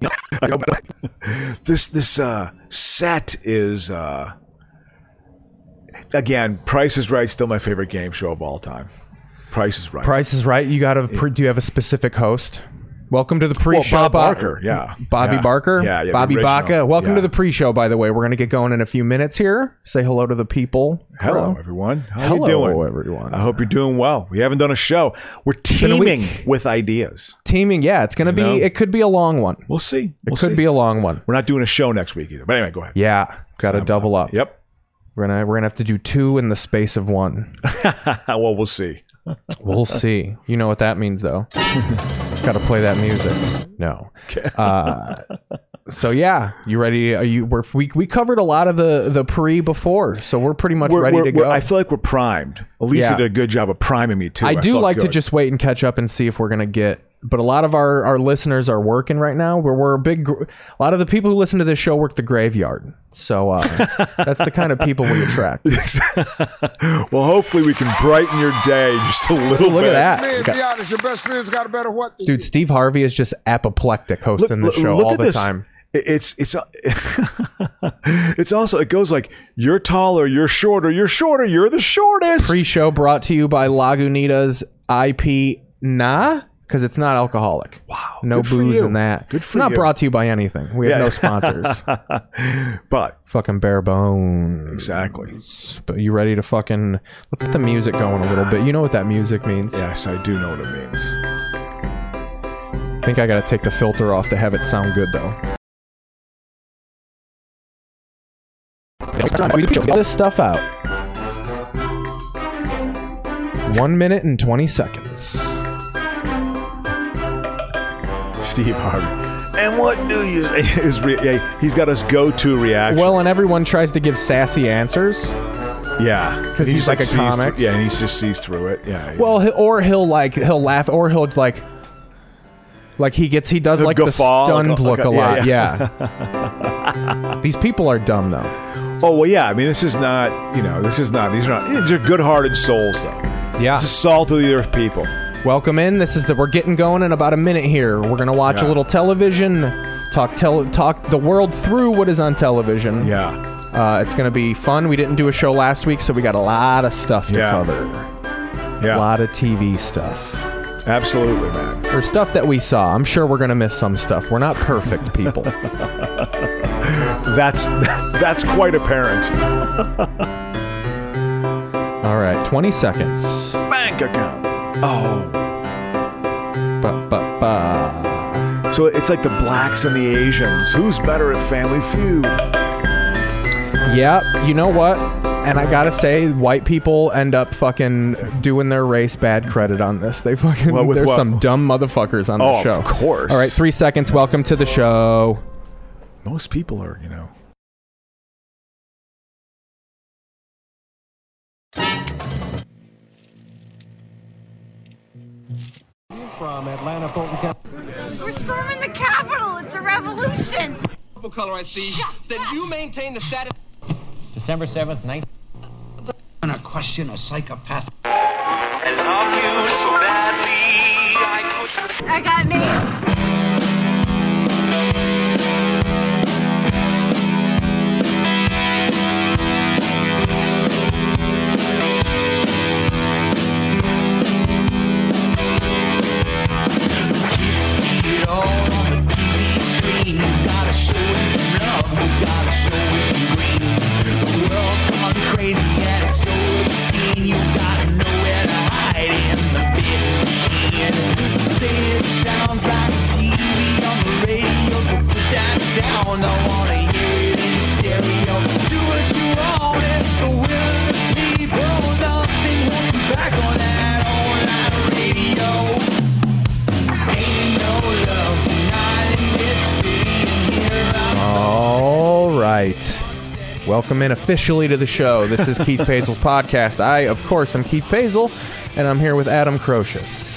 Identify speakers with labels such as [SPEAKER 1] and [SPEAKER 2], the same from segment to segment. [SPEAKER 1] No, I know, but this this uh, set is uh, again Price is Right, still my favorite game show of all time. Price is Right.
[SPEAKER 2] Price is right. You got to. Pre- do you have a specific host? Welcome to the
[SPEAKER 1] well,
[SPEAKER 2] pre-show,
[SPEAKER 1] Bob
[SPEAKER 2] Bob-
[SPEAKER 1] Barker, yeah,
[SPEAKER 2] Bobby
[SPEAKER 1] Yeah.
[SPEAKER 2] Barker.
[SPEAKER 1] yeah, yeah the
[SPEAKER 2] Bobby
[SPEAKER 1] original.
[SPEAKER 2] Baca. Welcome
[SPEAKER 1] Yeah.
[SPEAKER 2] to the pre-show. By the way, we're gonna get going in a few minutes here. Say hello to the people.
[SPEAKER 1] Hello,
[SPEAKER 2] Hello.
[SPEAKER 1] everyone. How
[SPEAKER 2] Hello,
[SPEAKER 1] you doing?
[SPEAKER 2] everyone.
[SPEAKER 1] I hope you're doing well. We haven't done a show. We're
[SPEAKER 2] a week.
[SPEAKER 1] teeming with ideas.
[SPEAKER 2] Teaming. Yeah, it's gonna be.
[SPEAKER 1] know?
[SPEAKER 2] It could be a long one.
[SPEAKER 1] We'll see.
[SPEAKER 2] It could be a long one.
[SPEAKER 1] We're not doing a show next week either. But anyway, go ahead.
[SPEAKER 2] Yeah, got to double up.
[SPEAKER 1] Yep.
[SPEAKER 2] We're gonna we're gonna have to do two in the space of one.
[SPEAKER 1] well, we'll see.
[SPEAKER 2] We'll see. You know what that means, though. got to play that music. No. Uh, so yeah, you ready? Are you? We're, we we covered a lot of the the pre before, so we're pretty much
[SPEAKER 1] We're,
[SPEAKER 2] ready
[SPEAKER 1] we're,
[SPEAKER 2] to
[SPEAKER 1] we're-
[SPEAKER 2] go.
[SPEAKER 1] I feel like we're primed. Elisa
[SPEAKER 2] Yeah.
[SPEAKER 1] did a good job of priming me too.
[SPEAKER 2] I do
[SPEAKER 1] felt
[SPEAKER 2] like to
[SPEAKER 1] good.
[SPEAKER 2] just wait and catch up and see if we're gonna get. But a lot of our, our listeners are working right now. We're, we're a big. Gr- a lot of the people who listen to this show work the graveyard, so uh, that's the kind of people we attract.
[SPEAKER 1] Well, hopefully we can brighten your day just a little.
[SPEAKER 2] Look
[SPEAKER 1] bit.
[SPEAKER 2] at that,
[SPEAKER 3] Man,
[SPEAKER 2] We got-
[SPEAKER 3] be honest, your best friend's got a better what than
[SPEAKER 2] dude. Steve Harvey is just apoplectic hosting the show all
[SPEAKER 1] at
[SPEAKER 2] the
[SPEAKER 1] this.
[SPEAKER 2] time.
[SPEAKER 1] It- It's it's uh, it's also it goes like you're taller, you're shorter, you're shorter, you're the shortest.
[SPEAKER 2] Pre-show brought to you by Lagunitas IP Nah, because it's not alcoholic. Wow, no
[SPEAKER 1] good for
[SPEAKER 2] booze
[SPEAKER 1] you.
[SPEAKER 2] in that.
[SPEAKER 1] Good for
[SPEAKER 2] it's not
[SPEAKER 1] you.
[SPEAKER 2] brought to you by anything. We have
[SPEAKER 1] Yeah.
[SPEAKER 2] no sponsors.
[SPEAKER 1] but
[SPEAKER 2] fucking bare bones.
[SPEAKER 1] exactly.
[SPEAKER 2] But you ready to fucking? Let's get the music going a little bit. You know what that music means.
[SPEAKER 1] Yes, I do know what it means.
[SPEAKER 2] I think I gotta take the filter off to have it sound good though. Get this stuff out. One minute and twenty seconds.
[SPEAKER 1] Steve Harvey. And what do you is re, yeah, he's got his go-to reaction.
[SPEAKER 2] Well, and everyone tries to give sassy answers.
[SPEAKER 1] yeah,
[SPEAKER 2] 'cause he's like a
[SPEAKER 1] sees
[SPEAKER 2] comic.
[SPEAKER 1] yeah, and he just sees through it. Yeah.
[SPEAKER 2] Well, he- or he'll like he'll laugh, or he'll like, like he gets he does
[SPEAKER 1] He'll
[SPEAKER 2] like the
[SPEAKER 1] guffaw,
[SPEAKER 2] stunned
[SPEAKER 1] like a-
[SPEAKER 2] look
[SPEAKER 1] like
[SPEAKER 2] a
[SPEAKER 1] a- yeah,
[SPEAKER 2] lot. Yeah. These people are dumb though.
[SPEAKER 1] Oh well, yeah. I mean, this is not you know, this is not these are not these are good-hearted souls though.
[SPEAKER 2] Yeah.
[SPEAKER 1] This is salt of the earth people.
[SPEAKER 2] Welcome in. This is the we're getting going in about a minute here. We're gonna watch
[SPEAKER 1] Yeah.
[SPEAKER 2] a little television, talk tele, talk the world through what is on television.
[SPEAKER 1] Yeah.
[SPEAKER 2] Uh, it's gonna be fun. We didn't do a show last week, so we got a lot of stuff to
[SPEAKER 1] Yeah.
[SPEAKER 2] cover.
[SPEAKER 1] Yeah.
[SPEAKER 2] A lot of TV stuff.
[SPEAKER 1] Absolutely, man.
[SPEAKER 2] or stuff that we saw. I'm sure we're gonna miss some stuff. We're not perfect people.
[SPEAKER 1] That's that's quite apparent.
[SPEAKER 2] All right, 20 seconds.
[SPEAKER 1] Bank account. Oh.
[SPEAKER 2] Ba, ba, ba.
[SPEAKER 1] Uh, So it's like the blacks and the Asians. Who's better at Family Feud?
[SPEAKER 2] Yep. You know what? And I gotta say, white people end up fucking doing their race bad credit on this. They fucking
[SPEAKER 1] Well, with
[SPEAKER 2] there's
[SPEAKER 1] what?
[SPEAKER 2] some dumb motherfuckers on
[SPEAKER 1] Oh,
[SPEAKER 2] the
[SPEAKER 1] of
[SPEAKER 2] show.
[SPEAKER 1] course.
[SPEAKER 2] All right, three seconds. Welcome to the show.
[SPEAKER 1] Most people are, you know.
[SPEAKER 4] From Atlanta, Fulton County.
[SPEAKER 5] We're storming the Capitol. It's a revolution.
[SPEAKER 4] Purple color I see.
[SPEAKER 5] Shut
[SPEAKER 4] then
[SPEAKER 5] up.
[SPEAKER 4] you maintain the status.
[SPEAKER 6] December 7th, 19th.
[SPEAKER 4] And a question, a psychopath.
[SPEAKER 7] I love you so badly, I could.
[SPEAKER 5] I got nailed.
[SPEAKER 2] All right. Welcome in officially to the show. This is Keith Pazel's podcast. I, of course, am Keith Pazel, and I'm here with Adam Crocius.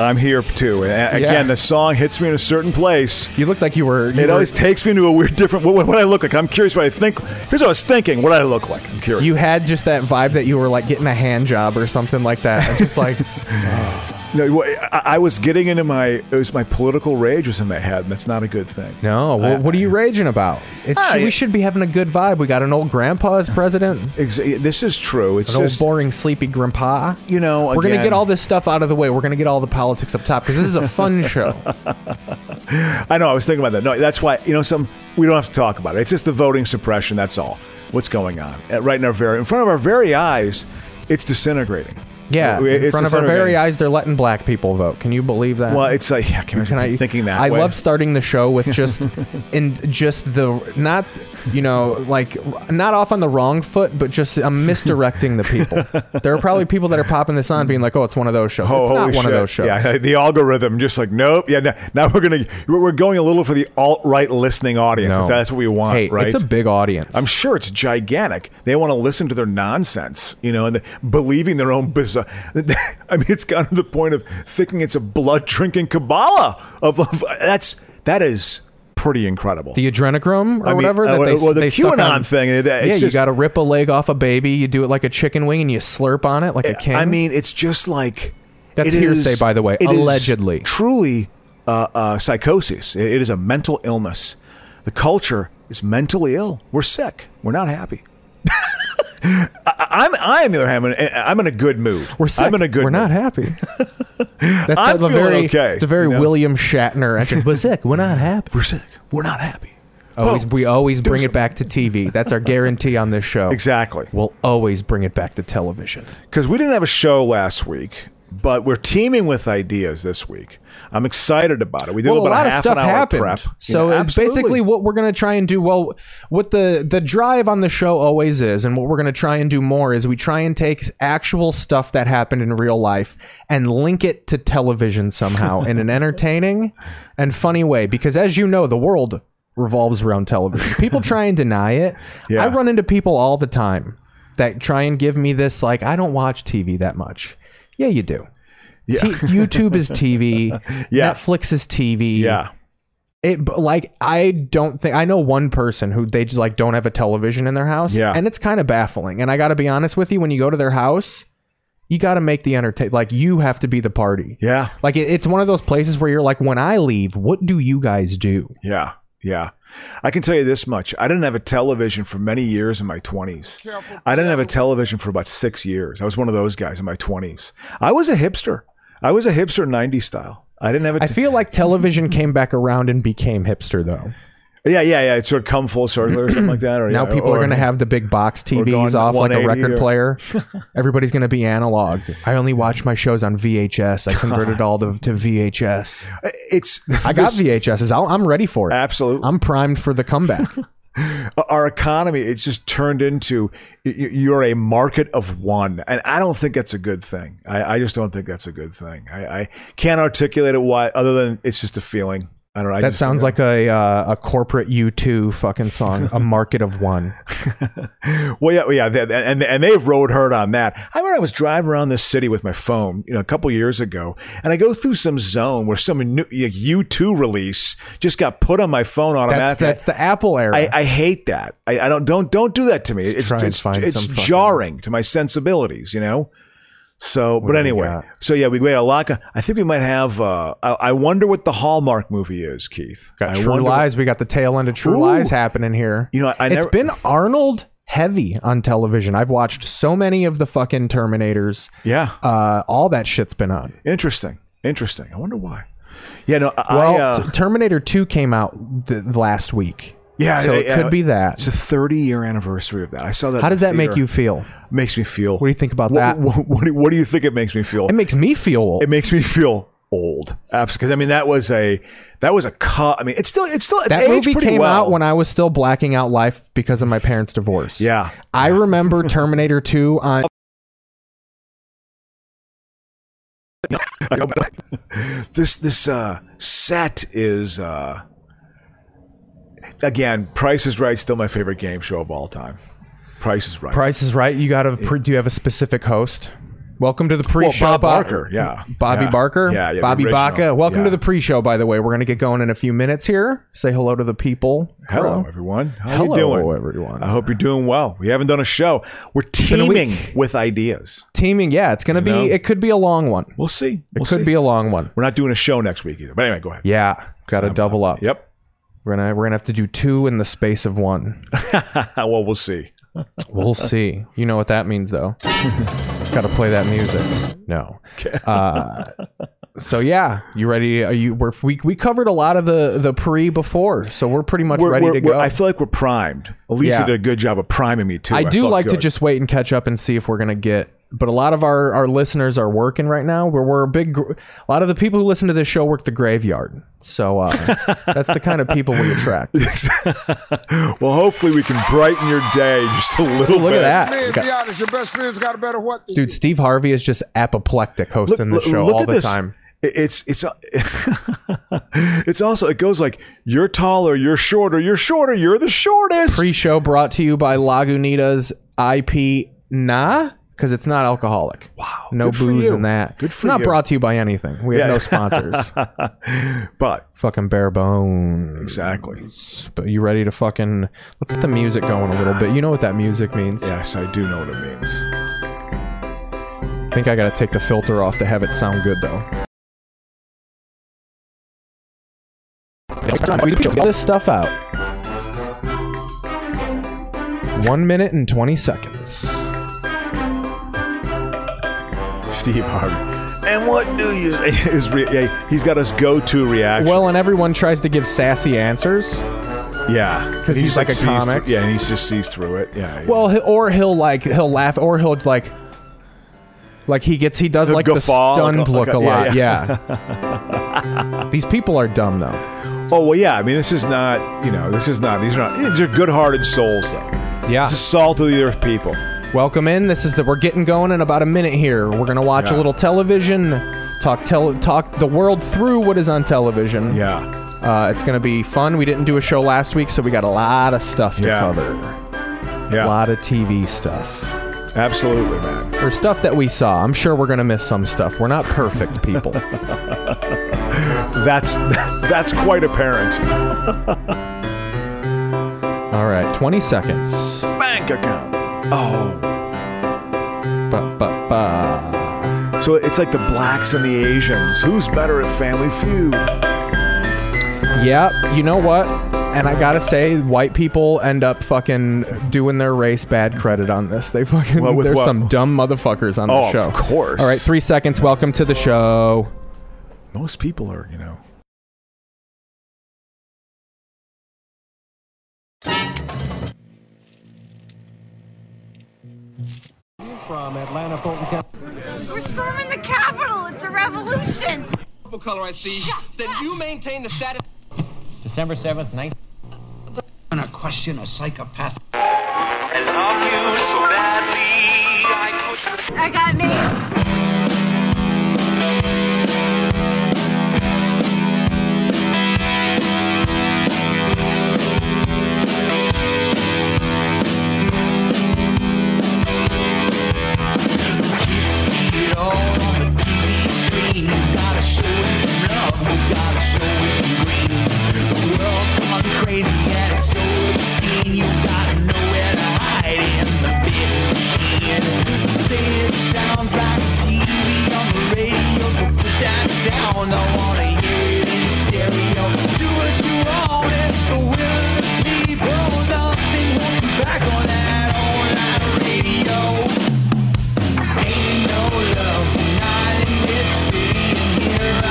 [SPEAKER 1] I'm here too. And a-
[SPEAKER 2] Yeah.
[SPEAKER 1] Again, the song hits me in a certain place.
[SPEAKER 2] You looked like you were. You,
[SPEAKER 1] It
[SPEAKER 2] were-
[SPEAKER 1] always takes me to a weird different. What, what, what I look like? I'm curious what I think. Here's what I was thinking. What I look like? I'm curious.
[SPEAKER 2] you had just that vibe that you were like getting a hand job or something like that. I'm just like,
[SPEAKER 1] No, wha- I, I was getting into my it was my political rage was in my head, and that's not a good thing.
[SPEAKER 2] No, wha- what are you raging about? It
[SPEAKER 1] Ah,
[SPEAKER 2] should-
[SPEAKER 1] yeah.
[SPEAKER 2] we should be having a good vibe. We got an old grandpa as president, an
[SPEAKER 1] Ex- this is true. It's
[SPEAKER 2] old
[SPEAKER 1] just
[SPEAKER 2] boring sleepy grandpa.
[SPEAKER 1] you know
[SPEAKER 2] We're gonna
[SPEAKER 1] again,
[SPEAKER 2] get all this stuff out of the way. We're gonna get all the politics up top because this is a fun show.
[SPEAKER 1] I know. I was thinking about that. No, that's why you know some. We don't have to talk about it. It's just the voting suppression. That's all. What's going on Uh, right in our very in front of our very eyes? It's disintegrating.
[SPEAKER 2] Yeah,
[SPEAKER 1] It-
[SPEAKER 2] in
[SPEAKER 1] it's
[SPEAKER 2] front of our very
[SPEAKER 1] disintegrating.
[SPEAKER 2] eyes, they're letting black people vote. Can you believe that?
[SPEAKER 1] Well, it's like yeah, can,
[SPEAKER 2] Can
[SPEAKER 1] I
[SPEAKER 2] I
[SPEAKER 1] thinking that?
[SPEAKER 2] I
[SPEAKER 1] way.
[SPEAKER 2] love starting the show with just in just the not you know like not off on the wrong foot, but just I'm misdirecting the people. There are probably people that are popping this on, being like, "Oh, it's one of those shows."
[SPEAKER 1] Oh,
[SPEAKER 2] it's not one
[SPEAKER 1] holy
[SPEAKER 2] of
[SPEAKER 1] shit.
[SPEAKER 2] those shows.
[SPEAKER 1] Yeah, the algorithm just like nope. Yeah, no, now we're gonna we're we're going a little for the alt right listening audience.
[SPEAKER 2] No.
[SPEAKER 1] If that's what we want,
[SPEAKER 2] Hey,
[SPEAKER 1] right?
[SPEAKER 2] it's a big audience.
[SPEAKER 1] I'm sure it's gigantic. They want to listen to their nonsense, you know, and the, believing their own bizarre. I mean, it's gotten to the point of thinking it's a blood drinking Kabbalah. Of, of that's that is pretty incredible.
[SPEAKER 2] the adrenochrome or
[SPEAKER 1] I mean,
[SPEAKER 2] whatever
[SPEAKER 1] uh,
[SPEAKER 2] that they
[SPEAKER 1] well, the
[SPEAKER 2] they suck
[SPEAKER 1] QAnon
[SPEAKER 2] on.
[SPEAKER 1] thing, it- it's
[SPEAKER 2] yeah, you
[SPEAKER 1] just-
[SPEAKER 2] got to rip a leg off a baby. You do it like a chicken wing, and you slurp on it like a king.
[SPEAKER 1] Eh, I mean, it's just like
[SPEAKER 2] That's
[SPEAKER 1] it
[SPEAKER 2] hearsay, by the way,
[SPEAKER 1] it is
[SPEAKER 2] allegedly.
[SPEAKER 1] truly, uh, uh, psychosis. It- it is a mental illness. The culture is mentally ill. We're sick. We're not happy. I, I'm. I on the other hand, I'm in, I'm in a good mood.
[SPEAKER 2] We're sick.
[SPEAKER 1] I'm in a good.
[SPEAKER 2] We're not
[SPEAKER 1] mood.
[SPEAKER 2] happy. That's
[SPEAKER 1] I'm
[SPEAKER 2] a
[SPEAKER 1] feeling
[SPEAKER 2] very,
[SPEAKER 1] okay,
[SPEAKER 2] It's a very
[SPEAKER 1] you know?
[SPEAKER 2] William Shatner. Actually, we're sick. We're not happy.
[SPEAKER 1] We're sick. We're not happy.
[SPEAKER 2] Always,
[SPEAKER 1] Boom.
[SPEAKER 2] we always
[SPEAKER 1] Do
[SPEAKER 2] bring it
[SPEAKER 1] something.
[SPEAKER 2] back to TV. That's our guarantee on this show.
[SPEAKER 1] Exactly.
[SPEAKER 2] We'll always bring it back to television.
[SPEAKER 1] because we didn't have a show last week, but we're teaming with ideas this week. I'm excited about it. We did
[SPEAKER 2] Well, a
[SPEAKER 1] about
[SPEAKER 2] lot of
[SPEAKER 1] half
[SPEAKER 2] stuff
[SPEAKER 1] an hour
[SPEAKER 2] happened.
[SPEAKER 1] prep.
[SPEAKER 2] So
[SPEAKER 1] Yeah,
[SPEAKER 2] it's
[SPEAKER 1] absolutely.
[SPEAKER 2] basically what we're going to try and do. Well, what the the drive on the show always is, and what we're going to try and do more is we try and take actual stuff that happened in real life and link it to television somehow in an entertaining and funny way. Because as you know, the world revolves around television. People try and deny it.
[SPEAKER 1] Yeah.
[SPEAKER 2] I run into people all the time that try and give me this like I don't watch TV that much. Yeah, you do.
[SPEAKER 1] Yeah.
[SPEAKER 2] T- YouTube is TV.
[SPEAKER 1] Yeah.
[SPEAKER 2] Netflix is TV
[SPEAKER 1] yeah.
[SPEAKER 2] it but, like i don't think i know one person who they just like don't have a television in their house
[SPEAKER 1] Yeah.
[SPEAKER 2] and it's kind of baffling and i gotta be honest with you when you go to their house you gotta make the entertain like you have to be the party
[SPEAKER 1] Yeah.
[SPEAKER 2] like it, it's one of those places where you're like when i leave what do you guys do
[SPEAKER 1] Yeah, yeah. I can tell you this much. I didn't have a television for many years in my 20s. I didn't have a television for about six years. I was one of those guys in my 20s. I was a hipster. I was a hipster 90s style. I didn't have a.
[SPEAKER 2] i feel like television came back around and became hipster though
[SPEAKER 1] yeah, yeah, yeah. It sort of come full circle or something like that. Or,
[SPEAKER 2] now
[SPEAKER 1] yeah,
[SPEAKER 2] people
[SPEAKER 1] or-
[SPEAKER 2] are gonna have the big box tvs
[SPEAKER 1] gone
[SPEAKER 2] off like a
[SPEAKER 1] 180
[SPEAKER 2] record
[SPEAKER 1] or-
[SPEAKER 2] player everybody's gonna be analog i only watch my shows on vhs i converted all to, to vhs
[SPEAKER 1] It's.
[SPEAKER 2] I got
[SPEAKER 1] this-
[SPEAKER 2] VHSs. I'll, I'm ready for it.
[SPEAKER 1] Absolutely.
[SPEAKER 2] I'm primed for the comeback.
[SPEAKER 1] Uh, our economy it's just turned into y- y- you're a market of one and i don't think that's a good thing i, I just don't think that's a good thing I, I can't articulate it why other than it's just a feeling i don't know I
[SPEAKER 2] That
[SPEAKER 1] just-
[SPEAKER 2] sounds like a uh, a corporate U2 fucking song, a market of one.
[SPEAKER 1] well yeah well, yeah they- and, and they've rode herd on that i remember i was driving around this city with my phone you know a couple years ago and i go through some zone where some new like, u2 release just got put on my phone
[SPEAKER 2] That's
[SPEAKER 1] automatically
[SPEAKER 2] that's the Apple era.
[SPEAKER 1] I, I hate that. I, I don't don't don't do that to me. It's
[SPEAKER 2] try and
[SPEAKER 1] it's,
[SPEAKER 2] find
[SPEAKER 1] it's
[SPEAKER 2] some fucking-
[SPEAKER 1] jarring to my sensibilities, you know. So, but
[SPEAKER 2] do we
[SPEAKER 1] anyway,
[SPEAKER 2] got?
[SPEAKER 1] so yeah, we got a lot. of- I think we might have. Uh, I, I wonder what the Hallmark movie is, Keith.
[SPEAKER 2] got
[SPEAKER 1] I
[SPEAKER 2] True
[SPEAKER 1] wonder-
[SPEAKER 2] Lies. We got the tail end of True
[SPEAKER 1] Ooh.
[SPEAKER 2] Lies happening here.
[SPEAKER 1] You know, I
[SPEAKER 2] it's
[SPEAKER 1] never-
[SPEAKER 2] been Arnold heavy on television. I've watched so many of the fucking Terminators.
[SPEAKER 1] Yeah,
[SPEAKER 2] Uh, all that shit's been on.
[SPEAKER 1] interesting, interesting. I wonder why. Yeah, no, I,
[SPEAKER 2] Well,
[SPEAKER 1] I, uh,
[SPEAKER 2] T- Terminator 2 came out th- last week.
[SPEAKER 1] yeah,
[SPEAKER 2] So it
[SPEAKER 1] I- I-
[SPEAKER 2] could be that.
[SPEAKER 1] It's a 30 year anniversary of that. I saw that.
[SPEAKER 2] How
[SPEAKER 1] in
[SPEAKER 2] does that make
[SPEAKER 1] theater.
[SPEAKER 2] you feel?
[SPEAKER 1] Makes me feel. What
[SPEAKER 2] do you think about that?
[SPEAKER 1] What, what, do- what do you think it makes me feel?
[SPEAKER 2] It makes me feel old.
[SPEAKER 1] it makes me feel old. Absolutely, because I mean that was a that was a cut. I mean, it's still it's still it's
[SPEAKER 2] That
[SPEAKER 1] aged
[SPEAKER 2] movie
[SPEAKER 1] pretty
[SPEAKER 2] came
[SPEAKER 1] well.
[SPEAKER 2] out when I was still blacking out life because of my parents' divorce.
[SPEAKER 1] Yeah.
[SPEAKER 2] I remember Terminator 2 on
[SPEAKER 1] this this uh, set is uh, again Price is Right. Still my favorite game show of all time. Price is Right.
[SPEAKER 2] Price is Right. You got to pre- do you have a specific host? Welcome to the pre-show,
[SPEAKER 1] Bob
[SPEAKER 2] Bo-
[SPEAKER 1] Barker, yeah.
[SPEAKER 2] Bobby
[SPEAKER 1] Yeah.
[SPEAKER 2] Barker,
[SPEAKER 1] Yeah, yeah, the
[SPEAKER 2] Bobby
[SPEAKER 1] original.
[SPEAKER 2] Baca. Welcome
[SPEAKER 1] Yeah.
[SPEAKER 2] to the pre-show. By the way, we're gonna get going in a few minutes here. Say hello to the people.
[SPEAKER 1] Hello,
[SPEAKER 2] Hello.
[SPEAKER 1] everyone. How
[SPEAKER 2] Hello,
[SPEAKER 1] you doing?
[SPEAKER 2] everyone.
[SPEAKER 1] I hope you're doing well. We haven't done a show.
[SPEAKER 2] a
[SPEAKER 1] We're
[SPEAKER 2] week.
[SPEAKER 1] teeming with ideas.
[SPEAKER 2] Teaming, yeah, it's gonna be.
[SPEAKER 1] know?
[SPEAKER 2] It could be a long one.
[SPEAKER 1] We'll see.
[SPEAKER 2] It could be a long one.
[SPEAKER 1] We're not doing a show next week either. But anyway, go ahead.
[SPEAKER 2] Yeah, got to double up.
[SPEAKER 1] Yep.
[SPEAKER 2] We're gonna we're gonna have to do two in the space of one.
[SPEAKER 1] well, we'll see.
[SPEAKER 2] We'll see. You know what that means, though. got to play that music. No. Uh, so yeah, you ready? Are you? We're, we we covered a lot of the the pre before, so we're pretty much
[SPEAKER 1] We're,
[SPEAKER 2] ready
[SPEAKER 1] we're,
[SPEAKER 2] to
[SPEAKER 1] we're-
[SPEAKER 2] go.
[SPEAKER 1] I feel like we're primed. Elisa
[SPEAKER 2] Yeah.
[SPEAKER 1] did a good job of priming me too.
[SPEAKER 2] I do
[SPEAKER 1] felt
[SPEAKER 2] like to
[SPEAKER 1] good.
[SPEAKER 2] just wait and catch up and see if we're gonna get. But a lot of our, our listeners are working right now. We're, we're a big. Gr- a lot of the people who listen to this show work the graveyard, so uh, that's the kind of people we attract.
[SPEAKER 1] Well, hopefully we can brighten your day just a little
[SPEAKER 2] Look
[SPEAKER 1] bit.
[SPEAKER 2] at that,
[SPEAKER 3] Man,
[SPEAKER 2] Got-
[SPEAKER 3] be honest, your best friend's got a better what than
[SPEAKER 2] dude. Steve Harvey is just apoplectic hosting the show all
[SPEAKER 1] at
[SPEAKER 2] the
[SPEAKER 1] this.
[SPEAKER 2] time.
[SPEAKER 1] It- It's it's uh, it's also it goes like you're taller, you're shorter, you're shorter, you're the shortest.
[SPEAKER 2] Pre-show brought to you by Lagunitas IP Nah, because it's not alcoholic. Wow, no
[SPEAKER 1] good for
[SPEAKER 2] booze
[SPEAKER 1] you.
[SPEAKER 2] in that.
[SPEAKER 1] Good
[SPEAKER 2] it's
[SPEAKER 1] for
[SPEAKER 2] not
[SPEAKER 1] you.
[SPEAKER 2] brought to you by anything. We have
[SPEAKER 1] Yeah.
[SPEAKER 2] no sponsors.
[SPEAKER 1] but
[SPEAKER 2] fucking bare bones.
[SPEAKER 1] exactly,
[SPEAKER 2] But you ready to fucking? Let's get the music going a little bit. You know what that music means.
[SPEAKER 1] yes, I do know what it means.
[SPEAKER 2] I think I gotta take the filter off to have it sound good though. All this stuff out. One minute and twenty seconds.
[SPEAKER 1] Steve Harvey. And what do you? Is re, yeah, he's got his go-to reaction.
[SPEAKER 2] Well, and everyone tries to give sassy answers.
[SPEAKER 1] yeah,
[SPEAKER 2] 'cause
[SPEAKER 1] Ah, He
[SPEAKER 2] he's
[SPEAKER 1] just,
[SPEAKER 2] like a
[SPEAKER 1] sees
[SPEAKER 2] comic.
[SPEAKER 1] yeah, and he just sees through it. Yeah.
[SPEAKER 2] Well, he- or he'll like he'll laugh, or he'll like like he gets he does
[SPEAKER 1] He'll
[SPEAKER 2] like
[SPEAKER 1] guffaw,
[SPEAKER 2] the stunned
[SPEAKER 1] like a-
[SPEAKER 2] look a
[SPEAKER 1] yeah,
[SPEAKER 2] lot. Yeah. These people are dumb though.
[SPEAKER 1] Oh well, yeah. I mean, this is not. You know, this is not. These are not. These are good-hearted souls, though.
[SPEAKER 2] Yeah.
[SPEAKER 1] This is salt of the earth people.
[SPEAKER 2] Welcome in. This is the we're getting going in about a minute here. We're gonna watch a
[SPEAKER 1] Yeah.
[SPEAKER 2] little television, talk tele, talk the world through what is on television.
[SPEAKER 1] Yeah.
[SPEAKER 2] Uh, it's gonna be fun. We didn't do a show last week, so we got a lot of stuff to
[SPEAKER 1] Yeah.
[SPEAKER 2] cover. A
[SPEAKER 1] Yeah.
[SPEAKER 2] lot of TV stuff.
[SPEAKER 1] Absolutely, man.
[SPEAKER 2] Or stuff that we saw. I'm sure we're gonna miss some stuff. We're not perfect people.
[SPEAKER 1] That's that's quite apparent.
[SPEAKER 2] All right, 20 seconds.
[SPEAKER 1] Bank account. Oh.
[SPEAKER 2] Ba, ba, ba.
[SPEAKER 1] So it's like the blacks and the Asians. Who's better at Family Feud?
[SPEAKER 2] Yep, you know what? And I gotta say, white people end up fucking doing their race bad credit on this. They fucking
[SPEAKER 1] Well, with
[SPEAKER 2] there's
[SPEAKER 1] what?
[SPEAKER 2] some dumb motherfuckers on
[SPEAKER 1] Oh,
[SPEAKER 2] the
[SPEAKER 1] of
[SPEAKER 2] show.
[SPEAKER 1] course.
[SPEAKER 2] All right, three seconds. Welcome to the show.
[SPEAKER 1] Most people are, you know.
[SPEAKER 5] You from Atlanta, Fulton County?
[SPEAKER 4] We're storming the Capitol. It's a revolution.
[SPEAKER 5] Purple color I see.
[SPEAKER 4] Shut
[SPEAKER 5] then
[SPEAKER 4] up.
[SPEAKER 5] you maintain the status.
[SPEAKER 8] December 7th, 19th.
[SPEAKER 5] I'm gonna question a psychopath.
[SPEAKER 7] I love you so badly I could
[SPEAKER 4] I got nailed.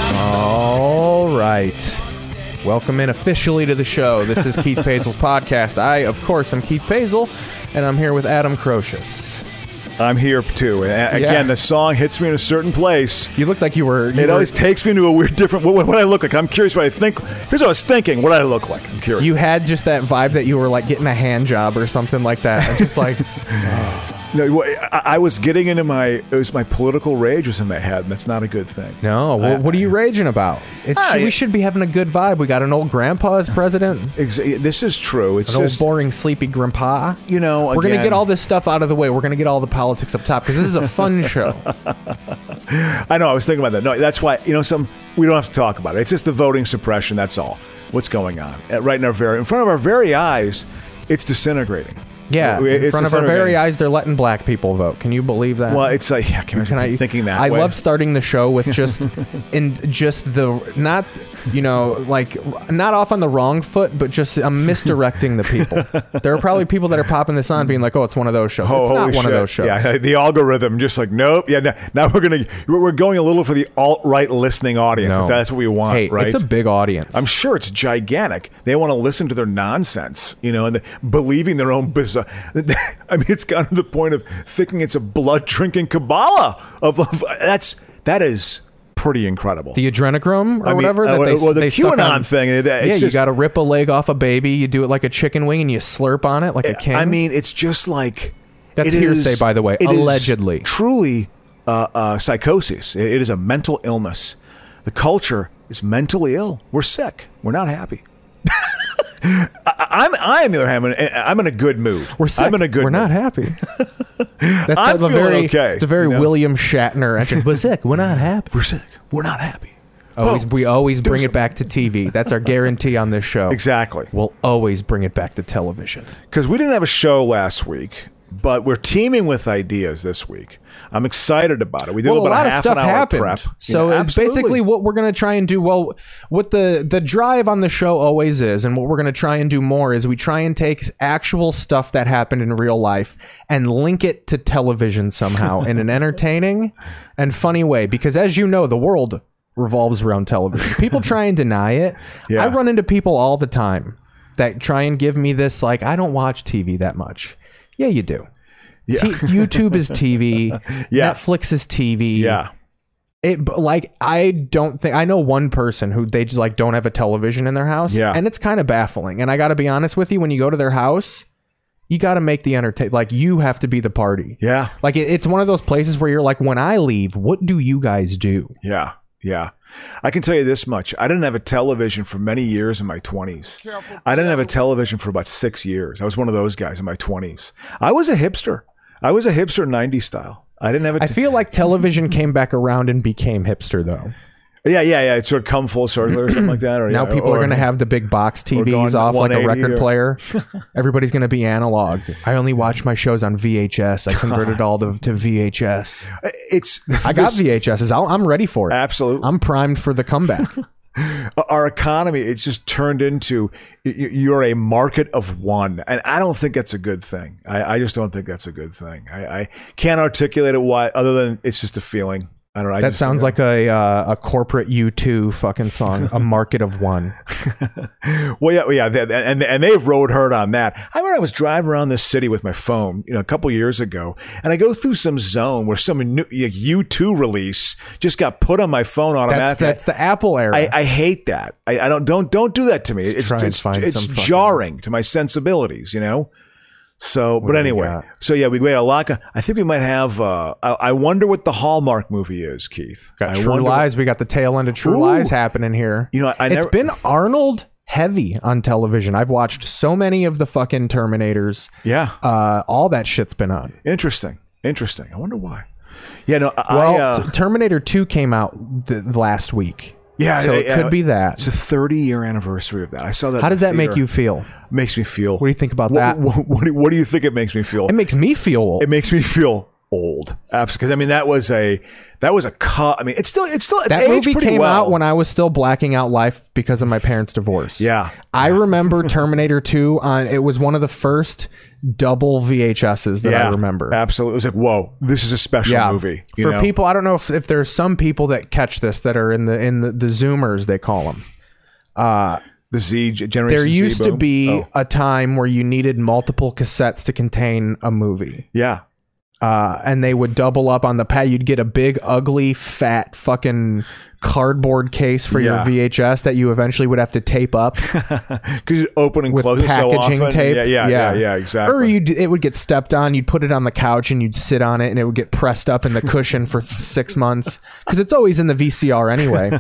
[SPEAKER 2] All right. Welcome in officially to the show. This is Keith Pazel's podcast. I, of course, am Keith Pazel, and I'm here with Adam Crocius.
[SPEAKER 1] I'm here too. And a-
[SPEAKER 2] Yeah.
[SPEAKER 1] Again, the song hits me in a certain place.
[SPEAKER 2] You looked like you were. You
[SPEAKER 1] It
[SPEAKER 2] were-
[SPEAKER 1] always takes me to a weird different. What, what I look like? I'm curious what I think. Here's what I was thinking. What I look like? I'm curious.
[SPEAKER 2] You had just that vibe that you were like getting a hand job or something like that. Just like
[SPEAKER 1] No, wha- I, I was getting into my it was my political rage was in my head, and that's not a good thing.
[SPEAKER 2] No, wha- what are you raging about? It
[SPEAKER 1] Ah,
[SPEAKER 2] should-
[SPEAKER 1] yeah.
[SPEAKER 2] we should be having a good vibe. We got an old grandpa as president, an
[SPEAKER 1] Ex- this is true. It's
[SPEAKER 2] old
[SPEAKER 1] just
[SPEAKER 2] boring sleepy grandpa.
[SPEAKER 1] you know
[SPEAKER 2] We're gonna
[SPEAKER 1] again-
[SPEAKER 2] get all this stuff out of the way. We're gonna get all the politics up top because this is a fun show.
[SPEAKER 1] I know. I was thinking about that. No, that's why you know some. We don't have to talk about it. It's just the voting suppression. That's all. What's going on Uh, right in our very in front of our very eyes? It's disintegrating.
[SPEAKER 2] Yeah,
[SPEAKER 1] It-
[SPEAKER 2] in
[SPEAKER 1] it's
[SPEAKER 2] front of our very
[SPEAKER 1] disintegrating.
[SPEAKER 2] eyes, they're letting black people vote. Can you believe that?
[SPEAKER 1] Well, it's like yeah, can,
[SPEAKER 2] Can I
[SPEAKER 1] I thinking that?
[SPEAKER 2] I
[SPEAKER 1] way.
[SPEAKER 2] love starting the show with just in just the not you know like not off on the wrong foot, but just I'm misdirecting the people. there are probably people that are popping this on, being like, "Oh, it's one of those shows.
[SPEAKER 1] Oh,
[SPEAKER 2] it's not
[SPEAKER 1] holy
[SPEAKER 2] one of
[SPEAKER 1] shit.
[SPEAKER 2] those shows."
[SPEAKER 1] Yeah, the algorithm just like nope. Yeah, no, now we're gonna we're we're going a little for the alt right listening audience.
[SPEAKER 2] No.
[SPEAKER 1] If that's what we want,
[SPEAKER 2] Hey,
[SPEAKER 1] right?
[SPEAKER 2] it's a big audience.
[SPEAKER 1] I'm sure it's gigantic. They want to listen to their nonsense, you know, and the, believing their own bizarre. I mean, it's gotten to the point of thinking it's a blood drinking Kabbalah of, of that's that is pretty incredible.
[SPEAKER 2] the adrenochrome or
[SPEAKER 1] I mean,
[SPEAKER 2] whatever
[SPEAKER 1] uh,
[SPEAKER 2] that they,
[SPEAKER 1] well, the
[SPEAKER 2] they suck
[SPEAKER 1] QAnon
[SPEAKER 2] on.
[SPEAKER 1] thing, it- uh, it's
[SPEAKER 2] yeah, you
[SPEAKER 1] just-
[SPEAKER 2] got to rip a leg off a baby. You do it like a chicken wing, and you slurp on it like a king.
[SPEAKER 1] I mean, it's just like
[SPEAKER 2] That's
[SPEAKER 1] it
[SPEAKER 2] hearsay, by the way,
[SPEAKER 1] it is
[SPEAKER 2] allegedly.
[SPEAKER 1] truly, uh, uh, psychosis. It- it is a mental illness. The culture is mentally ill. We're sick. We're not happy. I, I'm. I on the other hand, I'm in, I'm in a good mood.
[SPEAKER 2] We're sick.
[SPEAKER 1] I'm in a good.
[SPEAKER 2] We're
[SPEAKER 1] mood.
[SPEAKER 2] not happy. That's
[SPEAKER 1] I'm
[SPEAKER 2] a
[SPEAKER 1] feeling
[SPEAKER 2] very,
[SPEAKER 1] okay,
[SPEAKER 2] It's a very
[SPEAKER 1] you know?
[SPEAKER 2] William Shatner. Actually, we're sick. We're not happy.
[SPEAKER 1] We're sick. We're not happy.
[SPEAKER 2] Always,
[SPEAKER 1] Boom.
[SPEAKER 2] we always
[SPEAKER 1] Do
[SPEAKER 2] bring it
[SPEAKER 1] something.
[SPEAKER 2] back to TV. That's our guarantee on this show.
[SPEAKER 1] Exactly.
[SPEAKER 2] We'll always bring it back to television.
[SPEAKER 1] because we didn't have a show last week, but we're teaming with ideas this week. I'm excited about it. We did
[SPEAKER 2] Well, a
[SPEAKER 1] about
[SPEAKER 2] lot of
[SPEAKER 1] half
[SPEAKER 2] stuff
[SPEAKER 1] an hour
[SPEAKER 2] happened.
[SPEAKER 1] prep.
[SPEAKER 2] So
[SPEAKER 1] Yeah,
[SPEAKER 2] it's
[SPEAKER 1] absolutely.
[SPEAKER 2] basically what we're going to try and do. Well, what the the drive on the show always is, and what we're going to try and do more is we try and take actual stuff that happened in real life and link it to television somehow in an entertaining and funny way. Because as you know, the world revolves around television. People try and deny it.
[SPEAKER 1] Yeah.
[SPEAKER 2] I run into people all the time that try and give me this like I don't watch TV that much. Yeah, you do.
[SPEAKER 1] Yeah.
[SPEAKER 2] T- YouTube is TV.
[SPEAKER 1] Yeah.
[SPEAKER 2] Netflix is TV.
[SPEAKER 1] yeah.
[SPEAKER 2] It but, like I don't think I know one person who they like don't have a television in their house.
[SPEAKER 1] Yeah.
[SPEAKER 2] And it's kind of baffling. And I got to be honest with you, when you go to their house, you got to make the entertain. Like you have to be the party.
[SPEAKER 1] Yeah.
[SPEAKER 2] Like it, it's one of those places where you're like, when I leave, what do you guys do?
[SPEAKER 1] Yeah, yeah. I can tell you this much. I didn't have a television for many years in my 20s. I didn't have a television for about six years. I was one of those guys in my 20s. I was a hipster. I was a hipster 90s style. I didn't have a.
[SPEAKER 2] I
[SPEAKER 1] t-
[SPEAKER 2] feel like television came back around and became hipster though.
[SPEAKER 1] yeah, yeah, yeah. It sort of come full circle or something like that. Or,
[SPEAKER 2] Now
[SPEAKER 1] yeah,
[SPEAKER 2] people
[SPEAKER 1] or-
[SPEAKER 2] are going to have the big box
[SPEAKER 1] going
[SPEAKER 2] TVs off like a
[SPEAKER 1] 180
[SPEAKER 2] record
[SPEAKER 1] or-
[SPEAKER 2] player. Everybody's going to be analog. I only watch my shows on VHS. I converted all to, to VHS.
[SPEAKER 1] It's.
[SPEAKER 2] I got
[SPEAKER 1] this-
[SPEAKER 2] VHSs. I'll, I'm ready for it.
[SPEAKER 1] Absolutely.
[SPEAKER 2] I'm primed for the comeback.
[SPEAKER 1] Uh, our economy it's just turned into y- y- you're a market of one and i don't think that's a good thing i, I just don't think that's a good thing I, I can't articulate it why other than it's just a feeling i don't know I
[SPEAKER 2] That
[SPEAKER 1] just-
[SPEAKER 2] sounds like a uh, a corporate U2 fucking song, a market of one.
[SPEAKER 1] well yeah well, yeah that- and, and they've rode herd on that i remember i was driving around this city with my phone you know a couple years ago and i go through some zone where some new like, u2 release just got put on my phone
[SPEAKER 2] That's
[SPEAKER 1] automatically
[SPEAKER 2] that's the Apple era.
[SPEAKER 1] I, I hate that. I, I don't don't don't do that to me. It's
[SPEAKER 2] try and
[SPEAKER 1] it's,
[SPEAKER 2] find
[SPEAKER 1] it's
[SPEAKER 2] some fucking-
[SPEAKER 1] jarring to my sensibilities, you know. So, but
[SPEAKER 2] do we
[SPEAKER 1] anyway,
[SPEAKER 2] got?
[SPEAKER 1] so yeah, we got a lot. of- I think we might have. Uh, I, I wonder what the Hallmark movie is, Keith.
[SPEAKER 2] got
[SPEAKER 1] I
[SPEAKER 2] True
[SPEAKER 1] wonder-
[SPEAKER 2] Lies. We got the tail end of True
[SPEAKER 1] Ooh.
[SPEAKER 2] Lies happening here.
[SPEAKER 1] You know, I never-
[SPEAKER 2] it's been Arnold heavy on television. I've watched so many of the fucking Terminators.
[SPEAKER 1] Yeah,
[SPEAKER 2] Uh, all that shit's been on.
[SPEAKER 1] interesting, interesting. I wonder why. Yeah, no, I,
[SPEAKER 2] Well,
[SPEAKER 1] I, uh,
[SPEAKER 2] T- Terminator 2 came out th- last week.
[SPEAKER 1] yeah,
[SPEAKER 2] so it
[SPEAKER 1] yeah,
[SPEAKER 2] could
[SPEAKER 1] yeah.
[SPEAKER 2] be that.
[SPEAKER 1] It's a 30 year anniversary of that. I saw that.
[SPEAKER 2] How
[SPEAKER 1] in
[SPEAKER 2] does
[SPEAKER 1] the
[SPEAKER 2] that make
[SPEAKER 1] theater.
[SPEAKER 2] you feel?
[SPEAKER 1] Makes me feel.
[SPEAKER 2] What do you think about
[SPEAKER 1] What-
[SPEAKER 2] that?
[SPEAKER 1] What, what, do, what do you think it makes me feel?
[SPEAKER 2] It makes me feel old.
[SPEAKER 1] it makes me feel old absolutely because i mean that was a that was a cut i mean it's still it's still it's
[SPEAKER 2] that
[SPEAKER 1] aged
[SPEAKER 2] movie
[SPEAKER 1] pretty
[SPEAKER 2] came
[SPEAKER 1] well.
[SPEAKER 2] out when I was still blacking out life because of my parents' divorce.
[SPEAKER 1] Yeah.
[SPEAKER 2] I remember Terminator 2 on it was one of the first double VHSs that
[SPEAKER 1] yeah
[SPEAKER 2] I remember.
[SPEAKER 1] absolutely it was like whoa this is a special
[SPEAKER 2] Yeah.
[SPEAKER 1] movie you
[SPEAKER 2] For
[SPEAKER 1] know?
[SPEAKER 2] people, I don't know if, if there's some people that catch this that are in the in the, the zoomers they call them.
[SPEAKER 1] the z generation
[SPEAKER 2] There
[SPEAKER 1] Z
[SPEAKER 2] used to
[SPEAKER 1] boom.
[SPEAKER 2] be
[SPEAKER 1] Oh,
[SPEAKER 2] a time where you needed multiple cassettes to contain a movie.
[SPEAKER 1] yeah
[SPEAKER 2] uh, and they would double up on the pad. You'd get a big, ugly, fat fucking cardboard case for
[SPEAKER 1] Yeah.
[SPEAKER 2] your VHS that you eventually would have to tape up
[SPEAKER 1] Because you open and
[SPEAKER 2] with
[SPEAKER 1] close it so
[SPEAKER 2] packaging
[SPEAKER 1] often.
[SPEAKER 2] tape.
[SPEAKER 1] Yeah, yeah, yeah, yeah, exactly.
[SPEAKER 2] Or you it would get stepped on. You'd put it on the couch and you'd sit on it, and it would get pressed up in the cushion for th- six months because it's always in the VCR anyway.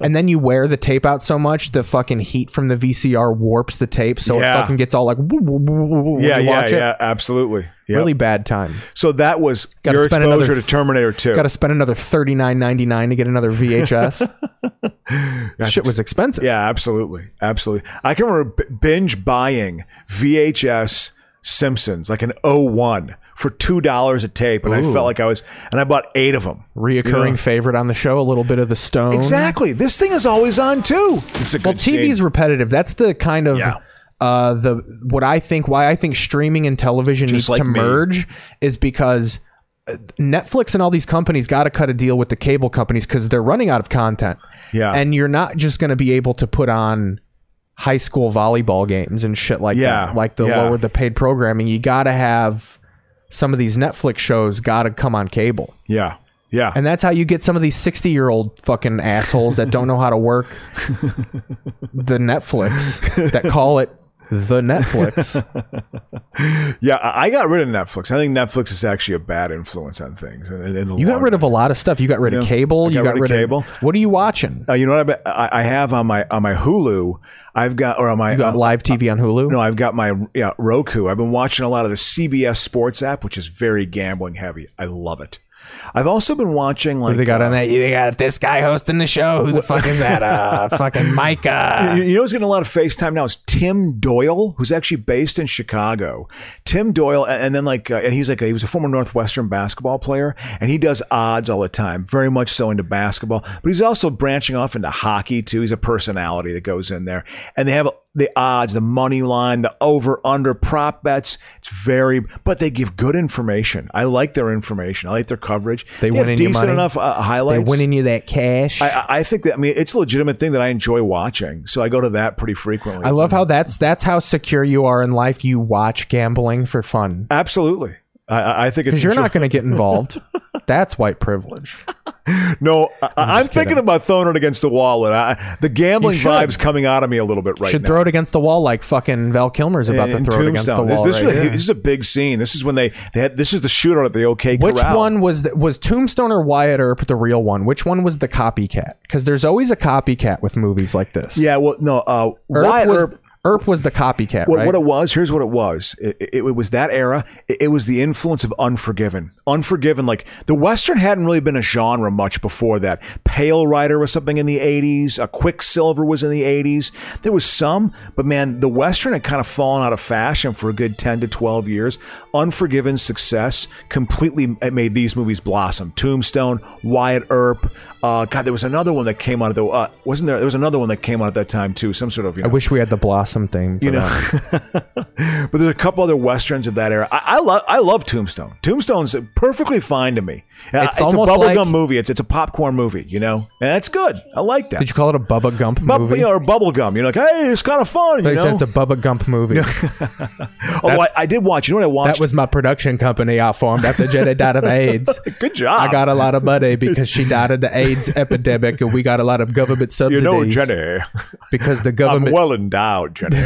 [SPEAKER 2] and then you wear the tape out so much, the fucking heat from the VCR warps the tape, so
[SPEAKER 1] Yeah.
[SPEAKER 2] it fucking gets all like woo, woo, woo, woo, woo, when
[SPEAKER 1] yeah,
[SPEAKER 2] you
[SPEAKER 1] yeah,
[SPEAKER 2] watch it.
[SPEAKER 1] yeah, absolutely. Yep.
[SPEAKER 2] Really bad time.
[SPEAKER 1] So that was
[SPEAKER 2] Gotta
[SPEAKER 1] your
[SPEAKER 2] spend
[SPEAKER 1] exposure
[SPEAKER 2] another-
[SPEAKER 1] to Terminator 2.
[SPEAKER 2] Got to spend another thirty nine ninety nine to get another VHS. Shit was expensive.
[SPEAKER 1] Yeah, absolutely, absolutely. I can remember b- binge buying VHS Simpsons like an 01 for two dollars a tape, and I felt like I was, and I bought eight of them.
[SPEAKER 2] Reoccurring favorite on the show, a little bit of the stone.
[SPEAKER 1] Exactly. This thing is always on too. It's a
[SPEAKER 2] Well,
[SPEAKER 1] good
[SPEAKER 2] TV's
[SPEAKER 1] scene.
[SPEAKER 2] repetitive. That's the kind of
[SPEAKER 1] Yeah.
[SPEAKER 2] uh, the what I think why I think streaming and television needs
[SPEAKER 1] like
[SPEAKER 2] to
[SPEAKER 1] me.
[SPEAKER 2] merge is because uh, Netflix and all these companies got to cut a deal with the cable companies because they're running out of content.
[SPEAKER 1] Yeah.
[SPEAKER 2] and you're not just going to be able to put on high school volleyball games and shit like
[SPEAKER 1] Yeah.
[SPEAKER 2] that. Like the
[SPEAKER 1] Yeah.
[SPEAKER 2] lower the paid programming, you got to have some of these Netflix shows got to come on cable.
[SPEAKER 1] yeah, yeah.
[SPEAKER 2] And that's how you get some of these 60 year old fucking assholes that don't know how to work the Netflix that call it the Netflix.
[SPEAKER 1] Yeah, I I got rid of Netflix. I think Netflix is actually a bad influence on things. In, in the
[SPEAKER 2] You got
[SPEAKER 1] long
[SPEAKER 2] rid of a lot of stuff. You got rid of
[SPEAKER 1] Yeah.
[SPEAKER 2] cable.
[SPEAKER 1] I
[SPEAKER 2] you got rid of
[SPEAKER 1] cable.
[SPEAKER 2] What are you watching?
[SPEAKER 1] Uh, you know what I've been- I, I have on my on my Hulu? I've got or on my uh,
[SPEAKER 2] You got live TV on Hulu?
[SPEAKER 1] No, I've got my yeah, Roku. I've been watching a lot of the CBS Sports app, which is very gambling heavy. I love it. I've also been watching like uh,
[SPEAKER 2] they got on that. They got this guy hosting the show. Who the fuck is that? Uh, fucking Micah.
[SPEAKER 1] You, you know who's getting a lot of FaceTime now is Tim Doyle, who's actually based in Chicago. Tim Doyle, and, and then like, uh, and he's like, a, he was a former Northwestern basketball player, and he does odds all the time, very much so into basketball, but he's also branching off into hockey too. He's a personality that goes in there, and they have the odds, the money line, the over under prop bets. It's very, but they give good information. I like their information. I like their coverage.
[SPEAKER 2] They
[SPEAKER 1] have
[SPEAKER 2] winning your
[SPEAKER 1] decent
[SPEAKER 2] money?
[SPEAKER 1] enough uh,
[SPEAKER 2] They
[SPEAKER 1] highlights.
[SPEAKER 2] winning you that cash.
[SPEAKER 1] I, I think that I mean it's a legitimate thing that I enjoy watching, so I go to that pretty frequently.
[SPEAKER 2] I love how that's that's how secure you are in life. You watch gambling for fun
[SPEAKER 1] absolutely. I- I, I think it's
[SPEAKER 2] because you're
[SPEAKER 1] enjoy-
[SPEAKER 2] not going to get involved. that's white privilege.
[SPEAKER 1] No, I, I'm
[SPEAKER 2] just
[SPEAKER 1] thinking
[SPEAKER 2] kidding.
[SPEAKER 1] about throwing it against the wall, and I, the gambling
[SPEAKER 2] You should.
[SPEAKER 1] vibes coming out of me a little bit right
[SPEAKER 2] should
[SPEAKER 1] now.
[SPEAKER 2] throw it against the wall like fucking Val Kilmer's about
[SPEAKER 1] In- in
[SPEAKER 2] to throw it against the
[SPEAKER 1] Tombstone.
[SPEAKER 2] wall.
[SPEAKER 1] This, this,
[SPEAKER 2] right
[SPEAKER 1] was-
[SPEAKER 2] here.
[SPEAKER 1] this is a big scene. This is when they, they had, this is the shootout at the OK
[SPEAKER 2] Which
[SPEAKER 1] Corral.
[SPEAKER 2] one was the, was Tombstone or Wyatt Earp the real one? Which one was the copycat? Because there's always a copycat with movies like this.
[SPEAKER 1] Yeah, well, no, uh,
[SPEAKER 2] Earp
[SPEAKER 1] Wyatt
[SPEAKER 2] was
[SPEAKER 1] Earp-
[SPEAKER 2] Earp was the copycat,
[SPEAKER 1] What,
[SPEAKER 2] right?
[SPEAKER 1] what it was, here's what it was. It, it, it was that era. It, it was the influence of Unforgiven. Unforgiven, like the Western hadn't really been a genre much before that. Pale Rider was something in the 80s. A Quicksilver was in the 80s. There was some, but man, the Western had kind of fallen out of fashion for a good 10 to 12 years. Unforgiven's success completely it made these movies blossom. Tombstone, Wyatt Earp. Uh, God, there was another one that came out of the, uh, wasn't there? There was another one that came out at that time too. Some sort of, you know,
[SPEAKER 2] I wish we had the Blossom thing. For
[SPEAKER 1] you know.
[SPEAKER 2] that.
[SPEAKER 1] but there's a couple other westerns of that era. I, I love I love Tombstone. Tombstone's perfectly fine to me. Uh,
[SPEAKER 2] It's
[SPEAKER 1] It's, a
[SPEAKER 2] almost
[SPEAKER 1] bubblegum
[SPEAKER 2] like-
[SPEAKER 1] movie. It's it's a popcorn movie. You know, and that's good. I like that.
[SPEAKER 2] Did you call it a Bubba Gump
[SPEAKER 1] Bub-
[SPEAKER 2] movie?
[SPEAKER 1] you know, or bubblegum. You're like, hey, it's kind of fun.
[SPEAKER 2] they
[SPEAKER 1] You know?
[SPEAKER 2] said it's a Bubba Gump movie.
[SPEAKER 1] oh, I, I did watch. You know what I watched?
[SPEAKER 2] that was my production company I formed after Jedi died of AIDS.
[SPEAKER 1] good job.
[SPEAKER 2] I got a lot of money because she died of the AIDS epidemic, and we got a lot of government
[SPEAKER 1] You
[SPEAKER 2] subsidies.
[SPEAKER 1] know, Jenny,
[SPEAKER 2] because the
[SPEAKER 1] I'm
[SPEAKER 2] government
[SPEAKER 1] well endowed, Jenny.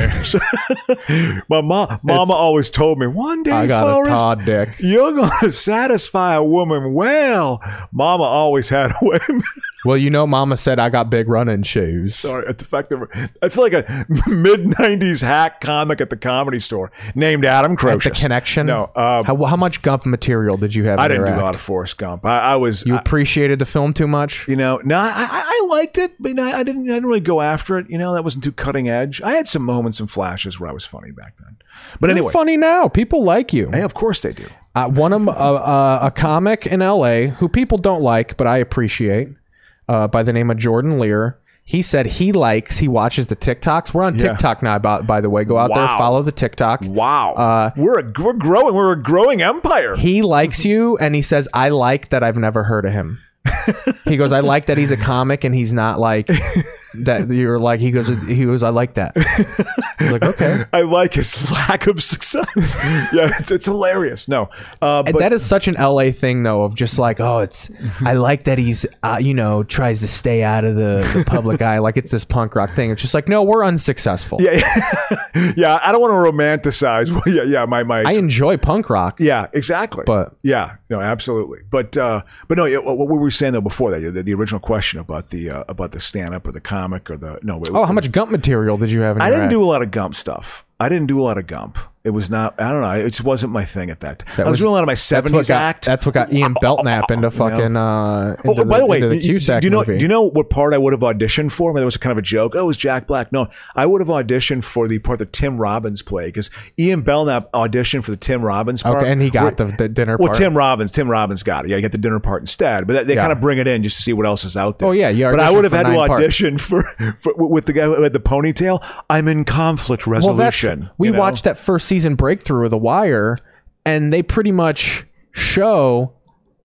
[SPEAKER 1] My mom, mama
[SPEAKER 2] It's-
[SPEAKER 1] always told me, one day,
[SPEAKER 2] I got a
[SPEAKER 1] Forrest,
[SPEAKER 2] Todd dick.
[SPEAKER 1] you're gonna satisfy a woman well. Mama always had a way.
[SPEAKER 2] Well, you know, Mama said I got big running shoes.
[SPEAKER 1] Sorry, at the fact that we're- I feel like a mid '90s hack comic at the comedy store named Adam
[SPEAKER 2] At the
[SPEAKER 1] Crocius.
[SPEAKER 2] connection.
[SPEAKER 1] No, uh,
[SPEAKER 2] how, how much Gump material did you have?
[SPEAKER 1] I
[SPEAKER 2] in your
[SPEAKER 1] didn't do a
[SPEAKER 2] act?
[SPEAKER 1] lot of Forrest Gump. I, I was,
[SPEAKER 2] You
[SPEAKER 1] I-
[SPEAKER 2] appreciated the film too much.
[SPEAKER 1] you know, no, I, I I liked it, but you know, I didn't. I didn't really go after it. You know, that wasn't too cutting edge. I had some moments and flashes where I was funny back then. But
[SPEAKER 2] You're
[SPEAKER 1] anyway,
[SPEAKER 2] funny now. People like you.
[SPEAKER 1] hey, of course they do.
[SPEAKER 2] Uh, one of m- uh, uh, a comic in L.A. who people don't like, but I appreciate, uh, by the name of Jordan Lear. He said he likes. He watches the TikToks. We're on
[SPEAKER 1] Yeah.
[SPEAKER 2] TikTok now. By, by the way, go out there,
[SPEAKER 1] Wow.
[SPEAKER 2] follow the TikTok.
[SPEAKER 1] Wow,
[SPEAKER 2] Uh,
[SPEAKER 1] we're a, we're growing. We're a growing empire.
[SPEAKER 2] he likes you and he says i like that i've never heard of him he goes i like that he's a comic and he's not like that you're like he goes he was I like that. I was like okay.
[SPEAKER 1] I like his lack of success. yeah, it's, it's hilarious. No, uh,
[SPEAKER 2] And
[SPEAKER 1] but
[SPEAKER 2] that is such an LA thing though of just like oh it's I like that he's uh, you know tries to stay out of the, the public eye like it's this punk rock thing. It's just like no, we're unsuccessful.
[SPEAKER 1] yeah, yeah, I don't want to romanticize. Well, yeah, yeah, my my.
[SPEAKER 2] I enjoy punk rock.
[SPEAKER 1] yeah, exactly.
[SPEAKER 2] But-
[SPEAKER 1] yeah, no, absolutely. But uh, but no, yeah, what what we were saying though before that, the, the original question about the uh, about the stand up or the comic or the no. It,
[SPEAKER 2] Oh, how much gump material did you have in
[SPEAKER 1] I
[SPEAKER 2] your
[SPEAKER 1] didn't
[SPEAKER 2] act?
[SPEAKER 1] do a lot of Gump stuff. I didn't do a lot of Gump. It was not. I don't know. It just wasn't my thing at that. time. I was, doing a lot of my
[SPEAKER 2] that's what
[SPEAKER 1] seventies
[SPEAKER 2] got-
[SPEAKER 1] act.
[SPEAKER 2] That's what got Ian Beltnap into fucking. Uh, into
[SPEAKER 1] Oh, by the way,
[SPEAKER 2] into the
[SPEAKER 1] you- you-
[SPEAKER 2] Cusack
[SPEAKER 1] do you know
[SPEAKER 2] movie.
[SPEAKER 1] do you know what part I would have auditioned for? I mean, there was kind of a joke. Oh, it was Jack Black. No, I would have auditioned for the part that Tim Robbins played because Ian Belknap auditioned for the Tim Robbins part.
[SPEAKER 2] Okay, and he got
[SPEAKER 1] Where-
[SPEAKER 2] the, the dinner
[SPEAKER 1] Well,
[SPEAKER 2] part.
[SPEAKER 1] Tim Robbins, Tim Robbins got it. Yeah, he got the dinner part instead. But they, they
[SPEAKER 2] Yeah.
[SPEAKER 1] kind of bring it in just to see what else is out there.
[SPEAKER 2] Oh, yeah, you
[SPEAKER 1] but I
[SPEAKER 2] auditioned
[SPEAKER 1] would have
[SPEAKER 2] for
[SPEAKER 1] had to
[SPEAKER 2] nine parts.
[SPEAKER 1] audition for, for with the guy who had the ponytail. I'm in conflict
[SPEAKER 2] well, that's
[SPEAKER 1] resolution.
[SPEAKER 2] we
[SPEAKER 1] you know?
[SPEAKER 2] watched that first season breakthrough of The Wire, and they pretty much show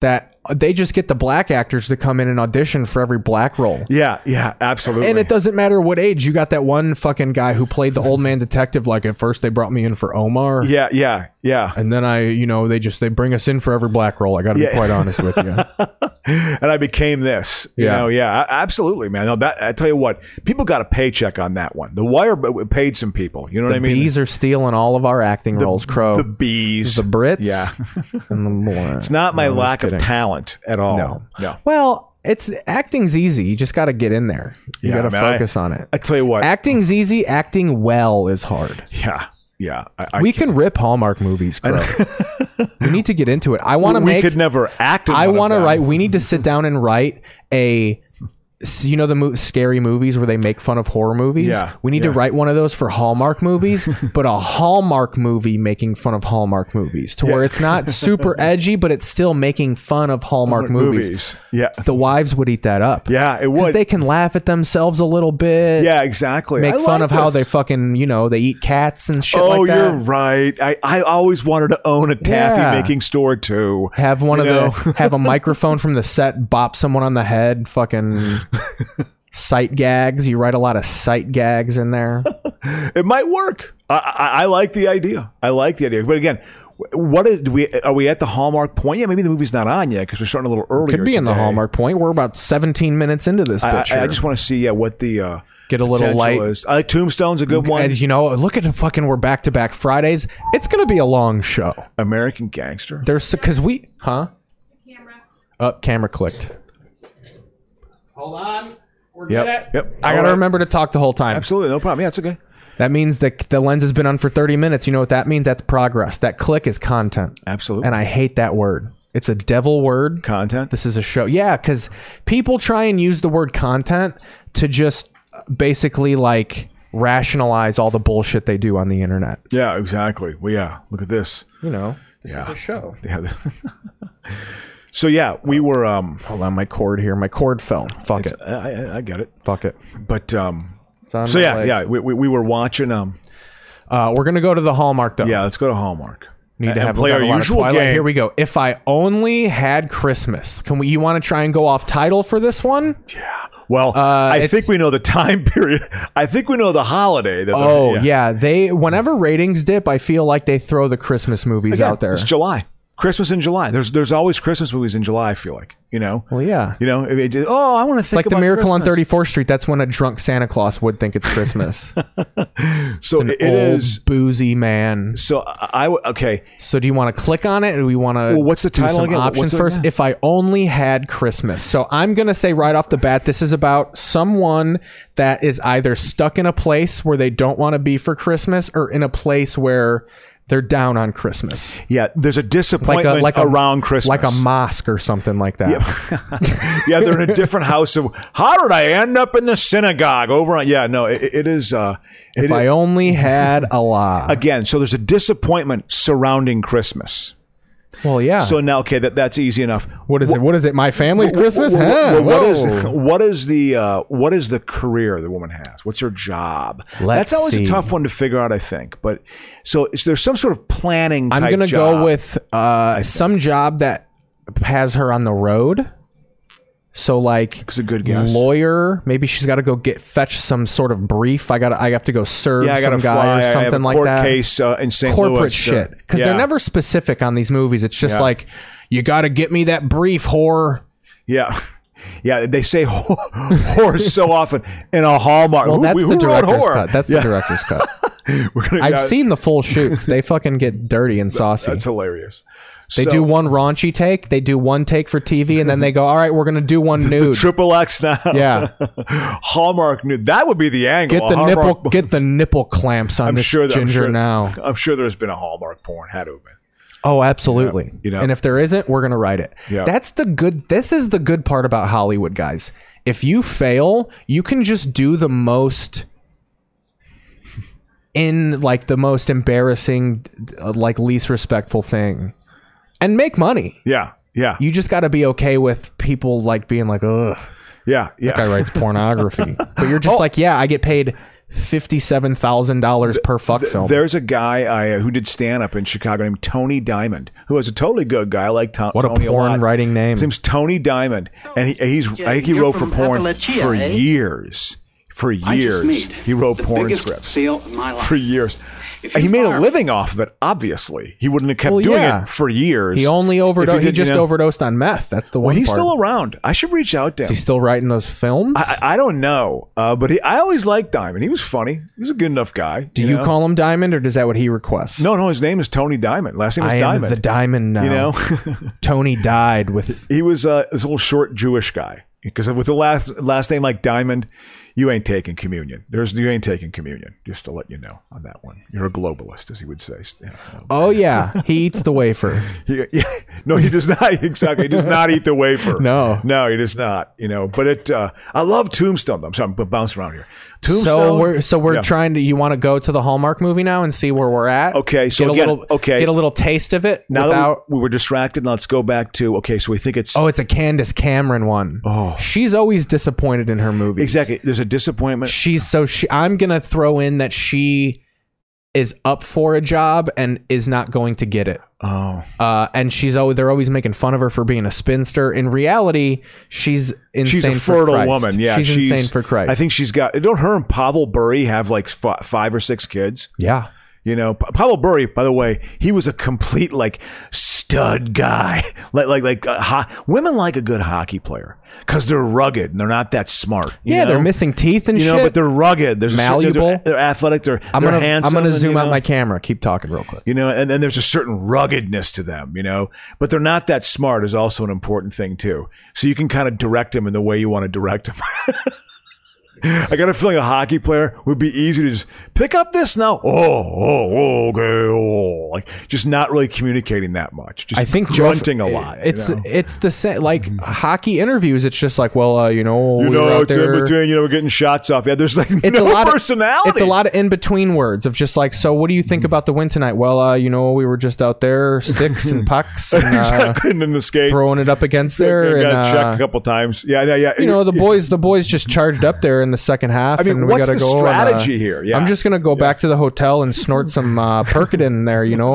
[SPEAKER 2] that they just get the black actors to come in and audition for every black role.
[SPEAKER 1] Yeah, yeah, absolutely.
[SPEAKER 2] And it doesn't matter what age you got. That one fucking guy who played the old man detective. Like at first they brought me in for Omar,
[SPEAKER 1] Yeah, yeah, yeah.
[SPEAKER 2] and then I, you know, they just they bring us in for every black role. I got to
[SPEAKER 1] Yeah.
[SPEAKER 2] be quite honest with you.
[SPEAKER 1] and I became this. You
[SPEAKER 2] Yeah.
[SPEAKER 1] know, yeah, a- absolutely, man. No, that I tell you what, people got a paycheck on that one. The Wire b- paid some people. You know what I mean?
[SPEAKER 2] Bees are stealing all of our acting roles, Crow.
[SPEAKER 1] the bees,
[SPEAKER 2] the Brits,
[SPEAKER 1] Yeah,
[SPEAKER 2] and the more.
[SPEAKER 1] it's not my lack of talent at all.
[SPEAKER 2] No,
[SPEAKER 1] Oh, no.
[SPEAKER 2] Well, it's acting's easy. You just got to get in there. You
[SPEAKER 1] Yeah,
[SPEAKER 2] got to
[SPEAKER 1] man, I-
[SPEAKER 2] focus on it.
[SPEAKER 1] I tell you what,
[SPEAKER 2] acting's easy. Acting well is hard.
[SPEAKER 1] yeah, yeah. I, I,
[SPEAKER 2] we can rip Hallmark movies, Crow. we need to get into it. I want to
[SPEAKER 1] we
[SPEAKER 2] make.
[SPEAKER 1] could never act. In
[SPEAKER 2] I
[SPEAKER 1] want to
[SPEAKER 2] write. We need to sit down and write a. s- You know the mo- scary movies where they make fun of horror movies.
[SPEAKER 1] Yeah,
[SPEAKER 2] we need to write one of those for Hallmark movies, but a Hallmark movie making fun of Hallmark movies, to where it's not super edgy, but it's still making fun of Hallmark, movies.
[SPEAKER 1] Yeah,
[SPEAKER 2] The wives would eat that up.
[SPEAKER 1] Yeah, it
[SPEAKER 2] 'Cause
[SPEAKER 1] would.
[SPEAKER 2] They can laugh at themselves a little bit.
[SPEAKER 1] yeah, exactly.
[SPEAKER 2] make
[SPEAKER 1] I
[SPEAKER 2] fun
[SPEAKER 1] like
[SPEAKER 2] of how
[SPEAKER 1] this.
[SPEAKER 2] they fucking you know they eat cats and shit.
[SPEAKER 1] Oh,
[SPEAKER 2] like that.
[SPEAKER 1] you're right. I, I always wanted to own a taffy
[SPEAKER 2] Yeah.
[SPEAKER 1] making store too.
[SPEAKER 2] Have one of
[SPEAKER 1] You know?
[SPEAKER 2] the have a microphone from the set bop someone on the head. Fucking sight gags. You write a lot of sight gags in there.
[SPEAKER 1] It might work. I, I, I like the idea. I like the idea. But again, wh- what is, do we are we at the hallmark point? Yeah, maybe the movie's not on yet because we're starting a little earlier.
[SPEAKER 2] Could be in the
[SPEAKER 1] today.
[SPEAKER 2] Hallmark point. We're about 17 minutes into this
[SPEAKER 1] I,
[SPEAKER 2] bitch.
[SPEAKER 1] I- I
[SPEAKER 2] here.
[SPEAKER 1] just want to see yeah what the uh,
[SPEAKER 2] Get a little
[SPEAKER 1] potential
[SPEAKER 2] light.
[SPEAKER 1] Is. I like Tombstone's a good one.
[SPEAKER 2] and you know, look at the fucking we're back to back Fridays. It's gonna be a long show.
[SPEAKER 1] American Gangster.
[SPEAKER 2] There's because we huh? Up camera clicked. Hold on. We're
[SPEAKER 1] Yep. Yep.
[SPEAKER 2] I
[SPEAKER 1] All
[SPEAKER 2] gotta
[SPEAKER 1] right.
[SPEAKER 2] remember to talk the whole time.
[SPEAKER 1] Absolutely, no problem. Yeah, it's okay.
[SPEAKER 2] That means that the lens has been on for 30 minutes. You know what that means? That's progress. That click is content.
[SPEAKER 1] Absolutely.
[SPEAKER 2] And I hate that word. It's a devil word.
[SPEAKER 1] Content.
[SPEAKER 2] This is a show. Yeah, because people try and use the word content to just basically like rationalize all the bullshit they do on the internet.
[SPEAKER 1] Yeah, exactly. Well, yeah. Look at this.
[SPEAKER 2] You know, this
[SPEAKER 1] Yeah.
[SPEAKER 2] is a show.
[SPEAKER 1] Yeah. so yeah, we were. Um,
[SPEAKER 2] Hold on, my cord here. My cord fell. Fuck it.
[SPEAKER 1] I, I, I get it,
[SPEAKER 2] Fuck it.
[SPEAKER 1] but um,
[SPEAKER 2] It's on
[SPEAKER 1] so
[SPEAKER 2] my
[SPEAKER 1] yeah,
[SPEAKER 2] leg.
[SPEAKER 1] yeah. We, we, we were watching. Um,
[SPEAKER 2] Uh, we're gonna go to the Hallmark though.
[SPEAKER 1] yeah. Let's go to Hallmark.
[SPEAKER 2] Need to
[SPEAKER 1] and
[SPEAKER 2] have
[SPEAKER 1] play
[SPEAKER 2] got a
[SPEAKER 1] our
[SPEAKER 2] lot of
[SPEAKER 1] usual
[SPEAKER 2] Twilight.
[SPEAKER 1] game.
[SPEAKER 2] Here we go. If I only had Christmas, can we? You want to try and go off title for this one? Uh,
[SPEAKER 1] Well, I
[SPEAKER 2] it's-
[SPEAKER 1] think we know the time period. I think we know the holiday. That
[SPEAKER 2] Oh yeah. they whenever ratings dip, I feel like they throw the Christmas movies
[SPEAKER 1] Again,
[SPEAKER 2] out there.
[SPEAKER 1] It's July. Christmas in July. There's there's always Christmas movies in July. I feel like you know.
[SPEAKER 2] Well, yeah.
[SPEAKER 1] You know. It, it, just- oh, I want to think
[SPEAKER 2] it's like the
[SPEAKER 1] about
[SPEAKER 2] Miracle on
[SPEAKER 1] Christmas.
[SPEAKER 2] Thirty Fourth Street. That's when a drunk Santa Claus would think it's Christmas.
[SPEAKER 1] So it it
[SPEAKER 2] Old
[SPEAKER 1] is.
[SPEAKER 2] boozy man.
[SPEAKER 1] So I, I okay.
[SPEAKER 2] So do you want to click on it, or do we want to?
[SPEAKER 1] Well, what's the
[SPEAKER 2] do
[SPEAKER 1] title
[SPEAKER 2] some
[SPEAKER 1] again? What's
[SPEAKER 2] Options
[SPEAKER 1] it-
[SPEAKER 2] first.
[SPEAKER 1] yeah.
[SPEAKER 2] If I only had Christmas. So I'm gonna say right off the bat, this is about someone that is either stuck in a place where they don't want to be for Christmas, or in a place where they're down on Christmas,
[SPEAKER 1] Yeah, there's a
[SPEAKER 2] like
[SPEAKER 1] disappointment
[SPEAKER 2] a like a,
[SPEAKER 1] around Christmas.
[SPEAKER 2] like a mosque or something like that.
[SPEAKER 1] yeah, they're in a different house of. How did I end up in the synagogue over on? Yeah, no, it, it is. Uh,
[SPEAKER 2] If
[SPEAKER 1] it is-
[SPEAKER 2] I only had a lot.
[SPEAKER 1] again, so there's a disappointment surrounding Christmas.
[SPEAKER 2] Well, yeah.
[SPEAKER 1] So now, okay, that that's easy enough.
[SPEAKER 2] what is it? What is it? My family's Christmas?
[SPEAKER 1] Wh- wh-
[SPEAKER 2] Huh?
[SPEAKER 1] wh- what is
[SPEAKER 2] Whoa.
[SPEAKER 1] what is the uh, what is the career the woman has? What's her job?
[SPEAKER 2] Let's
[SPEAKER 1] That's always
[SPEAKER 2] see.
[SPEAKER 1] a tough one to figure out, I think. But so is there's some sort of planning.
[SPEAKER 2] I'm
[SPEAKER 1] type
[SPEAKER 2] gonna
[SPEAKER 1] job.
[SPEAKER 2] go with uh, some job that has her on the road. So like,
[SPEAKER 1] It's a good guess.
[SPEAKER 2] Lawyer. Maybe she's got to go get fetch some sort of brief. I got. to I have to go serve
[SPEAKER 1] Yeah, I got
[SPEAKER 2] some
[SPEAKER 1] to
[SPEAKER 2] guy
[SPEAKER 1] fly.
[SPEAKER 2] or
[SPEAKER 1] I have
[SPEAKER 2] something
[SPEAKER 1] a
[SPEAKER 2] like
[SPEAKER 1] court
[SPEAKER 2] that.
[SPEAKER 1] case uh, in St.
[SPEAKER 2] Corporate
[SPEAKER 1] Louis.
[SPEAKER 2] shit. Because
[SPEAKER 1] Yeah.
[SPEAKER 2] they're never specific on these movies. It's just
[SPEAKER 1] Yeah.
[SPEAKER 2] like, you got to get me that brief, whore.
[SPEAKER 1] Yeah. Yeah, they say whore, whore so often in a Hallmark.
[SPEAKER 2] Well,
[SPEAKER 1] Who-
[SPEAKER 2] that's
[SPEAKER 1] who
[SPEAKER 2] the
[SPEAKER 1] wrote
[SPEAKER 2] director's
[SPEAKER 1] whore?
[SPEAKER 2] cut. That's
[SPEAKER 1] Yeah,
[SPEAKER 2] the director's cut.
[SPEAKER 1] we're gonna-
[SPEAKER 2] I've
[SPEAKER 1] yeah,
[SPEAKER 2] seen the full shoots. They fucking get dirty and saucy.
[SPEAKER 1] That's hilarious.
[SPEAKER 2] They do one raunchy take. They do one take for TV, and then they go, "All right, we're gonna do one nude."
[SPEAKER 1] triple X now.
[SPEAKER 2] Yeah.
[SPEAKER 1] Hallmark new. That would be the angle.
[SPEAKER 2] Get the
[SPEAKER 1] A Hallmark-
[SPEAKER 2] nipple, get the nipple clamps on
[SPEAKER 1] I'm
[SPEAKER 2] this
[SPEAKER 1] sure that, I'm
[SPEAKER 2] ginger
[SPEAKER 1] sure-
[SPEAKER 2] now.
[SPEAKER 1] I'm sure there's been a Hallmark porn. Had to have been.
[SPEAKER 2] Oh, absolutely.
[SPEAKER 1] you know.
[SPEAKER 2] And if there isn't, we're gonna write it.
[SPEAKER 1] Yeah.
[SPEAKER 2] That's the good. This is the good part about Hollywood, guys. If you fail, you can just do the most in like the most embarrassing, uh, like least respectful thing, and make money.
[SPEAKER 1] Yeah. Yeah.
[SPEAKER 2] You just got to be okay with people like being like, ugh.
[SPEAKER 1] yeah. Yeah. Oh.
[SPEAKER 2] guy writes pornography. But you're just like, yeah, I get paid fifty-seven thousand dollars per fuck film.
[SPEAKER 1] There's a guy I, uh, who did stand up in Chicago named Tony Diamond, who was a totally good guy. I like Tom.
[SPEAKER 2] What a
[SPEAKER 1] Tony
[SPEAKER 2] porn
[SPEAKER 1] lot.
[SPEAKER 2] writing name.
[SPEAKER 1] His name's Tony Diamond,
[SPEAKER 9] Oh,
[SPEAKER 1] and he, he's I think he
[SPEAKER 9] you're
[SPEAKER 1] wrote for
[SPEAKER 9] from
[SPEAKER 1] porn
[SPEAKER 9] Appalachia,
[SPEAKER 1] for
[SPEAKER 9] eh?
[SPEAKER 1] years. For
[SPEAKER 9] I just
[SPEAKER 1] years,
[SPEAKER 9] made
[SPEAKER 1] he wrote
[SPEAKER 9] the
[SPEAKER 1] porn
[SPEAKER 9] biggest
[SPEAKER 1] scripts.
[SPEAKER 9] sale of my life.
[SPEAKER 1] For years,
[SPEAKER 9] If
[SPEAKER 1] And he
[SPEAKER 9] you
[SPEAKER 1] made a
[SPEAKER 9] are-
[SPEAKER 1] living off of it. Obviously, he wouldn't have kept
[SPEAKER 2] Well,
[SPEAKER 1] doing
[SPEAKER 2] yeah.
[SPEAKER 1] it for years.
[SPEAKER 2] he only
[SPEAKER 1] if
[SPEAKER 2] overdosed. He
[SPEAKER 1] didn't, you
[SPEAKER 2] just
[SPEAKER 1] know-
[SPEAKER 2] overdosed on meth. That's the one.
[SPEAKER 1] Well, he's
[SPEAKER 2] part.
[SPEAKER 1] still around. I should reach out to him.
[SPEAKER 2] Is he still writing those films?
[SPEAKER 1] I, I don't know, uh, but he, I always liked Diamond. He was funny. He was a good enough guy.
[SPEAKER 2] Do you
[SPEAKER 1] know?
[SPEAKER 2] call him Diamond, or is that what he requests?
[SPEAKER 1] No, no. His name is Tony Diamond. Last name is
[SPEAKER 2] I am
[SPEAKER 1] Diamond.
[SPEAKER 2] the Diamond now.
[SPEAKER 1] you know,
[SPEAKER 2] Tony died with.
[SPEAKER 1] he was uh, this little short Jewish guy because with the last last name like Diamond, you ain't taking communion. There's you ain't taking communion. Just to let you know on that one, you're a globalist, as he would say. Yeah.
[SPEAKER 2] Oh yeah, he eats the wafer.
[SPEAKER 1] He- yeah. no, he does not exactly. He does not eat the wafer.
[SPEAKER 2] No.
[SPEAKER 1] no, he does not. You know, but it. Uh, I love Tombstone. I'm sorry, but bounce around here. Tombstone.
[SPEAKER 2] So we're so we're
[SPEAKER 1] Yeah.
[SPEAKER 2] trying to. You want to go to the Hallmark movie now and see where we're at?
[SPEAKER 1] Okay, so
[SPEAKER 2] get a
[SPEAKER 1] again,
[SPEAKER 2] little
[SPEAKER 1] okay.
[SPEAKER 2] get a little taste of it
[SPEAKER 1] Now
[SPEAKER 2] without
[SPEAKER 1] that we, we were distracted, let's go back to okay. So we think it's
[SPEAKER 2] Oh, it's a Candace Cameron one. Oh, she's always disappointed in her movies.
[SPEAKER 1] exactly. There's a disappointment.
[SPEAKER 2] She's so she. I'm gonna throw in that she is up for a job and is not going to get it.
[SPEAKER 1] Oh,
[SPEAKER 2] Uh, and she's always they're always making fun of her for being a spinster. In reality, she's insane.
[SPEAKER 1] she's a
[SPEAKER 2] for
[SPEAKER 1] fertile
[SPEAKER 2] Christ.
[SPEAKER 1] woman. Yeah,
[SPEAKER 2] she's, insane for Christ.
[SPEAKER 1] I think she's got. Don't her and Pavel Bury have like f- five or six kids?
[SPEAKER 2] Yeah.
[SPEAKER 1] You know, Pa- Pavel Bury. By the way, he was a complete like stud guy. like like like uh, ho- women like a good hockey player because they're rugged and they're not that smart. you
[SPEAKER 2] Yeah,
[SPEAKER 1] know?
[SPEAKER 2] they're missing teeth and
[SPEAKER 1] You know,
[SPEAKER 2] shit.
[SPEAKER 1] but they're rugged. There's a certain- they're-
[SPEAKER 2] Malleable.
[SPEAKER 1] They're, athletic. They're
[SPEAKER 2] I'm
[SPEAKER 1] they're
[SPEAKER 2] gonna
[SPEAKER 1] handsome.
[SPEAKER 2] I'm gonna
[SPEAKER 1] and,
[SPEAKER 2] zoom
[SPEAKER 1] you
[SPEAKER 2] out
[SPEAKER 1] know,
[SPEAKER 2] my camera. Keep talking real quick.
[SPEAKER 1] you know and then there's a certain ruggedness to them you know but they're not that smart is also an important thing too so you can kind of direct them in the way you want to direct them I got a feeling a hockey player would be easy to just pick up this now. Oh, oh, okay. Oh. Like just not really communicating that much. Just
[SPEAKER 2] I think Joe-
[SPEAKER 1] grunting a lot. you
[SPEAKER 2] It's
[SPEAKER 1] know?
[SPEAKER 2] it's the same like hockey interviews. It's just like well, uh, you know,
[SPEAKER 1] you
[SPEAKER 2] we were
[SPEAKER 1] know,
[SPEAKER 2] out
[SPEAKER 1] it's in
[SPEAKER 2] there-
[SPEAKER 1] between. You know, we're getting shots off. Yeah, there's like
[SPEAKER 2] it's a
[SPEAKER 1] no
[SPEAKER 2] lot
[SPEAKER 1] personality.
[SPEAKER 2] Of, it's a lot of in between words of just like, so what do you think about the win tonight? Well, uh, you know, we were just out there, sticks and pucks, and, uh,
[SPEAKER 1] exactly. And then the skate.
[SPEAKER 2] throwing it up against there,
[SPEAKER 1] I
[SPEAKER 2] and
[SPEAKER 1] got checked
[SPEAKER 2] uh,
[SPEAKER 1] a couple times. Yeah, yeah, yeah.
[SPEAKER 2] you know, the boys, the boys just charged up there in the second half.
[SPEAKER 1] I mean,
[SPEAKER 2] and we
[SPEAKER 1] what's
[SPEAKER 2] gotta
[SPEAKER 1] the
[SPEAKER 2] go and, uh,
[SPEAKER 1] strategy here? Yeah.
[SPEAKER 2] I'm just gonna go back to the hotel and snort some uh, Percodan there. You know,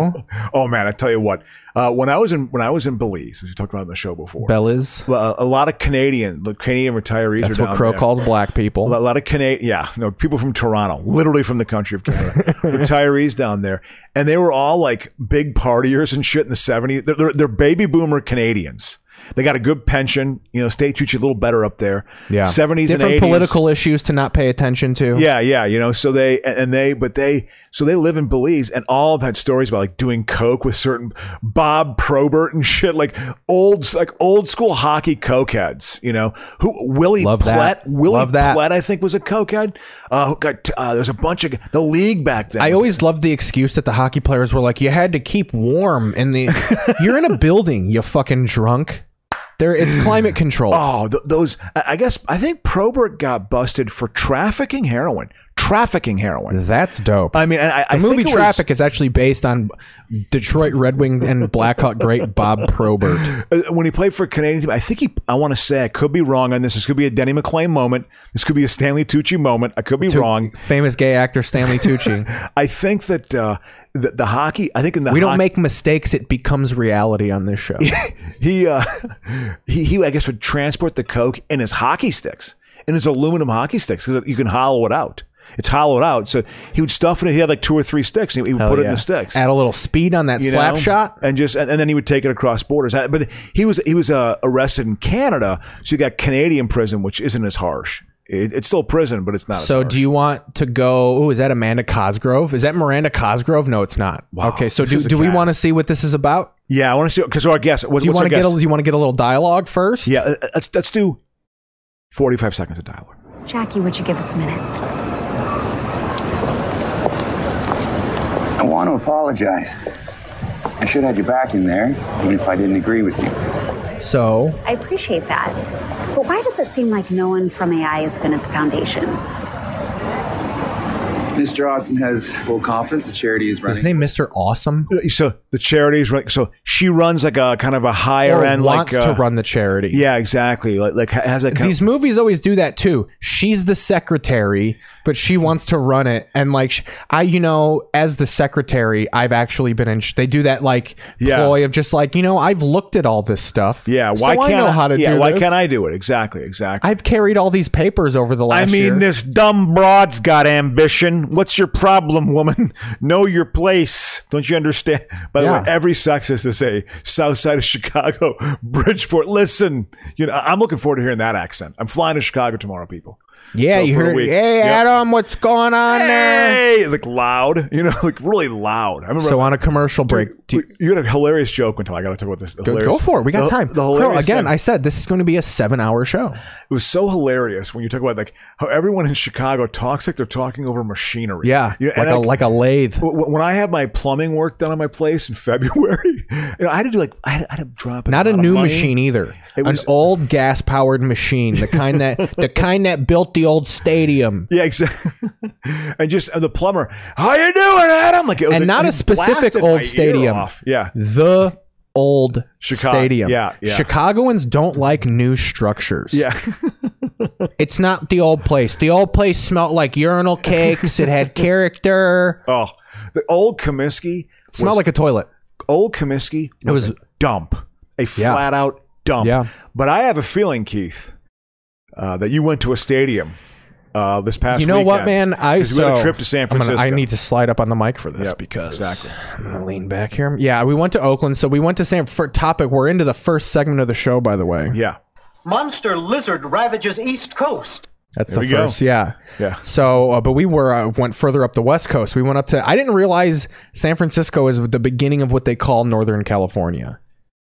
[SPEAKER 1] Oh man, I tell you what. Uh, when I was in when I was in Belize, as you talked about on the show before,
[SPEAKER 2] Bellas.
[SPEAKER 1] well, a lot of Canadian the Canadian retirees.
[SPEAKER 2] That's
[SPEAKER 1] are
[SPEAKER 2] what
[SPEAKER 1] down
[SPEAKER 2] Crow
[SPEAKER 1] there.
[SPEAKER 2] calls black
[SPEAKER 1] A
[SPEAKER 2] people.
[SPEAKER 1] lot of Canadian, yeah, no, people from Toronto, literally from the country of Canada, retirees down there, and they were all like big partiers and shit in the '70s. They're, they're, they're baby boomer Canadians. They got a good pension, you know. State treats you a little better up there.
[SPEAKER 2] Yeah,
[SPEAKER 1] '70s
[SPEAKER 2] different
[SPEAKER 1] and '80s.
[SPEAKER 2] political issues to not pay attention to.
[SPEAKER 1] Yeah, yeah, you know, so they and- and they, but they, so they live in Belize, and all have had stories about like doing coke with certain Bob Probert and shit, like old, like old school hockey cokeheads, you know, who Willie
[SPEAKER 2] Love that.
[SPEAKER 1] Platt, Willie
[SPEAKER 2] Love that.
[SPEAKER 1] Platt, I think was a cokehead. Uh, who got uh, there's a bunch of the league back then.
[SPEAKER 2] I always loved the excuse that the hockey players were like, "You had to keep warm in the. You're in a building, you fucking drunk. There, it's climate control.
[SPEAKER 1] oh th- those. I I guess I think Probert got busted for trafficking heroin. trafficking heroin.
[SPEAKER 2] That's dope.
[SPEAKER 1] I mean, and I,
[SPEAKER 2] the
[SPEAKER 1] I think
[SPEAKER 2] movie
[SPEAKER 1] it was-
[SPEAKER 2] Traffic is actually based on Detroit Red Wings and Blackhawk great Bob Probert.
[SPEAKER 1] uh, when he played for a Canadian team, I think he. I want to say I could be wrong on this. This could be a Denny McClain moment. This could be a Stanley Tucci moment. I could be wrong.
[SPEAKER 2] Famous gay actor Stanley Tucci.
[SPEAKER 1] I think that uh, the, the hockey. I think in the
[SPEAKER 2] We
[SPEAKER 1] hockey-
[SPEAKER 2] don't make mistakes; it becomes reality on this show.
[SPEAKER 1] he uh he, he I guess would transport the coke in his hockey sticks in his aluminum hockey sticks because you can hollow it out. It's hollowed out, so he would stuff it. in. He had like two or three sticks, and he would
[SPEAKER 2] Hell
[SPEAKER 1] put it
[SPEAKER 2] yeah.
[SPEAKER 1] in the sticks.
[SPEAKER 2] Add a little speed on that
[SPEAKER 1] you
[SPEAKER 2] slap
[SPEAKER 1] know?
[SPEAKER 2] shot.
[SPEAKER 1] and just and, and then he would take it across borders. Uh, But he was he was uh, arrested in Canada, so you got Canadian prison, which isn't as harsh. It, it's still prison, but it's not.
[SPEAKER 2] So, do you want to go? Oh, is that Amanda Cosgrove? Is that Miranda Cosgrove? No, it's not. Okay, so
[SPEAKER 1] this
[SPEAKER 2] do,
[SPEAKER 1] is a
[SPEAKER 2] do we
[SPEAKER 1] cast.
[SPEAKER 2] want to see what this is about?
[SPEAKER 1] yeah, I want to see because our guess. What,
[SPEAKER 2] Do you
[SPEAKER 1] what's
[SPEAKER 2] want
[SPEAKER 1] our
[SPEAKER 2] to get?
[SPEAKER 1] guess?
[SPEAKER 2] A, do you want to get a little dialogue first?
[SPEAKER 1] yeah, uh, let's let's do forty five seconds of dialogue.
[SPEAKER 4] Jackie, would you give us a minute?
[SPEAKER 5] I want to apologize. I should have had you back in there, even if I didn't agree with you.
[SPEAKER 2] So,
[SPEAKER 4] I appreciate that. But why does it seem like no one from AI has been at the foundation?
[SPEAKER 5] Mr. Austin has full confidence the charity is running.
[SPEAKER 2] his name Mr. Awesome.
[SPEAKER 1] Uh, so the charities run so she runs like a kind of a higher
[SPEAKER 2] Or
[SPEAKER 1] end
[SPEAKER 2] Oh, wants
[SPEAKER 1] like
[SPEAKER 2] to
[SPEAKER 1] uh,
[SPEAKER 2] run the charity.
[SPEAKER 1] yeah exactly like like ha- has that kind
[SPEAKER 2] These
[SPEAKER 1] of,
[SPEAKER 2] movies always do that too. She's the secretary, but she wants to run it. And like, sh- I, you know, as the secretary, I've actually been in. Sh- they do that like
[SPEAKER 1] Yeah.
[SPEAKER 2] ploy of just like, you know, I've looked at all this stuff.
[SPEAKER 1] yeah
[SPEAKER 2] so
[SPEAKER 1] why can't
[SPEAKER 2] I know how to
[SPEAKER 1] yeah,
[SPEAKER 2] do
[SPEAKER 1] why
[SPEAKER 2] this.
[SPEAKER 1] can't I do it exactly exactly
[SPEAKER 2] I've carried all these papers over the last.
[SPEAKER 1] I mean
[SPEAKER 2] year.
[SPEAKER 1] this dumb broad's got ambition what's your problem woman know your place don't you understand by the
[SPEAKER 2] Yeah.
[SPEAKER 1] way every sexist is a South Side of Chicago Bridgeport listen you know I- I'm looking forward to hearing that accent I'm flying to Chicago tomorrow people
[SPEAKER 2] Yeah,
[SPEAKER 1] so
[SPEAKER 2] you
[SPEAKER 1] for a
[SPEAKER 2] heard.
[SPEAKER 1] week.
[SPEAKER 2] Hey,
[SPEAKER 1] Yep.
[SPEAKER 2] Adam, what's going on there?
[SPEAKER 1] hey like loud you know like really loud I remember
[SPEAKER 2] So on a commercial break, do you,
[SPEAKER 1] Wait, you had a hilarious joke one time. I got to talk about this.
[SPEAKER 2] go,
[SPEAKER 1] Hilarious-
[SPEAKER 2] go for it. We got
[SPEAKER 1] the-
[SPEAKER 2] time.
[SPEAKER 1] The
[SPEAKER 2] Crow,
[SPEAKER 1] hilarious
[SPEAKER 2] again,
[SPEAKER 1] thing.
[SPEAKER 2] I said this is going to be a seven-hour show.
[SPEAKER 1] it was so hilarious when you talk about like how everyone in Chicago talks like they're talking over machinery.
[SPEAKER 2] Yeah,
[SPEAKER 1] You know,
[SPEAKER 2] like
[SPEAKER 1] and
[SPEAKER 2] a
[SPEAKER 1] like-
[SPEAKER 2] like a lathe.
[SPEAKER 1] w- w- when I had my plumbing work done on my place in February, you know, I had to do like I had, I had to drop
[SPEAKER 2] Not a
[SPEAKER 1] lot of
[SPEAKER 2] new
[SPEAKER 1] money.
[SPEAKER 2] machine either.
[SPEAKER 1] It was-
[SPEAKER 2] An old gas-powered machine, the kind that the kind that built the old stadium,
[SPEAKER 1] Yeah, exactly. and just and the plumber, how you doing, Adam? Like it was
[SPEAKER 2] and
[SPEAKER 1] like-
[SPEAKER 2] not a
[SPEAKER 1] he
[SPEAKER 2] specific
[SPEAKER 1] blasted my
[SPEAKER 2] old
[SPEAKER 1] ear
[SPEAKER 2] stadium.
[SPEAKER 1] off. Yeah,
[SPEAKER 2] the old
[SPEAKER 1] Chicago-
[SPEAKER 2] stadium.
[SPEAKER 1] yeah, yeah.
[SPEAKER 2] Chicagoans don't like new structures.
[SPEAKER 1] yeah.
[SPEAKER 2] It's not the old place. The old place smelled like urinal cakes. it had character.
[SPEAKER 1] oh, the old Comiskey
[SPEAKER 2] It smelled like a toilet.
[SPEAKER 1] old Comiskey was,
[SPEAKER 2] was-
[SPEAKER 1] a dump, a flat out dump.
[SPEAKER 2] Yeah.
[SPEAKER 1] But I have a feeling, Keith, uh, that you went to a stadium uh, this past.
[SPEAKER 2] You know what,
[SPEAKER 1] weekend.
[SPEAKER 2] man? I
[SPEAKER 1] 'Cause you had
[SPEAKER 2] so
[SPEAKER 1] a trip to San
[SPEAKER 2] I'm gonna-
[SPEAKER 1] Francisco.
[SPEAKER 2] I need to slide up on the mic for this
[SPEAKER 1] Yep,
[SPEAKER 2] because
[SPEAKER 1] exactly.
[SPEAKER 2] I'm gonna lean back here. Yeah, we went to Oakland, so we went to San. For topic, we're into the first segment of the show, by the way.
[SPEAKER 1] Yeah.
[SPEAKER 10] Monster lizard ravages East Coast.
[SPEAKER 2] That's
[SPEAKER 1] we
[SPEAKER 2] the
[SPEAKER 1] go.
[SPEAKER 2] first, yeah,
[SPEAKER 1] Yeah.
[SPEAKER 2] So, uh, but we were uh, went further up the West Coast. We went up to. I didn't realize San Francisco is the beginning of what they call Northern California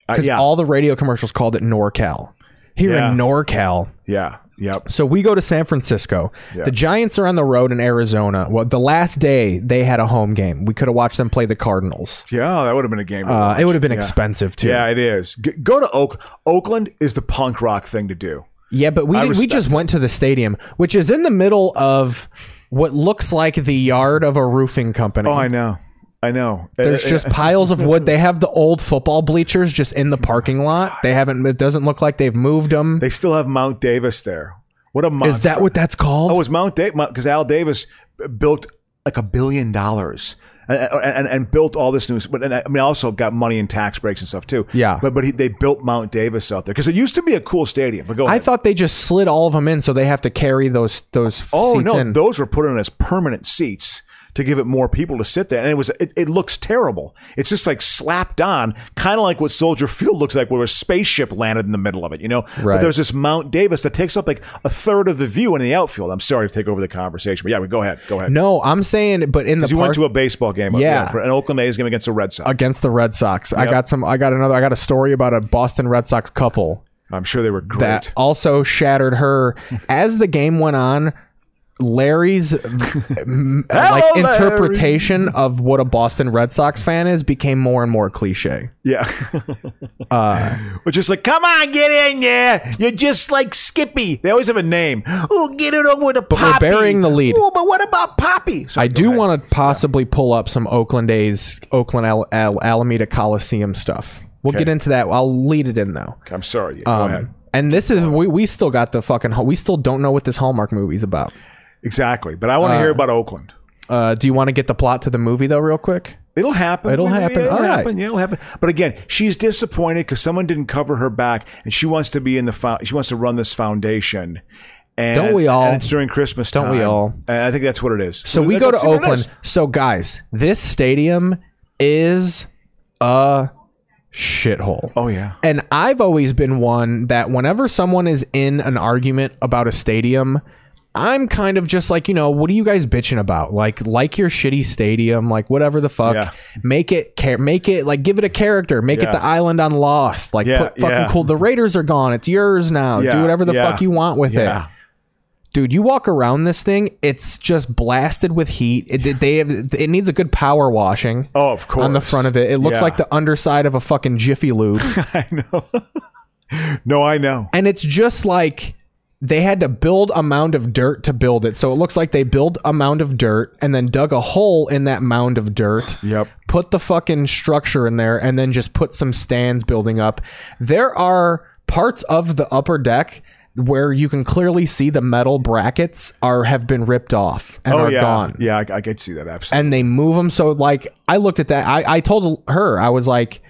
[SPEAKER 1] Uh,
[SPEAKER 2] because
[SPEAKER 1] yeah.
[SPEAKER 2] all the radio commercials called it NorCal. Here
[SPEAKER 1] Yeah.
[SPEAKER 2] in NorCal,
[SPEAKER 1] yeah. Yep.
[SPEAKER 2] So we go to San Francisco.
[SPEAKER 1] Yeah.
[SPEAKER 2] The Giants are on the road in Arizona. Well, the last day they had a home game. We could have watched them play the Cardinals.
[SPEAKER 1] Yeah. That would have been a game. to
[SPEAKER 2] Uh,
[SPEAKER 1] watch.
[SPEAKER 2] it would have been
[SPEAKER 1] Yeah.
[SPEAKER 2] expensive too.
[SPEAKER 1] Yeah, it is. G- go to Oak. Oakland is the punk rock thing to do.
[SPEAKER 2] Yeah, but we
[SPEAKER 1] I
[SPEAKER 2] did, we
[SPEAKER 1] respect
[SPEAKER 2] just went to the stadium, which is in the middle of what looks like the yard of a roofing company.
[SPEAKER 1] Oh, I know. I know.
[SPEAKER 2] There's
[SPEAKER 1] Uh, uh,
[SPEAKER 2] just piles of wood. They have the old football bleachers just in the parking lot. They haven't. It doesn't look like they've moved them.
[SPEAKER 1] they still have Mount Davis there. What a monster.
[SPEAKER 2] Is that what that's called?
[SPEAKER 1] Oh, it was Mount Davis because Al Davis b- built like a billion dollars and, and, and built all this new. But and I I mean, also got money in tax breaks and stuff too.
[SPEAKER 2] Yeah.
[SPEAKER 1] But but he, they built Mount Davis out there because it used to be a cool stadium. But go.
[SPEAKER 2] I
[SPEAKER 1] ahead.
[SPEAKER 2] thought they just slid all of them in, so they have to carry those those
[SPEAKER 1] Oh
[SPEAKER 2] seats
[SPEAKER 1] no,
[SPEAKER 2] in.
[SPEAKER 1] those were put in as permanent seats to give it more people to sit there, and it was it, it looks terrible. It's just like slapped on, kind of like what Soldier Field looks like, where a spaceship landed in the middle of it. You know,
[SPEAKER 2] Right.
[SPEAKER 1] but there's this Mount Davis that takes up like a third of the view in the outfield. I'm sorry to take over the conversation, but yeah, but go ahead, go ahead.
[SPEAKER 2] No, I'm saying, but in the
[SPEAKER 1] Because you
[SPEAKER 2] park
[SPEAKER 1] went to a baseball game, yeah,
[SPEAKER 2] Yeah.
[SPEAKER 1] for an Oakland A's game against the Red Sox.
[SPEAKER 2] against the Red Sox. I got some. I got another. I got a story about a Boston Red Sox couple
[SPEAKER 1] I'm sure they were great.
[SPEAKER 2] that also shattered her as the game went on. Larry's m- like
[SPEAKER 1] Hello,
[SPEAKER 2] interpretation of what a Boston Red Sox fan is became more and more cliche. Uh,
[SPEAKER 1] Yeah. Which is like, come on, get in there. You're just like Skippy. They always have a name. Oh, get it over to
[SPEAKER 2] we're
[SPEAKER 1] Poppy.
[SPEAKER 2] burying the lead.
[SPEAKER 1] Oh, but what about Poppy? So
[SPEAKER 2] I
[SPEAKER 1] go
[SPEAKER 2] do
[SPEAKER 1] ahead.
[SPEAKER 2] want to possibly pull up some Oakland A's, Oakland Al- Al- Alameda Coliseum stuff. We'll
[SPEAKER 1] Okay.
[SPEAKER 2] get into that. I'll lead it in though.
[SPEAKER 1] I'm sorry. Go ahead.
[SPEAKER 2] Um, and this is we, we still got the fucking hall- we still don't know what this Hallmark movie's about.
[SPEAKER 1] Exactly. But I want to hear about Oakland.
[SPEAKER 2] Uh, do you want to get the plot to the movie though, real quick?
[SPEAKER 1] It'll happen.
[SPEAKER 2] It'll happen.
[SPEAKER 1] It'll
[SPEAKER 2] All right.
[SPEAKER 1] happen. Yeah, it'll happen. But again, she's disappointed because someone didn't cover her back, and she wants to be in the fo- she wants to run this foundation. And,
[SPEAKER 2] Don't we all?
[SPEAKER 1] And it's during Christmas time.
[SPEAKER 2] Don't we all?
[SPEAKER 1] And I think that's what it is.
[SPEAKER 2] So we go to
[SPEAKER 1] Let's see what it
[SPEAKER 2] Oakland.
[SPEAKER 1] is.
[SPEAKER 2] So guys, this stadium is a shithole.
[SPEAKER 1] Oh yeah.
[SPEAKER 2] And I've always been one that whenever someone is in an argument about a stadium, I'm kind of just like, you know, what are you guys bitching about? Like, like your shitty stadium, like whatever the fuck.
[SPEAKER 1] Yeah.
[SPEAKER 2] Make it care, make it like give it a character, make it
[SPEAKER 1] Yeah.
[SPEAKER 2] the island on Lost. Like,
[SPEAKER 1] Yeah,
[SPEAKER 2] put fucking
[SPEAKER 1] yeah.
[SPEAKER 2] cool. The Raiders are gone. It's yours now.
[SPEAKER 1] Yeah,
[SPEAKER 2] Do whatever the
[SPEAKER 1] yeah,
[SPEAKER 2] fuck you want with
[SPEAKER 1] yeah.
[SPEAKER 2] it. Dude, you walk around this thing; it's just blasted with heat. It, They have it needs a good power washing.
[SPEAKER 1] Oh, of course.
[SPEAKER 2] on the front of it, it looks
[SPEAKER 1] Yeah.
[SPEAKER 2] like the underside of a fucking Jiffy Lube.
[SPEAKER 1] I know. no, I know.
[SPEAKER 2] and it's just like they had to build a mound of dirt to build it. So it looks like they built a mound of dirt and then dug a hole in that mound of dirt.
[SPEAKER 1] Yep.
[SPEAKER 2] Put the fucking structure in there and then just put some stands building up. There are parts of the upper deck where you can clearly see the metal brackets are have been ripped off and
[SPEAKER 1] Oh
[SPEAKER 2] are
[SPEAKER 1] yeah.
[SPEAKER 2] gone
[SPEAKER 1] Yeah, I, I could see that absolutely.
[SPEAKER 2] and they move them. So like I looked at that. I, I told her I was like,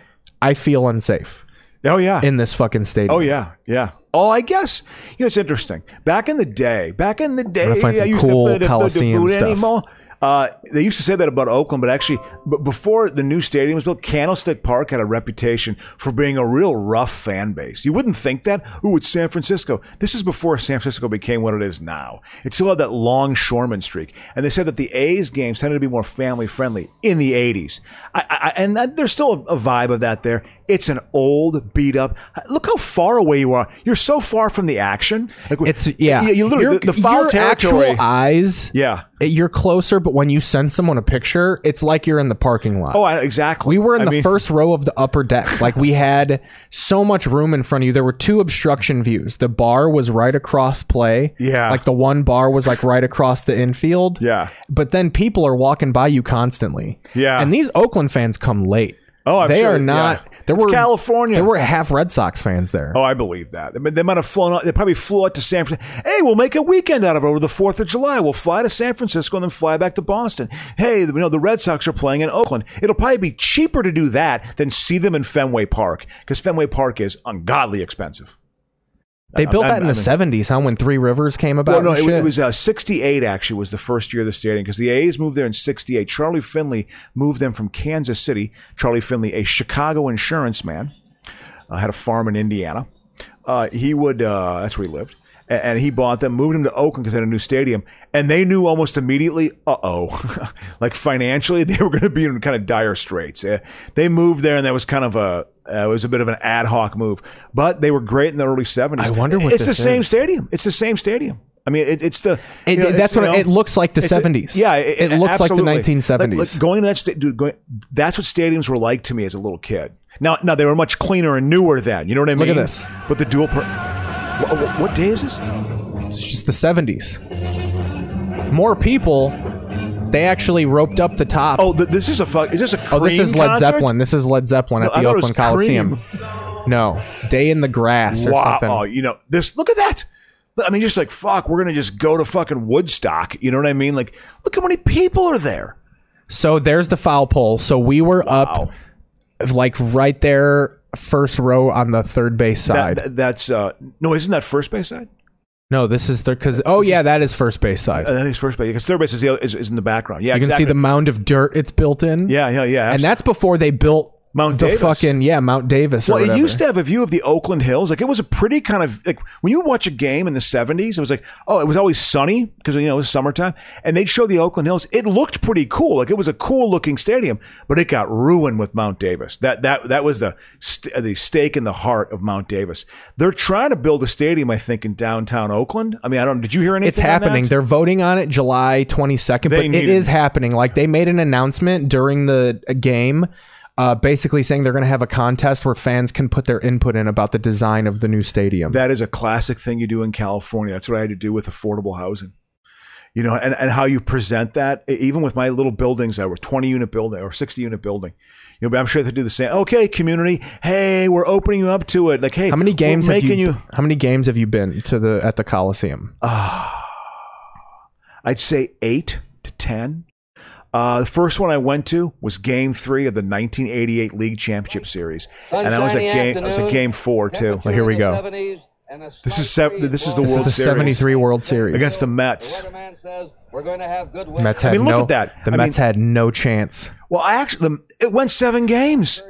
[SPEAKER 2] I feel unsafe
[SPEAKER 1] oh yeah.
[SPEAKER 2] in this fucking stadium.
[SPEAKER 1] Oh yeah, yeah. Oh, I guess you know it's interesting. Back in the day, back in the day,
[SPEAKER 2] gonna find
[SPEAKER 1] I
[SPEAKER 2] some
[SPEAKER 1] used
[SPEAKER 2] cool
[SPEAKER 1] to, play the- the- the
[SPEAKER 2] Coliseum
[SPEAKER 1] boot
[SPEAKER 2] stuff.
[SPEAKER 1] anymore. Uh, they used to say that about Oakland, but actually, b- before the new stadium was built, Candlestick Park had a reputation for being a real rough fan base. You wouldn't think that. Ooh, it's San Francisco. This is before San Francisco became what it is now. It still had that longshoreman streak, and they said that the A's games tended to be more family friendly in the '80s. I, I, I- and that, there's still a, a vibe of that there. It's an old, beat up. Look how far away you are. You're so far from the action. Like,
[SPEAKER 2] It's yeah.
[SPEAKER 1] You, you literally
[SPEAKER 2] your,
[SPEAKER 1] the, the foul
[SPEAKER 2] your
[SPEAKER 1] territory.
[SPEAKER 2] Actual eyes.
[SPEAKER 1] Yeah.
[SPEAKER 2] You're closer, but when you send someone a picture, it's like you're in the parking lot.
[SPEAKER 1] Oh, I, exactly.
[SPEAKER 2] we were in
[SPEAKER 1] I
[SPEAKER 2] the
[SPEAKER 1] mean,
[SPEAKER 2] first row of the upper deck. Like we had so much room in front of you. There were two obstruction views. The bar was right across play.
[SPEAKER 1] Yeah.
[SPEAKER 2] Like the one bar was like right across the infield.
[SPEAKER 1] Yeah.
[SPEAKER 2] But then people are walking by you constantly.
[SPEAKER 1] Yeah.
[SPEAKER 2] And these Oakland fans come late.
[SPEAKER 1] Oh, I'm
[SPEAKER 2] they
[SPEAKER 1] sure-
[SPEAKER 2] are not.
[SPEAKER 1] yeah.
[SPEAKER 2] There
[SPEAKER 1] It's
[SPEAKER 2] were
[SPEAKER 1] California.
[SPEAKER 2] There were half Red Sox fans there.
[SPEAKER 1] Oh, I believe that. They, they might have flown out. They probably flew out to San Francisco. Hey, we'll make a weekend out of it over the 4th of July. We'll fly to San Francisco and then fly back to Boston. Hey, you know, the Red Sox are playing in Oakland. It'll probably be cheaper to do that than see them in Fenway Park because Fenway Park is ungodly expensive.
[SPEAKER 2] they built
[SPEAKER 1] I'm-
[SPEAKER 2] that in the
[SPEAKER 1] I'm-
[SPEAKER 2] '70s, huh? When Three Rivers came about.
[SPEAKER 1] Well, no,
[SPEAKER 2] and
[SPEAKER 1] it was,
[SPEAKER 2] shit.
[SPEAKER 1] it was uh, 68 actually was the first year of the stadium because the A's moved there in 68. Charlie Finley moved them from Kansas City. Charlie Finley, a Chicago insurance man, uh, had a farm in Indiana. Uh, he would, uh, that's where he lived. A- And, he bought them, moved them to Oakland because they had a new stadium. And they knew almost immediately, uh oh, like financially, they were going to be in kind of dire straits. Uh, they moved there and that was kind of a, uh, it was a bit of an ad hoc move, but they were great in the early 70s.
[SPEAKER 2] I wonder what
[SPEAKER 1] It's
[SPEAKER 2] this
[SPEAKER 1] the same
[SPEAKER 2] is.
[SPEAKER 1] stadium. It's the same stadium. I mean, it, it's the.
[SPEAKER 2] It-
[SPEAKER 1] you know,
[SPEAKER 2] that's
[SPEAKER 1] it's, you
[SPEAKER 2] what-
[SPEAKER 1] know,
[SPEAKER 2] it looks like the
[SPEAKER 1] it's a-
[SPEAKER 2] 70s.
[SPEAKER 1] Yeah,
[SPEAKER 2] It looks like the
[SPEAKER 1] absolutely.
[SPEAKER 2] 1970s.
[SPEAKER 1] Like, like, going to that sta- dude, going, that's what stadiums were like to me as a little kid. Now, now they were much cleaner and newer then. You know what I
[SPEAKER 2] Look
[SPEAKER 1] mean?
[SPEAKER 2] at this.
[SPEAKER 1] But the dual. Per- what, what, what day is this?
[SPEAKER 2] It's just the 70s. More people, they actually roped up the top.
[SPEAKER 1] Oh, th- this is a fuck. Is this a?
[SPEAKER 2] Oh, this
[SPEAKER 1] Cream
[SPEAKER 2] is Led
[SPEAKER 1] concert?
[SPEAKER 2] Zeppelin. This is Led Zeppelin
[SPEAKER 1] No,
[SPEAKER 2] at
[SPEAKER 1] I
[SPEAKER 2] the
[SPEAKER 1] thought it was
[SPEAKER 2] Oakland Coliseum.
[SPEAKER 1] Cream.
[SPEAKER 2] No, Day in the Grass or
[SPEAKER 1] Wow.
[SPEAKER 2] something.
[SPEAKER 1] Oh, you know this. Look at that. I mean, just like fuck, we're gonna just go to fucking Woodstock. You know what I mean? Like, look how many people are there.
[SPEAKER 2] So there's the foul pole. So we were
[SPEAKER 1] Wow.
[SPEAKER 2] up, like right there, first row on the third base
[SPEAKER 1] That,
[SPEAKER 2] side.
[SPEAKER 1] that- that's uh, no, isn't that first base side?
[SPEAKER 2] no, this is the because oh yeah, that is first base side.
[SPEAKER 1] I think it's first base because third base is, the, is is in the background. Yeah,
[SPEAKER 2] you can see the mound of dirt it's built in.
[SPEAKER 1] Yeah, yeah, yeah.
[SPEAKER 2] and that's before they built
[SPEAKER 1] Mount
[SPEAKER 2] the
[SPEAKER 1] Davis.
[SPEAKER 2] fucking yeah Mount Davis.
[SPEAKER 1] Well,
[SPEAKER 2] or
[SPEAKER 1] it
[SPEAKER 2] whatever.
[SPEAKER 1] used to have a view of the Oakland Hills. Like it was a pretty kind of like when you watch a game in the seventies, it was like oh, it was always sunny because you know it was summertime, and they'd show the Oakland Hills. It looked pretty cool. Like it was a cool looking stadium, but it got ruined with Mount Davis. That that that was the st- the stake in the heart of Mount Davis. They're trying to build a stadium, I think, in downtown Oakland. I mean, I don't. Did you hear anything?
[SPEAKER 2] It's
[SPEAKER 1] on that?
[SPEAKER 2] happening. They're voting on it July 22nd,
[SPEAKER 1] They
[SPEAKER 2] but
[SPEAKER 1] need
[SPEAKER 2] it
[SPEAKER 1] it.
[SPEAKER 2] is happening. Like they made an announcement during the uh, game uh, basically saying they're going to have a contest where fans can put their input in about the design of the new stadium.
[SPEAKER 1] That is a classic thing you do in California. That's what I had to do with affordable housing. You know, and, and how you present that, e- even with my little buildings that were 20 unit building or 60 unit building. You know, but I'm sure they do the same. Okay, community, hey, we're opening you up to it. Like, hey,
[SPEAKER 2] how many
[SPEAKER 1] we're
[SPEAKER 2] games have you,
[SPEAKER 1] making
[SPEAKER 2] How many games have you been to the at the Coliseum?
[SPEAKER 1] Ah, I'd say eight to 10. Uh, the first one I went to was Game Three of the 1988 League Championship Series, and I was at
[SPEAKER 4] Sunshiny
[SPEAKER 1] game. I was at
[SPEAKER 4] afternoon.
[SPEAKER 1] Game Four too.
[SPEAKER 2] Well, here we go.
[SPEAKER 1] This is sev- this is the
[SPEAKER 2] This is
[SPEAKER 1] World
[SPEAKER 2] the
[SPEAKER 1] Series
[SPEAKER 2] 73 World Series.
[SPEAKER 1] against the Mets.
[SPEAKER 2] Mets had
[SPEAKER 1] I mean, look
[SPEAKER 2] no,
[SPEAKER 1] at that.
[SPEAKER 2] The
[SPEAKER 1] I
[SPEAKER 2] Mets
[SPEAKER 1] mean-
[SPEAKER 2] had no chance.
[SPEAKER 1] Well, I actually the, it went seven games.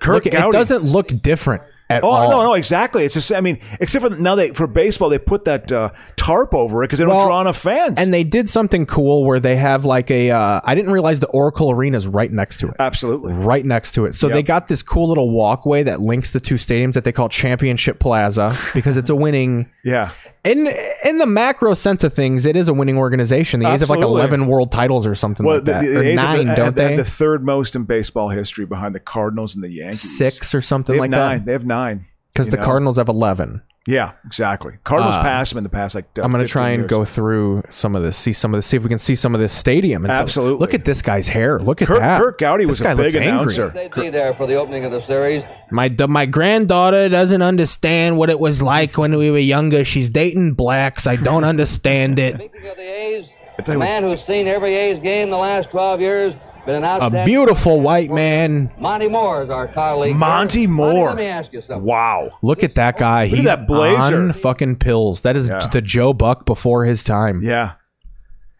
[SPEAKER 1] Kirk
[SPEAKER 2] Look, it
[SPEAKER 1] Gowdy.
[SPEAKER 2] doesn't look different at
[SPEAKER 1] Oh
[SPEAKER 2] all.
[SPEAKER 1] no, no, exactly. It's just I mean, except for now they for baseball they put that uh, tarp over it because they don't
[SPEAKER 2] Well,
[SPEAKER 1] draw enough fans.
[SPEAKER 2] And they did something cool where they have like a. Uh, I didn't realize the Oracle Arena is right next to it.
[SPEAKER 1] Absolutely.
[SPEAKER 2] Right next to it. So they
[SPEAKER 1] Yep.
[SPEAKER 2] got this cool little walkway that links the two stadiums that they call Championship Plaza because it's a winning.
[SPEAKER 1] yeah.
[SPEAKER 2] In in the macro sense of things, it is a winning organization. They have like
[SPEAKER 1] Absolutely.
[SPEAKER 2] eleven world titles or something
[SPEAKER 1] Well,
[SPEAKER 2] like that.
[SPEAKER 1] the, the
[SPEAKER 2] or
[SPEAKER 1] A's have
[SPEAKER 2] nine,
[SPEAKER 1] the,
[SPEAKER 2] don't
[SPEAKER 1] have- have
[SPEAKER 2] they?
[SPEAKER 1] the third most in baseball history behind the Cardinals and the Yankees.
[SPEAKER 2] Six or
[SPEAKER 1] They
[SPEAKER 2] something
[SPEAKER 1] have
[SPEAKER 2] like
[SPEAKER 1] nine.
[SPEAKER 2] that.
[SPEAKER 1] They have nine.
[SPEAKER 2] Because
[SPEAKER 1] you
[SPEAKER 2] the
[SPEAKER 1] know?
[SPEAKER 2] Cardinals have eleven.
[SPEAKER 1] Yeah, exactly. Cardinals
[SPEAKER 2] Uh,
[SPEAKER 1] passed them in the past like. uh,
[SPEAKER 2] I'm gonna
[SPEAKER 1] 15
[SPEAKER 2] try and
[SPEAKER 1] years.
[SPEAKER 2] go through some of this, see some of this, see if we can see some of this stadium. And stuff.
[SPEAKER 1] Absolutely.
[SPEAKER 2] Look at this guy's hair. Look at
[SPEAKER 1] Kirk-
[SPEAKER 2] that.
[SPEAKER 1] Kirk Gowdy
[SPEAKER 2] This
[SPEAKER 1] was a
[SPEAKER 2] guy looks
[SPEAKER 1] big
[SPEAKER 2] angry.
[SPEAKER 1] announcer.
[SPEAKER 4] They'd be there for the opening of the series.
[SPEAKER 2] My d- my granddaughter doesn't understand what it was like when we were younger. She's dating blacks. I don't understand it.
[SPEAKER 4] Speaking of the A's,
[SPEAKER 1] tell
[SPEAKER 4] a
[SPEAKER 1] you what-
[SPEAKER 4] man who's seen every A's game the last 12 years, been an
[SPEAKER 2] A
[SPEAKER 4] outstanding...
[SPEAKER 2] beautiful white man.
[SPEAKER 4] Monty Moore is our colleague. here.
[SPEAKER 1] Monty
[SPEAKER 4] Monty,
[SPEAKER 1] Moore.
[SPEAKER 4] let me ask you something.
[SPEAKER 1] Wow.
[SPEAKER 2] Look at that guy.
[SPEAKER 1] at
[SPEAKER 2] He's
[SPEAKER 1] that blazer.
[SPEAKER 2] on fucking pills. That is
[SPEAKER 1] Yeah.
[SPEAKER 2] the Joe Buck before his time.
[SPEAKER 1] Yeah.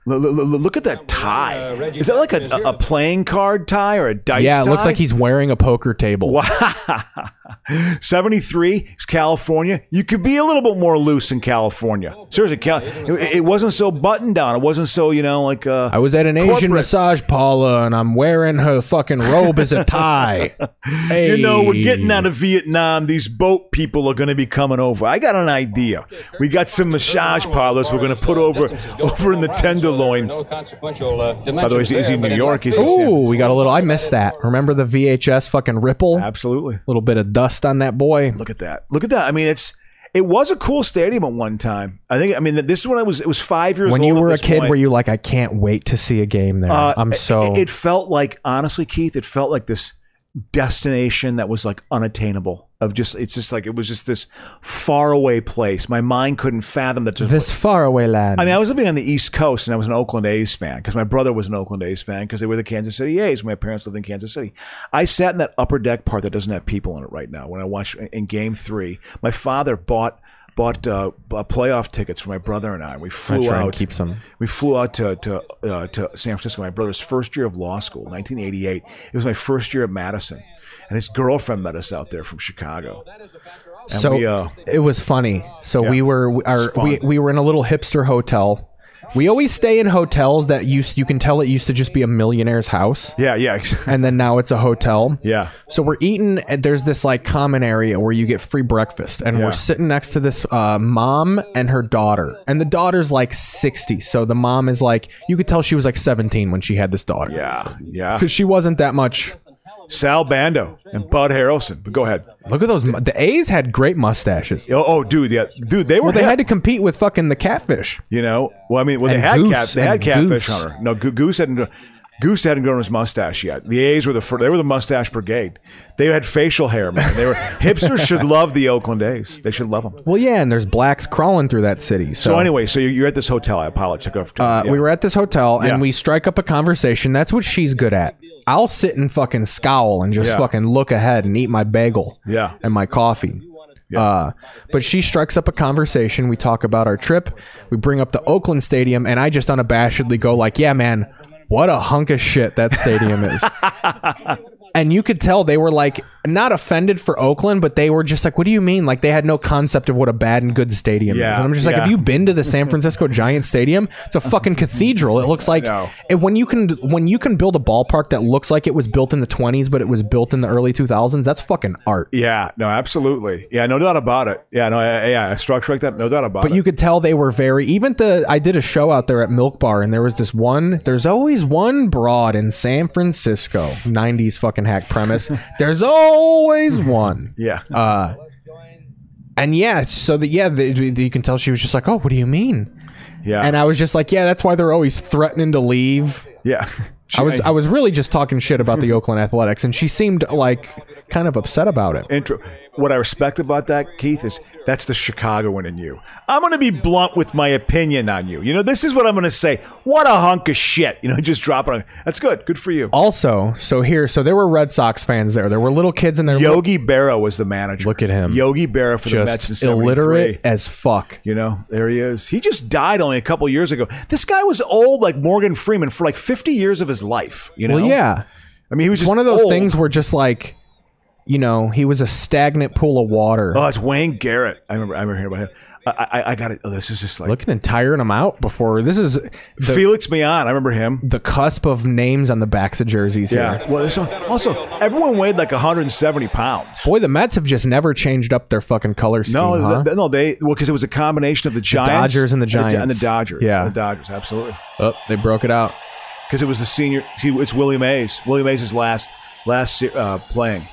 [SPEAKER 1] L- l- l- look at that tie. Is that like a, a a playing card tie or a dice?
[SPEAKER 2] Yeah, it looks
[SPEAKER 1] tie?
[SPEAKER 2] like he's wearing a poker table.
[SPEAKER 1] Wow. 73 is California. You could be a little bit more loose in California. Seriously, Cal- it, it wasn't so buttoned down. It wasn't so, you know, like. Uh,
[SPEAKER 2] I was at an Asian
[SPEAKER 1] Corporate.
[SPEAKER 2] massage parlor and I'm wearing her fucking robe as a tie. hey.
[SPEAKER 1] you know, we're getting out of Vietnam. These boat people are going to be coming over. I got an idea. We got some massage parlors we're going to put over over in the Tenderloin.
[SPEAKER 4] No consequential uh,
[SPEAKER 1] By the way, he's, he's in New York. He's
[SPEAKER 2] Ooh, we got a little. I missed that. Remember the VHS fucking ripple? A
[SPEAKER 1] Absolutely.
[SPEAKER 2] little bit of dust on that boy.
[SPEAKER 1] Look at that. Look at that. I mean, it's. It was a cool stadium at one time. I think. I mean, this is when I was. It was five years.
[SPEAKER 2] when
[SPEAKER 1] old
[SPEAKER 2] you
[SPEAKER 1] at
[SPEAKER 2] were a
[SPEAKER 1] this
[SPEAKER 2] kid
[SPEAKER 1] point.
[SPEAKER 2] were you like i can't wait to see a game there
[SPEAKER 1] Uh,
[SPEAKER 2] i'm
[SPEAKER 1] it-
[SPEAKER 2] so
[SPEAKER 1] It, felt like, honestly, Keith, it felt like this destination that was like unattainable. Of just, it's just like it was just this faraway place. My mind couldn't fathom that.
[SPEAKER 2] this faraway land
[SPEAKER 1] I mean, I was living on the East Coast, and I was an Oakland A's fan because my brother was an Oakland A's fan because they were the Kansas City A's. when My parents lived in Kansas City. I sat in that upper deck part that doesn't have people in it right now. When I watched in Game Three, my father bought bought uh, b- playoff tickets for my brother and I. We flew
[SPEAKER 2] try and
[SPEAKER 1] out.
[SPEAKER 2] keep some.
[SPEAKER 1] We flew out to to uh, to San Francisco. My brother's first year of law school, 1988. It was my first year at Madison, and his girlfriend met us out there from Chicago.
[SPEAKER 2] so
[SPEAKER 1] we, uh,
[SPEAKER 2] it was funny so we were we- our,
[SPEAKER 1] fun.
[SPEAKER 2] we, we were in a little hipster hotel we always stay in hotels that used you can tell it used to just be a millionaire's house
[SPEAKER 1] Yeah, yeah,
[SPEAKER 2] and then now it's a hotel
[SPEAKER 1] yeah.
[SPEAKER 2] So we're eating. and There's this like common area where you get free breakfast, and
[SPEAKER 1] Yeah.
[SPEAKER 2] we're sitting next to this uh, mom and her daughter, and the daughter's like 60. So the mom is like, you could tell she was like 17 when she had this daughter.
[SPEAKER 1] Yeah, yeah.
[SPEAKER 2] because she wasn't that much.
[SPEAKER 1] Sal Bando and Bud Harrelson. But go ahead.
[SPEAKER 2] Look at those. mu- The A's had great mustaches.
[SPEAKER 1] Oh, oh, dude, yeah, dude, they were.
[SPEAKER 2] Well, they
[SPEAKER 1] hip,
[SPEAKER 2] had to compete with fucking the catfish.
[SPEAKER 1] you know. Well, I mean, well, they
[SPEAKER 2] And
[SPEAKER 1] had
[SPEAKER 2] Goose,
[SPEAKER 1] cat, they had
[SPEAKER 2] and
[SPEAKER 1] catfish
[SPEAKER 2] Goose.
[SPEAKER 1] hunter. No, Go- goose hadn't. gro- Goose hadn't grown his mustache yet. The A's were the fir- they were the mustache brigade. They had facial hair, man. They were hipsters should love the Oakland A's. They should love them.
[SPEAKER 2] Well, yeah, and there's blacks crawling through that city. So,
[SPEAKER 1] So anyway, so you- you're at this hotel. I apologize. Took off.
[SPEAKER 2] Uh, we were at this hotel and
[SPEAKER 1] Yeah.
[SPEAKER 2] we strike up a conversation. That's what she's good at. I'll sit and fucking scowl and just
[SPEAKER 1] Yeah.
[SPEAKER 2] fucking look ahead and eat my bagel
[SPEAKER 1] Yeah.
[SPEAKER 2] and my coffee. Uh, but she strikes up a conversation. We talk about our trip. We bring up the Oakland Stadium, and I just unabashedly go like, "Yeah, man, what a hunk of shit that stadium is." and you could tell they were like not offended for Oakland, but they were just like, "What do you mean?" Like they had no concept of what a bad and good stadium
[SPEAKER 1] Yeah,
[SPEAKER 2] is. And I'm just like,
[SPEAKER 1] yeah.
[SPEAKER 2] "Have you been to the San Francisco Giant Stadium? It's a fucking cathedral. It looks like and when you can when you can build a ballpark that looks like it was built in the 20s, but it was built in the early 2000s. That's fucking art."
[SPEAKER 1] Yeah, no, absolutely. Yeah, no doubt about it. Yeah, no, yeah, yeah, a structure like that, no doubt about
[SPEAKER 2] But
[SPEAKER 1] it.
[SPEAKER 2] you could tell they were very even the I did a show out there at Milk Bar and there was this one there's always one broad in San Francisco 90s fucking hack premise there's always one
[SPEAKER 1] yeah
[SPEAKER 2] uh and yeah so that yeah the, the- you can tell she was just like oh what do you mean
[SPEAKER 1] yeah
[SPEAKER 2] and I was just like yeah that's why they're always threatening to leave
[SPEAKER 1] yeah
[SPEAKER 2] I was I was really just talking shit about the Oakland Athletics and she seemed like kind of upset about it
[SPEAKER 1] intro. What I respect about that, Keith, is that's the Chicagoan in you. I'm going to be blunt with my opinion on you. You know, this is what I'm going to say. What a hunk of shit. You know, just drop it on. That's good. Good for you.
[SPEAKER 2] also so here so there were Red Sox fans there there were little kids in there
[SPEAKER 1] Yogi Berra was the manager. Look at him. Yogi Berra for the Mets in
[SPEAKER 2] just
[SPEAKER 1] 73.
[SPEAKER 2] illiterate as fuck.
[SPEAKER 1] You know, there he is. He just died only a couple years ago. This guy was old like Morgan Freeman for like 50 years of his life, you know?
[SPEAKER 2] Well, yeah.
[SPEAKER 1] I mean, he was
[SPEAKER 2] it's
[SPEAKER 1] just
[SPEAKER 2] one of those
[SPEAKER 1] old.
[SPEAKER 2] things where just like, you know, he was a stagnant pool of water.
[SPEAKER 1] Oh, it's Wayne Garrett. I remember I remember hearing about him. I I, I got it. Oh, this is just like
[SPEAKER 2] Looking and tiring him out before this is the,
[SPEAKER 1] Felix Mian. I remember him.
[SPEAKER 2] The cusp of names on the backs of jerseys
[SPEAKER 1] Yeah.
[SPEAKER 2] here.
[SPEAKER 1] Well, this one, also everyone weighed like 170 pounds.
[SPEAKER 2] Boy, the Mets have just never changed up their fucking color scheme.
[SPEAKER 1] No,
[SPEAKER 2] huh?
[SPEAKER 1] th- th- no, they well because it was a combination of the Giants,
[SPEAKER 2] Dodgers and the
[SPEAKER 1] and the
[SPEAKER 2] Giants.
[SPEAKER 1] Dodgers.
[SPEAKER 2] Yeah.
[SPEAKER 1] the Dodgers, absolutely.
[SPEAKER 2] oh, they broke it out.
[SPEAKER 1] Because it was the senior. See, it's Willie Mays. Willie Mays' last last se- uh, playing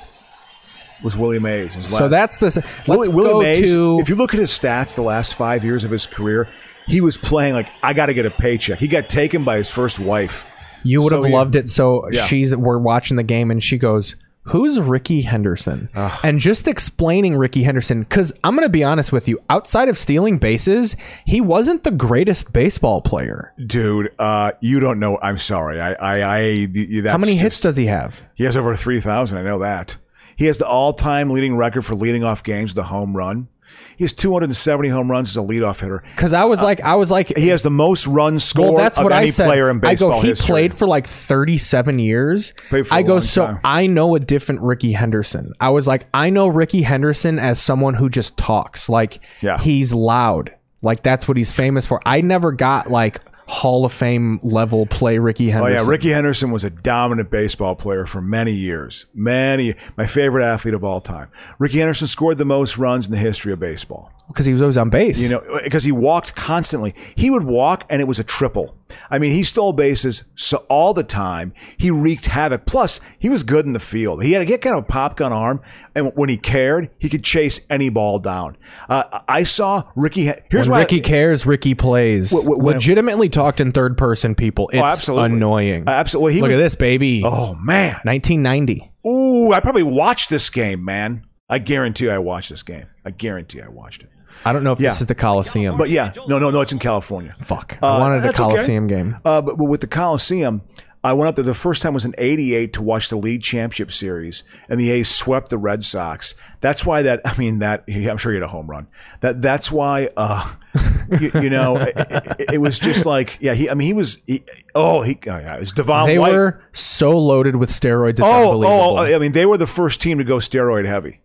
[SPEAKER 1] was Willie Mays. His
[SPEAKER 2] So that's
[SPEAKER 1] last-
[SPEAKER 2] the. Let's
[SPEAKER 1] Willie, Willie
[SPEAKER 2] go
[SPEAKER 1] Mays.
[SPEAKER 2] to.
[SPEAKER 1] if you look at his stats, the last five years of his career, he was playing like I got to get a paycheck. He got taken by his first wife.
[SPEAKER 2] You would
[SPEAKER 1] So
[SPEAKER 2] have
[SPEAKER 1] he-
[SPEAKER 2] loved it. So
[SPEAKER 1] Yeah.
[SPEAKER 2] she's we're watching the game and she goes, "Who's Ricky Henderson?" And just explaining Ricky Henderson cuz I'm going to be honest with you, outside of stealing bases, he wasn't the greatest baseball player.
[SPEAKER 1] Dude, uh, you don't know. I'm sorry. I, I, I that's
[SPEAKER 2] How many
[SPEAKER 1] just-
[SPEAKER 2] hits does he have?
[SPEAKER 1] He has over 3,000. I know that. He has the all time leading record for leading off games with a home run. He has 270 home runs as a leadoff hitter. Uh,
[SPEAKER 2] Cuz I was like I was like
[SPEAKER 1] He has the most runs scored
[SPEAKER 2] well, that's
[SPEAKER 1] of
[SPEAKER 2] what
[SPEAKER 1] any
[SPEAKER 2] I said.
[SPEAKER 1] player in
[SPEAKER 2] I
[SPEAKER 1] baseball
[SPEAKER 2] go. He
[SPEAKER 1] history.
[SPEAKER 2] played for like 37 years.
[SPEAKER 1] Played for
[SPEAKER 2] I
[SPEAKER 1] a
[SPEAKER 2] go.
[SPEAKER 1] long
[SPEAKER 2] So
[SPEAKER 1] time.
[SPEAKER 2] I know a different Ricky Henderson. I was like, I know Ricky Henderson as someone who just talks. Like
[SPEAKER 1] Yeah.
[SPEAKER 2] he's loud. Like that's what he's famous for. I never got like Hall of Fame level play Ricky
[SPEAKER 1] Oh
[SPEAKER 2] Henderson.
[SPEAKER 1] yeah, Ricky Henderson was a dominant baseball player for many years. Many, my favorite athlete of all time. Ricky Henderson scored the most runs in the history of baseball.
[SPEAKER 2] because he was always on base.
[SPEAKER 1] You know, because he walked constantly. He would walk, and it was a triple. I mean, he stole bases so all the time. He wreaked havoc. Plus, he was good in the field. He had a he had kind of a pop gun arm, and when he cared, he could chase any ball down. Uh, I saw Ricky. Hen- Here's
[SPEAKER 2] When
[SPEAKER 1] why
[SPEAKER 2] Ricky cares, Ricky plays.
[SPEAKER 1] Wh- wh- when-
[SPEAKER 2] Legitimately talked in third person, people. It's
[SPEAKER 1] Oh, absolutely.
[SPEAKER 2] annoying.
[SPEAKER 1] Uh, absolutely. Well, he
[SPEAKER 2] Look
[SPEAKER 1] was-
[SPEAKER 2] at this, baby.
[SPEAKER 1] Oh man.
[SPEAKER 2] 1990.
[SPEAKER 1] Ooh, I probably watched this game, man. I guarantee I watched this game. I guarantee I watched it.
[SPEAKER 2] I don't know if
[SPEAKER 1] Yeah.
[SPEAKER 2] this is the Coliseum.
[SPEAKER 1] But yeah, no, no, no. It's in California.
[SPEAKER 2] Fuck.
[SPEAKER 1] Uh,
[SPEAKER 2] I wanted the
[SPEAKER 1] that's okay.
[SPEAKER 2] Coliseum game.
[SPEAKER 1] Uh, but, but with the Coliseum, I went up there. The first time was in '88 to watch the league championship series, and the A's swept the Red Sox. That's why that. I mean, that I'm sure you had a home run. That that's why. Uh, you, you know, it, it- it was just like yeah. He, I mean, he was. He, oh, he. Oh, yeah, it was Devon
[SPEAKER 2] they
[SPEAKER 1] White.
[SPEAKER 2] were so loaded with steroids. It's
[SPEAKER 1] oh,
[SPEAKER 2] unbelievable.
[SPEAKER 1] oh, I mean, they were the first team to go steroid heavy.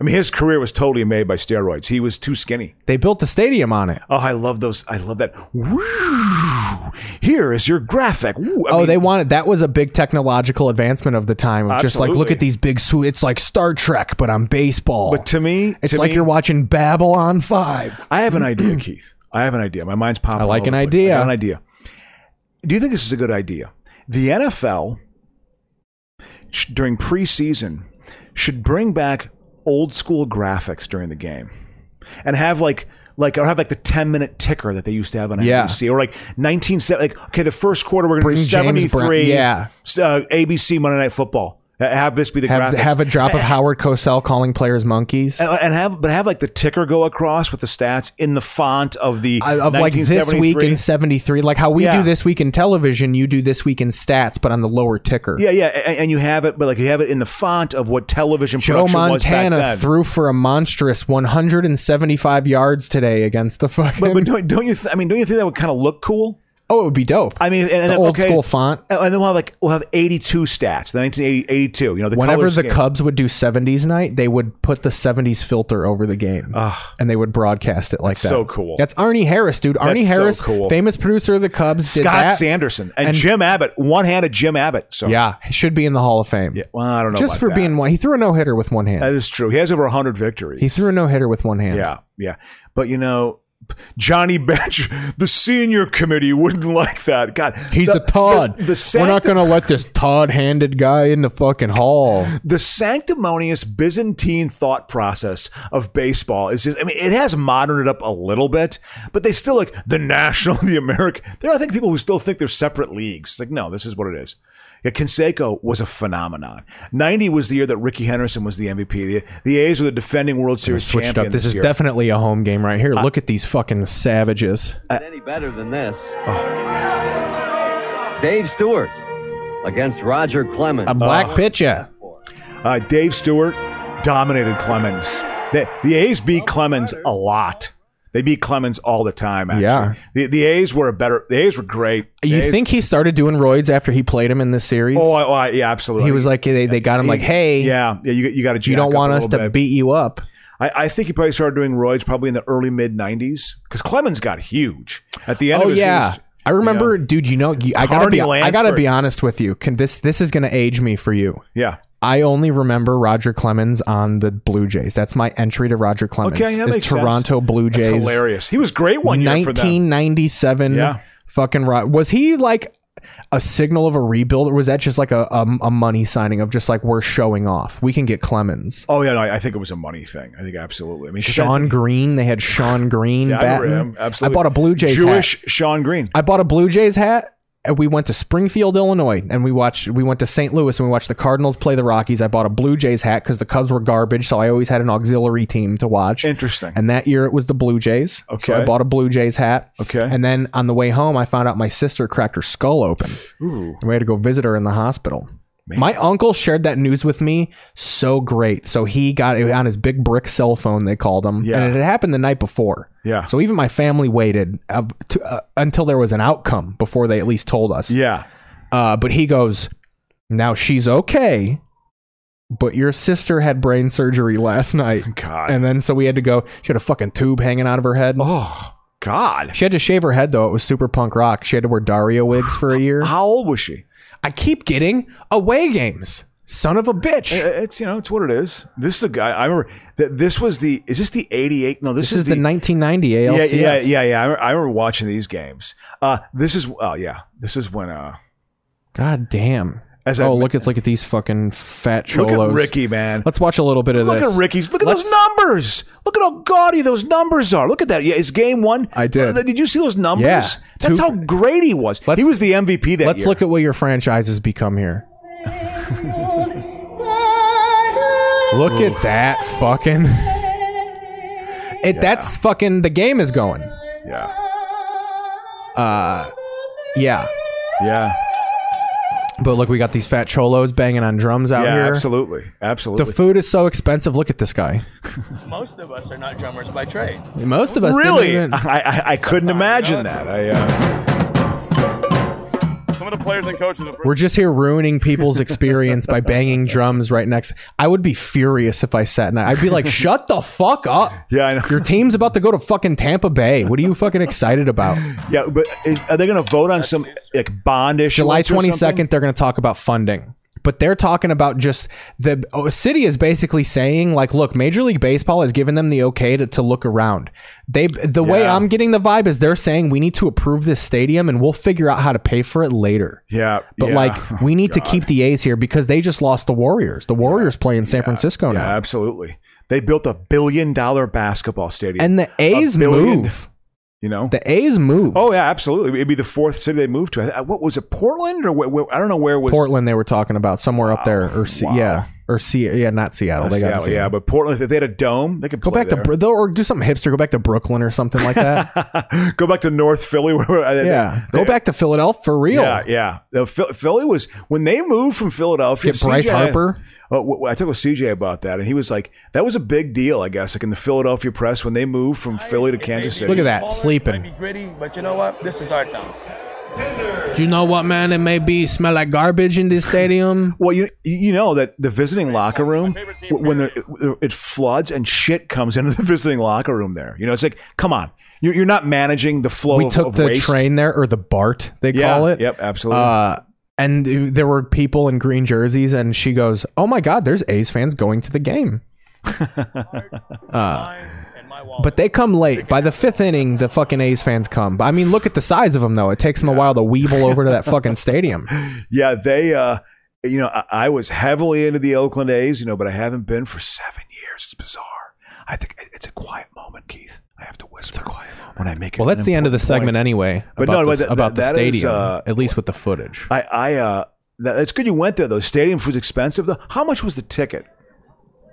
[SPEAKER 1] I mean, his career was totally made by steroids. He was too skinny.
[SPEAKER 2] They built the stadium on it.
[SPEAKER 1] Oh, I love those. I love that. Woo! Here is your graphic. Woo! I
[SPEAKER 2] oh,
[SPEAKER 1] mean-
[SPEAKER 2] they wanted that was a big technological advancement of the time. Of just like look
[SPEAKER 1] Absolutely.
[SPEAKER 2] at these big su- it's like Star Trek but on baseball.
[SPEAKER 1] But to me,
[SPEAKER 2] it's
[SPEAKER 1] to
[SPEAKER 2] like
[SPEAKER 1] me-
[SPEAKER 2] you're watching Babylon 5.
[SPEAKER 1] I have an idea, Keith. I have an idea. My mind's popping.
[SPEAKER 2] I like
[SPEAKER 1] all over
[SPEAKER 2] an
[SPEAKER 1] the place.
[SPEAKER 2] idea.
[SPEAKER 1] I got an idea. Do you think this is a good idea? The NFL sh- during preseason should bring back old school graphics during the game, and have like like or have like the ten minute ticker that they used to have on
[SPEAKER 2] Yeah.
[SPEAKER 1] ABC or like nineteen seventy. Like okay, the first quarter we're going
[SPEAKER 2] Bring
[SPEAKER 1] to do
[SPEAKER 2] James
[SPEAKER 1] seventy three.
[SPEAKER 2] Brown- yeah.
[SPEAKER 1] uh, ABC Monday Night Football. Uh, Have this be the
[SPEAKER 2] Have,
[SPEAKER 1] graphics. Uh,
[SPEAKER 2] have a drop of Howard Cosell calling players monkeys.
[SPEAKER 1] and, and have but have like the ticker go across with the stats in the font of the
[SPEAKER 2] I- of like this week
[SPEAKER 1] 1973.
[SPEAKER 2] in 73 like how we
[SPEAKER 1] Yeah.
[SPEAKER 2] do this week in television you do this week in stats but on the lower ticker
[SPEAKER 1] yeah yeah and, and you have it but like you have it in the font of what television
[SPEAKER 2] Joe
[SPEAKER 1] production was back
[SPEAKER 2] Montana
[SPEAKER 1] then.
[SPEAKER 2] threw for a monstrous 175 yards today against the fucking
[SPEAKER 1] but, but don't, don't you th- I mean don't you think that would kind of look cool
[SPEAKER 2] Oh, it would be dope.
[SPEAKER 1] I mean, and, and
[SPEAKER 2] The
[SPEAKER 1] then-
[SPEAKER 2] old
[SPEAKER 1] okay,
[SPEAKER 2] school font.
[SPEAKER 1] And and then we'll have like we'll have 82 stats, the 1982. You know, the
[SPEAKER 2] Whenever
[SPEAKER 1] color
[SPEAKER 2] the
[SPEAKER 1] scheme.
[SPEAKER 2] Cubs would do 70s night, they would put the 70s filter over the game and they would broadcast it like that.
[SPEAKER 1] so cool.
[SPEAKER 2] That's Arnie Harris, dude. Arnie
[SPEAKER 1] That's so
[SPEAKER 2] Harris,
[SPEAKER 1] cool.
[SPEAKER 2] famous producer of the Cubs, did
[SPEAKER 1] Scott
[SPEAKER 2] that.
[SPEAKER 1] Sanderson and, Jim Abbott, one-handed Jim Abbott. So
[SPEAKER 2] Yeah, he should be in the Hall of Fame. Yeah,
[SPEAKER 1] well, I don't know
[SPEAKER 2] Just
[SPEAKER 1] about
[SPEAKER 2] for
[SPEAKER 1] that.
[SPEAKER 2] being one, he threw a no hitter with one hand.
[SPEAKER 1] that is true. He has over 100 victories.
[SPEAKER 2] He threw a no hitter with one hand.
[SPEAKER 1] Yeah, yeah. But you know, Johnny Bench, the senior committee wouldn't like that. God,
[SPEAKER 2] He's
[SPEAKER 1] the-
[SPEAKER 2] a Todd.
[SPEAKER 1] The, the
[SPEAKER 2] We're not
[SPEAKER 1] sancti-
[SPEAKER 2] going to let this Todd-handed guy in the fucking hall.
[SPEAKER 1] the sanctimonious Byzantine thought process of baseball is just, I mean, it has moderned it up a little bit, but they still like the national, the American. There are, I think, people who still think they're separate leagues. It's like, no, this is what it is. Yeah, Conseco was a phenomenon. 90 was the year that Ricky Henderson was the MVP. The, the A's were the defending World Series
[SPEAKER 2] Switched
[SPEAKER 1] champion
[SPEAKER 2] up. This is
[SPEAKER 1] year.
[SPEAKER 2] definitely a home game right here. Look at these fucking savages.
[SPEAKER 4] any better than this.
[SPEAKER 1] Oh.
[SPEAKER 4] Dave Stewart against Roger Clemens.
[SPEAKER 2] A black pitcher.
[SPEAKER 1] Uh, Dave Stewart dominated Clemens. The, the A's beat Clemens a lot. They beat Clemens all the time. Actually.
[SPEAKER 2] Yeah.
[SPEAKER 1] The, the A's were a better. The A's were great. The
[SPEAKER 2] You
[SPEAKER 1] A's-
[SPEAKER 2] think he started doing roids after he played him in this series?
[SPEAKER 1] Oh, I, oh, I- yeah, absolutely.
[SPEAKER 2] he was like they, they got him like, hey,
[SPEAKER 1] yeah, yeah. You, you got to.
[SPEAKER 2] you don't want us to beat you up.
[SPEAKER 1] I, I think he probably started doing roids probably in the early mid '90s because Clemens got huge at the end.
[SPEAKER 2] Oh
[SPEAKER 1] of his,
[SPEAKER 2] yeah,
[SPEAKER 1] his-
[SPEAKER 2] I remember, dude. You know, you, I gotta be,
[SPEAKER 1] Carney
[SPEAKER 2] I gotta
[SPEAKER 1] Lansford.
[SPEAKER 2] be honest with you. Can this this is gonna age me for you?
[SPEAKER 1] yeah.
[SPEAKER 2] I only remember Roger Clemens on the Blue Jays. That's my entry to Roger Clemens.
[SPEAKER 1] Okay, yeah, that
[SPEAKER 2] is
[SPEAKER 1] makes
[SPEAKER 2] Toronto
[SPEAKER 1] sense.
[SPEAKER 2] Blue
[SPEAKER 1] That's
[SPEAKER 2] Jays.
[SPEAKER 1] hilarious. He was great one year for them.
[SPEAKER 2] 1997.
[SPEAKER 1] Yeah.
[SPEAKER 2] Fucking right. Was he like a signal of a rebuild, or was that just like a, a, a money signing of just like we're showing off? We can get Clemens.
[SPEAKER 1] Oh yeah, no, I I think it was a money thing. I think absolutely. I mean, 'cause I
[SPEAKER 2] Sean
[SPEAKER 1] think-
[SPEAKER 2] Green. They had Sean Green
[SPEAKER 1] Yeah, I
[SPEAKER 2] batting.
[SPEAKER 1] remember him. Absolutely.
[SPEAKER 2] I bought a Blue Jays hat.
[SPEAKER 1] Jewish Sean Green.
[SPEAKER 2] I bought a Blue Jays hat. And we went to Springfield, Illinois, and we watched. We went to St. Louis and we watched the Cardinals play the Rockies. I bought a Blue Jays hat because the Cubs were garbage, so I always had an auxiliary team to watch.
[SPEAKER 1] Interesting.
[SPEAKER 2] And that year it was the Blue Jays. So I
[SPEAKER 1] Okay.
[SPEAKER 2] bought a Blue Jays hat.
[SPEAKER 1] Okay.
[SPEAKER 2] And then on the way home, I found out my sister cracked her skull open.
[SPEAKER 1] Ooh.
[SPEAKER 2] And we had to go visit her in the hospital. My uncle shared that news with me. So great. So he got it on his big brick cell phone, they called him.
[SPEAKER 1] Yeah.
[SPEAKER 2] And it had happened the night before.
[SPEAKER 1] Yeah.
[SPEAKER 2] So even my family waited uh, to, uh, until there was an outcome before they at least told us.
[SPEAKER 1] Yeah.
[SPEAKER 2] Uh, but he goes, now she's okay, but your sister had brain surgery last night.
[SPEAKER 1] God.
[SPEAKER 2] And then so we had to go. She had a fucking tube hanging out of her head.
[SPEAKER 1] Oh God.
[SPEAKER 2] She had to shave her head though. It was super punk rock. She had to wear Dario wigs for a year.
[SPEAKER 1] How old was she?
[SPEAKER 2] I keep getting away games. Son of a bitch.
[SPEAKER 1] I- It's you know it's what it is. This is a guy. I remember that this was the is this the eighty eight? No, this,
[SPEAKER 2] This is the 1990 ALCS.
[SPEAKER 1] yeah yeah yeah yeah. I remember, I remember watching these games. Uh, this is oh yeah, this is when uh
[SPEAKER 2] God damn.
[SPEAKER 1] As I-
[SPEAKER 2] oh, look at look at these fucking fat
[SPEAKER 1] look
[SPEAKER 2] cholos.
[SPEAKER 1] at Ricky man.
[SPEAKER 2] Let's watch a little bit of
[SPEAKER 1] Look
[SPEAKER 2] this.
[SPEAKER 1] at Ricky's. Look at
[SPEAKER 2] Let's-
[SPEAKER 1] those numbers. Look at how gaudy those numbers are. Look at that. Yeah, it's game one.
[SPEAKER 2] I did.
[SPEAKER 1] Uh, Did you see those numbers?
[SPEAKER 2] Yeah.
[SPEAKER 1] That's
[SPEAKER 2] Two-
[SPEAKER 1] how great he was.
[SPEAKER 2] Let's-
[SPEAKER 1] He was the MVP that
[SPEAKER 2] Let's
[SPEAKER 1] year.
[SPEAKER 2] look at what your franchise has become here. look at that fucking. It that's fucking the game is going.
[SPEAKER 1] Yeah.
[SPEAKER 2] Uh, yeah.
[SPEAKER 1] Yeah.
[SPEAKER 2] But look, we got these fat cholos banging on drums out
[SPEAKER 1] Yeah.
[SPEAKER 2] here.
[SPEAKER 1] Absolutely. Absolutely.
[SPEAKER 2] The food is so expensive. Look at this guy.
[SPEAKER 11] Most of us are not drummers by trade.
[SPEAKER 2] Most of us didn't
[SPEAKER 1] really,
[SPEAKER 2] even-
[SPEAKER 1] I, I, I couldn't imagine that. I, uh,
[SPEAKER 11] Some of the players and coaches. Have
[SPEAKER 2] We're just here ruining people's experience by banging drums right next. I would be furious if I sat and I- I'd be like, "Shut the fuck up!
[SPEAKER 1] yeah, I know.
[SPEAKER 2] Your team's about to go to fucking Tampa Bay. What are you fucking excited about?"
[SPEAKER 1] Yeah, but is, are they going to vote on some like bond issue?
[SPEAKER 2] July twenty second, they're going to talk about funding, but they're talking about just the oh, city is basically saying like, "Look, Major League Baseball has given them the okay to, to look around." They the way
[SPEAKER 1] Yeah.
[SPEAKER 2] I'm getting the vibe is they're saying we need to approve this stadium and we'll figure out how to pay for it later.
[SPEAKER 1] Yeah,
[SPEAKER 2] But
[SPEAKER 1] yeah.
[SPEAKER 2] like we need to keep the A's here because they just lost the Warriors. The Warriors play in San Francisco
[SPEAKER 1] yeah,
[SPEAKER 2] now.
[SPEAKER 1] absolutely. They built a billion dollar basketball stadium,
[SPEAKER 2] And the
[SPEAKER 1] A
[SPEAKER 2] A's
[SPEAKER 1] billion,
[SPEAKER 2] move.
[SPEAKER 1] You know,
[SPEAKER 2] The A's move.
[SPEAKER 1] oh yeah, absolutely. It'd be the fourth city they moved to. I- What was it, Portland or wh- wh- I don't know where it was
[SPEAKER 2] Portland they were talking about somewhere up there or Se- yeah or Se- yeah not Seattle. they got
[SPEAKER 1] Uh, Seattle, yeah, but Portland. If they had a dome, they could
[SPEAKER 2] Go back to Br- though, or do something hipster. Go back to Brooklyn or something like that.
[SPEAKER 1] to go back to North Philly. Where, where-
[SPEAKER 2] yeah, go back to Philadelphilia for real.
[SPEAKER 1] Yeah, yeah. The Phil- Philly was when they moved from Philadelphia.
[SPEAKER 2] Get Bryce
[SPEAKER 1] CJ
[SPEAKER 2] Harper?
[SPEAKER 1] Oh, w- w- I talked with CJ about that, and he was like, "That was a big deal, I guess." Like in the Philadelphia press when they moved from Philly to Kansas City.
[SPEAKER 2] Look at that
[SPEAKER 11] Smaller,
[SPEAKER 2] sleeping.
[SPEAKER 11] Might be gritty, but you know what? This is our town.
[SPEAKER 2] Do you know what, man? It may be smell like garbage in this stadium.
[SPEAKER 1] well, you you know that the visiting locker room w- when the, it floods and shit comes into the visiting locker room there. You know, it's like, come on, You- you're not managing the flow.
[SPEAKER 2] we
[SPEAKER 1] of-
[SPEAKER 2] took
[SPEAKER 1] of
[SPEAKER 2] the
[SPEAKER 1] waste.
[SPEAKER 2] train there, or the BART, they
[SPEAKER 1] Yeah,
[SPEAKER 2] call it.
[SPEAKER 1] Yep, absolutely.
[SPEAKER 2] Uh, and there were people in green jerseys, and she goes, "Oh my God, there's A's fans going to the game." uh, but they come late. By the fifth inning, the fucking A's fans come. I mean, look at the size of them, though. It takes them a while to weevil over to that fucking stadium.
[SPEAKER 1] yeah, they. uh You know, I, I was heavily into the Oakland A's. You know, but I haven't been for seven years. It's bizarre. I think it- it's a quiet moment, Keith. I have to whisper. It's a quiet moment when I make it.
[SPEAKER 2] Well,
[SPEAKER 1] an
[SPEAKER 2] that's the end of the
[SPEAKER 1] important
[SPEAKER 2] segment
[SPEAKER 1] point.
[SPEAKER 2] anyway.
[SPEAKER 1] But
[SPEAKER 2] about
[SPEAKER 1] no,
[SPEAKER 2] this-
[SPEAKER 1] that-
[SPEAKER 2] about the
[SPEAKER 1] that- that is,
[SPEAKER 2] stadium,
[SPEAKER 1] uh,
[SPEAKER 2] at least with the footage.
[SPEAKER 1] I, I, uh, that, that's good you went there though. Stadium was expensive though. How much was the ticket?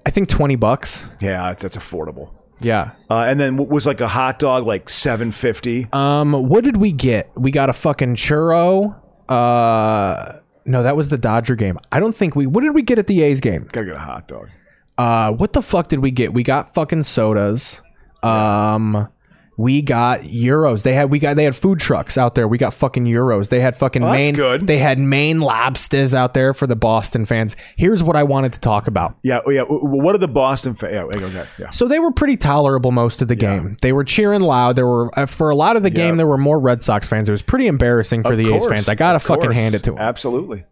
[SPEAKER 2] I think twenty bucks.
[SPEAKER 1] Yeah, it's, that's affordable.
[SPEAKER 2] Yeah.
[SPEAKER 1] Uh, and then what was like a hot dog like seven fifty?
[SPEAKER 2] Um, what did we get? We got a fucking churro. Uh, no, that was the Dodger game. I don't think we. What did we get at the A's game?
[SPEAKER 1] Gotta get a hot dog.
[SPEAKER 2] Uh, what the fuck did we get? We got fucking sodas. Um, we got euros. They had we got they had food trucks out there. We got fucking euros. They had fucking
[SPEAKER 1] Well, that's
[SPEAKER 2] Maine.
[SPEAKER 1] good.
[SPEAKER 2] They had Maine lobsters out there for the Boston fans. Here's what I wanted to talk about.
[SPEAKER 1] Yeah, oh, yeah. Well, what are the Boston? Fa- yeah, okay, yeah.
[SPEAKER 2] So they were pretty tolerable most of the game. They were cheering loud. There were uh, for a lot of the game there were more Red Sox fans. It was pretty embarrassing for
[SPEAKER 1] Of
[SPEAKER 2] the A's
[SPEAKER 1] course,
[SPEAKER 2] fans. I gotta
[SPEAKER 1] of
[SPEAKER 2] fucking
[SPEAKER 1] course.
[SPEAKER 2] hand it to them.
[SPEAKER 1] Absolutely.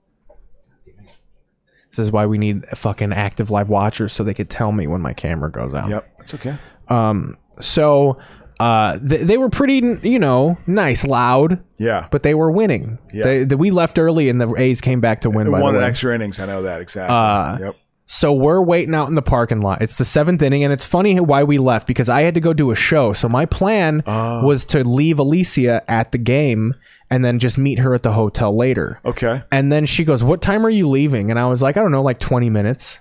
[SPEAKER 2] This is why we need fucking active live watchers so they could tell me when my camera goes out.
[SPEAKER 1] Yep, that's okay.
[SPEAKER 2] Um. So, uh, th- they were pretty, you know, nice, loud.
[SPEAKER 1] Yeah.
[SPEAKER 2] But they were winning.
[SPEAKER 1] Yeah.
[SPEAKER 2] They, they, we left early and the A's came back to win. By
[SPEAKER 1] One
[SPEAKER 2] the
[SPEAKER 1] in
[SPEAKER 2] way.
[SPEAKER 1] extra innings. I know that exactly.
[SPEAKER 2] Uh,
[SPEAKER 1] yep.
[SPEAKER 2] So we're waiting out in the parking lot. It's the seventh inning, and it's funny why we left because I had to go do a show. So my plan
[SPEAKER 1] Ah.
[SPEAKER 2] was to leave Alicia at the game and then just meet her at the hotel later.
[SPEAKER 1] Okay.
[SPEAKER 2] And then she goes, "What time are you leaving?" And I was like, "I don't know, like twenty minutes."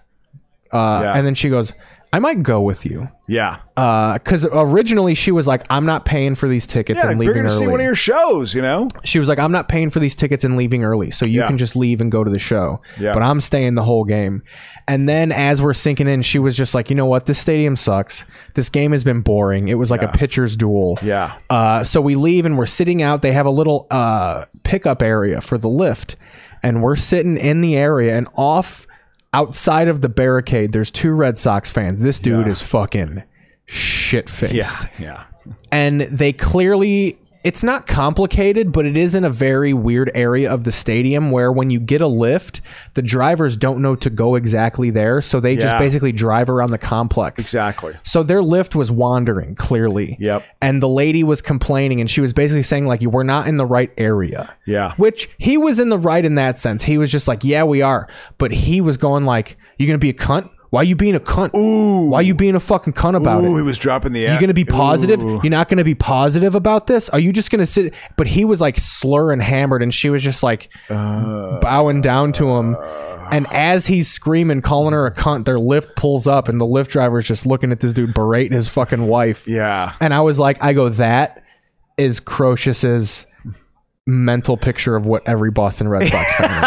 [SPEAKER 2] Uh,
[SPEAKER 1] Yeah.
[SPEAKER 2] And then she goes, "I might go with you."
[SPEAKER 1] Yeah.
[SPEAKER 2] because Uh, originally she was like, "I'm not paying for these tickets
[SPEAKER 1] yeah,
[SPEAKER 2] and
[SPEAKER 1] bigger
[SPEAKER 2] leaving
[SPEAKER 1] to see one of
[SPEAKER 2] early."
[SPEAKER 1] your shows. You know.
[SPEAKER 2] She was like, "I'm not paying for these tickets and leaving early, so you
[SPEAKER 1] Yeah.
[SPEAKER 2] can just leave and go to the show."
[SPEAKER 1] Yeah.
[SPEAKER 2] But I'm staying the whole game. And then as we're sinking in, she was just like, "You know what? This stadium sucks. This game has been boring. It was like a pitcher's duel."
[SPEAKER 1] Yeah.
[SPEAKER 2] Uh, so we leave and we're sitting out. They have a little uh, pickup area for the lift, and we're sitting in the area and off outside of the barricade. There's two Red Sox fans. This dude is fucking shit faced
[SPEAKER 1] Yeah.
[SPEAKER 2] and they clearly it's not complicated but it is in a very weird area of the stadium where when you get a lift the drivers don't know to go exactly there so they just
[SPEAKER 1] Yeah.
[SPEAKER 2] basically drive around the complex
[SPEAKER 1] Exactly.
[SPEAKER 2] so their lift was wandering clearly
[SPEAKER 1] Yep.
[SPEAKER 2] and the lady was complaining and she was basically saying like you were not in the right area
[SPEAKER 1] Yeah.
[SPEAKER 2] which he was in the right in that sense. He was just like, yeah, we are. But he was going like, you gonna be a cunt? Why you being a cunt? Ooh. Why you being a fucking cunt about
[SPEAKER 1] Ooh,
[SPEAKER 2] it?
[SPEAKER 1] he was dropping the.
[SPEAKER 2] You're
[SPEAKER 1] act-
[SPEAKER 2] gonna be positive.
[SPEAKER 1] Ooh.
[SPEAKER 2] You're not gonna be positive about this. Are you just gonna sit? But he was like slurring, hammered, and she was just like
[SPEAKER 1] Uh.
[SPEAKER 2] bowing down to him. And as he's screaming, calling her a cunt, their lift pulls up, and the lift driver is just looking at this dude berating his fucking wife.
[SPEAKER 1] Yeah.
[SPEAKER 2] And I was like, I go, that is Croesus's mental picture of what every Boston Red Sox fan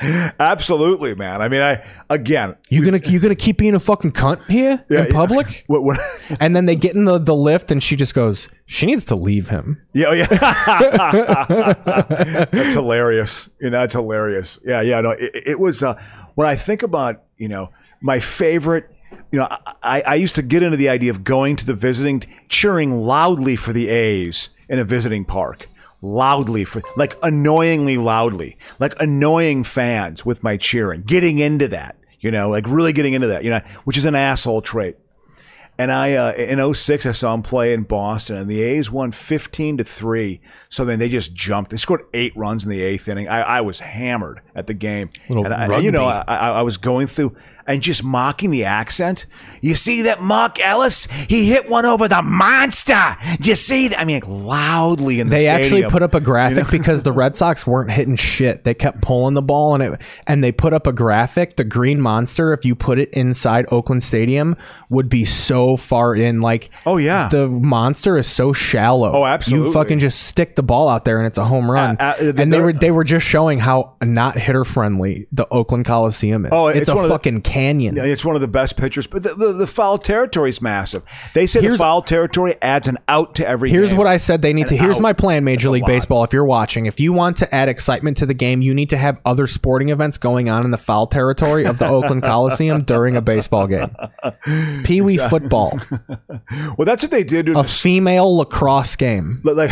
[SPEAKER 2] is.
[SPEAKER 1] Absolutely, man. I mean, I again.
[SPEAKER 2] You gonna you gonna keep being a fucking cunt here
[SPEAKER 1] Yeah,
[SPEAKER 2] in public?
[SPEAKER 1] What, what,
[SPEAKER 2] And then they get in the, the lift, and she just goes, she needs to leave him.
[SPEAKER 1] yeah, oh, yeah. that's hilarious. You know, that's hilarious. Yeah, yeah. No, it, it was uh, when I think about you know my favorite. You know, I- I, I used to get into the idea of going to the visiting, cheering loudly for the A's in a visiting park, loudly for like annoyingly loudly, like annoying fans with my cheering, getting into that. You know, like really getting into that. You know, which is an asshole trait. And I uh, in 06, I saw him play in Boston, and the A's won 15 to 3. So then they just jumped. They scored eight runs in the eighth inning. I, I was hammered at the game.
[SPEAKER 2] Little
[SPEAKER 1] and I, you know, I,
[SPEAKER 2] rugby.
[SPEAKER 1] I, I was going through and just mocking the accent. You see that Mark Ellis? He hit one over the monster. Did you see that? I mean, like loudly in the
[SPEAKER 2] They actually
[SPEAKER 1] stadium.
[SPEAKER 2] put up a graphic
[SPEAKER 1] You know?
[SPEAKER 2] because the Red Sox weren't hitting shit. They kept pulling the ball and it and they put up a graphic. The green monster, if you put it inside Oakland Stadium, would be so so far in. Like,
[SPEAKER 1] oh yeah,
[SPEAKER 2] the monster is so shallow.
[SPEAKER 1] Oh, absolutely.
[SPEAKER 2] You fucking just stick the ball out there and it's a home run.
[SPEAKER 1] Uh, uh,
[SPEAKER 2] and they
[SPEAKER 1] they're-
[SPEAKER 2] were they were just showing how not hitter friendly the Oakland Coliseum is.
[SPEAKER 1] Oh,
[SPEAKER 2] it's,
[SPEAKER 1] it's
[SPEAKER 2] a
[SPEAKER 1] one of the-
[SPEAKER 2] fucking canyon.
[SPEAKER 1] Yeah, it's one of the best pitchers, but the, the, the foul territory is massive. They say
[SPEAKER 2] Here's-
[SPEAKER 1] the foul territory adds an out to every.
[SPEAKER 2] Here's
[SPEAKER 1] game.
[SPEAKER 2] what I said they need to.
[SPEAKER 1] An
[SPEAKER 2] Here's
[SPEAKER 1] out.
[SPEAKER 2] my plan, Major League Baseball. If you're watching, if you want to add excitement to the game, you need to have other sporting events going on in the foul territory of the Oakland Coliseum during a baseball game. Pee Wee
[SPEAKER 1] Exactly.
[SPEAKER 2] football,
[SPEAKER 1] Well, that's what they did. in
[SPEAKER 2] a
[SPEAKER 1] the-
[SPEAKER 2] female lacrosse game.
[SPEAKER 1] like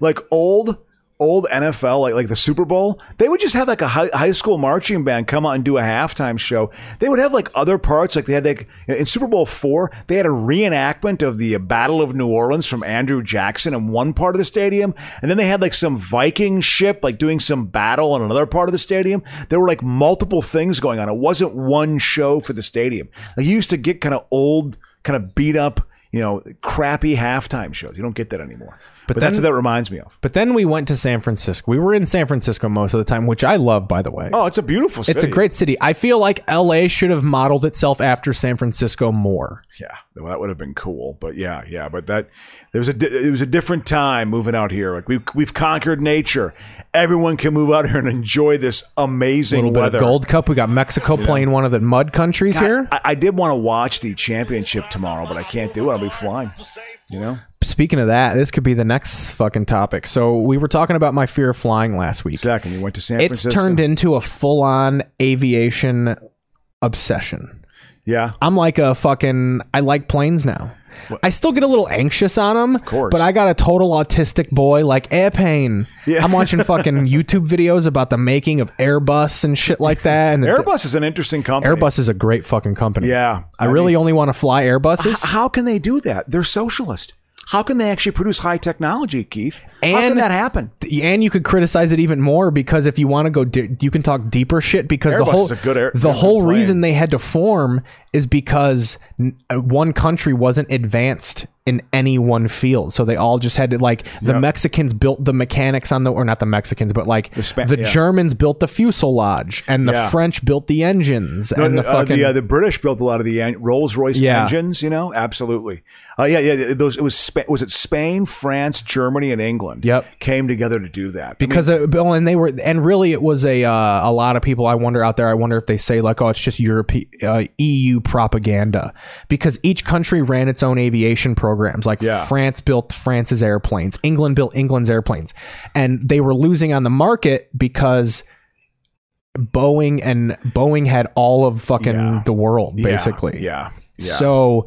[SPEAKER 1] like old old NFL like like the Super Bowl they would just have like a high, high school marching band come out and do a halftime show they would have like other parts like they had like in Super Bowl 4 they had a reenactment of the Battle of New Orleans from Andrew Jackson in one part of the stadium and then they had like some Viking ship like doing some battle in another part of the stadium there were like multiple things going on it wasn't one show for the stadium like you used to get kind of old kind of beat up you know, crappy halftime shows. You don't get that anymore. But, that's
[SPEAKER 2] then-
[SPEAKER 1] what that reminds me of.
[SPEAKER 2] But then we went to San Francisco. We were in San Francisco most of the time, which I love, by the way.
[SPEAKER 1] Oh, it's a beautiful city.
[SPEAKER 2] It's a great city. I feel like LA should have modeled itself after San Francisco more.
[SPEAKER 1] Yeah, well, that would have been cool. But yeah, yeah. But that there was a di- it was a different time moving out here. Like we we've conquered nature. Everyone can move out here and enjoy this
[SPEAKER 2] A
[SPEAKER 1] amazing
[SPEAKER 2] little bit
[SPEAKER 1] weather.
[SPEAKER 2] of Gold Cup. We got Mexico playing one of the mud countries
[SPEAKER 1] God,
[SPEAKER 2] here.
[SPEAKER 1] I, I did want to watch the championship tomorrow, but I can't do it. I'll be flying. You know.
[SPEAKER 2] Speaking of that, this could be the next fucking topic. So we were talking about my fear of flying last week.
[SPEAKER 1] Exactly. You went to San
[SPEAKER 2] It's
[SPEAKER 1] Francisco.
[SPEAKER 2] turned into a full-on aviation obsession.
[SPEAKER 1] Yeah.
[SPEAKER 2] I'm like a fucking. I like planes now. I still get a little anxious on them, of
[SPEAKER 1] course.
[SPEAKER 2] but I got a total autistic boy like airplane.
[SPEAKER 1] Yeah.
[SPEAKER 2] I'm watching fucking YouTube videos about the making of Airbus and shit like that. And the-
[SPEAKER 1] Airbus is an interesting company.
[SPEAKER 2] Airbus is a great fucking company.
[SPEAKER 1] Yeah.
[SPEAKER 2] I really only want to fly Airbuses.
[SPEAKER 1] H- how can they do that? They're socialist. How can they actually produce high technology, Keith? how can
[SPEAKER 2] And-
[SPEAKER 1] that happen?
[SPEAKER 2] and you could criticize it even more because if you want to go, di- you can talk deeper shit. Because the
[SPEAKER 1] Airbus
[SPEAKER 2] whole
[SPEAKER 1] is a good air-
[SPEAKER 2] the
[SPEAKER 1] good
[SPEAKER 2] whole
[SPEAKER 1] plane.
[SPEAKER 2] reason they had to form is because n- uh, one country wasn't advanced in any one field, so they all just had to like the Mexicans built the mechanics on the or not the Mexicans, but like the,
[SPEAKER 1] Spa- yeah.
[SPEAKER 2] Germans built the fuselage and the
[SPEAKER 1] Yeah.
[SPEAKER 2] French built the engines
[SPEAKER 1] No,
[SPEAKER 2] and the
[SPEAKER 1] no, uh,
[SPEAKER 2] fucking
[SPEAKER 1] uh, the British built a lot of the en- Rolls Royce
[SPEAKER 2] Yeah.
[SPEAKER 1] engines. You know, absolutely. Uh, yeah, yeah. Those it was Spa- was it Spain, France, Germany, and England.
[SPEAKER 2] Yep.
[SPEAKER 1] came together to do that I mean,
[SPEAKER 2] because uh, Bill and they were and really it was a uh, a lot of people I wonder out there I wonder if they say like oh it's just Europe uh, EU propaganda because each country ran its own aviation programs like
[SPEAKER 1] Yeah.
[SPEAKER 2] France built France's airplanes England built England's airplanes and they were losing on the market because Boeing and Boeing had all of fucking the world
[SPEAKER 1] yeah,
[SPEAKER 2] basically
[SPEAKER 1] yeah, yeah.
[SPEAKER 2] so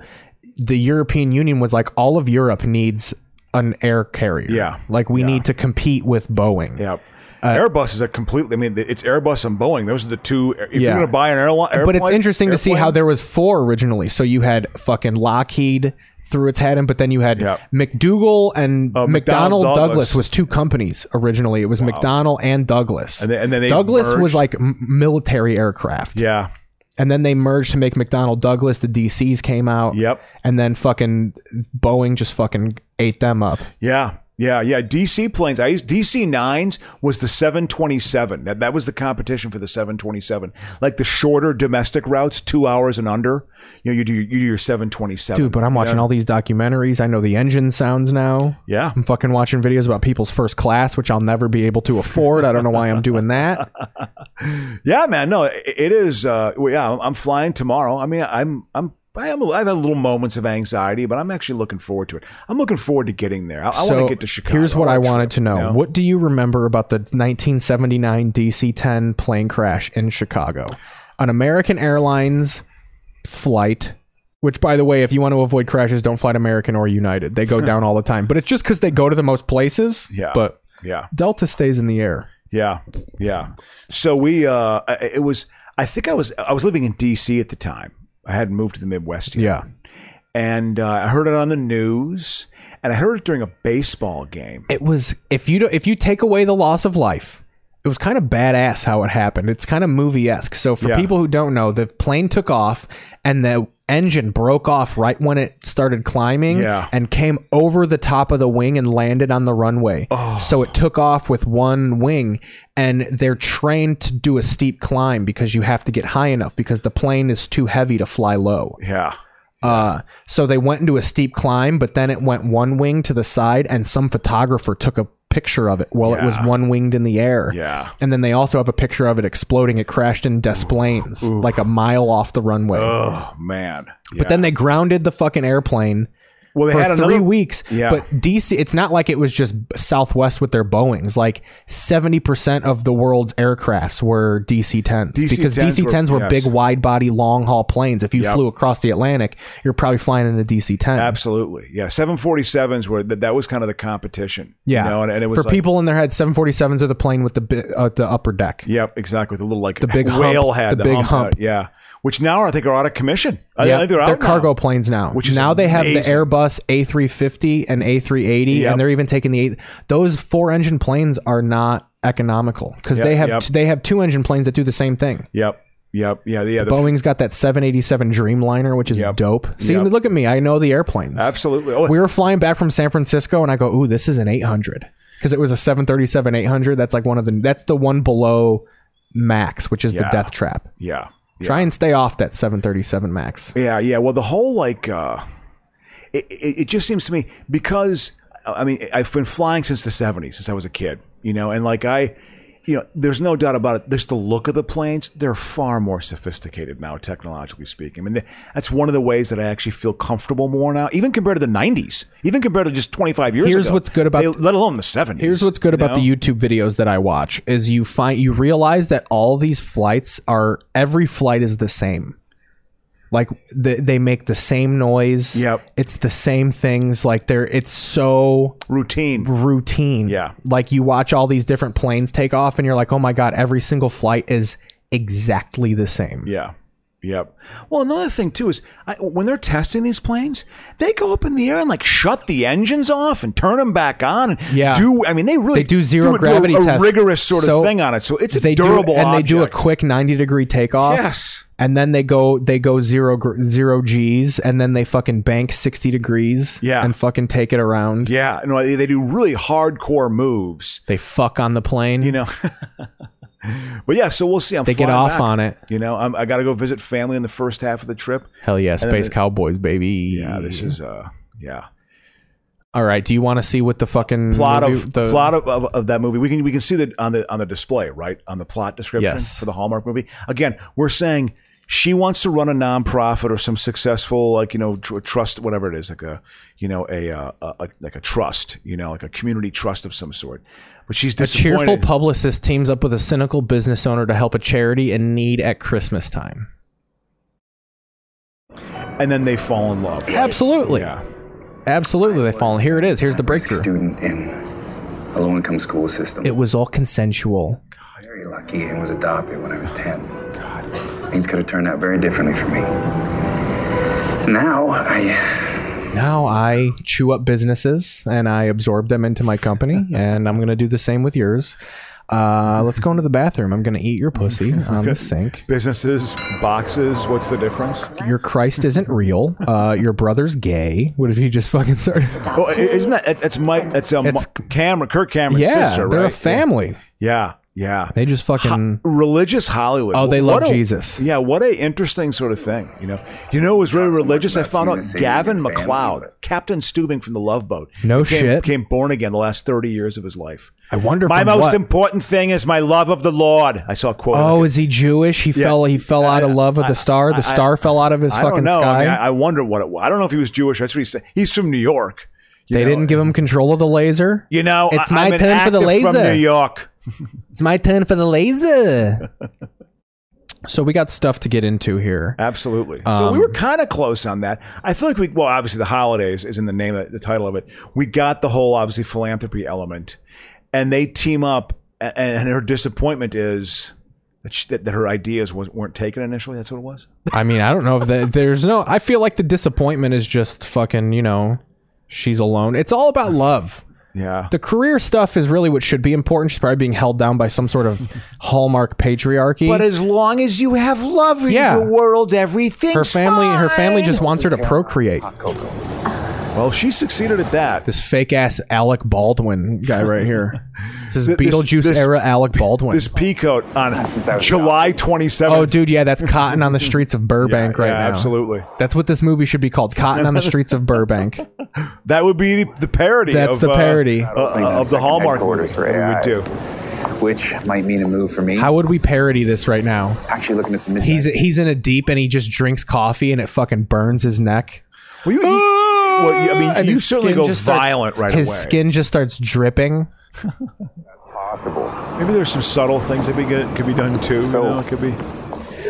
[SPEAKER 2] the European Union was like, all of Europe needs an air carrier.
[SPEAKER 1] Yeah.
[SPEAKER 2] Like we need to compete with Boeing.
[SPEAKER 1] Yep.
[SPEAKER 2] uh,
[SPEAKER 1] Airbus is a completely. I mean, it's Airbus and Boeing. Those are the two. If
[SPEAKER 2] Yeah.
[SPEAKER 1] you're going to buy an airline,
[SPEAKER 2] but it's
[SPEAKER 1] airplane-
[SPEAKER 2] interesting to see
[SPEAKER 1] airplane,
[SPEAKER 2] how there was four originally. So you had fucking Lockheed threw its hat in, but then you had
[SPEAKER 1] Yep.
[SPEAKER 2] McDougal and
[SPEAKER 1] Uh,
[SPEAKER 2] McDonnell
[SPEAKER 1] McDonnell
[SPEAKER 2] Douglas.
[SPEAKER 1] Douglas.
[SPEAKER 2] was two companies originally. It was McDonnell and Douglas.
[SPEAKER 1] And then- and then they
[SPEAKER 2] Douglas was
[SPEAKER 1] merged.
[SPEAKER 2] like m- military aircraft.
[SPEAKER 1] Yeah.
[SPEAKER 2] And then they merged to make McDonnell Douglas. The DCs came out.
[SPEAKER 1] Yep.
[SPEAKER 2] And then fucking Boeing just fucking ate them up.
[SPEAKER 1] Yeah. Yeah, yeah. DC planes. I used DC nines was the 727. That that was the competition for the 727. Like the shorter domestic routes, two hours and under. You know, you do you do your 727.
[SPEAKER 2] Dude, but I'm watching all these documentaries. I know the engine sounds now.
[SPEAKER 1] Yeah.
[SPEAKER 2] I'm fucking watching videos about people's first class, which I'll never be able to afford. I don't know why I'm doing that.
[SPEAKER 1] Yeah, man. No, it, it is. Uh, well, yeah, I'm, I'm flying tomorrow. I mean, I'm I'm. I am. I've had little moments of anxiety, but I'm actually looking forward to it. I'm looking forward to getting there. I, I want to get to Chicago.
[SPEAKER 2] Here's what I
[SPEAKER 1] actually.
[SPEAKER 2] wanted to know.
[SPEAKER 1] Yeah.
[SPEAKER 2] What do you remember about the 1979 DC 10 plane crash in Chicago? An American Airlines flight, which, by the way, if you want to avoid crashes, don't fly to American or United. They go down all the time, but it's just because they go to the most places.
[SPEAKER 1] Yeah.
[SPEAKER 2] But
[SPEAKER 1] Yeah.
[SPEAKER 2] Delta stays in the air.
[SPEAKER 1] Yeah, yeah. So we, uh, I- it was. I think I was I was living in D.C. at the time. I hadn't moved to the Midwest yet.
[SPEAKER 2] Yeah.
[SPEAKER 1] and uh, I heard it on the news, and I heard it during a baseball game.
[SPEAKER 2] it was if you do, if you take away the loss of life it was kind of badass how it happened it's kind of movie-esque so for
[SPEAKER 1] Yeah.
[SPEAKER 2] people who don't know the plane took off and the engine broke off right when it started climbing
[SPEAKER 1] Yeah.
[SPEAKER 2] and came over the top of the wing and landed on the runway
[SPEAKER 1] Oh.
[SPEAKER 2] so it took off with one wing and they're trained to do a steep climb because you have to get high enough because the plane is too heavy to fly low
[SPEAKER 1] Yeah,
[SPEAKER 2] Uh, so they went into a steep climb, but then it went one wing to the side, and some photographer took a picture of it while it was
[SPEAKER 1] Yeah.
[SPEAKER 2] one winged in the air. Yeah. And then they also have a picture of it exploding. It crashed in Des Plaines, like a mile off the runway.
[SPEAKER 1] Oh man.
[SPEAKER 2] But then they grounded the fucking airplane.
[SPEAKER 1] Well, they
[SPEAKER 2] for
[SPEAKER 1] had
[SPEAKER 2] three
[SPEAKER 1] another-
[SPEAKER 2] weeks.
[SPEAKER 1] Yeah.
[SPEAKER 2] But DC, it's not like it was just Southwest with their Boeings. Like seventy percent of the world's aircrafts were DC tens
[SPEAKER 1] DC-10s
[SPEAKER 2] because DC tens were,
[SPEAKER 1] were-
[SPEAKER 2] big,
[SPEAKER 1] yes.
[SPEAKER 2] wide body, long haul planes. If you
[SPEAKER 1] Yep.
[SPEAKER 2] flew across the Atlantic, you're probably flying in a DC ten.
[SPEAKER 1] Absolutely. Yeah. 747s were that, that was kind of the competition. you
[SPEAKER 2] Yeah,
[SPEAKER 1] know, and, and it was
[SPEAKER 2] for
[SPEAKER 1] like-
[SPEAKER 2] people in their head. Seven forty sevens are the plane with the bi- uh, the upper deck.
[SPEAKER 1] Yep, exactly. The little like
[SPEAKER 2] The big
[SPEAKER 1] whale
[SPEAKER 2] hump,
[SPEAKER 1] head,
[SPEAKER 2] the big hump.
[SPEAKER 1] out, Yeah. Which now I think are out of commission. I
[SPEAKER 2] Yeah,
[SPEAKER 1] think
[SPEAKER 2] they're,
[SPEAKER 1] they're, out now.
[SPEAKER 2] cargo planes now.
[SPEAKER 1] Which is
[SPEAKER 2] now they have the
[SPEAKER 1] amazing.
[SPEAKER 2] Airbus A350 and A380,
[SPEAKER 1] Yep.
[SPEAKER 2] and they're even taking the eight. Those four engine planes are not economical because
[SPEAKER 1] Yep,
[SPEAKER 2] they have
[SPEAKER 1] yep.
[SPEAKER 2] they have two engine planes that do the same thing.
[SPEAKER 1] Yep. Yep. Yeah. Yeah. The
[SPEAKER 2] Boeing's got that 787 Dreamliner, which is dope. See,
[SPEAKER 1] Yep.
[SPEAKER 2] look at me. I know the airplanes.
[SPEAKER 1] Absolutely. Oh,
[SPEAKER 2] We were flying back from San Francisco, and I go, "Ooh, this is an 800," because it was a 737 800. That's like one of the. That's the one below Max, which is the
[SPEAKER 1] Yeah.
[SPEAKER 2] death trap.
[SPEAKER 1] yeah.
[SPEAKER 2] Try and stay off that 737 Max.
[SPEAKER 1] Yeah, yeah. Well, the whole like, uh, it, it, it just seems to me because I mean I've been flying since the '70s, since I was a kid, you know, and like I, you know, there's no doubt about it. There's the look of the planes; they're far more sophisticated now, technologically speaking. I mean, that's one of the ways that I actually feel comfortable more now, even compared to the '90s, even compared to just 25 years
[SPEAKER 2] Here's
[SPEAKER 1] ago.
[SPEAKER 2] what's good about-
[SPEAKER 1] They- let alone the '70s.
[SPEAKER 2] Here's what's good
[SPEAKER 1] you
[SPEAKER 2] about
[SPEAKER 1] know?
[SPEAKER 2] the YouTube videos that I watch is you find you realize that all these flights are every flight is the same. Like they, they make the same noise. Yep. It's the same things. Like they're it's so
[SPEAKER 1] routine.
[SPEAKER 2] Routine. Yeah. Like you watch all these different planes take off and you're like, oh my god, every single flight is exactly the same.
[SPEAKER 1] Yeah. Yep. Well, another thing too is I, when they're testing these planes, they go up in the air and like shut the engines off and turn them back on. And
[SPEAKER 2] Yeah.
[SPEAKER 1] Do I mean they really
[SPEAKER 2] they do zero
[SPEAKER 1] a-
[SPEAKER 2] gravity
[SPEAKER 1] a,
[SPEAKER 2] tests.
[SPEAKER 1] rigorous sort of
[SPEAKER 2] So
[SPEAKER 1] thing on it. So it's a
[SPEAKER 2] they
[SPEAKER 1] durable
[SPEAKER 2] do, and they do a
[SPEAKER 1] object.
[SPEAKER 2] quick ninety degree takeoff.
[SPEAKER 1] Yes.
[SPEAKER 2] and then they go they go zero gr- zero g's, and then they fucking bank sixty degrees. Yeah, and fucking take it around.
[SPEAKER 1] Yeah, no, they, they do really hardcore moves.
[SPEAKER 2] They fuck on the plane,
[SPEAKER 1] you know. but yeah, so we'll see. I'm
[SPEAKER 2] They get
[SPEAKER 1] flying
[SPEAKER 2] off
[SPEAKER 1] back.
[SPEAKER 2] on it.
[SPEAKER 1] You know, I'm, I got to go visit family in the first half of the trip.
[SPEAKER 2] Hell yeah,
[SPEAKER 1] And then
[SPEAKER 2] space
[SPEAKER 1] the-
[SPEAKER 2] cowboys, baby.
[SPEAKER 1] Yeah, this is uh, yeah.
[SPEAKER 2] all right. Do you want to see what the fucking
[SPEAKER 1] plot
[SPEAKER 2] movie-
[SPEAKER 1] of
[SPEAKER 2] the
[SPEAKER 1] plot of, of, of that movie. We can we can see that on the on the display, right? On the plot description
[SPEAKER 2] Yes.
[SPEAKER 1] for the Hallmark movie. Again, we're saying she wants to run a nonprofit or some successful like you know tr- trust whatever it is like a you know a, uh, a, a like a trust you know like a community trust of some sort but she's
[SPEAKER 2] A
[SPEAKER 1] disappointed.
[SPEAKER 2] cheerful publicist teams up with a cynical business owner to help a charity in need at Christmas time.
[SPEAKER 1] and then they fall in love right?
[SPEAKER 2] Absolutely.
[SPEAKER 1] yeah
[SPEAKER 2] Absolutely, they fall. Here it is. Here's the breakthrough.
[SPEAKER 5] Student in a low income school system.
[SPEAKER 2] It was all consensual.
[SPEAKER 5] Very lucky and was adopted when I was 10. God. Things could have turned out very differently for me. Now I.
[SPEAKER 2] Now I chew up businesses and I absorb them into my company, and I'm gonna do the same with yours. Uh, let's go into the bathroom. I'm gonna eat your pussy on the sink.
[SPEAKER 1] businesses boxes what's the difference
[SPEAKER 2] Your Christ isn't real. Uh, your brother's gay. What if you just fucking started?
[SPEAKER 1] oh, i- isn't that that- that's Mike that's um
[SPEAKER 2] It's-
[SPEAKER 1] Cameron Kirk Cameron's
[SPEAKER 2] yeah,
[SPEAKER 1] sister
[SPEAKER 2] they're
[SPEAKER 1] right
[SPEAKER 2] a family.
[SPEAKER 1] yeah yeah,
[SPEAKER 2] They just fucking.
[SPEAKER 1] religious Hollywood.
[SPEAKER 2] Oh, they
[SPEAKER 1] What
[SPEAKER 2] love
[SPEAKER 1] a-
[SPEAKER 2] Jesus.
[SPEAKER 1] Yeah, what a interesting sort of thing. You know, you know, it was really religious. I found out Gavin McLeod, Captain Steubing from the Love Boat,
[SPEAKER 2] No
[SPEAKER 1] became,
[SPEAKER 2] shit.
[SPEAKER 1] became born again the last thirty years of his life.
[SPEAKER 2] I wonder.
[SPEAKER 1] My
[SPEAKER 2] from
[SPEAKER 1] most
[SPEAKER 2] what-
[SPEAKER 1] important thing is my love of the Lord. I saw a quote.
[SPEAKER 2] Oh, is he Jewish? He fell. He fell out of love with the star. The
[SPEAKER 1] I-
[SPEAKER 2] star fell out of his
[SPEAKER 1] I
[SPEAKER 2] fucking
[SPEAKER 1] don't know.
[SPEAKER 2] sky.
[SPEAKER 1] I, mean, I I wonder what it was. I don't know if he was Jewish. That's what he said. He's from New York. You
[SPEAKER 2] they
[SPEAKER 1] know,
[SPEAKER 2] didn't give him control of the laser.
[SPEAKER 1] You know,
[SPEAKER 2] it's
[SPEAKER 1] I-
[SPEAKER 2] my
[SPEAKER 1] I'm an
[SPEAKER 2] turn for the
[SPEAKER 1] actor
[SPEAKER 2] laser.
[SPEAKER 1] From New York.
[SPEAKER 2] It's my turn for the laser. so we got stuff to get into here. Um,
[SPEAKER 1] Absolutely. so we were kind of close on that. I feel like we well, obviously the holidays is in the name, of, the title of it. We got the whole obviously philanthropy element, and they team up. a- And her disappointment is that, she, that that her ideas was, weren't taken initially. That's what it was.
[SPEAKER 2] I mean, I don't know if that, there's no. I feel like the disappointment is just fucking. You know, she's alone. It's all about love.
[SPEAKER 1] Yeah.
[SPEAKER 2] The career stuff is really what should be important. She's probably being held down by some sort of hallmark patriarchy.
[SPEAKER 1] But as long as you have love in
[SPEAKER 2] Yeah.
[SPEAKER 1] the world, everything's
[SPEAKER 2] her family, her family
[SPEAKER 1] fine.
[SPEAKER 2] just wants her to procreate.
[SPEAKER 1] Well, she succeeded at that.
[SPEAKER 2] This fake ass Alec Baldwin guy right here. This is Beetlejuice era Alec Baldwin.
[SPEAKER 1] This peacoat on July 27th.
[SPEAKER 2] Oh, dude, yeah, that's Cotton on the Streets of Burbank right
[SPEAKER 1] yeah,
[SPEAKER 2] now.
[SPEAKER 1] absolutely.
[SPEAKER 2] That's what this movie should be called Cotton on the Streets of Burbank.
[SPEAKER 1] That would be the, the parody.
[SPEAKER 2] That's
[SPEAKER 1] of,
[SPEAKER 2] the
[SPEAKER 1] uh,
[SPEAKER 2] parody.
[SPEAKER 1] uh, of the Hallmark movie
[SPEAKER 5] for AI,
[SPEAKER 1] that we would do.
[SPEAKER 5] Which might mean a move for me.
[SPEAKER 2] How would we parody this right now?
[SPEAKER 5] Actually, looking at some. Midnight.
[SPEAKER 2] He's he's in a deep and he just drinks coffee and it fucking burns his neck.
[SPEAKER 1] Well, you, you, well, you- I mean,
[SPEAKER 2] Ah! And
[SPEAKER 1] you
[SPEAKER 2] his
[SPEAKER 1] certainly
[SPEAKER 2] skin
[SPEAKER 1] go
[SPEAKER 2] just starts-
[SPEAKER 1] violent right
[SPEAKER 2] his
[SPEAKER 1] away.
[SPEAKER 2] skin just starts dripping.
[SPEAKER 5] possible.
[SPEAKER 1] Maybe there's some subtle things that be good, could be done too.
[SPEAKER 2] So-
[SPEAKER 1] you know, it could be.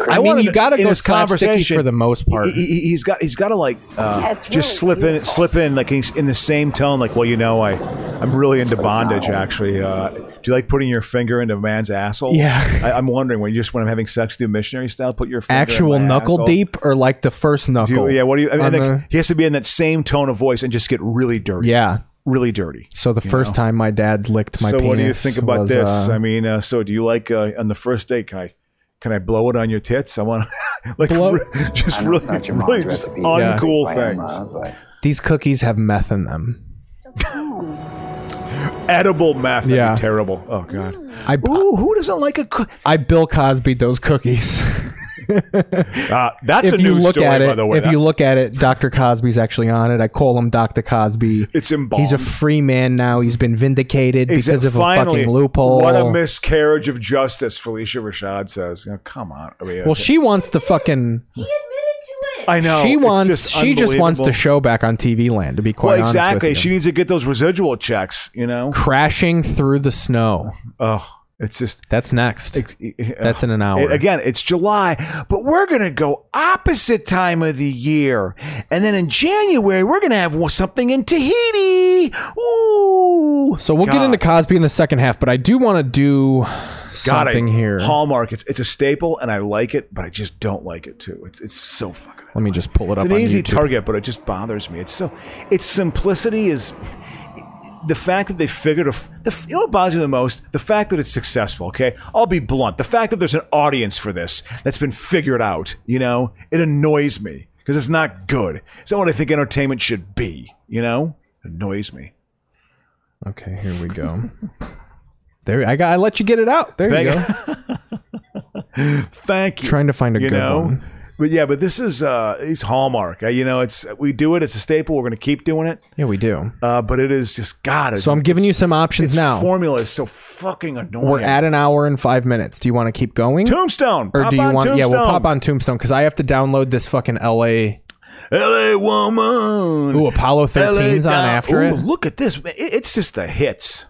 [SPEAKER 2] I mean,
[SPEAKER 1] wanted
[SPEAKER 2] you gotta
[SPEAKER 1] in
[SPEAKER 2] go
[SPEAKER 1] this
[SPEAKER 2] slapsticky
[SPEAKER 1] conversation,
[SPEAKER 2] for the most part.
[SPEAKER 1] He, he, he's got he's got to like uh,
[SPEAKER 2] Yeah, it's
[SPEAKER 1] just
[SPEAKER 2] really
[SPEAKER 1] slip in slip in like he's in the same tone like well you know I I'm really into bondage actually. Uh, do you like putting your finger into a man's asshole?
[SPEAKER 2] Yeah.
[SPEAKER 1] I, I'm wondering when you just when I'm having sex do missionary style put your finger in
[SPEAKER 2] Actual
[SPEAKER 1] my
[SPEAKER 2] knuckle
[SPEAKER 1] asshole?
[SPEAKER 2] deep or like the first
[SPEAKER 1] Do
[SPEAKER 2] knuckle?
[SPEAKER 1] you, yeah. What do you? I mean,
[SPEAKER 2] On
[SPEAKER 1] like,
[SPEAKER 2] the-
[SPEAKER 1] he has to be in that same tone of voice and just get really dirty.
[SPEAKER 2] yeah.
[SPEAKER 1] Really dirty.
[SPEAKER 2] So the first time my dad licked my
[SPEAKER 1] so
[SPEAKER 2] penis.
[SPEAKER 1] what do you think about
[SPEAKER 2] was,
[SPEAKER 1] this?
[SPEAKER 2] uh,
[SPEAKER 1] I mean, uh, so do you like uh, on the first date? Can I can I blow it on your tits? I want like re- just
[SPEAKER 5] I know it's
[SPEAKER 1] really,
[SPEAKER 5] not your mom's
[SPEAKER 1] really just
[SPEAKER 5] recipe,
[SPEAKER 1] uncool
[SPEAKER 5] but-
[SPEAKER 1] things.
[SPEAKER 5] but-
[SPEAKER 2] these cookies have meth in them.
[SPEAKER 1] Edible meth. that'd be
[SPEAKER 2] Yeah.
[SPEAKER 1] terrible. Oh god.
[SPEAKER 2] I
[SPEAKER 1] Ooh, who doesn't like a cookie?
[SPEAKER 2] I Bill Cosby those cookies.
[SPEAKER 1] Uh, that's
[SPEAKER 2] if
[SPEAKER 1] a
[SPEAKER 2] you
[SPEAKER 1] new
[SPEAKER 2] look
[SPEAKER 1] story,
[SPEAKER 2] at it,
[SPEAKER 1] by the way.
[SPEAKER 2] if you look at it, Dr. Cosby's actually on it. I call him Dr. Cosby.
[SPEAKER 1] It's embalmed.
[SPEAKER 2] He's a free man now. He's been vindicated
[SPEAKER 1] Is it
[SPEAKER 2] because of
[SPEAKER 1] finally,
[SPEAKER 2] a fucking loophole.
[SPEAKER 1] What a miscarriage of justice, Felicia Rashad says. You know, come on. I mean,
[SPEAKER 2] well, she wants the fucking.
[SPEAKER 1] I know
[SPEAKER 2] she
[SPEAKER 1] it's
[SPEAKER 2] wants.
[SPEAKER 1] just
[SPEAKER 2] she just wants the
[SPEAKER 1] unbelievable.
[SPEAKER 2] show back on TV Land. To be quite
[SPEAKER 1] Well,
[SPEAKER 2] honest
[SPEAKER 1] exactly.
[SPEAKER 2] with you.
[SPEAKER 1] She needs to get those residual checks. You know.
[SPEAKER 2] crashing through the snow.
[SPEAKER 1] Oh, it's just e,
[SPEAKER 2] that's next. that's in an hour.
[SPEAKER 1] oh, It- again, it's July, but we're going to go opposite time of the year. And then in January, we're going to have something in Tahiti. Ooh.
[SPEAKER 2] so we'll get
[SPEAKER 1] God.
[SPEAKER 2] into Cosby in the second half, but I do want to do
[SPEAKER 1] God, I-
[SPEAKER 2] something here.
[SPEAKER 1] Hallmark, it's, it's a staple, and I like it, but I just don't like it too. It's, it's so fucking.
[SPEAKER 2] Let me just pull it up
[SPEAKER 1] It's an
[SPEAKER 2] on
[SPEAKER 1] easy
[SPEAKER 2] YouTube.
[SPEAKER 1] target, but it just bothers me. It's so. Its simplicity is. The fact that they figured a, f- the f- you know what bothers me the most, the fact that it's successful. Okay, I'll be blunt. The fact that there's an audience for this that's been figured out, you know, it annoys me because it's not good. It's not what I think entertainment should be. You know, it annoys me.
[SPEAKER 2] Okay, here we go. there, I got. I let you get it out. There you
[SPEAKER 1] Thank-
[SPEAKER 2] go.
[SPEAKER 1] Thank you.
[SPEAKER 2] Trying to find a
[SPEAKER 1] you
[SPEAKER 2] good
[SPEAKER 1] know?
[SPEAKER 2] one.
[SPEAKER 1] But yeah, but this is uh, it's Hallmark. Uh, you know, it's we do it. It's a staple. We're going to keep doing it.
[SPEAKER 2] Yeah, we do.
[SPEAKER 1] Uh, but it is just God. it-
[SPEAKER 2] So I'm giving you some
[SPEAKER 1] its
[SPEAKER 2] options now.
[SPEAKER 1] formula is so fucking annoying.
[SPEAKER 2] We're at an hour and five minutes. Do you want to keep going?
[SPEAKER 1] Tombstone.
[SPEAKER 2] Or
[SPEAKER 1] Pop
[SPEAKER 2] do you
[SPEAKER 1] on
[SPEAKER 2] want? Yeah, we'll
[SPEAKER 1] Tombstone.
[SPEAKER 2] pop on Tombstone because I have to download this fucking LA.
[SPEAKER 1] L.A. woman.
[SPEAKER 2] Ooh, Apollo
[SPEAKER 1] LA
[SPEAKER 2] 13's on
[SPEAKER 1] down-
[SPEAKER 2] after
[SPEAKER 1] Ooh,
[SPEAKER 2] it.
[SPEAKER 1] Look at this. man. It- It's just the hits.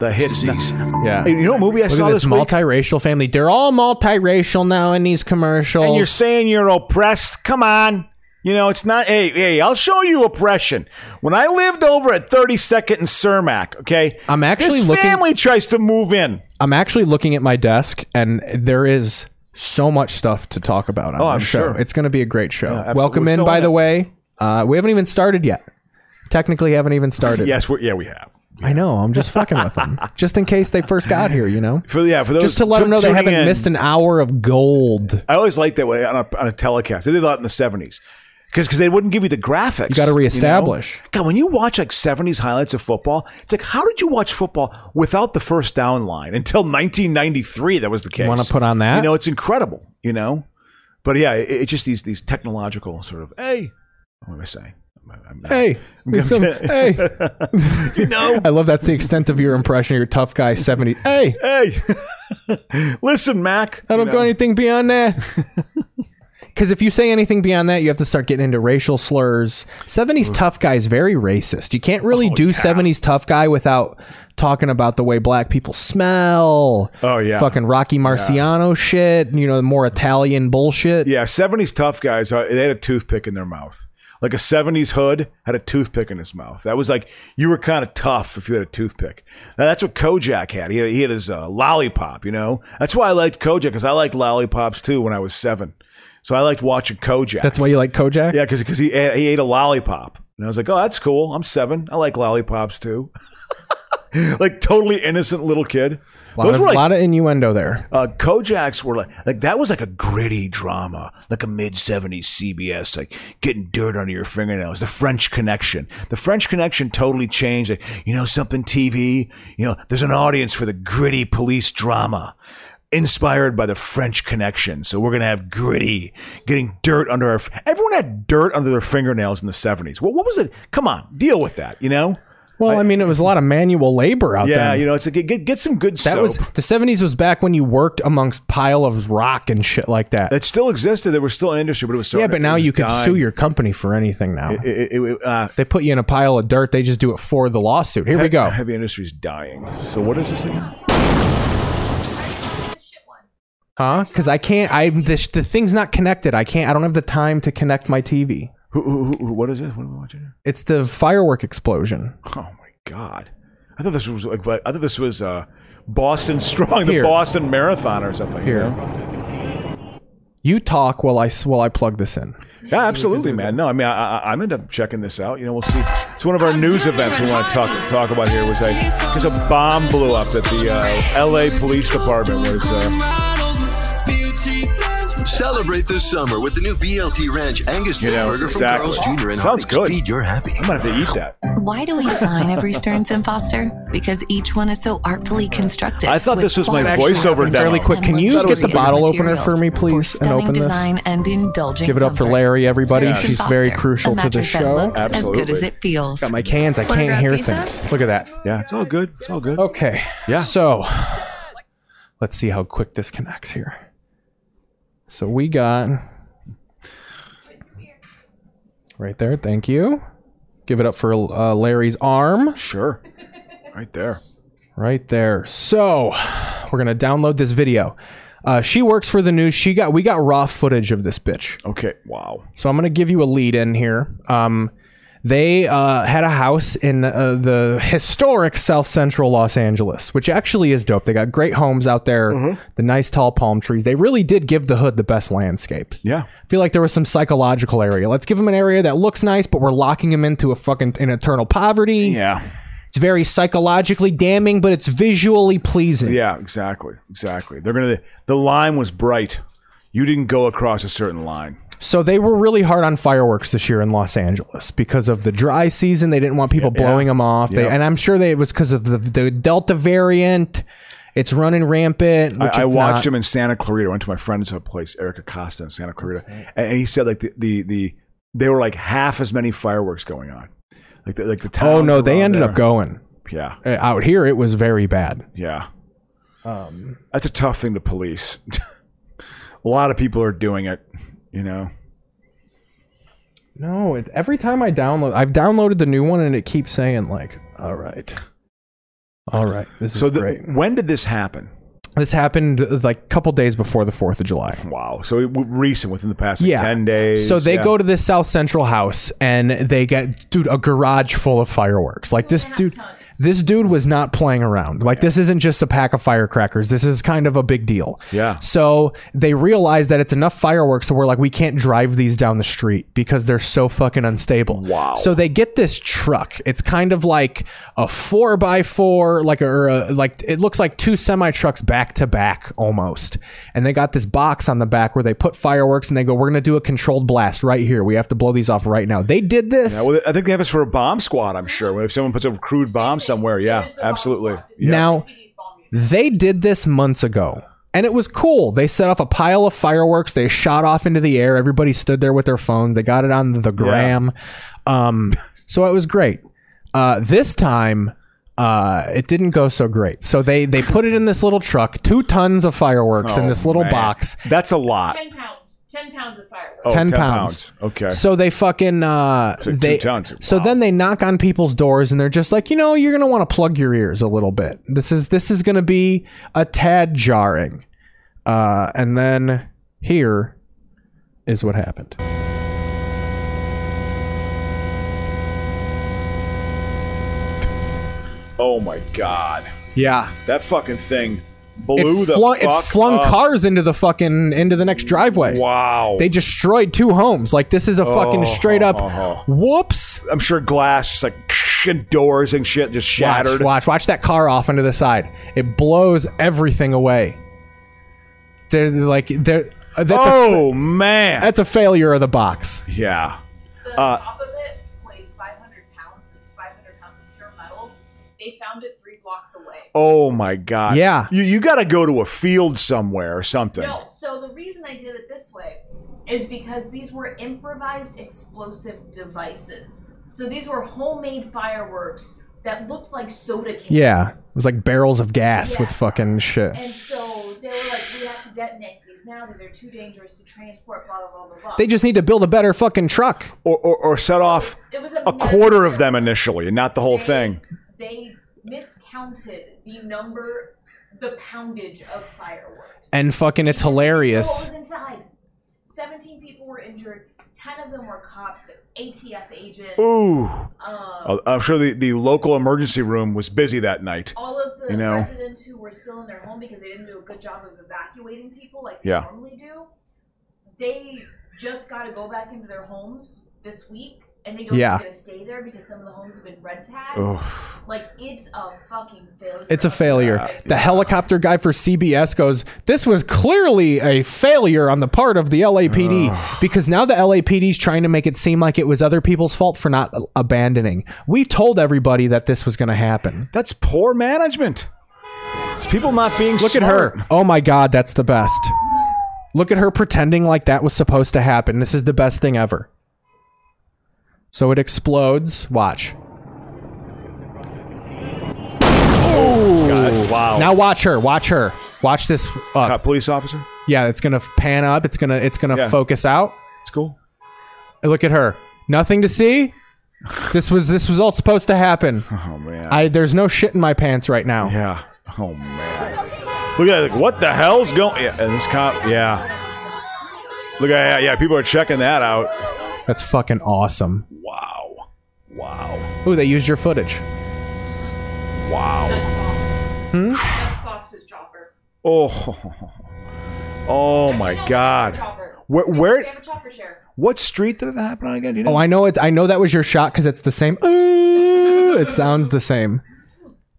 [SPEAKER 1] The hits.
[SPEAKER 2] Yeah.
[SPEAKER 1] Hey, you know what movie I
[SPEAKER 2] Look
[SPEAKER 1] saw
[SPEAKER 2] at
[SPEAKER 1] this,
[SPEAKER 2] this
[SPEAKER 1] week?
[SPEAKER 2] multiracial family. They're all multiracial now in these commercials.
[SPEAKER 1] and you're saying you're oppressed. Come on. You know, it's not, hey, hey, I'll show you oppression. When I lived over at 32nd and Cermak, okay?
[SPEAKER 2] I'm actually
[SPEAKER 1] this
[SPEAKER 2] looking-
[SPEAKER 1] family tries to move in.
[SPEAKER 2] I'm actually looking at my desk, and there is so much stuff to talk about on
[SPEAKER 1] Oh,
[SPEAKER 2] this
[SPEAKER 1] I'm
[SPEAKER 2] show.
[SPEAKER 1] sure.
[SPEAKER 2] It's going to be a great show.
[SPEAKER 1] absolutely.
[SPEAKER 2] Welcome
[SPEAKER 1] We're
[SPEAKER 2] in,
[SPEAKER 1] still
[SPEAKER 2] by
[SPEAKER 1] in
[SPEAKER 2] the
[SPEAKER 1] it.
[SPEAKER 2] way. Uh, we haven't even started yet. Technically, haven't even started.
[SPEAKER 1] Yes, we're, yeah, we have.
[SPEAKER 2] I know. I'm just fucking with them, just in case they first got here. You know,
[SPEAKER 1] For, yeah, for those
[SPEAKER 2] just to let them know they
[SPEAKER 1] tuning
[SPEAKER 2] haven't
[SPEAKER 1] in.
[SPEAKER 2] missed an hour of gold.
[SPEAKER 1] I always liked that way on a, on a telecast. They did that in the 70s. Because they wouldn't give you the graphics.
[SPEAKER 2] You gotta
[SPEAKER 1] know?
[SPEAKER 2] reestablish.
[SPEAKER 1] God, when you watch like 70s highlights of football, it's like, how did you watch football without the first down line until 1993? That was the case.
[SPEAKER 2] wanna put on that?
[SPEAKER 1] You know, it's incredible, you know? But yeah, it, it's just these these technological sort of, hey, what am I saying?
[SPEAKER 2] Hey, it's some- hey,
[SPEAKER 1] You know,
[SPEAKER 2] I love that's the extent of your impression. You're a tough guy. Seventy. Hey,
[SPEAKER 1] hey, listen, Mac.
[SPEAKER 2] I
[SPEAKER 1] you
[SPEAKER 2] don't
[SPEAKER 1] know.
[SPEAKER 2] go anything beyond that. Because if you say anything beyond that, you have to start getting into racial slurs. 70s tough guy is very racist. You can't really
[SPEAKER 1] Oh,
[SPEAKER 2] do 70s tough guy without talking about the way black people smell.
[SPEAKER 1] Oh, yeah.
[SPEAKER 2] Fucking Rocky Marciano shit. You know, the more Italian bullshit.
[SPEAKER 1] Yeah, 70s tough guys, uh, they had a toothpick in their mouth. Like a 70s hood had a toothpick in his mouth. That was like, you were kind of tough if you had a toothpick. Now, that's what Kojak had. He, he had his uh, lollipop, you know? That's why I liked Kojak, because I liked lollipops too when I was seven. So I liked watching Kojak.
[SPEAKER 2] That's why you like Kojak?
[SPEAKER 1] yeah, because he, a- he ate a lollipop. And I was like, oh, that's cool. I'm seven. I like lollipops too. like totally innocent little kid.
[SPEAKER 2] Lot of- lot of innuendo there.
[SPEAKER 1] Uh, Kojak's were like like that was like a gritty drama, like a mid '70s CBS, like getting dirt under your fingernails. The French Connection, the French Connection totally changed. Like you know something TV, you know there's an audience for the gritty police drama. Inspired by the French Connection, so we're gonna have gritty, getting dirt under our. f- Everyone had dirt under their fingernails in the seventies. Well, what was it? Come on, deal with that. You know.
[SPEAKER 2] Well, I, mean, it was a lot of manual labor out
[SPEAKER 1] yeah,
[SPEAKER 2] there.
[SPEAKER 1] you know, it's a, get get- get some good.
[SPEAKER 2] that was the '70s was back when you worked amongst pile of rock and shit like that.
[SPEAKER 1] It still existed. There was still an industry, but it was starting
[SPEAKER 2] yeah, but
[SPEAKER 1] to-
[SPEAKER 2] now
[SPEAKER 1] it was
[SPEAKER 2] you could
[SPEAKER 1] dying.
[SPEAKER 2] sue your company for anything now.
[SPEAKER 1] It- it- it- uh,
[SPEAKER 2] they put you in a pile of dirt. They just do it for the lawsuit. Here we
[SPEAKER 1] he-
[SPEAKER 2] go.
[SPEAKER 1] Heavy industry's dying. So what is this thing?
[SPEAKER 2] Huh? Because I can't. I this the thing's not connected. I can't. I don't have the time to connect my TV.
[SPEAKER 1] Who, who, who, what is it? What am I watching?
[SPEAKER 2] It's the firework explosion.
[SPEAKER 1] Oh my god! I thought this was like. but I thought this was uh, Boston Strong, the
[SPEAKER 2] Here.
[SPEAKER 1] Boston Marathon or something. you
[SPEAKER 2] Here.
[SPEAKER 1] know?
[SPEAKER 2] You talk while I s- while I plug this in.
[SPEAKER 1] Yeah, absolutely, man. No, I mean, I, I, I'm end up checking this out. You know, we'll see. It's one of our news events we want to talk talk about here. Was like because a bomb blew up at the uh, L.A. Police Department was. Uh,
[SPEAKER 5] Celebrate this summer with the new BLT Ranch Angus Beef Burger from
[SPEAKER 1] exactly.
[SPEAKER 5] Carl's Jr. and
[SPEAKER 1] Sounds
[SPEAKER 5] Hardee's
[SPEAKER 1] good.
[SPEAKER 5] Feed Your Happy.
[SPEAKER 1] I'm gonna have to eat that.
[SPEAKER 12] Why do we sign every Stearns and Foster? Because each one is so artfully constructed.
[SPEAKER 1] I thought
[SPEAKER 12] with
[SPEAKER 1] this was my
[SPEAKER 12] bold
[SPEAKER 1] voiceover
[SPEAKER 12] and
[SPEAKER 1] demo.
[SPEAKER 2] Fairly quick. Can
[SPEAKER 12] and
[SPEAKER 2] you get
[SPEAKER 12] luxurious
[SPEAKER 2] the bottle opener
[SPEAKER 12] materials
[SPEAKER 2] for me, please, and
[SPEAKER 12] stunning
[SPEAKER 2] open this?
[SPEAKER 12] design and indulgent
[SPEAKER 2] Give it up for
[SPEAKER 12] comfort.
[SPEAKER 2] Larry, everybody.
[SPEAKER 12] Stearns and
[SPEAKER 2] She's very
[SPEAKER 12] Foster,
[SPEAKER 2] crucial
[SPEAKER 12] a
[SPEAKER 2] to the
[SPEAKER 12] mattress that
[SPEAKER 2] show.
[SPEAKER 12] looks As good
[SPEAKER 2] Absolutely.
[SPEAKER 12] as it feels.
[SPEAKER 2] Got my cans. I can't
[SPEAKER 12] Photograph
[SPEAKER 2] hear
[SPEAKER 12] pizza?
[SPEAKER 2] things. Look at that.
[SPEAKER 1] Yeah, it's all good. It's all good.
[SPEAKER 2] Okay.
[SPEAKER 1] Yeah.
[SPEAKER 2] So let's see how quick this connects here. So we got right there. Thank you. Give it up for uh, Larry's arm.
[SPEAKER 1] Sure. Right there.
[SPEAKER 2] Right there. So we're gonna download this video. Uh, she works for the news. She got we got raw footage of this bitch.
[SPEAKER 1] Okay. Wow.
[SPEAKER 2] So I'm gonna give you a lead in here. Um, they uh, had a house in uh, the historic South Central Los Angeles, which actually is dope. They got great homes out there,
[SPEAKER 1] Mm-hmm.
[SPEAKER 2] the nice tall palm trees. They really did give the hood the best landscape.
[SPEAKER 1] Yeah.
[SPEAKER 2] I feel like there was some psychological area. Let's give them an area that looks nice, but we're locking them into a fucking an eternal poverty.
[SPEAKER 1] Yeah.
[SPEAKER 2] It's very psychologically damning, but it's visually pleasing.
[SPEAKER 1] Yeah, exactly, exactly. They're gonna. The line was bright. You didn't go across a certain line.
[SPEAKER 2] So they were really hard on fireworks this year in Los Angeles because of the dry season. They didn't want people blowing them off. They,
[SPEAKER 1] Yep.
[SPEAKER 2] and I'm sure they, it was because of the, the Delta variant. It's running rampant. Which
[SPEAKER 1] I, I
[SPEAKER 2] it's
[SPEAKER 1] watched
[SPEAKER 2] not.
[SPEAKER 1] him in Santa Clarita. I went to my friend's place, Erica Costa in Santa Clarita, and, and he said like the, the the they were like half as many fireworks going on, like the, like the
[SPEAKER 2] Oh
[SPEAKER 1] towns
[SPEAKER 2] no, they
[SPEAKER 1] around
[SPEAKER 2] ended up
[SPEAKER 1] there.
[SPEAKER 2] going.
[SPEAKER 1] Yeah,
[SPEAKER 2] Uh, Out here, it was very bad.
[SPEAKER 1] yeah. Um, that's a tough thing to police. a lot of people are doing it, you know.
[SPEAKER 2] No, it, every time I download, I've downloaded the new one, and it keeps saying like, "All right, all right, this
[SPEAKER 1] so
[SPEAKER 2] is
[SPEAKER 1] the,
[SPEAKER 2] great."
[SPEAKER 1] when did this happen?
[SPEAKER 2] This happened uh, like a couple days before the Fourth of July.
[SPEAKER 1] Wow. So it, recent, within the past like, ten days.
[SPEAKER 2] So they
[SPEAKER 1] yeah.
[SPEAKER 2] go to this South Central house and they get dude a garage full of fireworks. Like this dude, this dude was not playing around. Like this isn't just a pack of firecrackers. This is kind of a big deal.
[SPEAKER 1] Yeah.
[SPEAKER 2] So they realize that it's enough fireworks, so we're like, we can't drive these down the street because they're so fucking unstable. Wow. So they get this truck. It's kind of like a four by four, like a, or a like it looks like two semi trucks back to back almost. And they got this box on the back where they put fireworks, and they go, we're gonna do a controlled blast right here. We have to blow these off right now. They did this.
[SPEAKER 1] Yeah, well, I think they have us for a bomb squad. I'm sure. If someone puts a crude bomb somewhere, yeah, absolutely. Yeah.
[SPEAKER 2] Now, they did this months ago, and it was cool. They set off a pile of fireworks. They shot off into the air. Everybody stood there with their phone. They got it on the gram. Um, so it was great. Uh, this time, uh, it didn't go so great. So they they put it in this little truck, two tons of fireworks in
[SPEAKER 1] Oh,
[SPEAKER 2] this little
[SPEAKER 1] man.
[SPEAKER 2] box.
[SPEAKER 1] That's a lot.
[SPEAKER 4] 10 pounds. 10 pounds
[SPEAKER 1] Uh,
[SPEAKER 4] of fireworks.
[SPEAKER 1] Oh,
[SPEAKER 2] 10,
[SPEAKER 1] 10
[SPEAKER 2] pounds.
[SPEAKER 1] pounds. Okay.
[SPEAKER 2] So they fucking uh
[SPEAKER 1] So two
[SPEAKER 2] they
[SPEAKER 1] tons.
[SPEAKER 2] So then they knock on people's doors and they're just like, "You know, you're going to want to plug your ears a little bit. This is this is going to be a tad jarring." Uh and then here is what happened.
[SPEAKER 1] Oh my god.
[SPEAKER 2] Yeah.
[SPEAKER 1] That fucking thing blew
[SPEAKER 2] it
[SPEAKER 1] the
[SPEAKER 2] flung,
[SPEAKER 1] fuck
[SPEAKER 2] it flung
[SPEAKER 1] up.
[SPEAKER 2] cars into the fucking into the next driveway.
[SPEAKER 1] Wow.
[SPEAKER 2] They destroyed two homes. Like this is a fucking
[SPEAKER 1] Oh,
[SPEAKER 2] straight up
[SPEAKER 1] oh, oh.
[SPEAKER 2] whoops.
[SPEAKER 1] I'm sure glass just like shit doors and shit just
[SPEAKER 2] Watch,
[SPEAKER 1] shattered.
[SPEAKER 2] watch, watch that car off into the side. It blows everything away. They're like they're. uh, That's
[SPEAKER 1] Oh,
[SPEAKER 2] a,
[SPEAKER 1] man,
[SPEAKER 2] that's a failure of the box.
[SPEAKER 1] Yeah.
[SPEAKER 12] The
[SPEAKER 1] uh,
[SPEAKER 12] top of it weighs 500 pounds. It's 500 pounds of pure metal. They found it three blocks away.
[SPEAKER 1] Oh my god.
[SPEAKER 2] Yeah.
[SPEAKER 1] You you got to go to a field somewhere or something.
[SPEAKER 12] No, so the reason I did it this way is because these were improvised explosive devices. So these were homemade fireworks that looked like soda cans.
[SPEAKER 2] Yeah, it was like barrels of gas with
[SPEAKER 12] Yeah.
[SPEAKER 2] fucking shit.
[SPEAKER 12] And so they were like, we have to detonate these now. These are too dangerous to transport, blah, blah, blah, blah, blah.
[SPEAKER 2] They just need to build a better fucking truck.
[SPEAKER 1] Or or, or set off
[SPEAKER 12] It was
[SPEAKER 1] a quarter of them initially, and not the whole thing.
[SPEAKER 12] They miscounted the number, the poundage of fireworks.
[SPEAKER 2] And fucking, it's
[SPEAKER 12] What
[SPEAKER 2] hilarious.
[SPEAKER 12] was inside? 17 people were injured. 10 of them were cops, ATF agents.
[SPEAKER 1] Ooh.
[SPEAKER 12] Um,
[SPEAKER 1] Oh, I'm sure the, the local emergency room was busy that night.
[SPEAKER 12] all of the
[SPEAKER 1] you know.
[SPEAKER 12] residents who were still in their home because they didn't do a good job of evacuating people like
[SPEAKER 1] Yeah.
[SPEAKER 12] they normally do, they just got to go back into their homes this week. And they don't
[SPEAKER 2] Yeah.
[SPEAKER 12] going to stay there because some of the homes have been red tagged.
[SPEAKER 2] Oof.
[SPEAKER 12] Like, it's a fucking failure.
[SPEAKER 2] It's a failure.
[SPEAKER 12] Uh,
[SPEAKER 2] the helicopter guy for CBS goes, This was clearly a failure on the part of the LAPD because now the LAPD's trying to make it seem like it was other people's fault for not a- abandoning. We told everybody that this was going to happen.
[SPEAKER 1] That's poor management. It's people not being
[SPEAKER 2] Look at her. Oh my God, that's the best. Look at her pretending like that was supposed to happen. This is the best thing ever. So it explodes. Watch.
[SPEAKER 1] God, that's- Oh, wow.
[SPEAKER 2] Now watch her. Watch her. Watch this up.
[SPEAKER 1] police officer.
[SPEAKER 2] Yeah, it's gonna pan up. It's gonna it's gonna
[SPEAKER 1] Yeah.
[SPEAKER 2] focus out.
[SPEAKER 1] It's cool.
[SPEAKER 2] Look at her. Nothing to see. This was this was all supposed to happen.
[SPEAKER 1] Oh man.
[SPEAKER 2] I there's no shit in my pants right now.
[SPEAKER 1] Yeah. Oh man. Look at that. Like, what the hell's going? Yeah, and this cop. Yeah. Look at yeah, yeah. People are checking that out.
[SPEAKER 2] That's fucking awesome.
[SPEAKER 1] Wow. Wow.
[SPEAKER 2] Ooh, they used your footage.
[SPEAKER 1] Wow.
[SPEAKER 2] Hmm?
[SPEAKER 12] That's Fox's chopper.
[SPEAKER 1] Oh. Oh my God. Where?
[SPEAKER 12] They
[SPEAKER 1] where
[SPEAKER 12] have a chopper share.
[SPEAKER 1] what street did that happen on again? Do you know?
[SPEAKER 2] Oh, I know it. I know that was your shot because it's the same. Ooh, it sounds the same.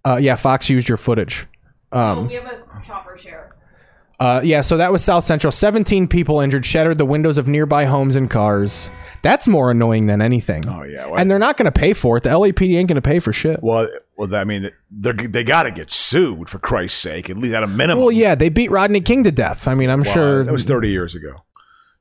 [SPEAKER 2] Uh, yeah, Fox used your footage.
[SPEAKER 12] oh,
[SPEAKER 2] Um,
[SPEAKER 12] we have a chopper share.
[SPEAKER 2] uh, yeah, so that was South Central. 17 people injured, shattered the windows of nearby homes and cars. That's more annoying than anything. Oh,
[SPEAKER 1] yeah.
[SPEAKER 2] and they're not going to pay for it. The LAPD ain't going to pay for shit.
[SPEAKER 1] Well, well, I mean, they they got to get sued for Christ's sake, at least at a minimum.
[SPEAKER 2] Well, yeah, they beat Rodney King to death. I mean, I'm
[SPEAKER 1] Wow,
[SPEAKER 2] sure.
[SPEAKER 1] that was 30 years ago.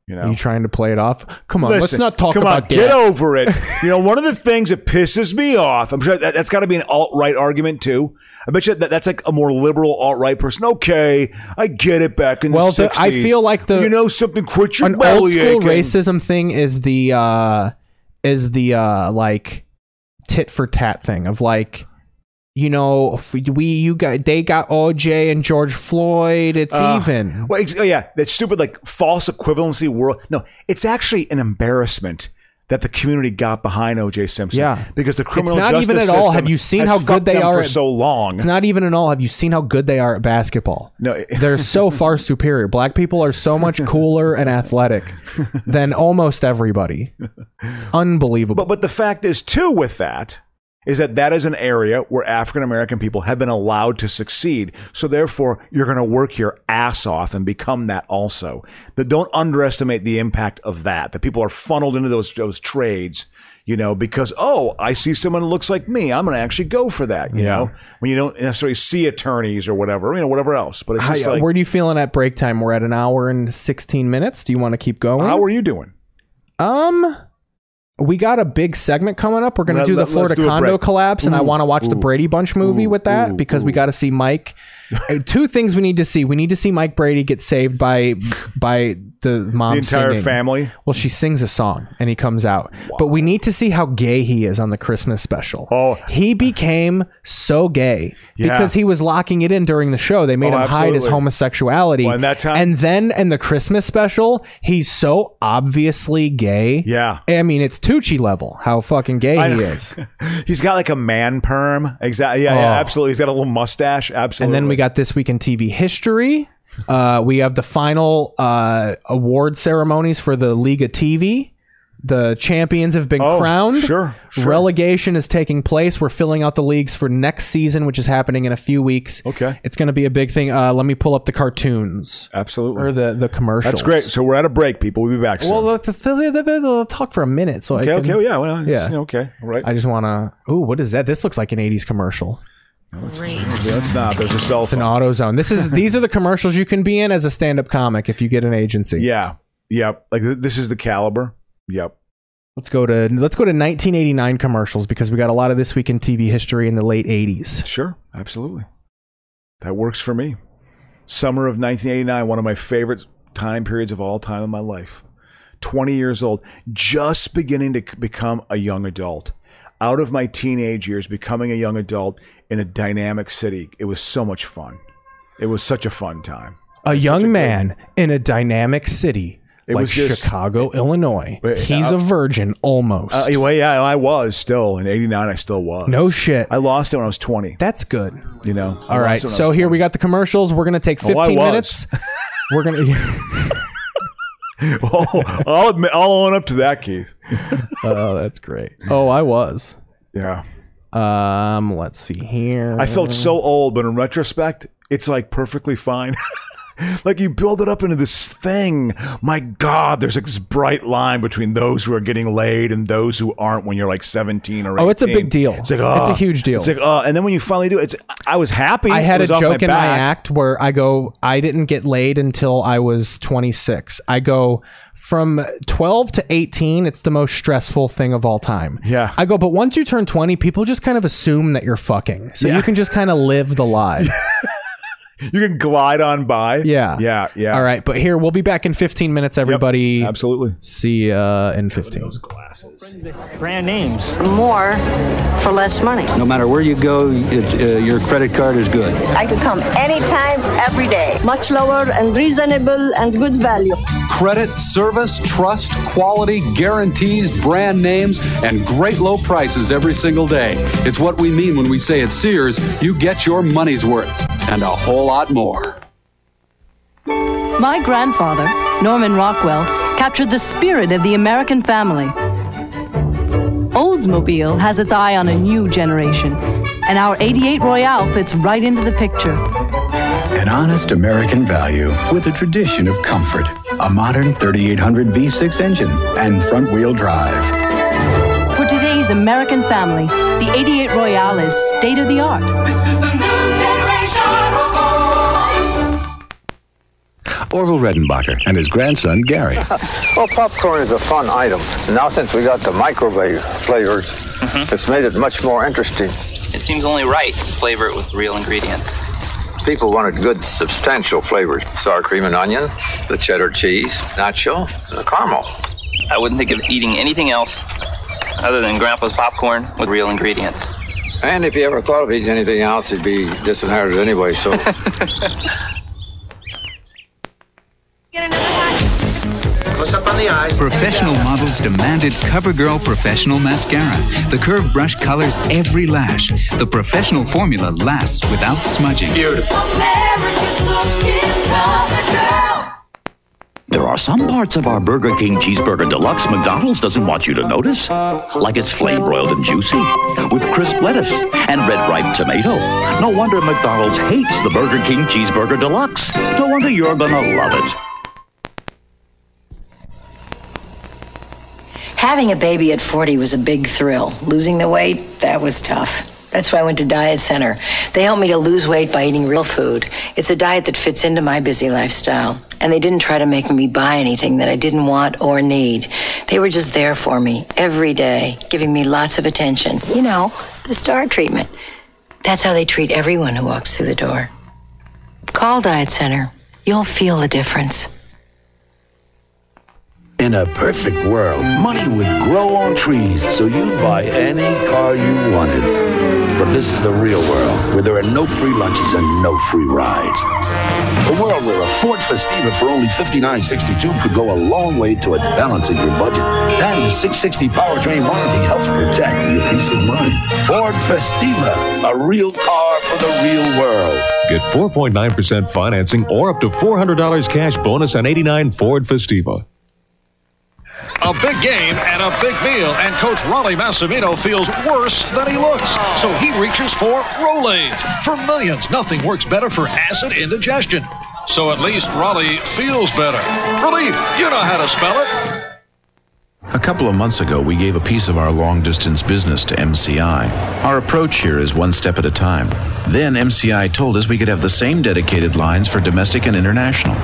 [SPEAKER 1] You know,
[SPEAKER 2] You trying to play it off? Come on, let's
[SPEAKER 1] Listen,
[SPEAKER 2] not talk
[SPEAKER 1] come on,
[SPEAKER 2] about
[SPEAKER 1] Get
[SPEAKER 2] that.
[SPEAKER 1] over it. you know, one of the things that pisses me off, I'm sure that, that's got to be an alt right argument too. I bet you that, that's like a more liberal alt right person. Okay, I get it. Back in
[SPEAKER 2] Well,
[SPEAKER 1] the
[SPEAKER 2] the-
[SPEAKER 1] 60s,
[SPEAKER 2] I feel like the-
[SPEAKER 1] you know something. Quit your
[SPEAKER 2] an old school
[SPEAKER 1] bellyaching.
[SPEAKER 2] racism thing is the uh is the uh like tit for tat thing of like you know if we you got they got OJ and George Floyd it's
[SPEAKER 1] Uh,
[SPEAKER 2] even
[SPEAKER 1] Well, ex- oh, yeah, that stupid like false equivalency world. No, it's actually an embarrassment that the community got behind O.J. Simpson.
[SPEAKER 2] Yeah.
[SPEAKER 1] because the criminal
[SPEAKER 2] not
[SPEAKER 1] justice
[SPEAKER 2] even at all.
[SPEAKER 1] system
[SPEAKER 2] Have you seen
[SPEAKER 1] has
[SPEAKER 2] how good
[SPEAKER 1] fucked
[SPEAKER 2] they
[SPEAKER 1] them
[SPEAKER 2] are
[SPEAKER 1] for
[SPEAKER 2] at-
[SPEAKER 1] so long?
[SPEAKER 2] it's not even at all have you seen how good they are at basketball
[SPEAKER 1] No, it-
[SPEAKER 2] they're so far superior black people are so much cooler and athletic than almost everybody it's unbelievable
[SPEAKER 1] But but the fact is too with that is that that is an area where African American people have been allowed to succeed. So therefore, you're going to work your ass off and become that also. But don't underestimate the impact of that. That people are funneled into those those trades, you know, because oh, I see someone who looks like me, I'm going to actually go for that. You
[SPEAKER 2] Yeah.
[SPEAKER 1] know, when you don't necessarily see attorneys or whatever, you know, whatever else. But it's just
[SPEAKER 2] Hi, uh,
[SPEAKER 1] like,
[SPEAKER 2] where do you feeling at break time? We're at an hour and sixteen minutes. Do you want to keep going?
[SPEAKER 1] how are you doing?
[SPEAKER 2] Um, we got a big segment coming up. We're gonna
[SPEAKER 1] Let-
[SPEAKER 2] do the
[SPEAKER 1] let- let's
[SPEAKER 2] Florida
[SPEAKER 1] do a
[SPEAKER 2] condo
[SPEAKER 1] break.
[SPEAKER 2] collapse, and I
[SPEAKER 1] Ooh,
[SPEAKER 2] want to watch the
[SPEAKER 1] ooh,
[SPEAKER 2] Brady Bunch movie with that because we got to see Mike. Uh, Two things we need to see: we need to see Mike Brady get saved by by the mom,
[SPEAKER 1] The entire
[SPEAKER 2] singing.
[SPEAKER 1] family?
[SPEAKER 2] Well, she sings a song and he comes out, but we need to see how gay he is on the Christmas special. Oh, he became so gay
[SPEAKER 1] Yeah.
[SPEAKER 2] because he was locking it in during the show. They made
[SPEAKER 1] Oh,
[SPEAKER 2] him hide his
[SPEAKER 1] absolutely.
[SPEAKER 2] homosexuality.
[SPEAKER 1] Well, and that time-
[SPEAKER 2] and then in the Christmas special, he's so obviously gay.
[SPEAKER 1] Yeah.
[SPEAKER 2] I mean, it's Tucci level how fucking gay
[SPEAKER 1] I
[SPEAKER 2] he
[SPEAKER 1] know.
[SPEAKER 2] is.
[SPEAKER 1] He's got like a man perm. Exactly. Yeah,
[SPEAKER 2] Oh.
[SPEAKER 1] yeah, absolutely. He's got a little mustache. Absolutely.
[SPEAKER 2] And then we got this week in TV history. Uh, we have the final uh, award ceremonies for the League of TV. The champions have been crowned.
[SPEAKER 1] Oh, sure, sure.
[SPEAKER 2] Relegation is taking place. We're filling out the leagues for next season, which is happening in a few weeks. Okay. It's going to be a big thing. Uh, let me pull up the cartoons.
[SPEAKER 1] Absolutely.
[SPEAKER 2] Or the, the commercials.
[SPEAKER 1] That's great. So we're at a break, people. We'll be back soon.
[SPEAKER 2] Well, let's, let's, let's- let's talk for a minute. So I
[SPEAKER 1] okay,
[SPEAKER 2] can,
[SPEAKER 1] okay, yeah, well,
[SPEAKER 2] yeah.
[SPEAKER 1] yeah, okay, all right.
[SPEAKER 2] I just want to. Ooh, what is that? This looks like an '80s commercial.
[SPEAKER 1] Great. It's not. There's a cell
[SPEAKER 2] It's an AutoZone. This is these are the commercials you can be in as a stand-up comic if you get an agency.
[SPEAKER 1] Yeah. Yep. Like th- this is the caliber. Yep.
[SPEAKER 2] Let's go to let's go to 1989 commercials because we got a lot of this week in TV history in the late 80s.
[SPEAKER 1] Sure, absolutely. That works for me. Summer of 1989, one of my favorite time periods of all time in my life. 20 years old, just beginning to c- become a young adult. Out of my teenage years, becoming a young adult in a dynamic city. It was so much fun. It was such a fun time.
[SPEAKER 2] A young man in a dynamic city
[SPEAKER 1] It
[SPEAKER 2] like
[SPEAKER 1] was just-
[SPEAKER 2] Chicago, Illinois.
[SPEAKER 1] Wait,
[SPEAKER 2] He's
[SPEAKER 1] uh,
[SPEAKER 2] a virgin almost.
[SPEAKER 1] Uh, well, yeah, I was still. In 89, I still was.
[SPEAKER 2] No shit.
[SPEAKER 1] I lost it when I was 20.
[SPEAKER 2] That's good.
[SPEAKER 1] You know? I
[SPEAKER 2] All
[SPEAKER 1] lost
[SPEAKER 2] right.
[SPEAKER 1] it when I
[SPEAKER 2] So
[SPEAKER 1] was
[SPEAKER 2] here we got the commercials. We're going to take
[SPEAKER 1] Oh, I
[SPEAKER 2] 15
[SPEAKER 1] was.
[SPEAKER 2] minutes. We're going to
[SPEAKER 1] oh, I'll admit, I'll own up to that, Keith.
[SPEAKER 2] Oh, that's great. Oh, I was.
[SPEAKER 1] Yeah.
[SPEAKER 2] Um, let's see here.
[SPEAKER 1] I felt so old, but in retrospect, it's like perfectly fine. like you build it up into this thing. My God, there's like this bright line between those who are getting laid and those who aren't when you're like 17 or 18.
[SPEAKER 2] Oh, it's a big deal.
[SPEAKER 1] It's like,
[SPEAKER 2] It's a
[SPEAKER 1] oh.
[SPEAKER 2] huge deal.
[SPEAKER 1] It's like, oh, and then when you finally do it, it's, I was happy.
[SPEAKER 2] I had a
[SPEAKER 1] It was off
[SPEAKER 2] joke in my
[SPEAKER 1] back.
[SPEAKER 2] act where I go, I didn't get laid until I was 26. I go from 12 to 18, it's the most stressful thing of all time.
[SPEAKER 1] Yeah.
[SPEAKER 2] I go, but once you turn 20, people just kind of assume that you're fucking. So
[SPEAKER 1] Yeah.
[SPEAKER 2] you can just kind of live the lie.
[SPEAKER 1] You can glide on by.
[SPEAKER 2] Yeah.
[SPEAKER 1] Yeah. Yeah.
[SPEAKER 2] All right. But here, we'll be back in 15 minutes, everybody.
[SPEAKER 1] absolutely.
[SPEAKER 2] See ya in 15.
[SPEAKER 13] Brand names.
[SPEAKER 14] More for less money.
[SPEAKER 15] No matter where you go, it, uh, your credit card is good.
[SPEAKER 14] I can come anytime, every day. Much lower and reasonable and good value.
[SPEAKER 15] Credit, service, trust, quality, guarantees, brand names, and great low prices every single day. It's what we mean when we say at Sears, you get your money's worth and a whole lot more.
[SPEAKER 16] My grandfather, Norman Rockwell, captured the spirit of the American family. Oldsmobile has its eye on a new generation, and our 88 Royale fits right into the picture.
[SPEAKER 9] An honest American value with a tradition of comfort. A modern 3800 V6 engine and front wheel drive.
[SPEAKER 16] For today's American family, the 88 Royale is state of the art. This is the new
[SPEAKER 9] Orville Redenbacher and his grandson Gary.
[SPEAKER 11] Well, popcorn is a fun item. Now, since we got the microwave flavors, it's made it much more interesting.
[SPEAKER 4] It seems only right to flavor it with real ingredients.
[SPEAKER 11] People wanted good, substantial flavors sour cream and onion, the cheddar cheese, nacho, and the caramel.
[SPEAKER 4] I wouldn't think of eating anything else other than Grandpa's popcorn with real ingredients.
[SPEAKER 11] And if you ever thought of eating anything else, you'd be disinherited anyway, so.
[SPEAKER 9] Close up on the eyes. Professional models demanded CoverGirl Professional Mascara. The curved brush colors every lash. The professional formula lasts without smudging. Beautiful.
[SPEAKER 17] There are some parts of our Burger King Cheeseburger Deluxe McDonald's doesn't want you to notice. Like it's flame broiled and juicy, with crisp lettuce and red ripe tomato. No wonder McDonald's hates the Burger King Cheeseburger Deluxe. No wonder you're gonna love it.
[SPEAKER 14] Having a baby at 40 was a big thrill. Losing the weight, that was tough. That's why I went to Diet Center. They helped me to lose weight by eating real food. It's a diet that fits into my busy lifestyle. And they didn't try to make me buy anything that I didn't want or need. They were just there for me every day, giving me lots of attention. You know, the star treatment. That's how they treat everyone who walks through the door. Call Diet Center. You'll feel the difference.
[SPEAKER 5] In a perfect world, money would grow on trees, so you'd buy any car you wanted. But this is the real world, where there are no free lunches and no free rides. A world where a Ford Festiva for only $59.62 could go a long way towards balancing your budget. And the 660 powertrain warranty helps protect your peace of mind. Ford Festiva, a real car for the real world.
[SPEAKER 18] Get 4.9% financing or up to $400 cash bonus on 89 Ford Festiva.
[SPEAKER 3] A big game and a big meal, and Coach Ronnie Massimino feels worse than he looks. So he reaches for Rolaids. For millions, nothing works better for acid indigestion. So at least Raleigh feels better. Relief, you know how to spell it.
[SPEAKER 19] A couple of months ago, we gave a piece of our long distance business to MCI. Our approach here is one step at a time. Then MCI told us we could have the same dedicated lines for domestic and international.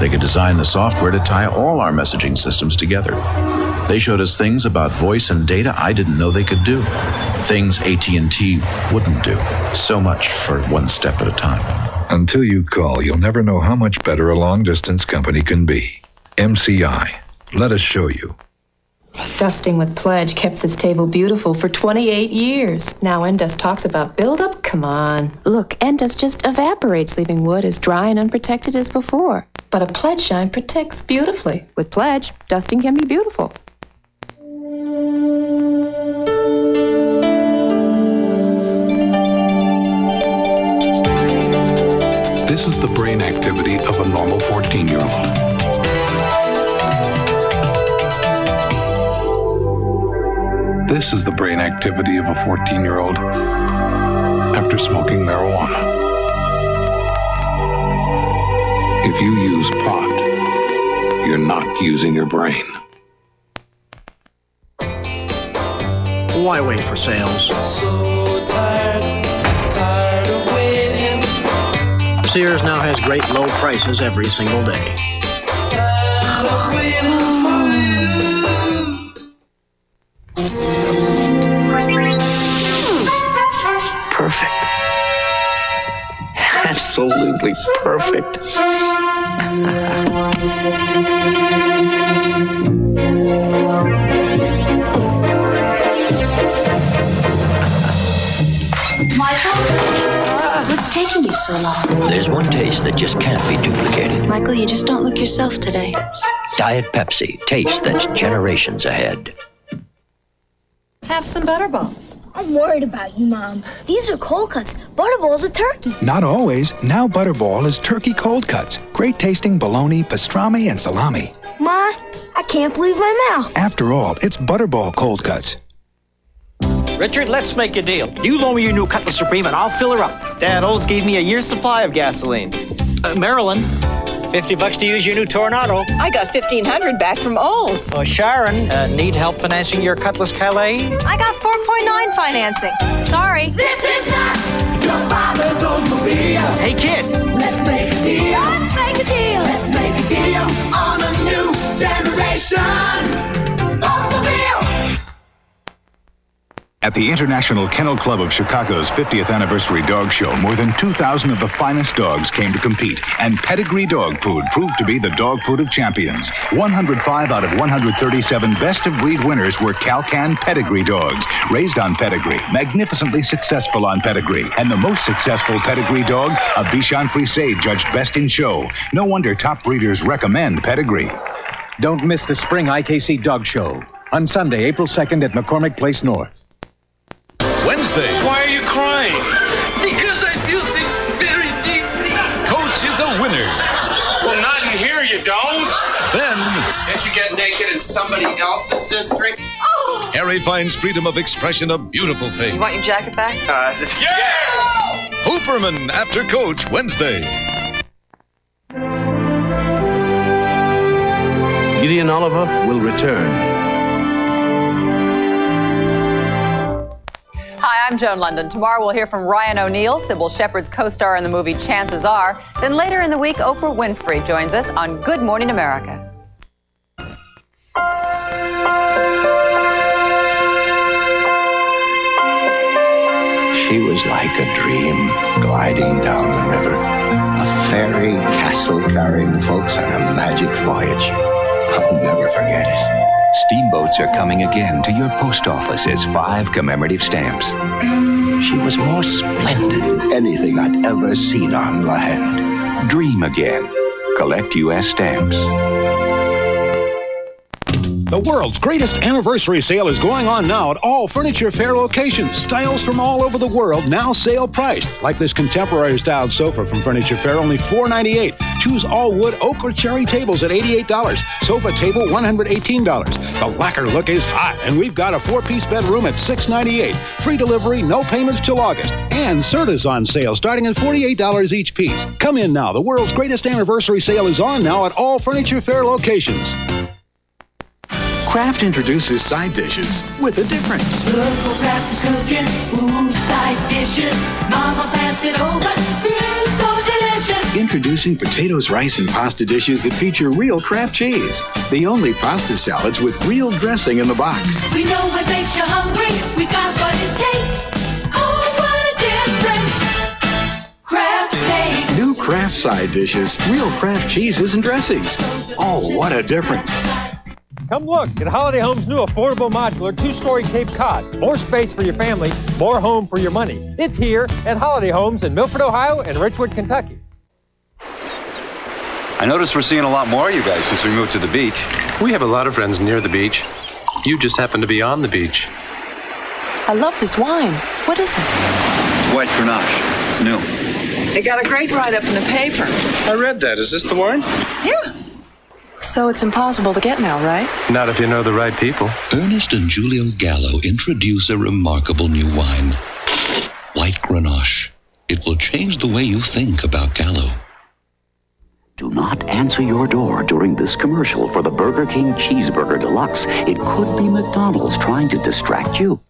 [SPEAKER 19] They could design the software to tie all our messaging systems together. They showed us things about voice and data I didn't know they could do. Things AT&T wouldn't do. So much for one step at a time.
[SPEAKER 9] Until you call, you'll never know how much better a long distance company can be. MCI. Let us show you.
[SPEAKER 20] Dusting with Pledge kept this table beautiful for 28 years. Now Endust talks about buildup? Come on. Look, Endust just evaporates, leaving wood as dry and unprotected as before. But a Pledge shine protects beautifully. With Pledge, dusting can be beautiful.
[SPEAKER 9] This is the brain activity of a normal 14 year old. This is the brain activity of a 14 year old after smoking marijuana. If you use pot, you're not using your brain.
[SPEAKER 21] Why wait for sales? Sears now has great low prices every single day.
[SPEAKER 9] Perfect. Absolutely perfect.
[SPEAKER 14] What's taking you so long?
[SPEAKER 17] There's one taste that just can't be duplicated
[SPEAKER 14] Michael, you just don't look yourself today.
[SPEAKER 17] Diet Pepsi, taste that's generations ahead.
[SPEAKER 14] Have some butterball. I'm worried about you, Mom. These are cold cuts. Butterball's a turkey.
[SPEAKER 5] Not always. Now Butterball is turkey cold cuts. Great tasting bologna, pastrami, and salami.
[SPEAKER 14] Ma, I can't believe my mouth.
[SPEAKER 5] After all, it's Butterball cold cuts.
[SPEAKER 21] Richard, let's make a deal. You loan me your new Cutlass Supreme and I'll fill her up. Dad Olds gave me a year's supply of gasoline. Uh, Marilyn, 50 bucks to use your new Tornado.
[SPEAKER 16] I got 1500 back from Olds.
[SPEAKER 21] Uh, Sharon, uh, need help financing your Cutlass Calais?
[SPEAKER 16] I got 4.9 financing. Sorry. This is not your father's old
[SPEAKER 21] Hey, kid.
[SPEAKER 4] Let's make a deal. Let's make a deal. Let's make a deal on a new generation. Oldsmobile.
[SPEAKER 9] At the International Kennel Club of Chicago's 50th anniversary dog show, more than 2,000 of the finest dogs came to compete, and Pedigree Dog Food proved to be the dog food of champions. 105 out of 137 best of breed winners were Calcan Pedigree dogs, raised on Pedigree, magnificently successful on Pedigree, and the most successful Pedigree dog, a Bichon Frise, judged best in show. No wonder top breeders recommend Pedigree.
[SPEAKER 22] Don't miss the Spring IKC Dog Show on Sunday, April 2nd at McCormick Place North.
[SPEAKER 3] Wednesday.
[SPEAKER 5] Why are you crying?
[SPEAKER 3] Because I feel things very deeply. Coach is a winner.
[SPEAKER 5] Well, not in here, you don't.
[SPEAKER 3] Then
[SPEAKER 5] Can't you get naked in somebody else's district?
[SPEAKER 3] Harry finds freedom of expression a beautiful thing.
[SPEAKER 16] want your jacket back?
[SPEAKER 3] Uh, yes! Hooperman after Coach Wednesday.
[SPEAKER 4] Gideon Oliver will return.
[SPEAKER 16] Hi, I'm Joan London. Tomorrow we'll hear from Ryan O'Neal, Sybil Shepherd's co star in the movie Chances Are. Then later in the week, Oprah Winfrey joins us on Good Morning America.
[SPEAKER 4] She was like a dream gliding down the river. A fairy castle carrying folks on a magic voyage. I'll never forget it.
[SPEAKER 22] Steamboats are coming again to your post office as five commemorative stamps.
[SPEAKER 4] She was more splendid than anything I'd ever seen on land.
[SPEAKER 22] Dream again. Collect U.S. stamps.
[SPEAKER 3] The world's greatest anniversary sale is going on now at all Furniture Fair locations. Styles from all over the world now sale priced. Like this contemporary styled sofa from Furniture Fair, only $4.98. Choose all wood, oak, or cherry tables at $88. Sofa table, $118. The lacquer look is hot, and we've got a four piece bedroom at $698. Free delivery, no payments till August. And Certa's on sale starting at $48 each piece. Come in now. The world's greatest anniversary sale is on now at all Furniture Fair locations.
[SPEAKER 5] Kraft introduces side dishes with a difference.
[SPEAKER 14] Look what Kraft is cooking. Ooh, side dishes. Mama passed it over. Mmm, so delicious.
[SPEAKER 5] Introducing potatoes, rice, and pasta dishes that feature real Kraft cheese. The only pasta salads with real dressing in the box.
[SPEAKER 14] We know what makes you hungry. We got what it takes. Oh, what a difference. Kraft made.
[SPEAKER 5] New Kraft side dishes, real Kraft cheeses and dressings. Oh, what a difference.
[SPEAKER 7] Come look at Holiday Home's new affordable modular two story Cape Cod. More space for your family, more home for your money. It's here at Holiday Homes in Milford, Ohio and Richwood, Kentucky.
[SPEAKER 23] I notice we're seeing a lot more of you guys since we moved to the beach. We have a lot of friends near the beach. You just happen to be on the beach.
[SPEAKER 20] I love this wine. What is it?
[SPEAKER 23] White Grenache. It's new.
[SPEAKER 20] It got a great write up in the paper.
[SPEAKER 23] I read that. Is this the wine?
[SPEAKER 20] Yeah. So it's impossible to get now, right?
[SPEAKER 23] Not if you know the right people.
[SPEAKER 24] Ernest and Julio Gallo introduce a remarkable new wine, White Grenache. It will change the way you think about Gallo.
[SPEAKER 17] Do not answer your door during this commercial for the Burger King Cheeseburger Deluxe. It could be McDonald's trying to distract you.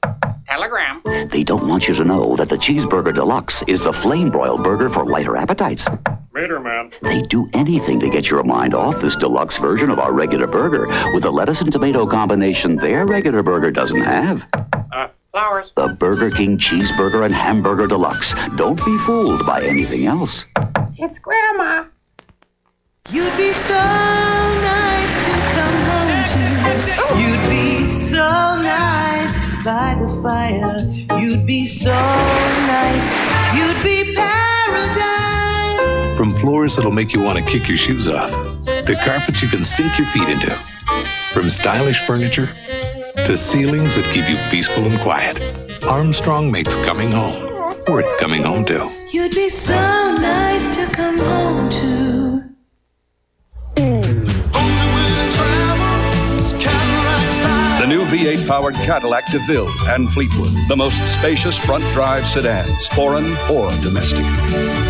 [SPEAKER 25] Telegram.
[SPEAKER 17] They don't want you to know that the Cheeseburger Deluxe is the flame broiled burger for lighter appetites.
[SPEAKER 25] Mater man.
[SPEAKER 17] They do anything to get your mind off this deluxe version of our regular burger with the lettuce and tomato combination their regular burger doesn't have.
[SPEAKER 25] Flowers.
[SPEAKER 17] The Burger King Cheeseburger and Hamburger Deluxe. Don't be fooled by anything else.
[SPEAKER 25] It's grandma.
[SPEAKER 26] You'd be so nice to come home to. You'd be so nice by the fire. You'd be so nice. You'd be paradise.
[SPEAKER 27] From floors that'll make you want to kick your shoes off, to carpets you can sink your feet into, from stylish furniture to ceilings that keep you peaceful and quiet, Armstrong makes coming home worth coming home to.
[SPEAKER 26] You'd be so nice to come home to.
[SPEAKER 28] The new V8 powered Cadillac DeVille and Fleetwood, the most spacious front drive sedans, foreign or domestic.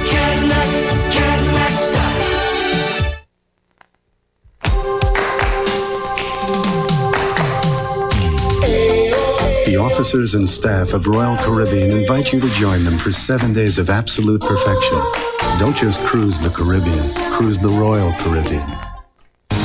[SPEAKER 26] Cadillac, Cadillac style.
[SPEAKER 29] The officers and staff of Royal Caribbean invite you to join them for seven days of absolute perfection. Don't just cruise the Caribbean, cruise the Royal Caribbean.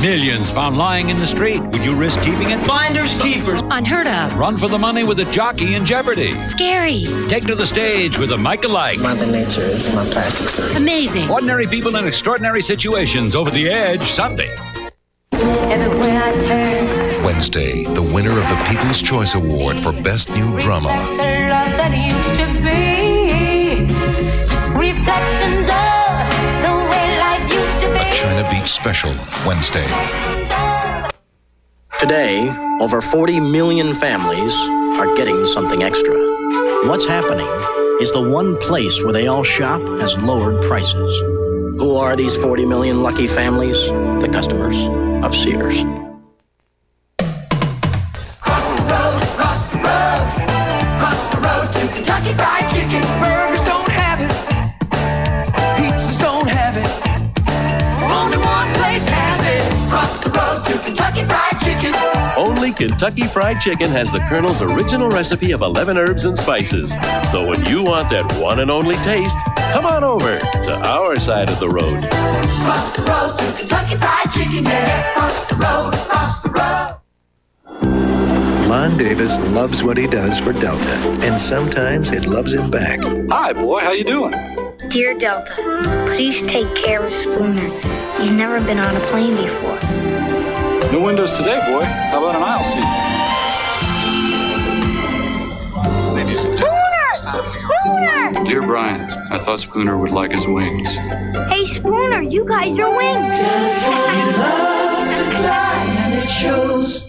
[SPEAKER 30] Millions found lying in the street. Would you risk keeping it? Finders keepers.
[SPEAKER 31] Unheard of.
[SPEAKER 30] Run for the money with a jockey in jeopardy.
[SPEAKER 31] Scary.
[SPEAKER 30] Take to the stage with a mic alike.
[SPEAKER 32] Mother Nature is my plastic surgeon.
[SPEAKER 31] Amazing.
[SPEAKER 30] Ordinary people in extraordinary situations over the edge Sunday.
[SPEAKER 4] Everywhere I turn,
[SPEAKER 9] Wednesday, the winner of the People's Choice Award for Best New Drama
[SPEAKER 4] the love that used to be. Reflections of the way life used to be.
[SPEAKER 9] China Beach Special, Wednesday.
[SPEAKER 21] Today, over 40 million families are getting something extra. What's happening is the one place where they all shop has lowered prices. Who are these 40 million lucky families? The customers of Sears.
[SPEAKER 4] road, cross the road, cross the road to Kentucky Fried Chicken. Burgers don't have it, pizzas don't have it. Only one place has it. Cross the road to Kentucky Fried Chicken.
[SPEAKER 33] Only Kentucky Fried Chicken has the Colonel's original recipe of 11 herbs and spices. So when you want that one and only taste, come on over to our side of the road.
[SPEAKER 4] Cross the road to Kentucky Fried Chicken. Yeah, cross the road, cross the road.
[SPEAKER 34] Lon Davis loves what he does for Delta, and sometimes it loves him back.
[SPEAKER 35] Hi, boy. How you doing? Dear Delta, please take care of Spooner. He's never been on a plane before. No windows today, boy. How about an aisle seat? Maybe Spooner! Spooner!
[SPEAKER 36] Dear Brian, I thought Spooner would like his wings.
[SPEAKER 27] Uh,
[SPEAKER 35] Hey, Spooner, you got your wings.
[SPEAKER 4] Love to fly and it shows.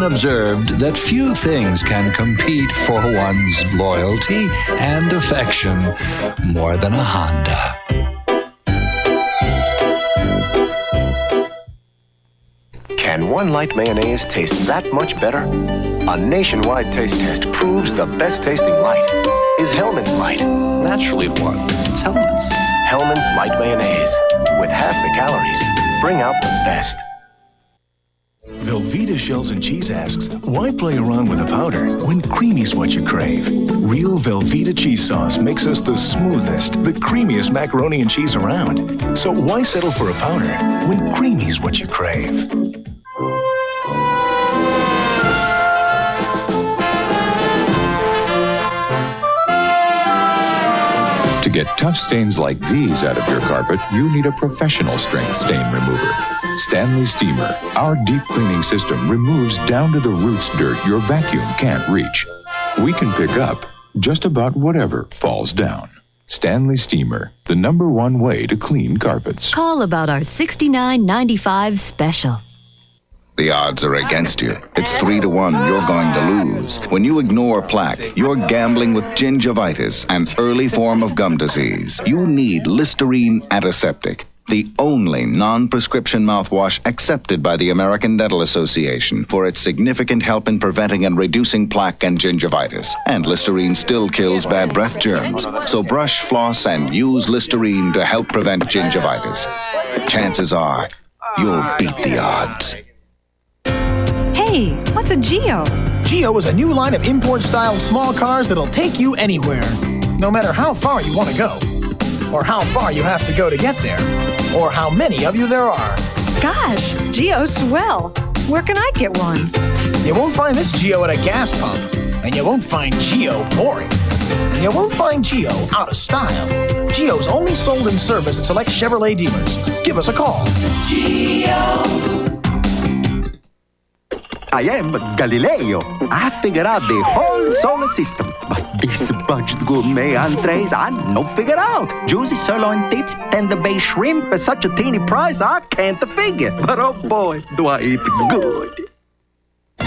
[SPEAKER 37] observed that few things can compete for one's loyalty and affection more than a Honda.
[SPEAKER 38] Can one light mayonnaise taste that much better? A nationwide taste test proves the best tasting light is Hellman's Light. Naturally one. It's Hellman's. Hellman's Light Mayonnaise with half the calories. Bring out the best.
[SPEAKER 9] Velveeta Shells and Cheese asks, why play around with a powder when creamy's what you crave? Real Velveeta cheese sauce makes us the smoothest, the creamiest macaroni and cheese around. So why settle for a powder when creamy's what you crave?
[SPEAKER 5] To get tough stains like these out of your carpet, you need a professional strength stain remover. Stanley Steamer, our deep cleaning system, removes down to the roots dirt your vacuum can't reach. We can pick up just about whatever falls down. Stanley Steamer, the number one way to clean carpets.
[SPEAKER 14] Call about our 69.95 special.
[SPEAKER 11] The odds are against you. It's three to one. You're going to lose. When you ignore plaque, you're gambling with gingivitis, an early form of gum disease. You need Listerine Antiseptic, the only non prescription mouthwash accepted by the American Dental Association for its significant help in preventing and reducing plaque and gingivitis. And Listerine still kills bad breath germs. So brush, floss, and use Listerine to help prevent gingivitis. Chances are you'll beat the odds.
[SPEAKER 3] Hey, what's a Geo?
[SPEAKER 2] Geo is a new line of import style small cars that'll take you anywhere, no matter how far you want to go, or how far you have to go to get there, or how many of you there are.
[SPEAKER 3] Gosh, Geo's swell. Where can I get one?
[SPEAKER 2] You won't find this Geo at a gas pump, and you won't find Geo Oh, boring. And you won't find Geo out of style. Geo's only sold and serviced at select Chevrolet dealers. Give us a call.
[SPEAKER 39] I am e Galileo. I figure out the whole solar system. But this budget gourmet entrees, I no figure out. Juicy sirloin tips, tender bay shrimp at such a teeny price, I can't figure. But oh boy, do I eat good.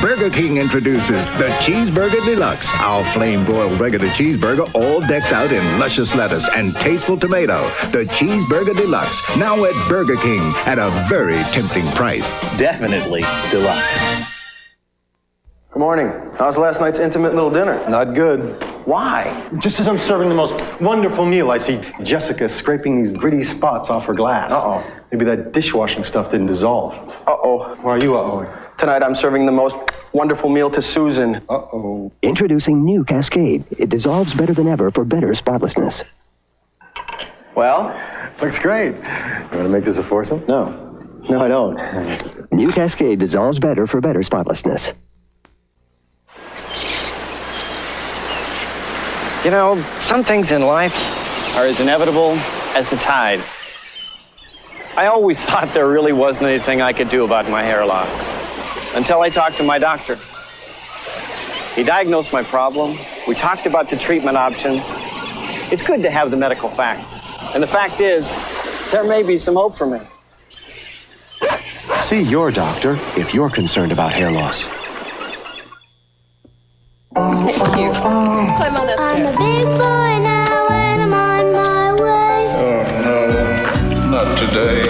[SPEAKER 40] Burger King introduces the Cheeseburger Deluxe, our flame broiled regular cheeseburger, all decked out in luscious lettuce and tasteful tomato. The Cheeseburger Deluxe, now at Burger King at a very tempting price. Definitely deluxe.
[SPEAKER 41] Good morning. How's last night's intimate little dinner? Not good. Why? Just as I'm serving the most wonderful meal, I see Jessica scraping these gritty spots off her glass. Uh oh. Maybe that dishwashing stuff didn't dissolve. Uh oh. Why are you uh oh?
[SPEAKER 42] Tonight I'm serving the most wonderful meal to Susan. Uh oh.
[SPEAKER 17] Introducing new Cascade. It dissolves better than ever for better spotlessness.
[SPEAKER 41] Well, looks great. You want to make this a foursome? No. No, I don't.
[SPEAKER 17] New Cascade dissolves better for better spotlessness.
[SPEAKER 42] You know, some things in life are as inevitable as the tide. I always thought there really wasn't anything I could do about my hair loss until I talked to my doctor. He diagnosed my problem. We talked about the treatment options. It's good to have the medical facts. And the fact is, there may be some hope for me. See your doctor if you're concerned about hair loss.
[SPEAKER 43] I'm a big boy now and I'm on my way.
[SPEAKER 27] no, not today.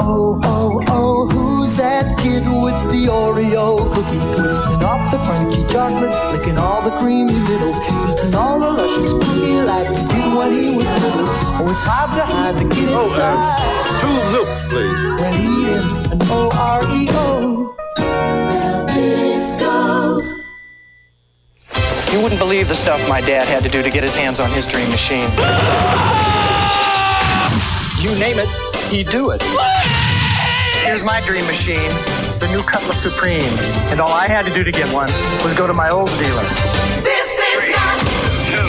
[SPEAKER 4] Oh, oh, oh, who's that kid with the Oreo cookie? Twisting off the crunchy chocolate, licking all the creamy middles, eating all the luscious cookie like he did when he was little. Oh, it's hard to hide the kid
[SPEAKER 44] Oh,
[SPEAKER 4] inside
[SPEAKER 44] uh, two milks, please.
[SPEAKER 4] when eating an E O-R-E-O. Nabisco.
[SPEAKER 42] You wouldn't believe the stuff my dad had to do to get his hands on his dream machine. You name it, he'd do it. Here's my dream machine, the new Cutlass Supreme. And all I had to do to get one was go to my Olds dealer.
[SPEAKER 43] This is not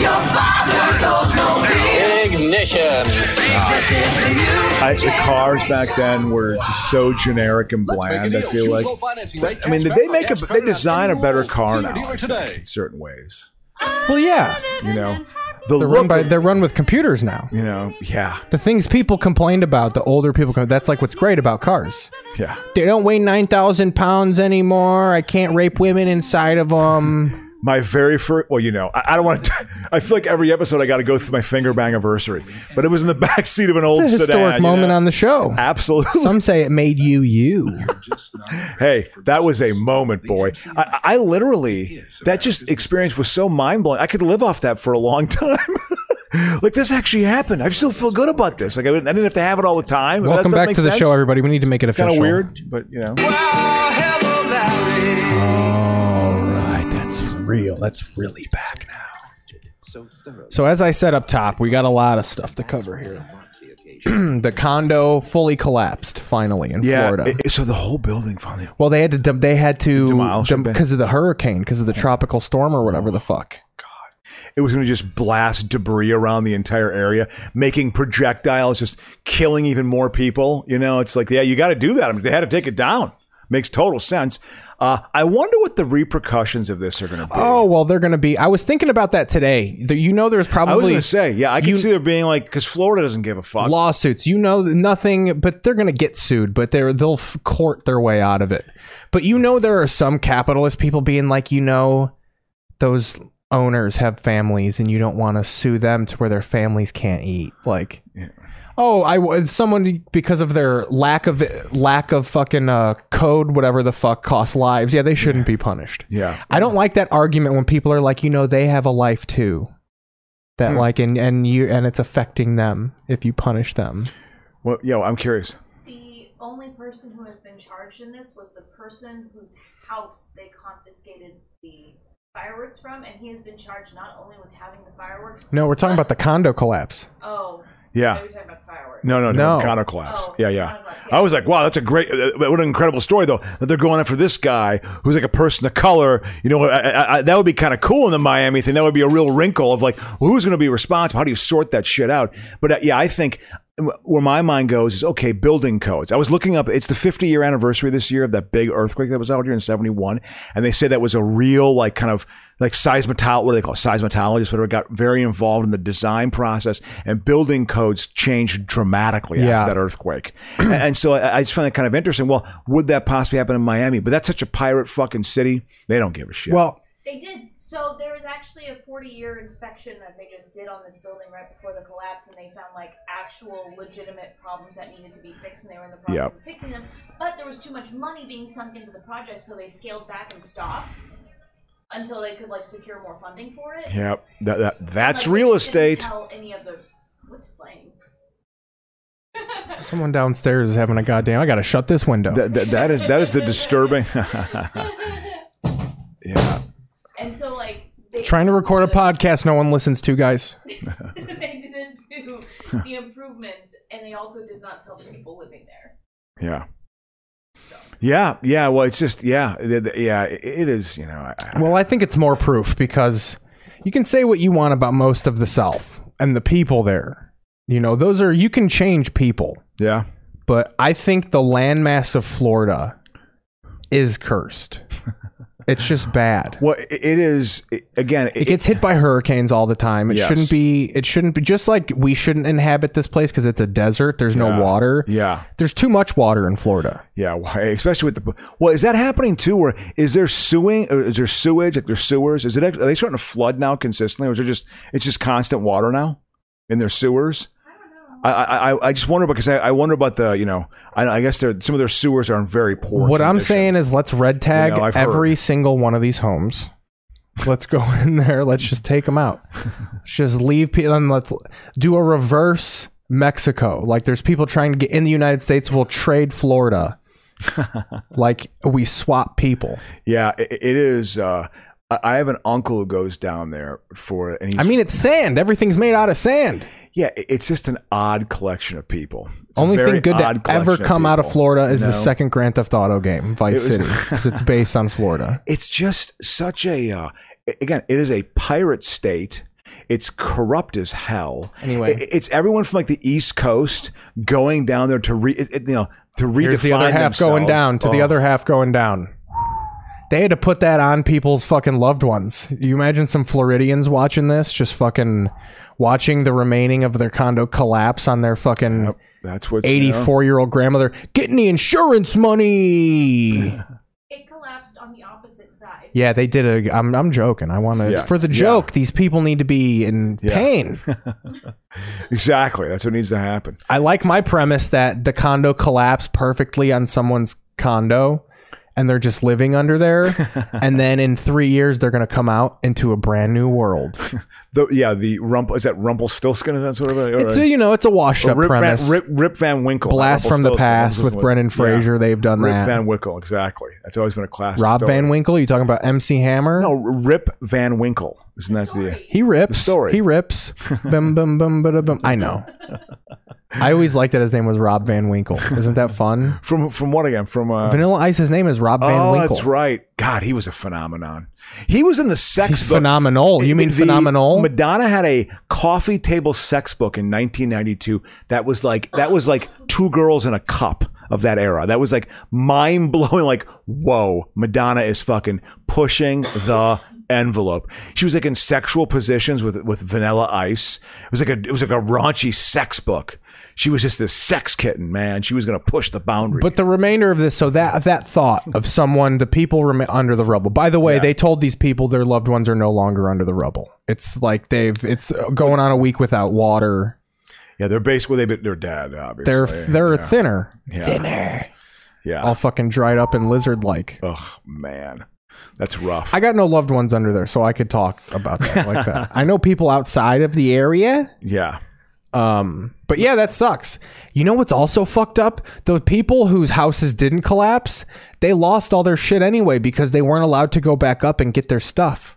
[SPEAKER 43] your father's Oldsmobile.
[SPEAKER 45] Ignition.
[SPEAKER 43] This is the new.
[SPEAKER 1] I, the cars back then were just so generic and bland. I feel like. I mean, did they make a? They design a better car now. I think, in certain ways.
[SPEAKER 46] Well, yeah.
[SPEAKER 1] You know,
[SPEAKER 2] they're run by they're run with computers now.
[SPEAKER 1] You know, yeah,
[SPEAKER 2] The things people complained about, the older people, com- that's like what's great about cars.
[SPEAKER 1] yeah.
[SPEAKER 2] They don't weigh 9,000 pounds anymore. I can't rape women inside of them.
[SPEAKER 1] My very first, well, you know, I, I don't want to. I feel like every episode I got to go through my finger bang anniversary, but it was in the back seat of an old
[SPEAKER 2] It's a
[SPEAKER 1] sedan,
[SPEAKER 2] historic
[SPEAKER 1] you know?
[SPEAKER 2] moment on the show.
[SPEAKER 1] Absolutely.
[SPEAKER 2] Some say it made you you.
[SPEAKER 1] hey, that was a moment, boy. I, I literally, that just experience was so mind blowing. I could live off that for a long time. like this actually happened. I still feel good about this. Like I didn't, I didn't have to have it all the time. Does
[SPEAKER 2] Welcome
[SPEAKER 1] that
[SPEAKER 2] back
[SPEAKER 1] make
[SPEAKER 2] to the
[SPEAKER 1] sense?
[SPEAKER 2] show, everybody. We need to make it
[SPEAKER 1] It's kind
[SPEAKER 2] official.
[SPEAKER 1] of weird, but you know.
[SPEAKER 2] All right, that's real. That's really back now. So as I said up top, we got a lot of stuff to cover here. the condo fully collapsed finally in
[SPEAKER 1] Yeah.
[SPEAKER 2] Florida.
[SPEAKER 1] it- it- so the whole building finally.
[SPEAKER 2] well, they had to dem- they had to because of the hurricane, because of the tropical storm or whatever the fuck.
[SPEAKER 1] It was going to just blast debris around the entire area, making projectiles, just killing even more people. You know, it's like, yeah, you got to do that. I mean, they had to take it down. Makes total sense. Uh, I wonder what the repercussions of this are going to be.
[SPEAKER 2] Oh well, they're going to be. I was thinking about that today. The- You know, there's probably
[SPEAKER 1] I was going to say, yeah, I can see there being like, because Florida doesn't give a fuck.
[SPEAKER 2] lawsuits. You know th- nothing, but they're going to get sued. But they're they'll f- court their way out of it. But you know there are some capitalist people being like, you know, those owners have families, and you don't want to sue them to where their families can't eat. Like, oh, I w- someone because of their lack of lack of fucking uh, code, whatever the fuck, costs lives. Yeah, they shouldn't be punished.
[SPEAKER 1] Yeah.
[SPEAKER 2] I don't like that argument when people are like, you know, they have a life too. That like and and you and it's affecting them if you punish them.
[SPEAKER 1] Well, yo, I'm curious.
[SPEAKER 12] The only person who has been charged in this was the person whose house they confiscated the fireworks from, and he has been charged not only with having the fireworks.
[SPEAKER 2] No, we're talking about the condo collapse.
[SPEAKER 12] Oh.
[SPEAKER 1] Yeah.
[SPEAKER 12] Are we talking about fireworks?
[SPEAKER 1] No, no, no.
[SPEAKER 2] No.
[SPEAKER 1] Counter collapse. yeah, yeah. I was like, wow, that's a great, uh, what an incredible story, though, that they're going after this guy who's like a person of color. You know, I, I, I, that would be kind of cool in the Miami thing. That would be a real wrinkle of like, who's going to be responsible? How do you sort that shit out? But uh, yeah, I think where my mind goes is okay building codes i was looking up it's the 50 year anniversary this year of that big earthquake that was out here in 71 and they say that was a real like kind of like seismatol what do they call it? seismatologist whatever got very involved in the design process and building codes changed dramatically
[SPEAKER 2] Yeah.
[SPEAKER 1] after that earthquake and, and so I, I just find that kind of interesting well would that possibly happen in miami but that's such a pirate fucking city they don't give a shit
[SPEAKER 2] well
[SPEAKER 12] They did. So there was actually a 40 year inspection that they just did on this building right before the collapse, and they found like actual legitimate problems that needed to be fixed, and they were in the process
[SPEAKER 1] Yep.
[SPEAKER 12] of fixing them. But there was too much money being sunk into the project, so they scaled back and stopped until they could like secure more funding for it.
[SPEAKER 1] yeah that, that, that's
[SPEAKER 12] Like, they
[SPEAKER 1] real
[SPEAKER 12] didn't
[SPEAKER 1] estate
[SPEAKER 12] Tell any of the what's playing.
[SPEAKER 2] Someone downstairs is having a goddamn I gotta shut this window.
[SPEAKER 1] that, that, that is that is the disturbing yeah
[SPEAKER 12] And so like they
[SPEAKER 2] Trying to record a podcast no one listens to, guys.
[SPEAKER 12] they didn't do the improvements, and they also did not tell the people living there.
[SPEAKER 1] Yeah. Yeah, yeah. Well, it's just yeah, th- th- yeah. i- It is, you know. I, I-
[SPEAKER 2] Well, I think it's more proof because you can say what you want about most of the South and the people there. You know, those are you can change people.
[SPEAKER 1] Yeah.
[SPEAKER 2] But I think the landmass of Florida is cursed. it's just bad.
[SPEAKER 1] Well, i- it is i- again. It,
[SPEAKER 2] gets hit by hurricanes all the time. It
[SPEAKER 1] Yes.
[SPEAKER 2] shouldn't be. It shouldn't be just like we shouldn't inhabit this place because it's a desert. There's no water.
[SPEAKER 1] Yeah.
[SPEAKER 2] There's too much water in Florida.
[SPEAKER 1] Yeah, why- especially with the well, is that happening too? Or is there sewing? Or is there sewage? Like there's sewers? Is it? act- Are they starting to flood now consistently, or is it just it's just constant water now in their sewers? I I, I- I just wonder because I, I wonder about the you know I, I guess there some of their sewers are in very poor.
[SPEAKER 2] What I'm saying is, let's red tag
[SPEAKER 1] You know, I've
[SPEAKER 2] every single one of these homes. Let's go in there. Let's just take them out. Let's just leave people and let's do a reverse Mexico. Like there's people trying to get in the United States. We'll trade Florida. like we swap people.
[SPEAKER 1] yeah, i- i it is. Uh, I- I have an uncle who goes down there for it, and he's
[SPEAKER 2] I mean, it's sand. Everything's made out of sand.
[SPEAKER 1] Yeah, i- it's just an odd collection of people. It's a
[SPEAKER 2] Only
[SPEAKER 1] very
[SPEAKER 2] thing good
[SPEAKER 1] odd
[SPEAKER 2] to
[SPEAKER 1] collection
[SPEAKER 2] ever
[SPEAKER 1] of
[SPEAKER 2] come out of
[SPEAKER 1] people,
[SPEAKER 2] Florida is
[SPEAKER 1] you
[SPEAKER 2] the
[SPEAKER 1] know?
[SPEAKER 2] second Grand Theft Auto game, Vice
[SPEAKER 1] It
[SPEAKER 2] City,
[SPEAKER 1] was-
[SPEAKER 2] because it's based on Florida.
[SPEAKER 1] It's just such a uh, a- again, it is a pirate state. It's corrupt as hell.
[SPEAKER 2] Anyway.
[SPEAKER 1] I- it's everyone from like the East Coast going down there to re, it, it- you know, to redefine
[SPEAKER 2] Here's the other half going
[SPEAKER 1] themselves.
[SPEAKER 2] down to the
[SPEAKER 1] Oh,
[SPEAKER 2] other half going down. They had to put that on people's fucking loved ones. You imagine some Floridians watching this, just fucking watching the remaining of their condo collapse on their fucking
[SPEAKER 1] that's what
[SPEAKER 2] eighty-four year old grandmother getting the insurance money.
[SPEAKER 47] It collapsed on the opposite side.
[SPEAKER 2] Yeah, they did a. I'm I'm joking. I want to
[SPEAKER 1] Yeah.
[SPEAKER 2] for the joke. These people need to be in pain.
[SPEAKER 1] exactly. That's what needs to happen.
[SPEAKER 2] I like my premise that the condo collapsed perfectly on someone's condo, and they're just living under there. and then in three years, they're going to come out into a brand new world.
[SPEAKER 1] The, yeah, the rump is that Rumpelstiltskin? That's what it is.
[SPEAKER 2] It's a, you know, it's a washed
[SPEAKER 1] Or
[SPEAKER 2] up
[SPEAKER 1] Rip
[SPEAKER 2] premise.
[SPEAKER 1] Van, Rip, Rip Van Winkle.
[SPEAKER 2] Blast
[SPEAKER 1] Rumpelstiltskin.
[SPEAKER 2] from the past
[SPEAKER 1] Rumpelstiltskin.
[SPEAKER 2] with Brendan
[SPEAKER 1] Yeah.
[SPEAKER 2] Fraser. They've done
[SPEAKER 1] Rip
[SPEAKER 2] that.
[SPEAKER 1] Van Winkle, exactly. That's always been a classic.
[SPEAKER 2] Rob
[SPEAKER 1] story.
[SPEAKER 2] Van Winkle. You talking about MC Hammer?
[SPEAKER 1] No, Rip Van Winkle. Isn't that the?
[SPEAKER 2] He rips.
[SPEAKER 1] story.
[SPEAKER 2] He rips. bum bum bum bada, bum. I know. I always liked that his name was Rob Van Winkle. Isn't that fun?
[SPEAKER 1] From from what again? From uh,
[SPEAKER 2] Vanilla Ice's name is Rob Van
[SPEAKER 1] oh,
[SPEAKER 2] Winkle.
[SPEAKER 1] that's right. God, he was a phenomenon. He was in the sex book.
[SPEAKER 2] phenomenal. You mean
[SPEAKER 1] The-
[SPEAKER 2] phenomenal?
[SPEAKER 1] Madonna had a coffee table sex book in 1992 that was like that was like two girls in a cup of that era. That was like mind blowing. Like whoa, Madonna is fucking pushing the envelope. She was like in sexual positions with with Vanilla Ice. It was like a it was like a raunchy sex book. She was just this sex kitten, man. She was gonna push the boundary.
[SPEAKER 2] But the remainder of this, so that that thought of someone, the people rema under the rubble. By the way, they told these people their loved ones are no longer under the rubble. It's like they've it's going on a week without water.
[SPEAKER 1] Yeah, they're basically they they're dead. Obviously,
[SPEAKER 2] They're they're
[SPEAKER 1] Yeah.
[SPEAKER 2] thinner,
[SPEAKER 1] Yeah.
[SPEAKER 2] thinner,
[SPEAKER 1] Yeah.
[SPEAKER 2] all fucking dried up and lizard like.
[SPEAKER 1] Ugh, man, that's rough.
[SPEAKER 2] I got no loved ones under there, so I could talk about that like that. I know people outside of the area.
[SPEAKER 1] yeah.
[SPEAKER 2] Um, but yeah, that sucks. You know what's also fucked up? The people whose houses didn't collapse, they lost all their shit anyway because they weren't allowed to go back up and get their stuff.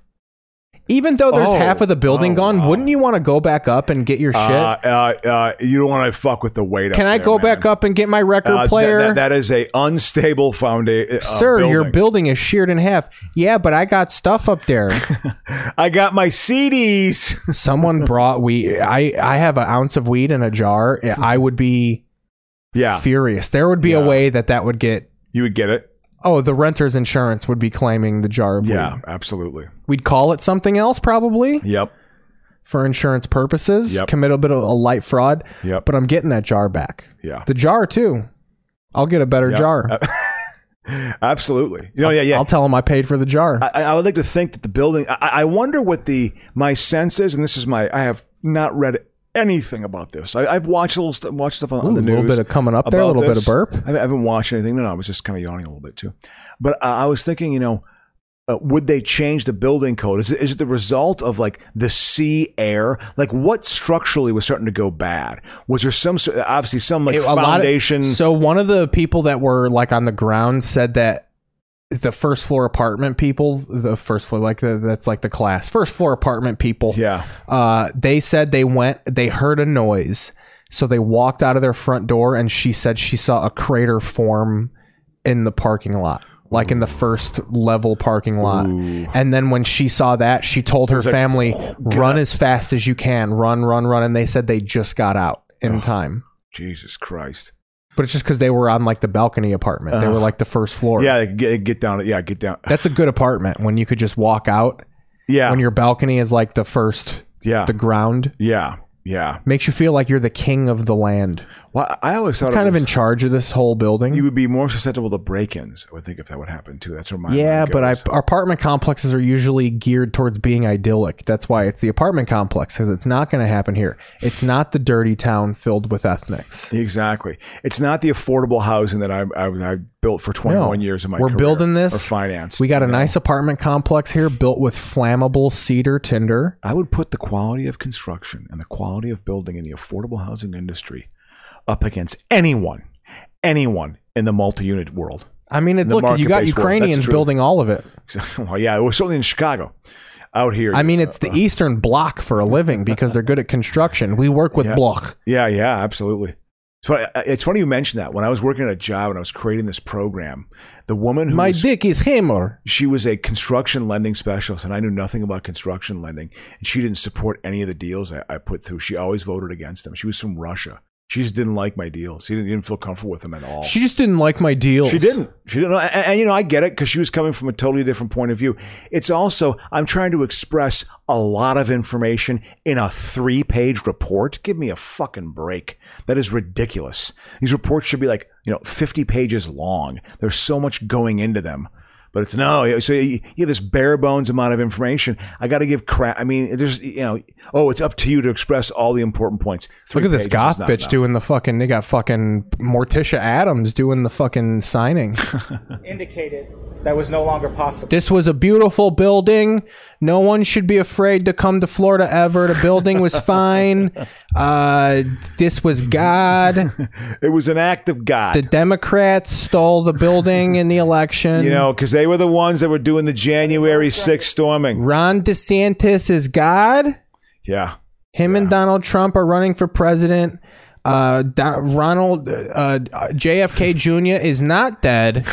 [SPEAKER 2] Even though there's
[SPEAKER 1] Oh.
[SPEAKER 2] half of the building
[SPEAKER 1] Oh,
[SPEAKER 2] gone, wouldn't you want to go back up and get your shit?
[SPEAKER 1] Uh, uh, uh, you don't want to fuck with the weight.
[SPEAKER 2] Can
[SPEAKER 1] up
[SPEAKER 2] I
[SPEAKER 1] there,
[SPEAKER 2] go
[SPEAKER 1] man.
[SPEAKER 2] back up and get my record
[SPEAKER 1] Uh, that-
[SPEAKER 2] player?
[SPEAKER 1] that- that is a unstable uh, foundation.
[SPEAKER 2] Sir, your building is sheared in half. Yeah, but I got stuff up there.
[SPEAKER 1] I got my CDs.
[SPEAKER 2] Someone brought weed. I I have an ounce of weed in a jar. I would be
[SPEAKER 1] Yeah.
[SPEAKER 2] furious. There would be a way that that would get.
[SPEAKER 1] You would get it.
[SPEAKER 2] Oh, the renter's insurance would be claiming the jar of
[SPEAKER 1] Yeah,
[SPEAKER 2] weed.
[SPEAKER 1] absolutely.
[SPEAKER 2] We'd call it something else probably
[SPEAKER 1] Yep.
[SPEAKER 2] for insurance purposes.
[SPEAKER 1] Yep.
[SPEAKER 2] Commit a bit of a light fraud.
[SPEAKER 1] Yep.
[SPEAKER 2] But I'm getting that jar back.
[SPEAKER 1] Yeah.
[SPEAKER 2] The jar too. I'll get a better
[SPEAKER 1] Yeah. Uh,
[SPEAKER 2] jar.
[SPEAKER 1] Absolutely. You know, yeah, yeah.
[SPEAKER 2] I'll tell him I paid for the jar.
[SPEAKER 1] I, I would like to think that the building. I, I wonder what the my sense is, and this is my. I have not read anything about this. I, I've watched a little st- watched stuff on, on
[SPEAKER 2] Ooh,
[SPEAKER 1] the
[SPEAKER 2] a
[SPEAKER 1] news.
[SPEAKER 2] little bit of coming up there, a
[SPEAKER 1] about
[SPEAKER 2] little bit of
[SPEAKER 1] this.
[SPEAKER 2] burp.
[SPEAKER 1] I, I haven't watched anything. No, no, I was just kind of yawning a little bit too. But uh, I was thinking, you know, uh, would they change the building code? Is it, is it the result of like the sea air? Like what structurally was starting to go bad? Was there some sort- obviously some like
[SPEAKER 2] It- a lot of-
[SPEAKER 1] foundation?
[SPEAKER 2] so one of the people that were like on the ground said that the first floor apartment people, the first floor, like the, that's like the class, first floor apartment people.
[SPEAKER 1] Yeah.
[SPEAKER 2] Uh, they said they went, they heard a noise, so they walked out of their front door, and she said she saw a crater form in the parking lot. Like in the first level parking lot. And then when she saw that, she told her family,
[SPEAKER 1] "Oh,
[SPEAKER 2] run as fast as you can, run, run, run. And they said they just got out in time.
[SPEAKER 1] Jesus Christ.
[SPEAKER 2] But it's just because they were on like the balcony apartment. they were like the first floor.
[SPEAKER 1] Yeah, get, get down. Yeah, get down.
[SPEAKER 2] That's a good apartment when you could just walk out.
[SPEAKER 1] Yeah.
[SPEAKER 2] When your balcony is like the first,
[SPEAKER 1] Yeah.
[SPEAKER 2] the ground.
[SPEAKER 1] Yeah, yeah.
[SPEAKER 2] Makes you feel like you're the king of the land.
[SPEAKER 1] Well, I always thought it
[SPEAKER 2] kind of
[SPEAKER 1] was-
[SPEAKER 2] in charge of this whole building.
[SPEAKER 1] you would be more susceptible to break-ins. I would think if that would happen too. That's where my
[SPEAKER 2] yeah,
[SPEAKER 1] mind
[SPEAKER 2] but I,
[SPEAKER 1] goes.
[SPEAKER 2] our apartment complexes are usually geared towards being idyllic. That's why it's the apartment complex because it's not going to happen here. It's not the dirty town filled with ethnics.
[SPEAKER 1] exactly. It's not the affordable housing that I I, I built for 21
[SPEAKER 2] No.
[SPEAKER 1] years of my
[SPEAKER 2] We're
[SPEAKER 1] career
[SPEAKER 2] building this.
[SPEAKER 1] or financed.
[SPEAKER 2] We got a nice apartment complex here built with flammable cedar tinder.
[SPEAKER 1] I would put the quality of construction and the quality of building in the affordable housing industry up against anyone, anyone in the multi-unit world.
[SPEAKER 2] I mean, it,
[SPEAKER 1] The
[SPEAKER 2] look, you got
[SPEAKER 1] market-based world. That's
[SPEAKER 2] Ukrainians
[SPEAKER 1] true.
[SPEAKER 2] building all of it.
[SPEAKER 1] well, yeah, it was certainly in Chicago. Out here,
[SPEAKER 2] I mean, it's the Eastern Bloc for a living because they're good at construction. We work with
[SPEAKER 1] Yeah.
[SPEAKER 2] Bloch.
[SPEAKER 1] Yeah, yeah, absolutely. It's funny, uh, it's funny you mentioned that. When I was working at a job and I was creating this program, the woman who
[SPEAKER 2] My
[SPEAKER 1] was,
[SPEAKER 2] dick is hammer.
[SPEAKER 1] she was a construction lending specialist, and I knew nothing about construction lending, and she didn't support any of the deals I, I put through. She always voted against them. She was from Russia. She just didn't like my deal. She didn't, didn't feel comfortable with them at all.
[SPEAKER 2] She just didn't like my deals.
[SPEAKER 1] She didn't. She didn't. And, and, you know, I get it because she was coming from a totally different point of view. It's also I'm trying to express a lot of information in a three-page report. Give me a fucking break. That is ridiculous. These reports should be like you know 50 pages long. There's so much going into them. But it's no, so you you have this bare bones amount of information. I got to give crap. I mean, there's, you know, oh, it's up to you to express all the important points. Three
[SPEAKER 2] Look at this
[SPEAKER 1] pages is
[SPEAKER 2] goth
[SPEAKER 1] not
[SPEAKER 2] bitch
[SPEAKER 1] enough.
[SPEAKER 2] doing the fucking. They got fucking Morticia Adams doing the fucking signing.
[SPEAKER 48] indicated that was no longer possible.
[SPEAKER 2] This was a beautiful building. No one should be afraid to come to Florida ever. The building was fine. Uh, this was God.
[SPEAKER 1] It was an act of God.
[SPEAKER 2] The Democrats stole the building in the election.
[SPEAKER 1] You know, because they were the ones that were doing the January 6th storming.
[SPEAKER 2] Ron DeSantis is God.
[SPEAKER 1] Yeah.
[SPEAKER 2] Him and Donald Trump are running for president. Uh, Don- Ronald uh, uh, JFK Jr. is not dead.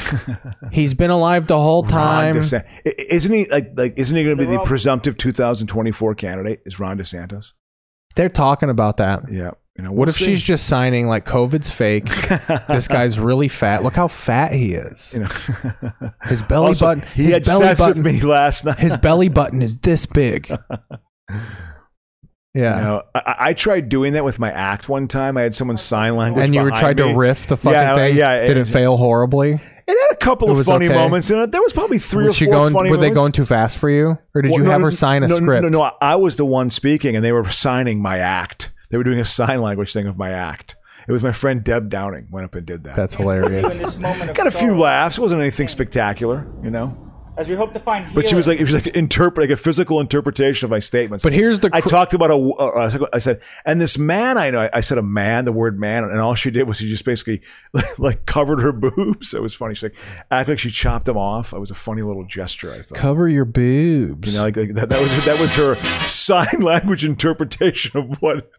[SPEAKER 2] He's been alive the whole time.
[SPEAKER 1] Ron DeSantis. I- Isn't he like like isn't he going to be the presumptive 2024 candidate? Is Ron DeSantis?
[SPEAKER 2] They're talking about that.
[SPEAKER 1] Yeah. You know,
[SPEAKER 2] what
[SPEAKER 1] we'll
[SPEAKER 2] if
[SPEAKER 1] see.
[SPEAKER 2] she's just signing like COVID's fake? this guy's really fat. Look how fat he is. his belly
[SPEAKER 1] Also,
[SPEAKER 2] button.
[SPEAKER 1] he
[SPEAKER 2] his
[SPEAKER 1] had
[SPEAKER 2] belly
[SPEAKER 1] sex
[SPEAKER 2] button,
[SPEAKER 1] with me last night.
[SPEAKER 2] his belly button is this big. Yeah.
[SPEAKER 1] You know, I, I tried doing that with my act one time. I had someone sign language,
[SPEAKER 2] and you were
[SPEAKER 1] behind
[SPEAKER 2] trying to
[SPEAKER 1] me.
[SPEAKER 2] riff the fucking
[SPEAKER 1] yeah,
[SPEAKER 2] thing.
[SPEAKER 1] Yeah,
[SPEAKER 2] Did it fail horribly?
[SPEAKER 1] It had a couple
[SPEAKER 2] It
[SPEAKER 1] of
[SPEAKER 2] was
[SPEAKER 1] funny
[SPEAKER 2] okay.
[SPEAKER 1] moments in it. There was probably three
[SPEAKER 2] was
[SPEAKER 1] or
[SPEAKER 2] she
[SPEAKER 1] four
[SPEAKER 2] going?
[SPEAKER 1] funny
[SPEAKER 2] were they
[SPEAKER 1] moments.
[SPEAKER 2] going too fast for you, or did
[SPEAKER 1] Well,
[SPEAKER 2] you
[SPEAKER 1] no,
[SPEAKER 2] have
[SPEAKER 1] no,
[SPEAKER 2] her sign a
[SPEAKER 1] no,
[SPEAKER 2] script?
[SPEAKER 1] No, no, I- I was the one speaking, and they were signing my act. They were doing a sign language thing of my act. It was my friend Deb Downing went up and did that.
[SPEAKER 2] That's hilarious.
[SPEAKER 1] Got a few laughs. It wasn't anything spectacular, you know.
[SPEAKER 48] As we hope to find
[SPEAKER 1] But she was like,
[SPEAKER 48] healing.
[SPEAKER 1] it was like interpret, like a physical interpretation of my statements.
[SPEAKER 2] But here's the
[SPEAKER 1] I talked about a, uh, I said, and this man I know, I said a man, the word man, and all she did was she just basically like covered her boobs. It was funny. She like acted like she chopped them off. It was a funny little gesture. I thought.
[SPEAKER 2] Cover your boobs.
[SPEAKER 1] You know, like, like that, that was that was her sign language interpretation of what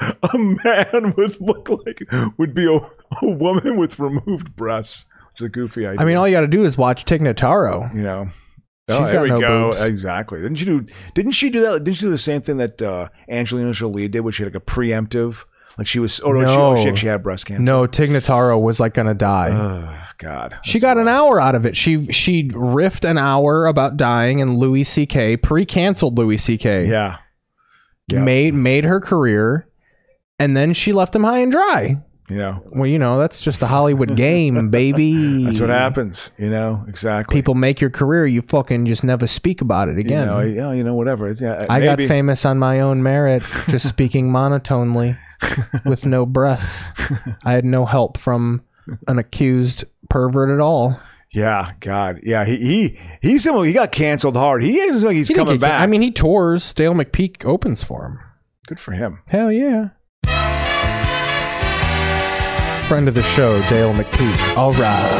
[SPEAKER 1] a man would look like would be a, a woman with removed breasts. It's a goofy idea.
[SPEAKER 2] I mean, all you got to do is watch Tignataro.
[SPEAKER 1] you know. Oh,
[SPEAKER 2] She's
[SPEAKER 1] there
[SPEAKER 2] got
[SPEAKER 1] we
[SPEAKER 2] no
[SPEAKER 1] go.
[SPEAKER 2] boobs.
[SPEAKER 1] Exactly. Didn't she do? Didn't she do that? Didn't she do the same thing that uh, Angelina Jolie did, where she had like a preemptive, like she was? Oh no, She, oh, she actually had breast cancer. Oh,
[SPEAKER 2] No, Tignataro was like gonna die.
[SPEAKER 1] God.
[SPEAKER 2] She got an hour out of it. She she riffed an hour about dying, and Louis C.K. pre-canceled Louis C.K.
[SPEAKER 1] Yeah,
[SPEAKER 2] made made her career, and then she left him high and dry.
[SPEAKER 1] You know,
[SPEAKER 2] Well, you know that's just the Hollywood game, baby.
[SPEAKER 1] that's what happens. You know exactly.
[SPEAKER 2] People make your career. You fucking just never speak about it again.
[SPEAKER 1] You know, yeah, you know, whatever. It's- Yeah,
[SPEAKER 2] I got
[SPEAKER 1] Uh, maybe-
[SPEAKER 2] famous on my own merit, just speaking monotonely with no breaths. I had no help from an accused pervert at all.
[SPEAKER 1] Yeah, God, yeah. He he he's someone he got canceled hard. He is like he's
[SPEAKER 2] He didn't
[SPEAKER 1] coming
[SPEAKER 2] get can-
[SPEAKER 1] back.
[SPEAKER 2] I mean, he tours. Dale McPeak opens for him.
[SPEAKER 1] good for him.
[SPEAKER 2] Hell yeah. Friend of the show, Dale McPeak. All right.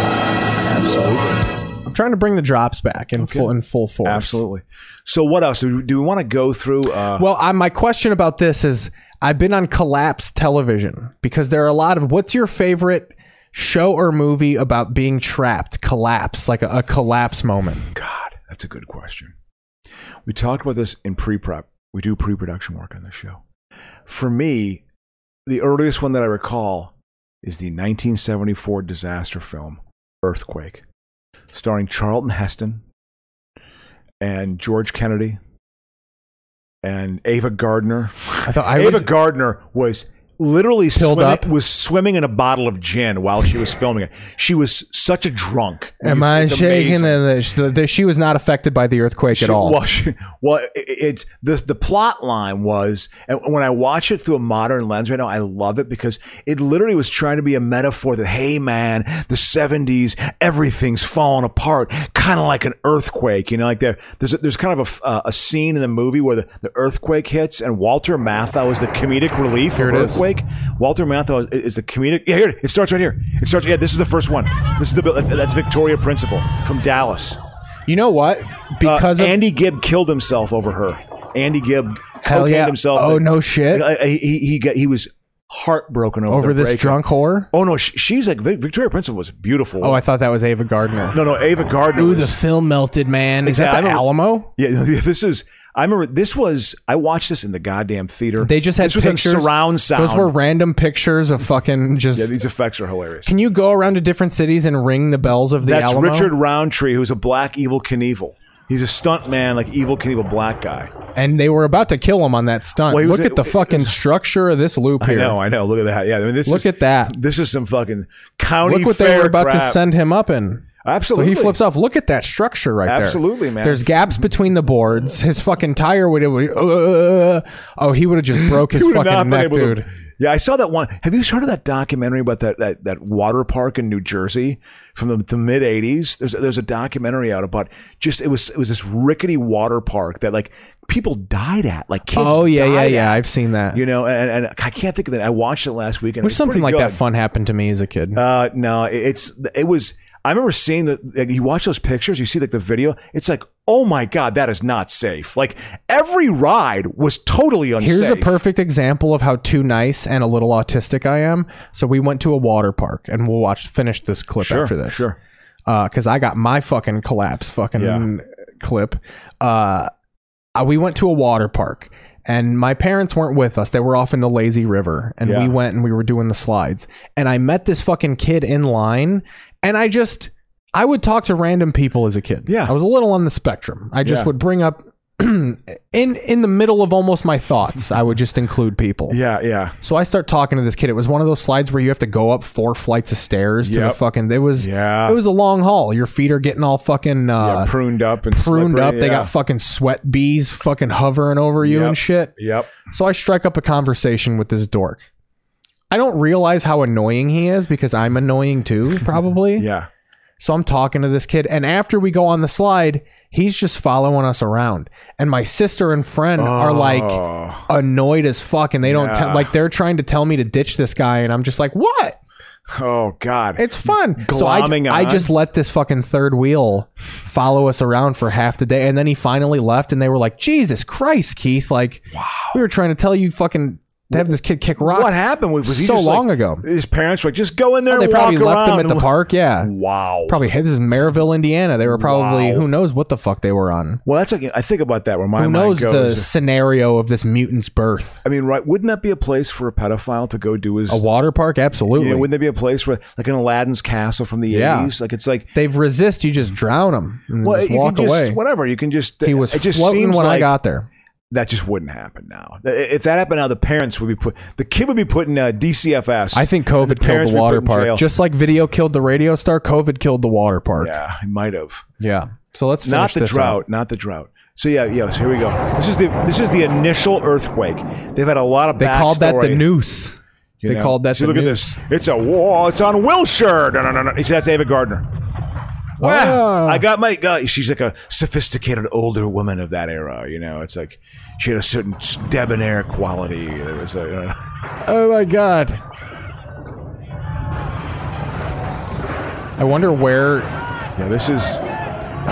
[SPEAKER 1] Absolutely.
[SPEAKER 2] I'm trying to bring the drops back in full in full force.
[SPEAKER 1] Absolutely. So what else do we, do we want to go through? Uh,
[SPEAKER 2] Well, I, my question about this is I've been on collapse television because there are a lot of what's your favorite show or movie about being trapped, collapse, like a, a collapse moment?
[SPEAKER 1] that's a good question. We talked about this in pre-prep. We do pre-production work on this show. For me, the earliest one that I recall is the 1974 disaster film Earthquake, starring Charlton Heston and George Kennedy and Ava Gardner.
[SPEAKER 2] I thought I
[SPEAKER 1] Ava
[SPEAKER 2] was-
[SPEAKER 1] Gardner was literally
[SPEAKER 2] Pilled
[SPEAKER 1] swimming,
[SPEAKER 2] up?
[SPEAKER 1] was swimming in a bottle of gin while she was filming it. She was such a drunk.
[SPEAKER 2] Am I
[SPEAKER 1] It's
[SPEAKER 2] shaking?
[SPEAKER 1] amazing.
[SPEAKER 2] And the, the, she was not affected by the earthquake
[SPEAKER 1] She-
[SPEAKER 2] at all.
[SPEAKER 1] Well, she, well, it- it's the the plot line was, and when I watch it through a modern lens right now, I love it because it literally was trying to be a metaphor that hey man, the '70s, everything's falling apart, kind of like an earthquake, you know, like there there's a, there's kind of a f- uh, a scene in the movie where the, the earthquake hits, and Walter Matthau is the comedic relief
[SPEAKER 2] Here
[SPEAKER 1] of
[SPEAKER 2] it is.
[SPEAKER 1] earthquake. Walter Matthau is, is the comedic. Yeah, here it, it starts right here. It starts. Yeah, this is the first one. This is the that's, that's Victoria Principal from Dallas.
[SPEAKER 2] You know what? Because
[SPEAKER 1] Uh,
[SPEAKER 2] of-
[SPEAKER 1] Andy Gibb killed himself over her. Andy Gibb
[SPEAKER 2] Hell
[SPEAKER 1] cocained
[SPEAKER 2] yeah.
[SPEAKER 1] himself.
[SPEAKER 2] Oh, no shit.
[SPEAKER 1] Uh, He he he, got, he was heartbroken over,
[SPEAKER 2] Over
[SPEAKER 1] the
[SPEAKER 2] this
[SPEAKER 1] breakup.
[SPEAKER 2] drunk whore?
[SPEAKER 1] Oh no, sh- she's like Vic- Victoria Principal was beautiful.
[SPEAKER 2] Oh, I thought that was Ava Gardner.
[SPEAKER 1] no no Ava Gardner.
[SPEAKER 2] Ooh,
[SPEAKER 1] was-
[SPEAKER 2] the film melted, man. Is
[SPEAKER 1] Yeah, I
[SPEAKER 2] that the
[SPEAKER 1] don't-
[SPEAKER 2] Alamo?
[SPEAKER 1] Yeah, this is. I remember this was I watched this in the goddamn theater.
[SPEAKER 2] They just had
[SPEAKER 1] this was in
[SPEAKER 2] pictures.
[SPEAKER 1] surround sound.
[SPEAKER 2] Those were random pictures of fucking just.
[SPEAKER 1] yeah, these effects are hilarious.
[SPEAKER 2] Can you go around to different cities and ring the bells of the
[SPEAKER 1] That's
[SPEAKER 2] Alamo?
[SPEAKER 1] Richard Roundtree, who's a black evil Knievel. He's a stunt man, like evil Knievel black guy.
[SPEAKER 2] and they were about to kill him on that stunt.
[SPEAKER 1] Well, he was
[SPEAKER 2] Look
[SPEAKER 1] a-
[SPEAKER 2] at the fucking structure of this loop
[SPEAKER 1] I
[SPEAKER 2] here.
[SPEAKER 1] know, I know. Look at that. Yeah, I mean, this
[SPEAKER 2] Look
[SPEAKER 1] is,
[SPEAKER 2] at that.
[SPEAKER 1] This is some fucking county.
[SPEAKER 2] Look what they
[SPEAKER 1] fair
[SPEAKER 2] were about to
[SPEAKER 1] crap.
[SPEAKER 2] send him up in.
[SPEAKER 1] Absolutely.
[SPEAKER 2] So he flips off. Look at that structure right there.
[SPEAKER 1] Absolutely, man.
[SPEAKER 2] There's gaps between the boards. His fucking tire would have. Uh, oh, he would have just broke his
[SPEAKER 1] He would've not
[SPEAKER 2] fucking
[SPEAKER 1] been
[SPEAKER 2] neck,
[SPEAKER 1] able to-
[SPEAKER 2] dude.
[SPEAKER 1] Yeah, I saw that one. Have you heard of that documentary about that that, that water park in New Jersey from the, the mid '80s? There's there's a documentary out about just it was it was this rickety water park that like people died at, like kids.
[SPEAKER 2] Oh yeah, yeah,
[SPEAKER 1] died
[SPEAKER 2] yeah.
[SPEAKER 1] at,
[SPEAKER 2] I've seen that.
[SPEAKER 1] You know, and, and I can't think of it. I watched it last weekend.
[SPEAKER 2] Wish something like that fun happened to me as a kid.
[SPEAKER 1] Uh, no, it- it's it was. I remember seeing that. Like, you watch those pictures, you see like the video. It's like, oh my god, that is not safe. Like every ride was totally unsafe.
[SPEAKER 2] Here's a perfect example of how too nice and a little autistic I am. So we went to a water park, and we'll watch finish this clip
[SPEAKER 1] Sure,
[SPEAKER 2] after this.
[SPEAKER 1] sure.
[SPEAKER 2] Because I got my fucking collapse fucking
[SPEAKER 1] Yeah.
[SPEAKER 2] clip. Uh, I- we went to a water park, and my parents weren't with us. They were off in the lazy river, and
[SPEAKER 3] Yeah.
[SPEAKER 2] we went and we were doing the slides. And I met this fucking kid in line, and I just. I would talk to random people as a kid. Yeah. I was a little on the spectrum. I just
[SPEAKER 1] Yeah.
[SPEAKER 2] would bring up in in the middle of almost my thoughts, I would just include people.
[SPEAKER 1] Yeah, yeah.
[SPEAKER 2] So I start talking to this kid. It was one of those slides where you have to go up four flights of stairs to the
[SPEAKER 1] Yep.
[SPEAKER 2] fucking. It was
[SPEAKER 1] Yeah.
[SPEAKER 2] It was a long haul. Your feet are getting all fucking uh,
[SPEAKER 1] pruned up and
[SPEAKER 2] pruned
[SPEAKER 1] slippery,
[SPEAKER 2] up. They
[SPEAKER 1] yeah.
[SPEAKER 2] got fucking sweat bees fucking hovering over you
[SPEAKER 1] Yep,
[SPEAKER 2] and shit.
[SPEAKER 1] Yep.
[SPEAKER 2] So I strike up a conversation with this dork. I don't realize how annoying he is because I'm annoying too, probably.
[SPEAKER 1] yeah.
[SPEAKER 2] So I'm talking to this kid, and after we go on the slide, he's just following us around. And my sister and friend
[SPEAKER 1] Oh,
[SPEAKER 2] are like annoyed as fuck, and they don't
[SPEAKER 1] Yeah.
[SPEAKER 2] tell like they're trying to tell me to ditch this guy, and I'm just like, what?
[SPEAKER 1] Oh God,
[SPEAKER 2] it's fun. So I,
[SPEAKER 1] Glomming
[SPEAKER 2] I
[SPEAKER 1] on.
[SPEAKER 2] just let this fucking third wheel follow us around for half the day, and then he finally left, and they were like, Jesus Christ, Keith! Like, we were trying to tell you fucking to have this kid kick rocks.
[SPEAKER 1] What happened? Was he
[SPEAKER 2] so
[SPEAKER 1] just,
[SPEAKER 2] long
[SPEAKER 1] like,
[SPEAKER 2] ago?
[SPEAKER 1] His parents were like, just go in there.
[SPEAKER 2] Oh, they
[SPEAKER 1] and
[SPEAKER 2] probably
[SPEAKER 1] walk
[SPEAKER 2] left him
[SPEAKER 1] around
[SPEAKER 2] at the
[SPEAKER 1] and-
[SPEAKER 2] park. Yeah.
[SPEAKER 1] Wow.
[SPEAKER 2] Probably hey, this is Maryville, Indiana. They were probably
[SPEAKER 1] Wow.
[SPEAKER 2] who knows what the fuck they were on.
[SPEAKER 1] Well, that's like I think about that where my
[SPEAKER 2] who
[SPEAKER 1] mind
[SPEAKER 2] knows the
[SPEAKER 1] goes.
[SPEAKER 2] scenario of this mutant's birth?
[SPEAKER 1] I mean, right? Wouldn't that be a place for a pedophile to go do his?
[SPEAKER 2] A water park,
[SPEAKER 1] you
[SPEAKER 2] absolutely.
[SPEAKER 1] know, wouldn't that be a place where, like, an Aladdin's castle from the
[SPEAKER 2] Yeah.
[SPEAKER 1] eighties? Like, it's like
[SPEAKER 2] They've resist. You just drown them. And
[SPEAKER 1] well,
[SPEAKER 2] just
[SPEAKER 1] you
[SPEAKER 2] walk
[SPEAKER 1] can just,
[SPEAKER 2] away.
[SPEAKER 1] Whatever. You can just.
[SPEAKER 2] He was
[SPEAKER 1] it just
[SPEAKER 2] floating
[SPEAKER 1] seems
[SPEAKER 2] when I
[SPEAKER 1] like
[SPEAKER 2] got there.
[SPEAKER 1] That just wouldn't happen now. If that happened now, the parents would be put. The kid would be put in uh, DCFS.
[SPEAKER 2] I think
[SPEAKER 1] and the
[SPEAKER 2] COVID killed
[SPEAKER 1] parents
[SPEAKER 2] the
[SPEAKER 1] would be
[SPEAKER 2] water
[SPEAKER 1] put in jail.
[SPEAKER 2] park. Just like video killed the radio star, COVID killed the water park.
[SPEAKER 1] Yeah, it might have.
[SPEAKER 2] Yeah. So let's
[SPEAKER 1] not
[SPEAKER 2] finish
[SPEAKER 1] the
[SPEAKER 2] this
[SPEAKER 1] drought,
[SPEAKER 2] out.
[SPEAKER 1] not the drought. So yeah, yeah. So here we go. This is the this is the initial earthquake. They've had a lot of.
[SPEAKER 2] They called that the
[SPEAKER 1] backstory,
[SPEAKER 2] noose.
[SPEAKER 1] you
[SPEAKER 2] They
[SPEAKER 1] know.
[SPEAKER 2] called that
[SPEAKER 1] So
[SPEAKER 2] the
[SPEAKER 1] look at
[SPEAKER 2] noose.
[SPEAKER 1] this. It's a war. It's on Wilshire. No, no, no, no. See, that's Ava Gardner. Wow.
[SPEAKER 2] Oh.
[SPEAKER 1] I got my. Uh, she's like a sophisticated older woman of that era. You know, it's like she had a certain debonair quality. There was a. uh,
[SPEAKER 2] Oh my god. I wonder where.
[SPEAKER 1] Yeah, this is.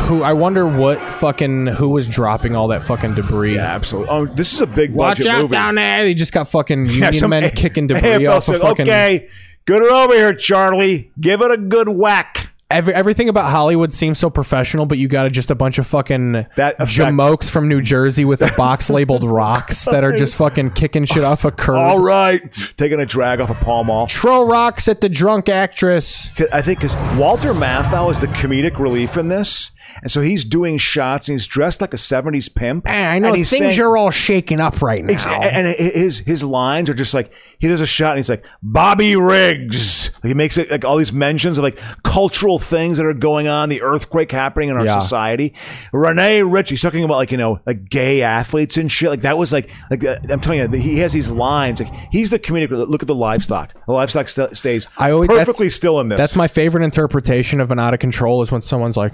[SPEAKER 2] Who I wonder what fucking who was dropping all that fucking debris. Yeah,
[SPEAKER 1] absolutely. Oh, this is a big
[SPEAKER 2] watch
[SPEAKER 1] budget
[SPEAKER 2] out
[SPEAKER 1] movie.
[SPEAKER 2] down there. They just got fucking
[SPEAKER 1] Yeah,
[SPEAKER 2] union
[SPEAKER 1] some
[SPEAKER 2] men
[SPEAKER 1] A-
[SPEAKER 2] kicking debris
[SPEAKER 1] AFL
[SPEAKER 2] off a
[SPEAKER 1] said,
[SPEAKER 2] fucking.
[SPEAKER 1] Okay, get it over here, Charlie. Give it a good whack.
[SPEAKER 2] Every, everything about Hollywood seems so professional, but you got just a bunch of fucking
[SPEAKER 1] that
[SPEAKER 2] jamokes from New Jersey with a box labeled rocks that are just fucking kicking shit off a curb.
[SPEAKER 1] All right, taking a drag off a Pall Mall.
[SPEAKER 2] Throw rocks at the drunk actress.
[SPEAKER 1] I think because Walter Matthau is the comedic relief in this, and so he's doing shots and he's dressed like a '70s pimp.
[SPEAKER 2] I know
[SPEAKER 1] and he's
[SPEAKER 2] things
[SPEAKER 1] saying-
[SPEAKER 2] are all shaking up right now.
[SPEAKER 1] Ex- and his his lines are just like he does a shot and he's like Bobby Riggs. Like he makes it like all these mentions of like cultural things that are going on, the earthquake happening in our
[SPEAKER 9] Yeah.
[SPEAKER 1] society. Renee Rich, he's talking about like you know like gay athletes and shit. Like that was like like uh, I'm telling you, he has these lines. Like he's the comedic. Look at the livestock. The livestock st- stays
[SPEAKER 2] I always that's-
[SPEAKER 1] perfectly still in this.
[SPEAKER 2] That's my favorite interpretation of an out of control is when someone's like,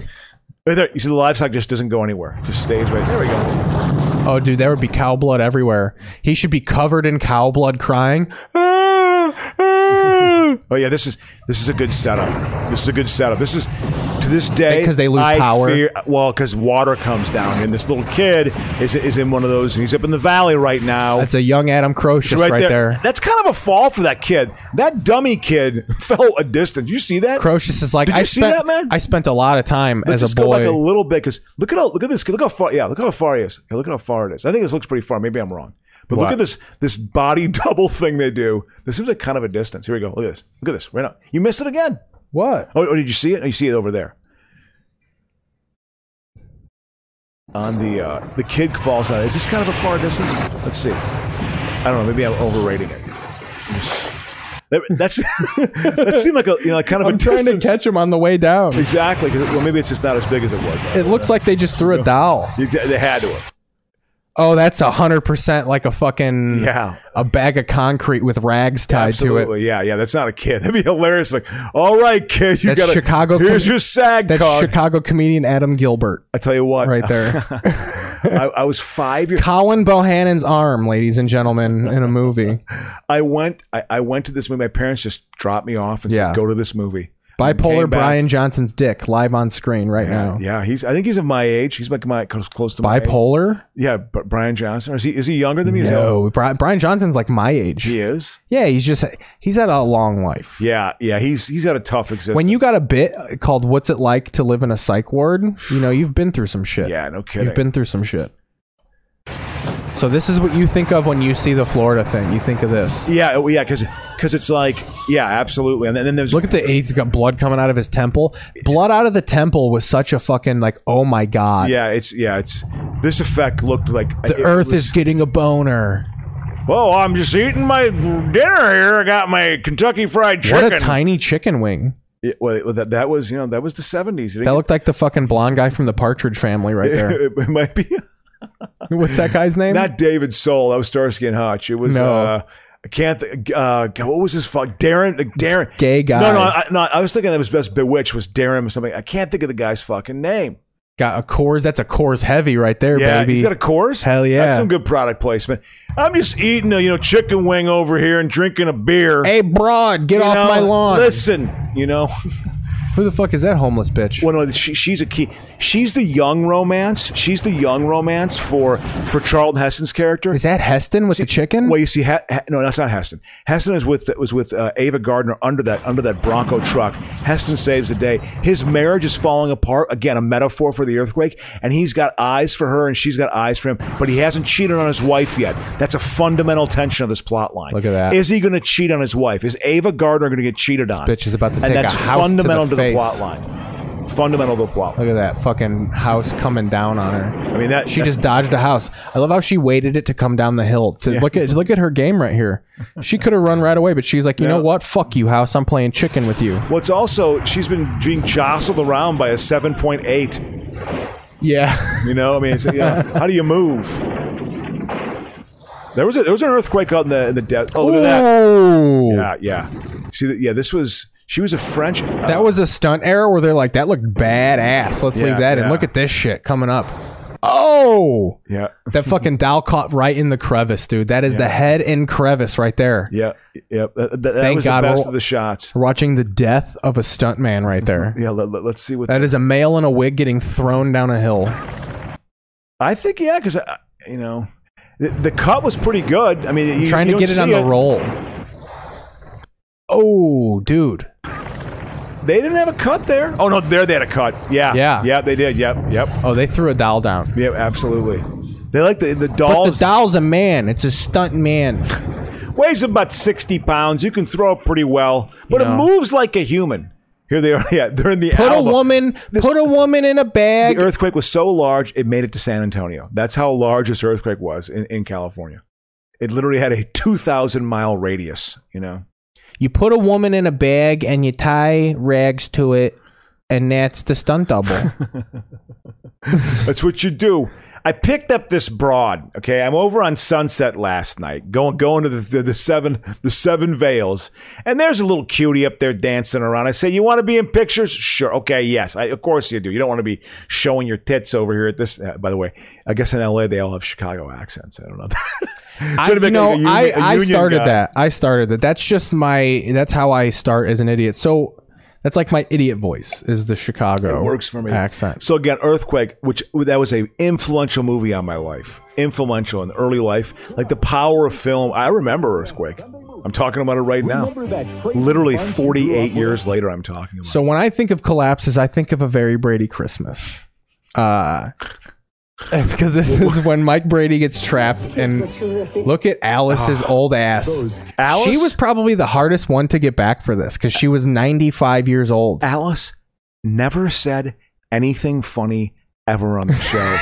[SPEAKER 1] Right there, you see the livestock just doesn't go anywhere. It Just stays right there. We go.
[SPEAKER 2] "Oh, dude, there would be cow blood everywhere. He should be covered in cow blood, crying."
[SPEAKER 1] Oh yeah, this is this is a good setup. This is a good setup. This is to this day,
[SPEAKER 2] Because they lose
[SPEAKER 1] I
[SPEAKER 2] power?
[SPEAKER 1] Fear, well, because water comes down, and this little kid is is in one of those. and He's up in the valley right now.
[SPEAKER 2] That's a young Adam Crocius right, there.
[SPEAKER 1] That's kind of a fall for that kid. That dummy kid fell a distance. You see that?
[SPEAKER 2] Crocius is like
[SPEAKER 1] Did you
[SPEAKER 2] I
[SPEAKER 1] see
[SPEAKER 2] spent
[SPEAKER 1] that, man?
[SPEAKER 2] I spent a lot of time
[SPEAKER 1] Let's
[SPEAKER 2] as
[SPEAKER 1] just
[SPEAKER 2] a boy.
[SPEAKER 1] go back a little bit because look at how, look at this. Look how far. Yeah, look how far he is. Yeah, look how far it is. I think this looks pretty far. Maybe I'm wrong. But look
[SPEAKER 49] What?
[SPEAKER 1] at this this body double thing they do. This seems like kind of a distance. Here we go. Look at this. Look at this. Right now, you missed it again.
[SPEAKER 2] What?
[SPEAKER 1] Oh, oh, did you see it? Oh, you see it over there. On the uh, the kid falls on. Is this kind of a far distance? Let's see. I don't know. Maybe I'm overrating it. That- That's that seemed like a you know like kind of
[SPEAKER 2] I'm
[SPEAKER 1] a
[SPEAKER 2] trying to
[SPEAKER 1] distance.
[SPEAKER 2] catch him on the way down.
[SPEAKER 1] Exactly. 'cause- Well, maybe it's just not as big as it was.
[SPEAKER 2] It looks like they just threw a dowel.
[SPEAKER 1] You- They had to have.
[SPEAKER 2] Oh, that's a hundred percent like a fucking
[SPEAKER 1] Yeah.
[SPEAKER 2] a bag of concrete with rags tied to it.
[SPEAKER 1] Absolutely. Yeah, yeah. That's not a kid. That'd be hilarious. Like, all right, kid, you
[SPEAKER 2] That's
[SPEAKER 1] got
[SPEAKER 2] Chicago.
[SPEAKER 1] Here's
[SPEAKER 2] com-
[SPEAKER 1] your sag
[SPEAKER 2] That's
[SPEAKER 1] card.
[SPEAKER 2] Chicago comedian Adam Gilbert.
[SPEAKER 1] I tell you what,
[SPEAKER 2] right there.
[SPEAKER 1] I, I was five years.
[SPEAKER 2] Colin Bohannon's arm, ladies and gentlemen, in a movie.
[SPEAKER 1] I went. I, I went to this movie. My parents just dropped me off and
[SPEAKER 2] Yeah.
[SPEAKER 1] said, "Go to this movie." And I
[SPEAKER 2] Bipolar
[SPEAKER 1] came back.
[SPEAKER 2] Brian Johnson's dick live on screen right now.
[SPEAKER 1] Yeah, he's. I think he's of my age. He's like my close, close to my age.
[SPEAKER 2] Bipolar?
[SPEAKER 1] Yeah, but Brian Johnson. Or Is he? Is he younger than me? Is he
[SPEAKER 2] No, Brian, Brian Johnson's like my age.
[SPEAKER 1] He is.
[SPEAKER 2] Yeah, he's just he's had a long life.
[SPEAKER 1] Yeah, yeah. He's he's had a tough existence.
[SPEAKER 2] When you got a bit called "What's it like to live in a psych ward?" you know you've been through some shit.
[SPEAKER 1] Yeah, no kidding.
[SPEAKER 2] You've been through some shit. So this is what you think of when you see the Florida thing. You think of this.
[SPEAKER 1] yeah, oh, yeah, because it's like yeah, absolutely. And then, then there's
[SPEAKER 2] Look at the AIDS got blood coming out of his temple. Blood out of the temple was such a fucking like, oh my god.
[SPEAKER 1] yeah, it's yeah, it's this effect looked like
[SPEAKER 2] The
[SPEAKER 1] it
[SPEAKER 2] earth
[SPEAKER 1] was-
[SPEAKER 2] is getting a boner.
[SPEAKER 1] Well, I'm just eating my dinner here. I got my Kentucky Fried Chicken.
[SPEAKER 2] What a tiny chicken wing.
[SPEAKER 1] Yeah, well, that, that was you know that was the '70s. It-
[SPEAKER 2] That looked like the fucking blonde guy from the Partridge Family right there.
[SPEAKER 1] it, might be
[SPEAKER 2] What's that guy's name?
[SPEAKER 1] not David Soul. That was Starsky and Hutch. It was.
[SPEAKER 2] No.
[SPEAKER 1] Uh, I can't. Th- uh, God, what was his fuck? Darren. uh, Darren.
[SPEAKER 2] Gay guy.
[SPEAKER 1] No, no, I, no. I was thinking that was best Bewitched was Darren or something. I can't think of the guy's fucking name.
[SPEAKER 2] Got a Coors. That's a Coors heavy right there,
[SPEAKER 1] yeah,
[SPEAKER 2] baby.
[SPEAKER 1] he's got a course.
[SPEAKER 2] Hell yeah.
[SPEAKER 1] that's some good product placement. I'm just eating a you know chicken wing over here and drinking a beer.
[SPEAKER 2] Hey, broad, get
[SPEAKER 1] You
[SPEAKER 2] off
[SPEAKER 1] know,
[SPEAKER 2] my lawn.
[SPEAKER 1] Listen, you know.
[SPEAKER 2] Who the fuck is that homeless bitch?
[SPEAKER 1] Well, no, she, she's a key. She's the young romance. She's the young romance for for Charlton Heston's character.
[SPEAKER 2] Is that Heston with the chicken?
[SPEAKER 1] Well, you see, ha- Ha- no, that's not Heston. Heston is with was with uh, Ava Gardner under that under that Bronco truck. Heston saves the day. His marriage is falling apart again, a metaphor for the earthquake. And he's got eyes for her, and she's got eyes for him, but he hasn't cheated on his wife yet. That's a fundamental tension of this plot line.
[SPEAKER 2] Look at that.
[SPEAKER 1] Is he going to cheat on his wife? Is Ava Gardner going to get cheated on?
[SPEAKER 2] bitch is about to
[SPEAKER 1] and
[SPEAKER 2] take a
[SPEAKER 1] that's
[SPEAKER 2] house to the
[SPEAKER 1] fundamental to the,
[SPEAKER 2] face.
[SPEAKER 1] plot line. Fundamental to the plot. Line.
[SPEAKER 2] Look at that fucking house coming down on her.
[SPEAKER 1] I mean that
[SPEAKER 2] She
[SPEAKER 1] that-
[SPEAKER 2] just dodged a house. I love how she waited it to come down the hill. To
[SPEAKER 1] Yeah.
[SPEAKER 2] look at look at her game right here. She could have run right away, but she's like, you know what? Fuck you, house. I'm playing chicken with you.
[SPEAKER 1] Well, it's also she's been being jostled around by a seven point eight.
[SPEAKER 2] Yeah.
[SPEAKER 1] You know, I mean, it's, yeah, how do you move? There was a, there was an earthquake out in the in the depth. Oh, look
[SPEAKER 2] Ooh.
[SPEAKER 1] at that! Yeah, yeah. See, th- yeah, this was she was a French. uh,
[SPEAKER 2] That was a stunt error where they're like, that looked badass. Let's
[SPEAKER 1] Yeah,
[SPEAKER 2] leave that and
[SPEAKER 1] yeah.
[SPEAKER 2] look at this shit coming up. Oh.
[SPEAKER 1] yeah,
[SPEAKER 2] That fucking dowel caught right in the crevice, dude. That is the
[SPEAKER 1] Yeah.
[SPEAKER 2] head in crevice right there.
[SPEAKER 1] yeah, yeah. That, that- that
[SPEAKER 2] Thank
[SPEAKER 1] was
[SPEAKER 2] God
[SPEAKER 1] the best
[SPEAKER 2] we're-
[SPEAKER 1] of the shots.
[SPEAKER 2] We're watching the death of a stuntman right there.
[SPEAKER 1] Yeah, let, let, us see what
[SPEAKER 2] That is a male in a wig getting thrown down a hill.
[SPEAKER 1] I think. Yeah, because you know, the, the cut was pretty good. I mean, you,
[SPEAKER 2] I'm trying
[SPEAKER 1] you
[SPEAKER 2] to
[SPEAKER 1] don't
[SPEAKER 2] get it on
[SPEAKER 1] see
[SPEAKER 2] the roll. Oh, dude.
[SPEAKER 1] They didn't have a cut there. Oh no, there they had a cut. Yeah,
[SPEAKER 2] Yeah.
[SPEAKER 1] yeah. They did. Yep, yep,
[SPEAKER 2] Oh, they threw a doll down.
[SPEAKER 1] yep. Absolutely. They like the the
[SPEAKER 2] But
[SPEAKER 1] dolls.
[SPEAKER 2] the doll's a man. It's a stunt man.
[SPEAKER 1] weighs about 60 pounds. You can throw it pretty well, but
[SPEAKER 2] know.
[SPEAKER 1] it moves like a human. Here they are. Yeah, they're in the
[SPEAKER 2] Put a
[SPEAKER 1] Alamo.
[SPEAKER 2] woman, put a woman in a
[SPEAKER 1] The
[SPEAKER 2] bag.
[SPEAKER 1] earthquake was so large, it made it to San Antonio. That's how large this earthquake was in, in California. It literally had a 2,000 mile radius, you know?
[SPEAKER 2] You put a woman in a bag and you tie rags to it, and that's the stunt double.
[SPEAKER 1] That's what you do. I picked up this broad. Okay, I'm over on Sunset last night, going going to the, the, the seven the seven veils, and there's a little cutie up there dancing around. I say, "You want to be in pictures? Sure. Okay, yes. I, of course you do. You don't want to be showing your tits over here at this. Uh, by the way, I guess in L.A. they all have Chicago accents. I don't know.
[SPEAKER 2] I,
[SPEAKER 1] Should've
[SPEAKER 2] you
[SPEAKER 1] been
[SPEAKER 2] know,
[SPEAKER 1] like a
[SPEAKER 2] I,
[SPEAKER 1] union- a
[SPEAKER 2] I
[SPEAKER 1] union
[SPEAKER 2] started
[SPEAKER 1] guy.
[SPEAKER 2] that. I started that. That's just my. That's how I start as an idiot. So That's like my idiot voice is the Chicago
[SPEAKER 1] It works for me.
[SPEAKER 2] accent.
[SPEAKER 1] So again, Earthquake, which that was a influential movie on my life, influential in early life, like the power of film. I remember Earthquake. I'm talking about it right now. Literally 48 years later, I'm talking.
[SPEAKER 2] So when I think of collapses, I think of a very Brady Christmas. Uh because this is when Mike Brady gets trapped and look at Alice's old ass.
[SPEAKER 1] Ah, Alice?
[SPEAKER 2] She was probably the hardest one to get back for this because she was 95 years old.
[SPEAKER 1] Alice never said anything funny ever on the show.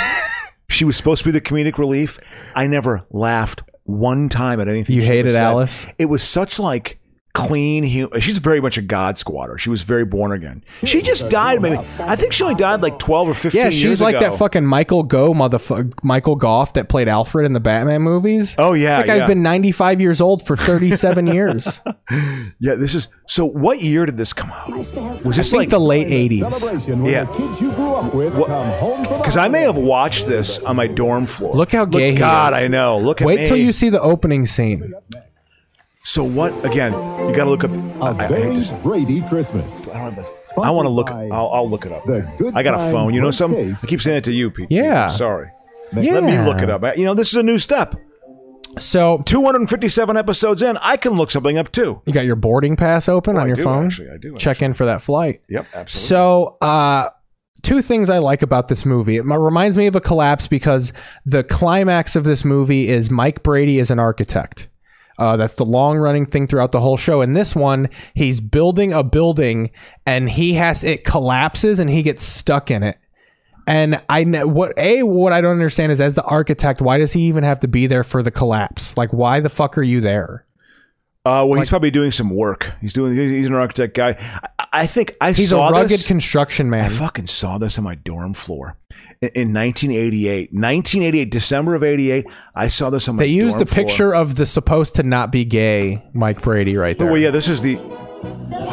[SPEAKER 1] she was supposed to be the comedic relief. I never laughed one time at anything.
[SPEAKER 2] You
[SPEAKER 1] she
[SPEAKER 2] hated
[SPEAKER 1] ever said.
[SPEAKER 2] Alice?
[SPEAKER 1] It was such like clean human. She's very much a God squatter. She was very born again. She just died. Maybe I think she only died like twelve or fifteen.
[SPEAKER 2] Yeah, she was
[SPEAKER 1] years
[SPEAKER 2] like
[SPEAKER 1] ago.
[SPEAKER 2] that fucking Michael Go motherfucker, Michael Goff that played Alfred in the Batman movies.
[SPEAKER 1] Oh yeah,
[SPEAKER 2] that guy's
[SPEAKER 1] yeah.
[SPEAKER 2] been 95 years old for 37 years.
[SPEAKER 1] Yeah, this is so. What year did this come out? Was
[SPEAKER 2] I
[SPEAKER 1] this
[SPEAKER 2] think
[SPEAKER 1] like
[SPEAKER 2] the late 80s?
[SPEAKER 1] Yeah, because I may have watched this on my dorm floor.
[SPEAKER 2] Look how gay he
[SPEAKER 1] God,
[SPEAKER 2] is.
[SPEAKER 1] I know. Look at
[SPEAKER 2] Wait till
[SPEAKER 1] me.
[SPEAKER 2] you see the opening scene.
[SPEAKER 1] So what? Again, you got to look up. I, I hate to say-
[SPEAKER 3] Brady Christmas.
[SPEAKER 1] I want to look. I'll, I'll look it up.
[SPEAKER 3] Good
[SPEAKER 1] I got a
[SPEAKER 3] Times
[SPEAKER 1] phone. You know
[SPEAKER 3] Good
[SPEAKER 1] some.
[SPEAKER 3] Taste.
[SPEAKER 1] I keep saying it to you, Pete.
[SPEAKER 2] Yeah.
[SPEAKER 1] Sorry.
[SPEAKER 2] Yeah.
[SPEAKER 1] Let me look it up. I- You know, this is a new step.
[SPEAKER 2] So
[SPEAKER 1] 257 episodes in, I can look something up too.
[SPEAKER 2] You got your boarding pass open on your
[SPEAKER 1] do,
[SPEAKER 2] phone.
[SPEAKER 1] actually. Oh, I do,
[SPEAKER 2] Check in for that flight.
[SPEAKER 1] Yep, absolutely.
[SPEAKER 2] So, uh, two things I like about this movie. It m- reminds me of a collapse because the climax of this movie is Mike Brady is an architect. Uh, that's the long running thing throughout the whole show. In this one, he's building a building and he has it collapses and he gets stuck in it. And I know what a what I don't understand is as the architect, why does he even have to be there for the collapse? Like, why the fuck are you there?
[SPEAKER 1] Uh, well, he's probably doing some work. He's doing. He's an architect guy. I, I think I
[SPEAKER 2] He's a
[SPEAKER 1] saw
[SPEAKER 2] rugged
[SPEAKER 1] this-
[SPEAKER 2] construction man.
[SPEAKER 1] I fucking saw this on my dorm floor in, in 1988. 1988, December of 88. I saw this on my.
[SPEAKER 2] They used
[SPEAKER 1] dorm
[SPEAKER 2] a picture
[SPEAKER 1] Floor.
[SPEAKER 2] of the supposed to not be gay Mike Brady right there.
[SPEAKER 1] Well, yeah, this is the.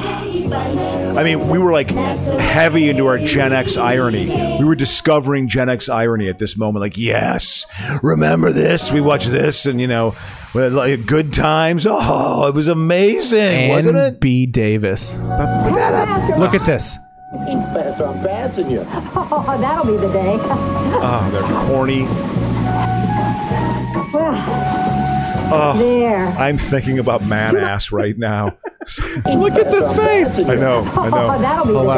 [SPEAKER 1] I mean, we were like heavy into our Gen X irony. We were discovering Gen X irony at this moment. Like, yes, remember this? We watched this, and you know, we had, like, good times. Oh, it was amazing,
[SPEAKER 2] Ann
[SPEAKER 1] wasn't it?
[SPEAKER 2] B. Davis. Look at this.
[SPEAKER 4] Faster, I'm passing you. Oh, that'll be the day.
[SPEAKER 1] Oh, they're corny. Oh,
[SPEAKER 4] There.
[SPEAKER 1] I'm thinking about man ass right now.
[SPEAKER 2] Look at this face.
[SPEAKER 1] I know, I know.
[SPEAKER 4] Oh, that'll be
[SPEAKER 1] Hold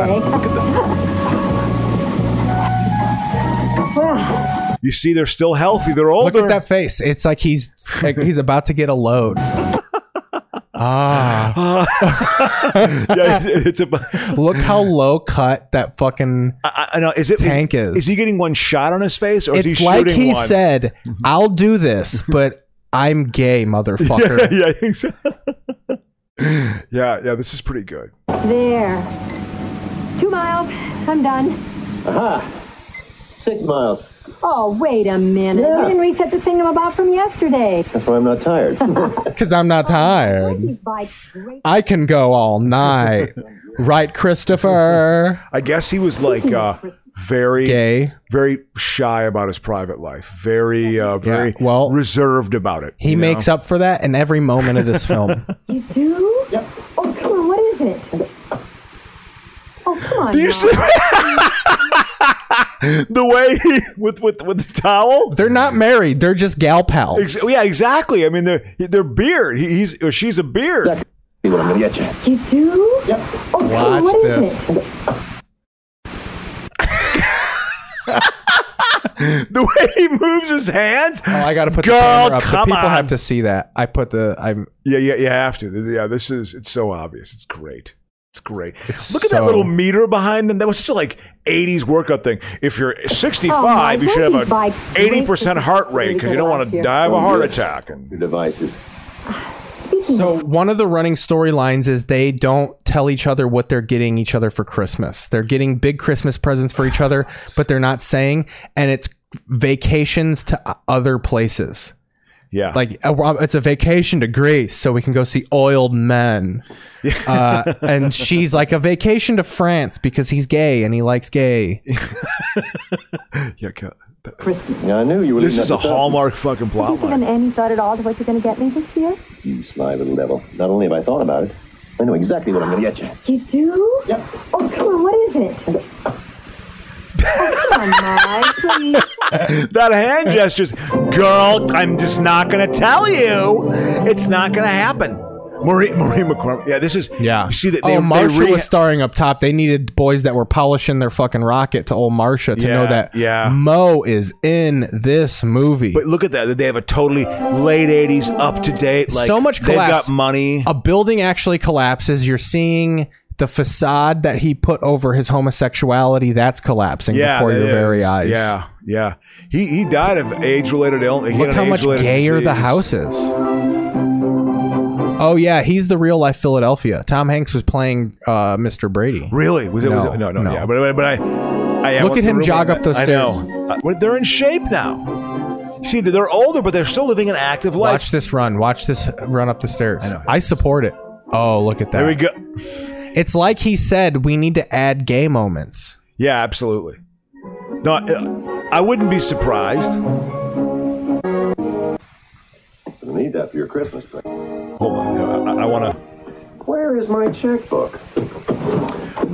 [SPEAKER 4] the
[SPEAKER 1] on.
[SPEAKER 4] day.
[SPEAKER 1] You see, they're still healthy. They're older.
[SPEAKER 2] Look at that face. It's like he's like he's about to get a load. Ah.
[SPEAKER 1] yeah, it- it's about.
[SPEAKER 2] Look how low cut that fucking
[SPEAKER 1] I, I know. Is it
[SPEAKER 2] tank is.
[SPEAKER 1] Is he getting one shot on his face, or is
[SPEAKER 2] it's
[SPEAKER 1] he
[SPEAKER 2] like
[SPEAKER 1] shooting
[SPEAKER 2] he
[SPEAKER 1] one? Mm-hmm.
[SPEAKER 2] said, "I'll do this, but I'm gay, motherfucker."
[SPEAKER 1] Yeah, yeah, exactly. yeah, yeah. This is pretty good.
[SPEAKER 4] There. Two miles. I'm done.
[SPEAKER 5] Aha! Six miles.
[SPEAKER 4] Oh, wait a minute.
[SPEAKER 5] Yeah.
[SPEAKER 4] You didn't reset the thingamabob from yesterday.
[SPEAKER 5] That's why I'm not tired.
[SPEAKER 2] Because I'm not tired.
[SPEAKER 4] By great.
[SPEAKER 2] I can go all night, right, Christopher?
[SPEAKER 1] I guess he was like uh, very
[SPEAKER 2] Gay.
[SPEAKER 1] very shy about his private life. Very, uh, very
[SPEAKER 2] well,
[SPEAKER 1] reserved about it.
[SPEAKER 2] He
[SPEAKER 1] you
[SPEAKER 2] makes
[SPEAKER 1] know?
[SPEAKER 2] up for that in every moment of this film.
[SPEAKER 4] You do? Yep. Oh, come on. What is it? Oh, come on.
[SPEAKER 1] Do you
[SPEAKER 4] now.
[SPEAKER 1] see the way he, with with with the towel?
[SPEAKER 2] They're not married. They're just gal pals.
[SPEAKER 1] Ex- yeah, exactly. I mean, they're they're beard. He, he's or she's a beard.
[SPEAKER 5] See what I'm gonna get you.
[SPEAKER 4] You do? Yep. Oh, come on.
[SPEAKER 2] Watch
[SPEAKER 4] What is
[SPEAKER 2] this.
[SPEAKER 4] it?
[SPEAKER 1] The way he moves his hands.
[SPEAKER 2] Oh, I gotta put
[SPEAKER 1] Girl,
[SPEAKER 2] the camera up. The
[SPEAKER 1] come
[SPEAKER 2] people
[SPEAKER 1] on.
[SPEAKER 2] have to see that. I put the. I'm.
[SPEAKER 1] Yeah, yeah, you have to. Yeah, this is it's so obvious. It's great. It's great.
[SPEAKER 2] It's
[SPEAKER 1] Look at that
[SPEAKER 2] so-
[SPEAKER 1] little meter behind them. That was such a like '80s workout thing. If you're 65,
[SPEAKER 4] Oh, my
[SPEAKER 1] you should have
[SPEAKER 4] God,
[SPEAKER 1] a
[SPEAKER 4] you
[SPEAKER 1] 80 percent heart rate because you don't want to die of a heart attack. And
[SPEAKER 5] Your devices.
[SPEAKER 2] So one of the running storylines is they don't tell each other what they're getting each other for Christmas. They're getting big Christmas presents for each other, but they're not saying. And it's vacations to other places.
[SPEAKER 1] yeah,
[SPEAKER 2] like uh, well, it's a vacation to Greece, so we can go see oiled men. Uh, and she's like a vacation to France because he's gay and he likes gay.
[SPEAKER 1] yeah. ca-
[SPEAKER 5] Yeah, I knew you were
[SPEAKER 1] This
[SPEAKER 5] leading
[SPEAKER 1] is a
[SPEAKER 5] up to something.
[SPEAKER 1] hallmark fucking
[SPEAKER 4] Have you
[SPEAKER 1] plot
[SPEAKER 4] given
[SPEAKER 1] line.
[SPEAKER 4] any thought at all to what you're going to get me this year?
[SPEAKER 5] You sly little devil. Not only have I thought about it, I know exactly what I'm going to get you.
[SPEAKER 4] You do?
[SPEAKER 5] Yep.
[SPEAKER 4] Oh, come on, what is it? Oh, come on, Mike, please.
[SPEAKER 1] that hand gestures, girl. I'm just not gonna tell you. It's not gonna happen. Marie Marie McCormick. Yeah, this is.
[SPEAKER 2] Yeah.
[SPEAKER 1] You see that? They,
[SPEAKER 2] Oh, Marsha
[SPEAKER 1] they re-
[SPEAKER 2] was starring up top. They needed boys that were polishing their fucking rocket to old Marsha to know
[SPEAKER 1] Yeah,
[SPEAKER 2] that Mo is in this movie.
[SPEAKER 1] But look at that. They have a totally late '80s, up to date. Like,
[SPEAKER 2] so much
[SPEAKER 1] They've
[SPEAKER 2] collapse.
[SPEAKER 1] got money.
[SPEAKER 2] A building actually collapses. You're seeing the facade that he put over his homosexuality. That's collapsing before
[SPEAKER 1] they-
[SPEAKER 2] your
[SPEAKER 1] they-
[SPEAKER 2] very eyes.
[SPEAKER 1] Yeah, yeah. He he died of age-related illness.
[SPEAKER 2] Look how much gayer the house is. Oh yeah, he's the real life Philadelphia. Tom Hanks was playing uh, Mr. Brady.
[SPEAKER 1] Really? Was it- was it- no, no, yeah, but, but I, I yeah,
[SPEAKER 2] Look
[SPEAKER 1] once
[SPEAKER 2] at
[SPEAKER 1] the
[SPEAKER 2] him
[SPEAKER 1] roommate-
[SPEAKER 2] jog up those
[SPEAKER 1] I
[SPEAKER 2] stairs.
[SPEAKER 1] know. Uh, but they're in shape now. See, they're older, but they're still living an active life.
[SPEAKER 2] Watch this run. Watch this run up the stairs. I, support it. Oh, look at that.
[SPEAKER 1] There we go.
[SPEAKER 2] It's like he said, we need to add gay moments.
[SPEAKER 1] Yeah, absolutely. No, uh, I wouldn't be surprised.
[SPEAKER 5] You'll need that for your Christmas present.
[SPEAKER 1] Hold on. I, I want to.
[SPEAKER 5] Where is my checkbook?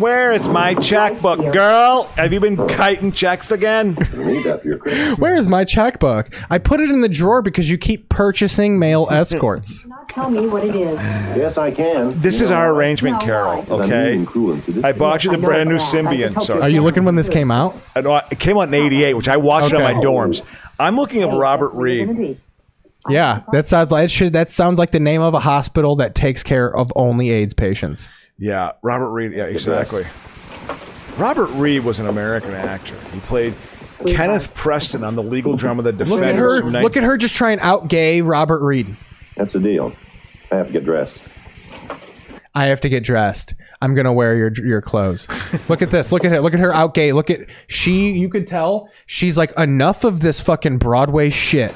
[SPEAKER 1] Where is my checkbook, girl? Have you been kiting checks again?
[SPEAKER 2] Where is my checkbook? I put it in the drawer because you keep purchasing male escorts.
[SPEAKER 4] Tell me what it is.
[SPEAKER 5] Yes, I can.
[SPEAKER 1] This is our arrangement, Carol. Okay. I bought you the brand new Symbian. So
[SPEAKER 2] Are you looking when this came out?
[SPEAKER 1] I know it came out in '88, which I watched it on
[SPEAKER 2] Okay.
[SPEAKER 1] my dorms. I'm looking up Robert Reed.
[SPEAKER 2] Yeah, that sounds like it should, that sounds like the name of a hospital that takes care of only AIDS patients.
[SPEAKER 1] Yeah, Robert Reed. Yeah, exactly. Robert Reed was an American actor. He played Kenneth Preston on the legal drama The
[SPEAKER 2] Look at
[SPEAKER 1] Defenders.
[SPEAKER 2] her!
[SPEAKER 1] from
[SPEAKER 2] Look at her just trying out gay Robert Reed.
[SPEAKER 5] That's the deal. I have to get dressed.
[SPEAKER 2] I have to get dressed. I'm gonna wear your your clothes. Look at this. Look at her. Look at her out gay. Look at she. You could tell she's like enough of this fucking Broadway shit.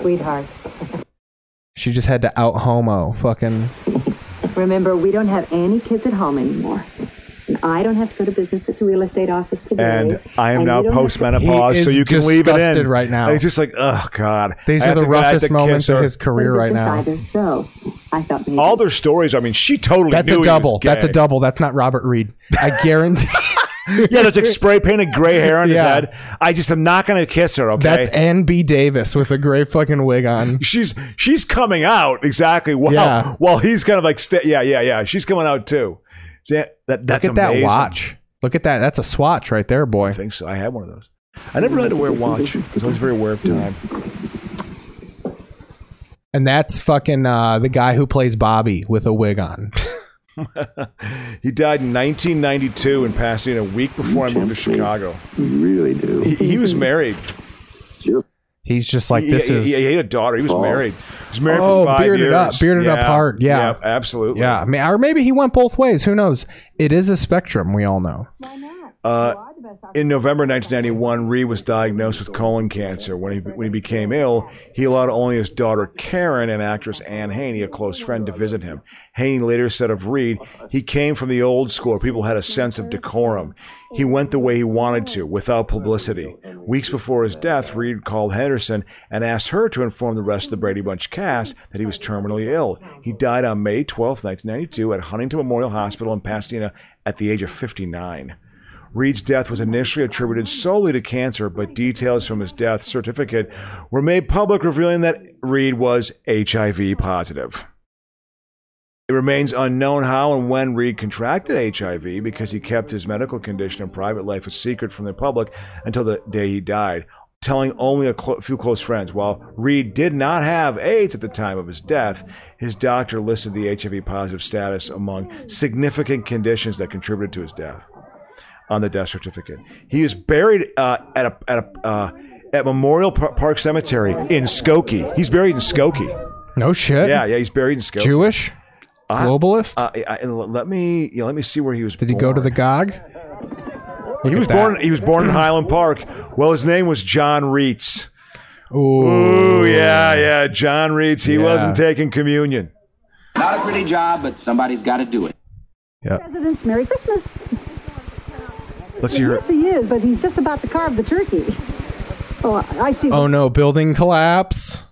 [SPEAKER 4] Sweetheart,
[SPEAKER 2] She just had to out homo fucking.
[SPEAKER 4] remember, we don't have any kids at home anymore. And I don't have to go to business at the real estate office today.
[SPEAKER 1] And I am
[SPEAKER 4] And
[SPEAKER 1] now
[SPEAKER 4] you don't have to-
[SPEAKER 2] He
[SPEAKER 1] postmenopause, so
[SPEAKER 2] is
[SPEAKER 1] you can leave it in
[SPEAKER 2] disgusted right now.
[SPEAKER 1] It's just like, oh god.
[SPEAKER 2] These
[SPEAKER 1] I
[SPEAKER 2] are
[SPEAKER 1] have
[SPEAKER 2] the
[SPEAKER 1] to go- I have
[SPEAKER 2] roughest
[SPEAKER 1] to kiss
[SPEAKER 2] moments of
[SPEAKER 1] her.
[SPEAKER 2] his career right now.
[SPEAKER 4] So, I thought maybe.
[SPEAKER 1] All their stories. I mean, she totally.
[SPEAKER 2] That's
[SPEAKER 1] knew he
[SPEAKER 2] a
[SPEAKER 1] was
[SPEAKER 2] double. That's a
[SPEAKER 1] gay.
[SPEAKER 2] double. That's not Robert Reed. I guarantee.
[SPEAKER 1] yeah, that's like spray painted gray hair on
[SPEAKER 2] Yeah.
[SPEAKER 1] his head. I just am not going to kiss her. Okay,
[SPEAKER 2] That's Ann B. Davis with a gray fucking wig on.
[SPEAKER 1] she's she's coming out exactly. While
[SPEAKER 2] Yeah.
[SPEAKER 1] while he's kind of like, sta yeah, yeah, yeah. She's coming out too. See, that, that's
[SPEAKER 2] Look at
[SPEAKER 1] amazing.
[SPEAKER 2] that watch. Look at that. That's a swatch right there, boy. I
[SPEAKER 1] think so. I have one of those. I never had to wear a watch. I was always very aware of time.
[SPEAKER 2] And that's fucking uh, the guy who plays Bobby with a wig on.
[SPEAKER 1] He died in 1992 in Pasadena, a week before I moved to Chicago.
[SPEAKER 50] You really do.
[SPEAKER 1] He, he was married.
[SPEAKER 2] He's just like
[SPEAKER 1] he,
[SPEAKER 2] this
[SPEAKER 1] he,
[SPEAKER 2] is.
[SPEAKER 1] he, he had a daughter. He was
[SPEAKER 50] Oh.
[SPEAKER 1] married. He was married
[SPEAKER 2] Oh,
[SPEAKER 1] for five
[SPEAKER 2] bearded
[SPEAKER 1] years.
[SPEAKER 2] up, bearded up hard, yeah.
[SPEAKER 1] absolutely.
[SPEAKER 2] Yeah, I mean, or maybe he went both ways. Who knows? It is a spectrum. We all know.
[SPEAKER 1] Uh, in November 1991, Reed was diagnosed with colon cancer. When he, when he became ill, he allowed only his daughter Karen and actress Anne Haney, a close friend, to visit him. Haney later said of Reed, he came from the old school where people had a sense of decorum. He went the way he wanted to, without publicity. Weeks before his death, Reed called Henderson and asked her to inform the rest of the Brady Bunch cast that he was terminally ill. He died on May 12, 1992, at Huntington Memorial Hospital in Pasadena at the age of 59. Reed's death was initially attributed solely to cancer, but details from his death certificate were made public, revealing that Reed was HIV positive. It remains unknown how and when Reed contracted HIV because he kept his medical condition and private life a secret from the public until the day he died, telling only a clo- few close friends. While Reed did not have AIDS at the time of his death, his doctor listed the HIV positive status among significant conditions that contributed to his death on the death certificate. He is buried uh, at a at a uh, at Memorial Par- Park Cemetery in Skokie. He's buried in Skokie.
[SPEAKER 2] No shit.
[SPEAKER 1] Yeah, yeah, he's buried in Skokie.
[SPEAKER 2] Jewish,
[SPEAKER 1] Uh,
[SPEAKER 2] globalist.
[SPEAKER 1] Uh, I- I- and l- let me yeah, let me see where he was.
[SPEAKER 2] Did he go to the GOG?
[SPEAKER 1] He
[SPEAKER 2] Look
[SPEAKER 1] was
[SPEAKER 2] at
[SPEAKER 1] born.
[SPEAKER 2] that.
[SPEAKER 1] He was born in Highland Park. Well, his name was John Reitz.
[SPEAKER 2] Ooh,
[SPEAKER 1] Ooh, yeah, yeah, John Reitz. He
[SPEAKER 9] Yeah.
[SPEAKER 1] wasn't taking communion.
[SPEAKER 9] Not a pretty job, but somebody's got to do it.
[SPEAKER 4] President's Merry Christmas.
[SPEAKER 1] Let's hear it.
[SPEAKER 4] Yes, he is, but he's just about to carve the turkey. Oh, I see.
[SPEAKER 2] Oh no, building collapse.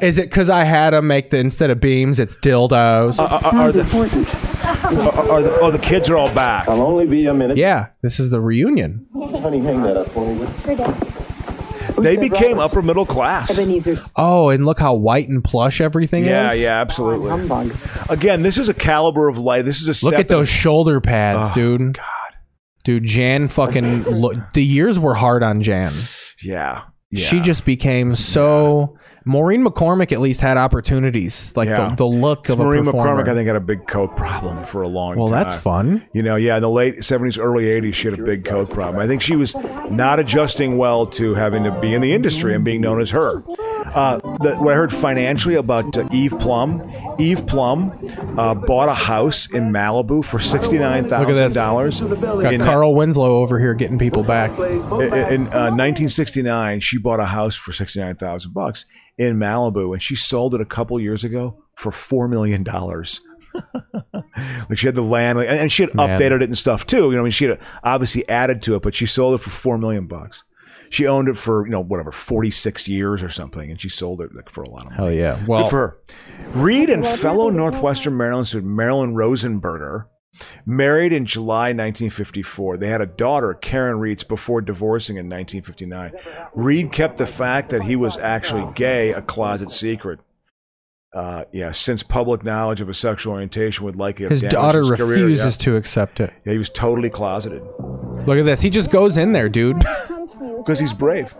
[SPEAKER 2] Is it because I had them make the instead of beams, it's dildos?
[SPEAKER 1] Are- are- Uh, are the- Are, are the, oh, the kids are all back.
[SPEAKER 2] I'll only be a minute. Yeah, this is the reunion.
[SPEAKER 51] Honey, hang that up for me. would you?
[SPEAKER 1] They became upper middle class.
[SPEAKER 2] Oh, and look how white and plush everything
[SPEAKER 1] yeah,
[SPEAKER 2] is.
[SPEAKER 1] yeah, absolutely. Again, this is a caliber of light. This is a
[SPEAKER 2] Look
[SPEAKER 1] set
[SPEAKER 2] at those shoulder pads,
[SPEAKER 1] Oh,
[SPEAKER 2] dude. God. Dude, Jan fucking. Lo- the years were hard on Jan.
[SPEAKER 1] Yeah.
[SPEAKER 2] She just became so. Maureen McCormick at least had opportunities. Like the, the look of
[SPEAKER 1] Maureen
[SPEAKER 2] a performer.
[SPEAKER 1] McCormick, I think, had a big coke problem for a long
[SPEAKER 2] Well,
[SPEAKER 1] time.
[SPEAKER 2] that's fun.
[SPEAKER 1] You know, yeah, in the late 70s, early 80s, she had a big coke problem. I think she was not adjusting well to having to be in the industry and being known as her. Uh, the, what I heard financially about uh, Eve Plum, Eve Plum uh, bought a house in Malibu for
[SPEAKER 2] Look at this.
[SPEAKER 1] $69,000.
[SPEAKER 2] Got
[SPEAKER 1] in-
[SPEAKER 2] Carl Winslow over here getting people back.
[SPEAKER 1] in, in, uh, 1969, she bought a house for 69,000 bucks in Malibu, and she sold it a couple years ago for four million dollars. like she had the land, like- and and she had
[SPEAKER 5] Man.
[SPEAKER 1] updated it and stuff too. You know, I mean, she had obviously added to it, but she sold it for four million bucks. She owned it for you know whatever 46 years or something, and she sold it like for a lot of money.
[SPEAKER 2] Hell yeah. Well,
[SPEAKER 1] Good for her. Reed and fellow Northwestern Maryland student Marilyn Rosenberger married in July 1954. They had a daughter, Karen Reeds, before divorcing in 1959. Reed kept the fact that he was actually gay a closet secret. Uh, yeah, since public knowledge of his sexual orientation would likely have
[SPEAKER 2] his
[SPEAKER 1] damaged
[SPEAKER 2] daughter
[SPEAKER 1] his career, yeah.
[SPEAKER 2] refuses to accept it.
[SPEAKER 1] Yeah, he was totally closeted
[SPEAKER 2] Look at this. He just goes in there, dude.
[SPEAKER 1] because he's brave.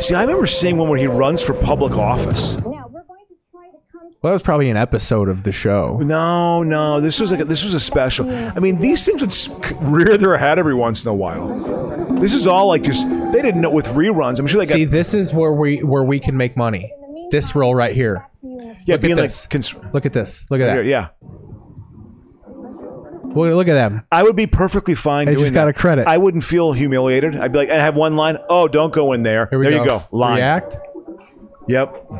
[SPEAKER 1] See, I remember seeing one where he runs for public office.
[SPEAKER 2] Well, that was probably an episode of the show.
[SPEAKER 1] No, no, this was like a, this was a special. I mean, these things would sk- rear their head every once in a while. This is all like just they didn't know with reruns. I'm sure they got
[SPEAKER 2] See, this is where we where we can make money. This role right here.
[SPEAKER 1] yeah,
[SPEAKER 2] Look at
[SPEAKER 1] being like
[SPEAKER 2] this.
[SPEAKER 1] cons-
[SPEAKER 2] Look at this. Look at that.
[SPEAKER 1] yeah.
[SPEAKER 2] Look, look at them.
[SPEAKER 1] I would be perfectly fine.
[SPEAKER 2] They
[SPEAKER 1] doing
[SPEAKER 2] just got
[SPEAKER 1] that.
[SPEAKER 2] a credit.
[SPEAKER 1] I wouldn't feel humiliated. I'd be like, I have one line. Oh, don't go in there.
[SPEAKER 2] Here we
[SPEAKER 1] there
[SPEAKER 2] go.
[SPEAKER 1] you go. Line.
[SPEAKER 2] React.
[SPEAKER 1] Yep.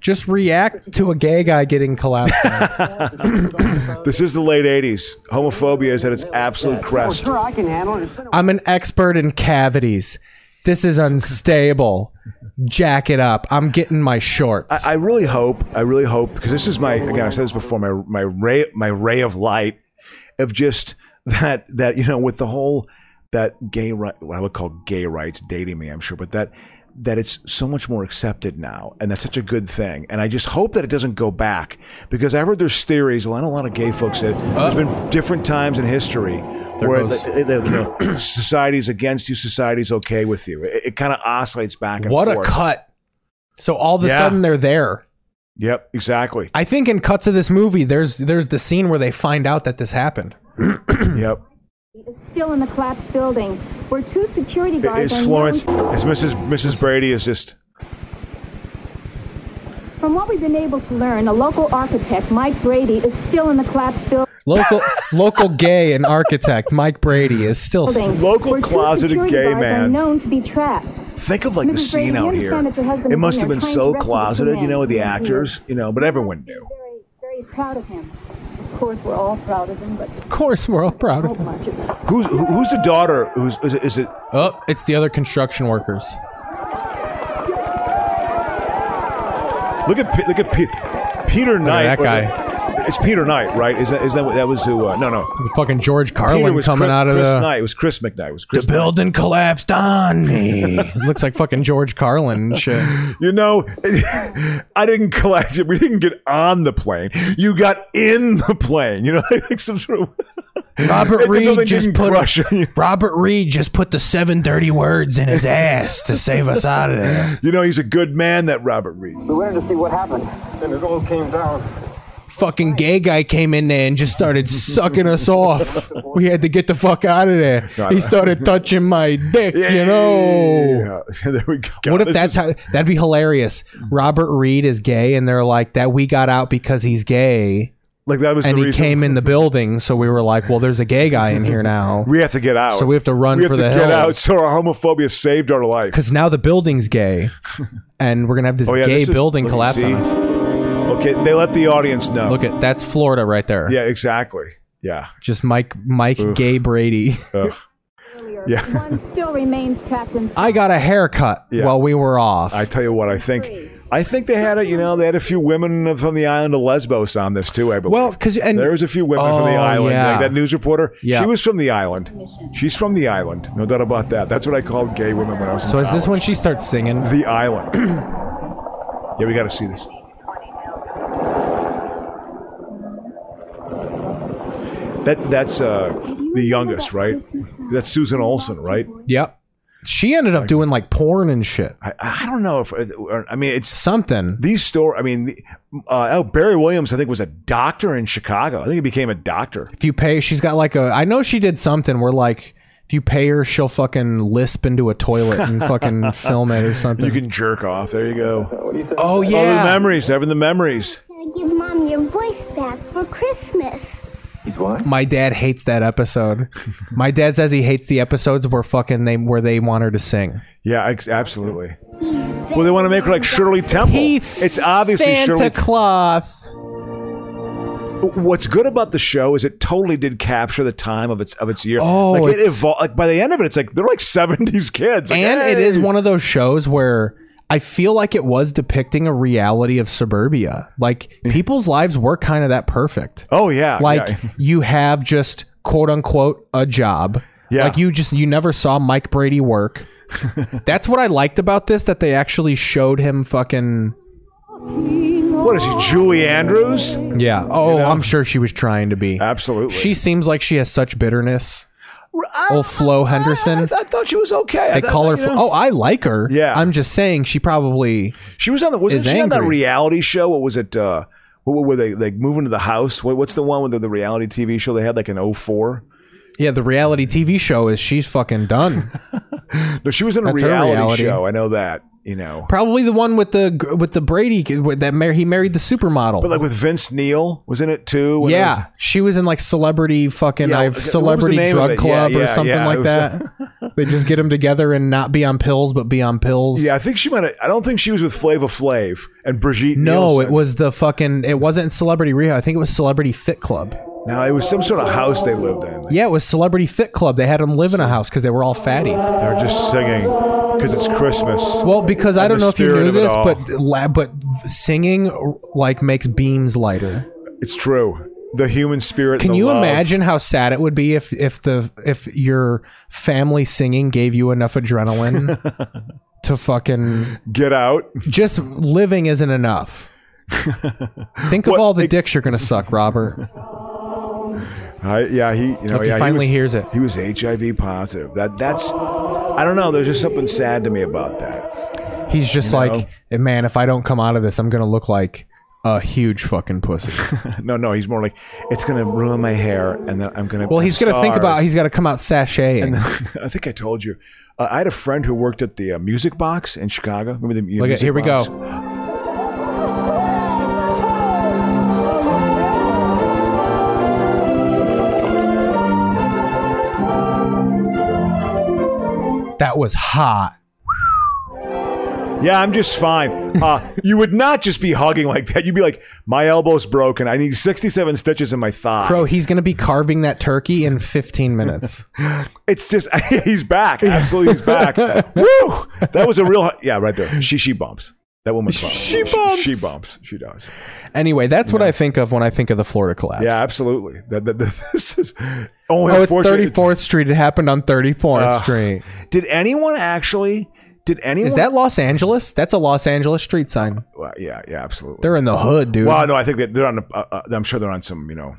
[SPEAKER 2] Just react to a gay guy getting collapsed.
[SPEAKER 1] This is the late '80s. Homophobia is at its absolute crest.
[SPEAKER 4] Oh, I can handle it.
[SPEAKER 2] I'm an expert in cavities. This is unstable. Jack it up. I'm getting my shorts.
[SPEAKER 1] I, I really hope. I really hope because this is my again. I said this before. My my ray my ray of light of just that that you know with the whole that gay right what I would call gay rights dating me. I'm sure, but that that it's so much more accepted now, and that's such a good thing. And I just hope that it doesn't go back because I heard there's theories. A lot, a lot of gay folks said there's been different times in history
[SPEAKER 5] There
[SPEAKER 1] where
[SPEAKER 5] goes-
[SPEAKER 1] the, the, the, society's against you, society's okay with you. It, it kind of oscillates back and
[SPEAKER 2] what a
[SPEAKER 1] forth.
[SPEAKER 2] cut. So all of a
[SPEAKER 1] Yeah.
[SPEAKER 2] sudden they're there.
[SPEAKER 1] Yep, exactly.
[SPEAKER 2] I think in cuts of this movie, there's there's the scene where they find out that this happened.
[SPEAKER 1] yep.
[SPEAKER 20] Still in the collapsed building, where two security guards
[SPEAKER 1] Is
[SPEAKER 20] are
[SPEAKER 1] Florence?
[SPEAKER 20] known-
[SPEAKER 1] Is Mrs. Mrs. Brady is just
[SPEAKER 20] From what we've been able to learn, a local architect, Mike Brady, is still in the collapsed building.
[SPEAKER 2] Local local gay and architect Mike Brady is still
[SPEAKER 1] local closeted
[SPEAKER 20] security
[SPEAKER 1] gay
[SPEAKER 20] guards Are
[SPEAKER 1] man?
[SPEAKER 20] known to be trapped.
[SPEAKER 1] Think of like the
[SPEAKER 20] Mrs. Brady,
[SPEAKER 1] scene
[SPEAKER 20] you
[SPEAKER 1] out here.
[SPEAKER 20] understand that your husband
[SPEAKER 1] It
[SPEAKER 20] is
[SPEAKER 1] must
[SPEAKER 20] in
[SPEAKER 1] have
[SPEAKER 20] there
[SPEAKER 1] been
[SPEAKER 20] trying
[SPEAKER 1] so
[SPEAKER 20] to rescue
[SPEAKER 1] closeted, you
[SPEAKER 20] him.
[SPEAKER 1] know, with the
[SPEAKER 20] He's
[SPEAKER 1] actors, you know, but everyone knew.
[SPEAKER 20] Very proud of him. Of course, we're all proud of him, but
[SPEAKER 2] Of course, we're all proud of him.
[SPEAKER 1] Who's who- who's the daughter? Who's is it? Is it
[SPEAKER 2] Oh, it's the other construction workers.
[SPEAKER 1] look at Pe- look at Pe- Peter Knight.
[SPEAKER 2] that guy.
[SPEAKER 1] It's Peter Knight, right? Is that is that what that was who? Uh, no, no.
[SPEAKER 2] Fucking George
[SPEAKER 1] Peter
[SPEAKER 2] Carlin
[SPEAKER 1] was
[SPEAKER 2] coming
[SPEAKER 1] Chris,
[SPEAKER 2] out of
[SPEAKER 1] Chris
[SPEAKER 2] the
[SPEAKER 1] Knight. It was Chris McKnight. It was Chris
[SPEAKER 2] the building collapsed on me. Looks like fucking George Carlin and shit.
[SPEAKER 1] You know, I didn't collect it. We didn't get on the plane. You got in the plane. You know, like some sort of
[SPEAKER 2] Robert
[SPEAKER 1] The building
[SPEAKER 2] Reed just
[SPEAKER 1] didn't
[SPEAKER 2] put
[SPEAKER 1] crush you.
[SPEAKER 2] Robert Reed just put the seven dirty words in his ass to save us out of there.
[SPEAKER 1] You know, he's a good man, that Robert Reed.
[SPEAKER 4] We wanted to see what happened. Then it all came down.
[SPEAKER 2] Fucking gay guy came in there and just started sucking us off. We had to get the fuck out of there.
[SPEAKER 1] No, no.
[SPEAKER 2] He started touching my dick, you know.
[SPEAKER 1] Yeah, there we go.
[SPEAKER 2] What if
[SPEAKER 1] This
[SPEAKER 2] that's
[SPEAKER 1] is-
[SPEAKER 2] how that'd be hilarious? Robert Reed is gay, and they're like that. We got out because he's gay.
[SPEAKER 1] Like that was
[SPEAKER 2] and
[SPEAKER 1] the
[SPEAKER 2] he
[SPEAKER 1] reason-
[SPEAKER 2] came in the building, so we were like, "Well, there's a gay guy in here now."
[SPEAKER 1] we have to get out?
[SPEAKER 2] So we have to run
[SPEAKER 1] We have
[SPEAKER 2] for
[SPEAKER 1] to
[SPEAKER 2] the
[SPEAKER 1] get
[SPEAKER 2] hills.
[SPEAKER 1] out. So our homophobia saved our life.
[SPEAKER 2] because now the building's gay, and we're gonna have this
[SPEAKER 1] Oh, yeah,
[SPEAKER 2] gay
[SPEAKER 1] this is-
[SPEAKER 2] building
[SPEAKER 1] look, you
[SPEAKER 2] collapse on
[SPEAKER 1] see?
[SPEAKER 2] us.
[SPEAKER 1] Okay, they let the audience know.
[SPEAKER 2] Look at that's Florida right there.
[SPEAKER 1] Yeah, exactly. Yeah.
[SPEAKER 2] just Mike Mike
[SPEAKER 1] Oof.
[SPEAKER 2] Gay Brady.
[SPEAKER 1] Ugh.
[SPEAKER 52] later,
[SPEAKER 1] Yeah.
[SPEAKER 52] one still remains trapped in
[SPEAKER 2] I got a haircut while we were off.
[SPEAKER 1] I tell you what, I think I think they had it. You know, they had a few women from the island of Lesbos on this too. I believe.
[SPEAKER 2] Well, 'cause- and-
[SPEAKER 1] there was a few women from the
[SPEAKER 2] Oh,
[SPEAKER 1] island.
[SPEAKER 2] yeah.
[SPEAKER 1] Like that news reporter,
[SPEAKER 2] Yeah.
[SPEAKER 1] she was from the island. She's from the island, no doubt about that. That's what I called gay women when I was.
[SPEAKER 2] So
[SPEAKER 1] in
[SPEAKER 2] is this when she starts singing?
[SPEAKER 1] The island. yeah, we got to see this. That that's uh, the youngest, right? That's Susan Olson, right?
[SPEAKER 2] Yep. She ended up doing like porn and shit.
[SPEAKER 1] I, I don't know if uh, I mean it's something. These store. I mean, the- uh, oh, Barry Williams. I think was a doctor in Chicago. I think he became a doctor.
[SPEAKER 2] If you pay, she's got like a. I know she did something where like if you pay her, she'll fucking lisp into a toilet and fucking film it or something.
[SPEAKER 1] You can jerk off. There you go. What do you think?
[SPEAKER 2] Oh,
[SPEAKER 1] the
[SPEAKER 2] yeah.
[SPEAKER 1] memories. Having the memories.
[SPEAKER 4] Give mom your voice back for Christmas.
[SPEAKER 2] My dad hates that episode. My dad says he hates the episodes where fucking they where they want her to sing.
[SPEAKER 1] Yeah, ex- absolutely. Well, they want to make her like Shirley Temple. it's obviously
[SPEAKER 2] Santa
[SPEAKER 1] Shirley.
[SPEAKER 2] Claus.
[SPEAKER 1] What's good about the show is it totally did capture the time of its of its year.
[SPEAKER 2] Oh,
[SPEAKER 1] like it
[SPEAKER 2] it's-
[SPEAKER 1] evolved. Like by the end of it, it's like they're like seventies kids. Like,
[SPEAKER 2] and it
[SPEAKER 1] hey.
[SPEAKER 2] is one of those shows where I feel like it was depicting a reality of suburbia. Like people's lives were kind of that perfect.
[SPEAKER 1] Oh yeah,
[SPEAKER 2] like
[SPEAKER 1] yeah.
[SPEAKER 2] you have just quote unquote a job.
[SPEAKER 1] Yeah.
[SPEAKER 2] Like you just you never saw Mike Brady work. That's what I liked about this that they actually showed him fucking
[SPEAKER 1] What is he, Julie Andrews?
[SPEAKER 2] yeah. Oh, I'm sure she was trying to be.
[SPEAKER 1] Absolutely. Ah,
[SPEAKER 2] She seems like she has such bitterness. Old Flo Henderson.
[SPEAKER 1] I thought she was okay. I
[SPEAKER 2] They
[SPEAKER 1] thought,
[SPEAKER 2] call her.
[SPEAKER 1] you know-
[SPEAKER 2] Flo- oh, I like her. Yeah. I'm just saying she probably.
[SPEAKER 1] She was on the wasn't
[SPEAKER 2] is
[SPEAKER 1] she on that
[SPEAKER 2] angry.
[SPEAKER 1] reality show? What was it? Uh, what were they like moving to the house? What, what's the one with the, the reality TV show they had like oh an 04?
[SPEAKER 2] Yeah, the reality TV show is she's fucking done.
[SPEAKER 1] No, she was in a
[SPEAKER 2] That's her
[SPEAKER 1] reality,
[SPEAKER 2] reality.
[SPEAKER 1] show. I know that. You know,
[SPEAKER 2] probably the one with the gr- with the Brady kid, with that mar- he married the supermodel.
[SPEAKER 1] but like with Vince Neil was in it too. when it
[SPEAKER 2] yeah,
[SPEAKER 1] was-
[SPEAKER 2] she was in like celebrity fucking
[SPEAKER 1] Yeah,
[SPEAKER 2] I've
[SPEAKER 1] what was the
[SPEAKER 2] celebrity
[SPEAKER 1] name of
[SPEAKER 2] drug
[SPEAKER 1] it?
[SPEAKER 2] club
[SPEAKER 1] Yeah,
[SPEAKER 2] or
[SPEAKER 1] yeah,
[SPEAKER 2] something
[SPEAKER 1] yeah, it
[SPEAKER 2] like
[SPEAKER 1] was-
[SPEAKER 2] that. they just get them together and not be on pills, but be on pills.
[SPEAKER 1] yeah, I think she might. Have, I don't think she was with Flava Flav and Brigitte.
[SPEAKER 2] No,
[SPEAKER 1] Nielsen.
[SPEAKER 2] it was the fucking. It wasn't Celebrity Rehab. I think it was Celebrity Fit Club.
[SPEAKER 1] No, it was some sort of house they lived in.
[SPEAKER 2] Yeah, it was Celebrity Fit Club. They had them live in a house because they were all fatties.
[SPEAKER 1] They're just singing because it's Christmas.
[SPEAKER 2] Well, because I
[SPEAKER 1] And
[SPEAKER 2] don't
[SPEAKER 1] the
[SPEAKER 2] know if you
[SPEAKER 1] spirit
[SPEAKER 2] knew
[SPEAKER 1] of it
[SPEAKER 2] this,
[SPEAKER 1] all.
[SPEAKER 2] but la- but singing like makes beams lighter.
[SPEAKER 1] it's true. The human spirit.
[SPEAKER 2] Can
[SPEAKER 1] the
[SPEAKER 2] you
[SPEAKER 1] love.
[SPEAKER 2] imagine how sad it would be if if the if your family singing gave you enough adrenaline to fucking
[SPEAKER 1] get out?
[SPEAKER 2] Just living isn't enough. Think of all the dicks you're gonna suck, Robert.
[SPEAKER 1] I, yeah, he. You know,
[SPEAKER 2] Hope he
[SPEAKER 1] yeah,
[SPEAKER 2] finally
[SPEAKER 1] was,
[SPEAKER 2] hears it.
[SPEAKER 1] He was HIV positive. That that's. I don't know. There's just something sad to me about that.
[SPEAKER 2] He's just
[SPEAKER 1] You know?
[SPEAKER 2] like, man, if I don't come out of this, I'm gonna look like a huge fucking pussy.
[SPEAKER 1] No, no. He's more like it's gonna ruin my hair, and then I'm gonna.
[SPEAKER 2] well, he's gonna think about.
[SPEAKER 1] Stars.
[SPEAKER 2] He's gotta come out sachet.
[SPEAKER 1] I think I told you. Uh, I had a friend who worked at the uh, Music Box in Chicago. Remember the mu-
[SPEAKER 2] Look at
[SPEAKER 1] Music
[SPEAKER 2] here we
[SPEAKER 1] Box?
[SPEAKER 2] go. That was hot.
[SPEAKER 1] Yeah, I'm just fine. Uh, you would not just be hugging like that. You'd be like, my elbow's broken. I need 67 stitches in my thigh.
[SPEAKER 2] Crow, he's gonna be carving that turkey in 15 minutes.
[SPEAKER 1] It's just he's back. Absolutely, he's back. Woo! That was a real yeah, right there. She she bumps. That woman bumps.
[SPEAKER 2] She bumps.
[SPEAKER 1] She, she bumps. She does.
[SPEAKER 2] Anyway, that's what I think of when I think of the Florida collapse.
[SPEAKER 1] Yeah, absolutely. That, that, that- this is only
[SPEAKER 2] Oh, it's
[SPEAKER 1] unfortunate- Uh,
[SPEAKER 2] 34th Street. It happened on 34th
[SPEAKER 1] Ugh.
[SPEAKER 2] Street.
[SPEAKER 1] Did anyone actually? Did anyone?
[SPEAKER 2] Is that Los Angeles? That's a Los Angeles street sign.
[SPEAKER 1] Well, yeah, yeah, absolutely.
[SPEAKER 2] They're in the hood, dude.
[SPEAKER 1] Well, no, I think that they're on. A, uh, uh, I'm sure they're on some you know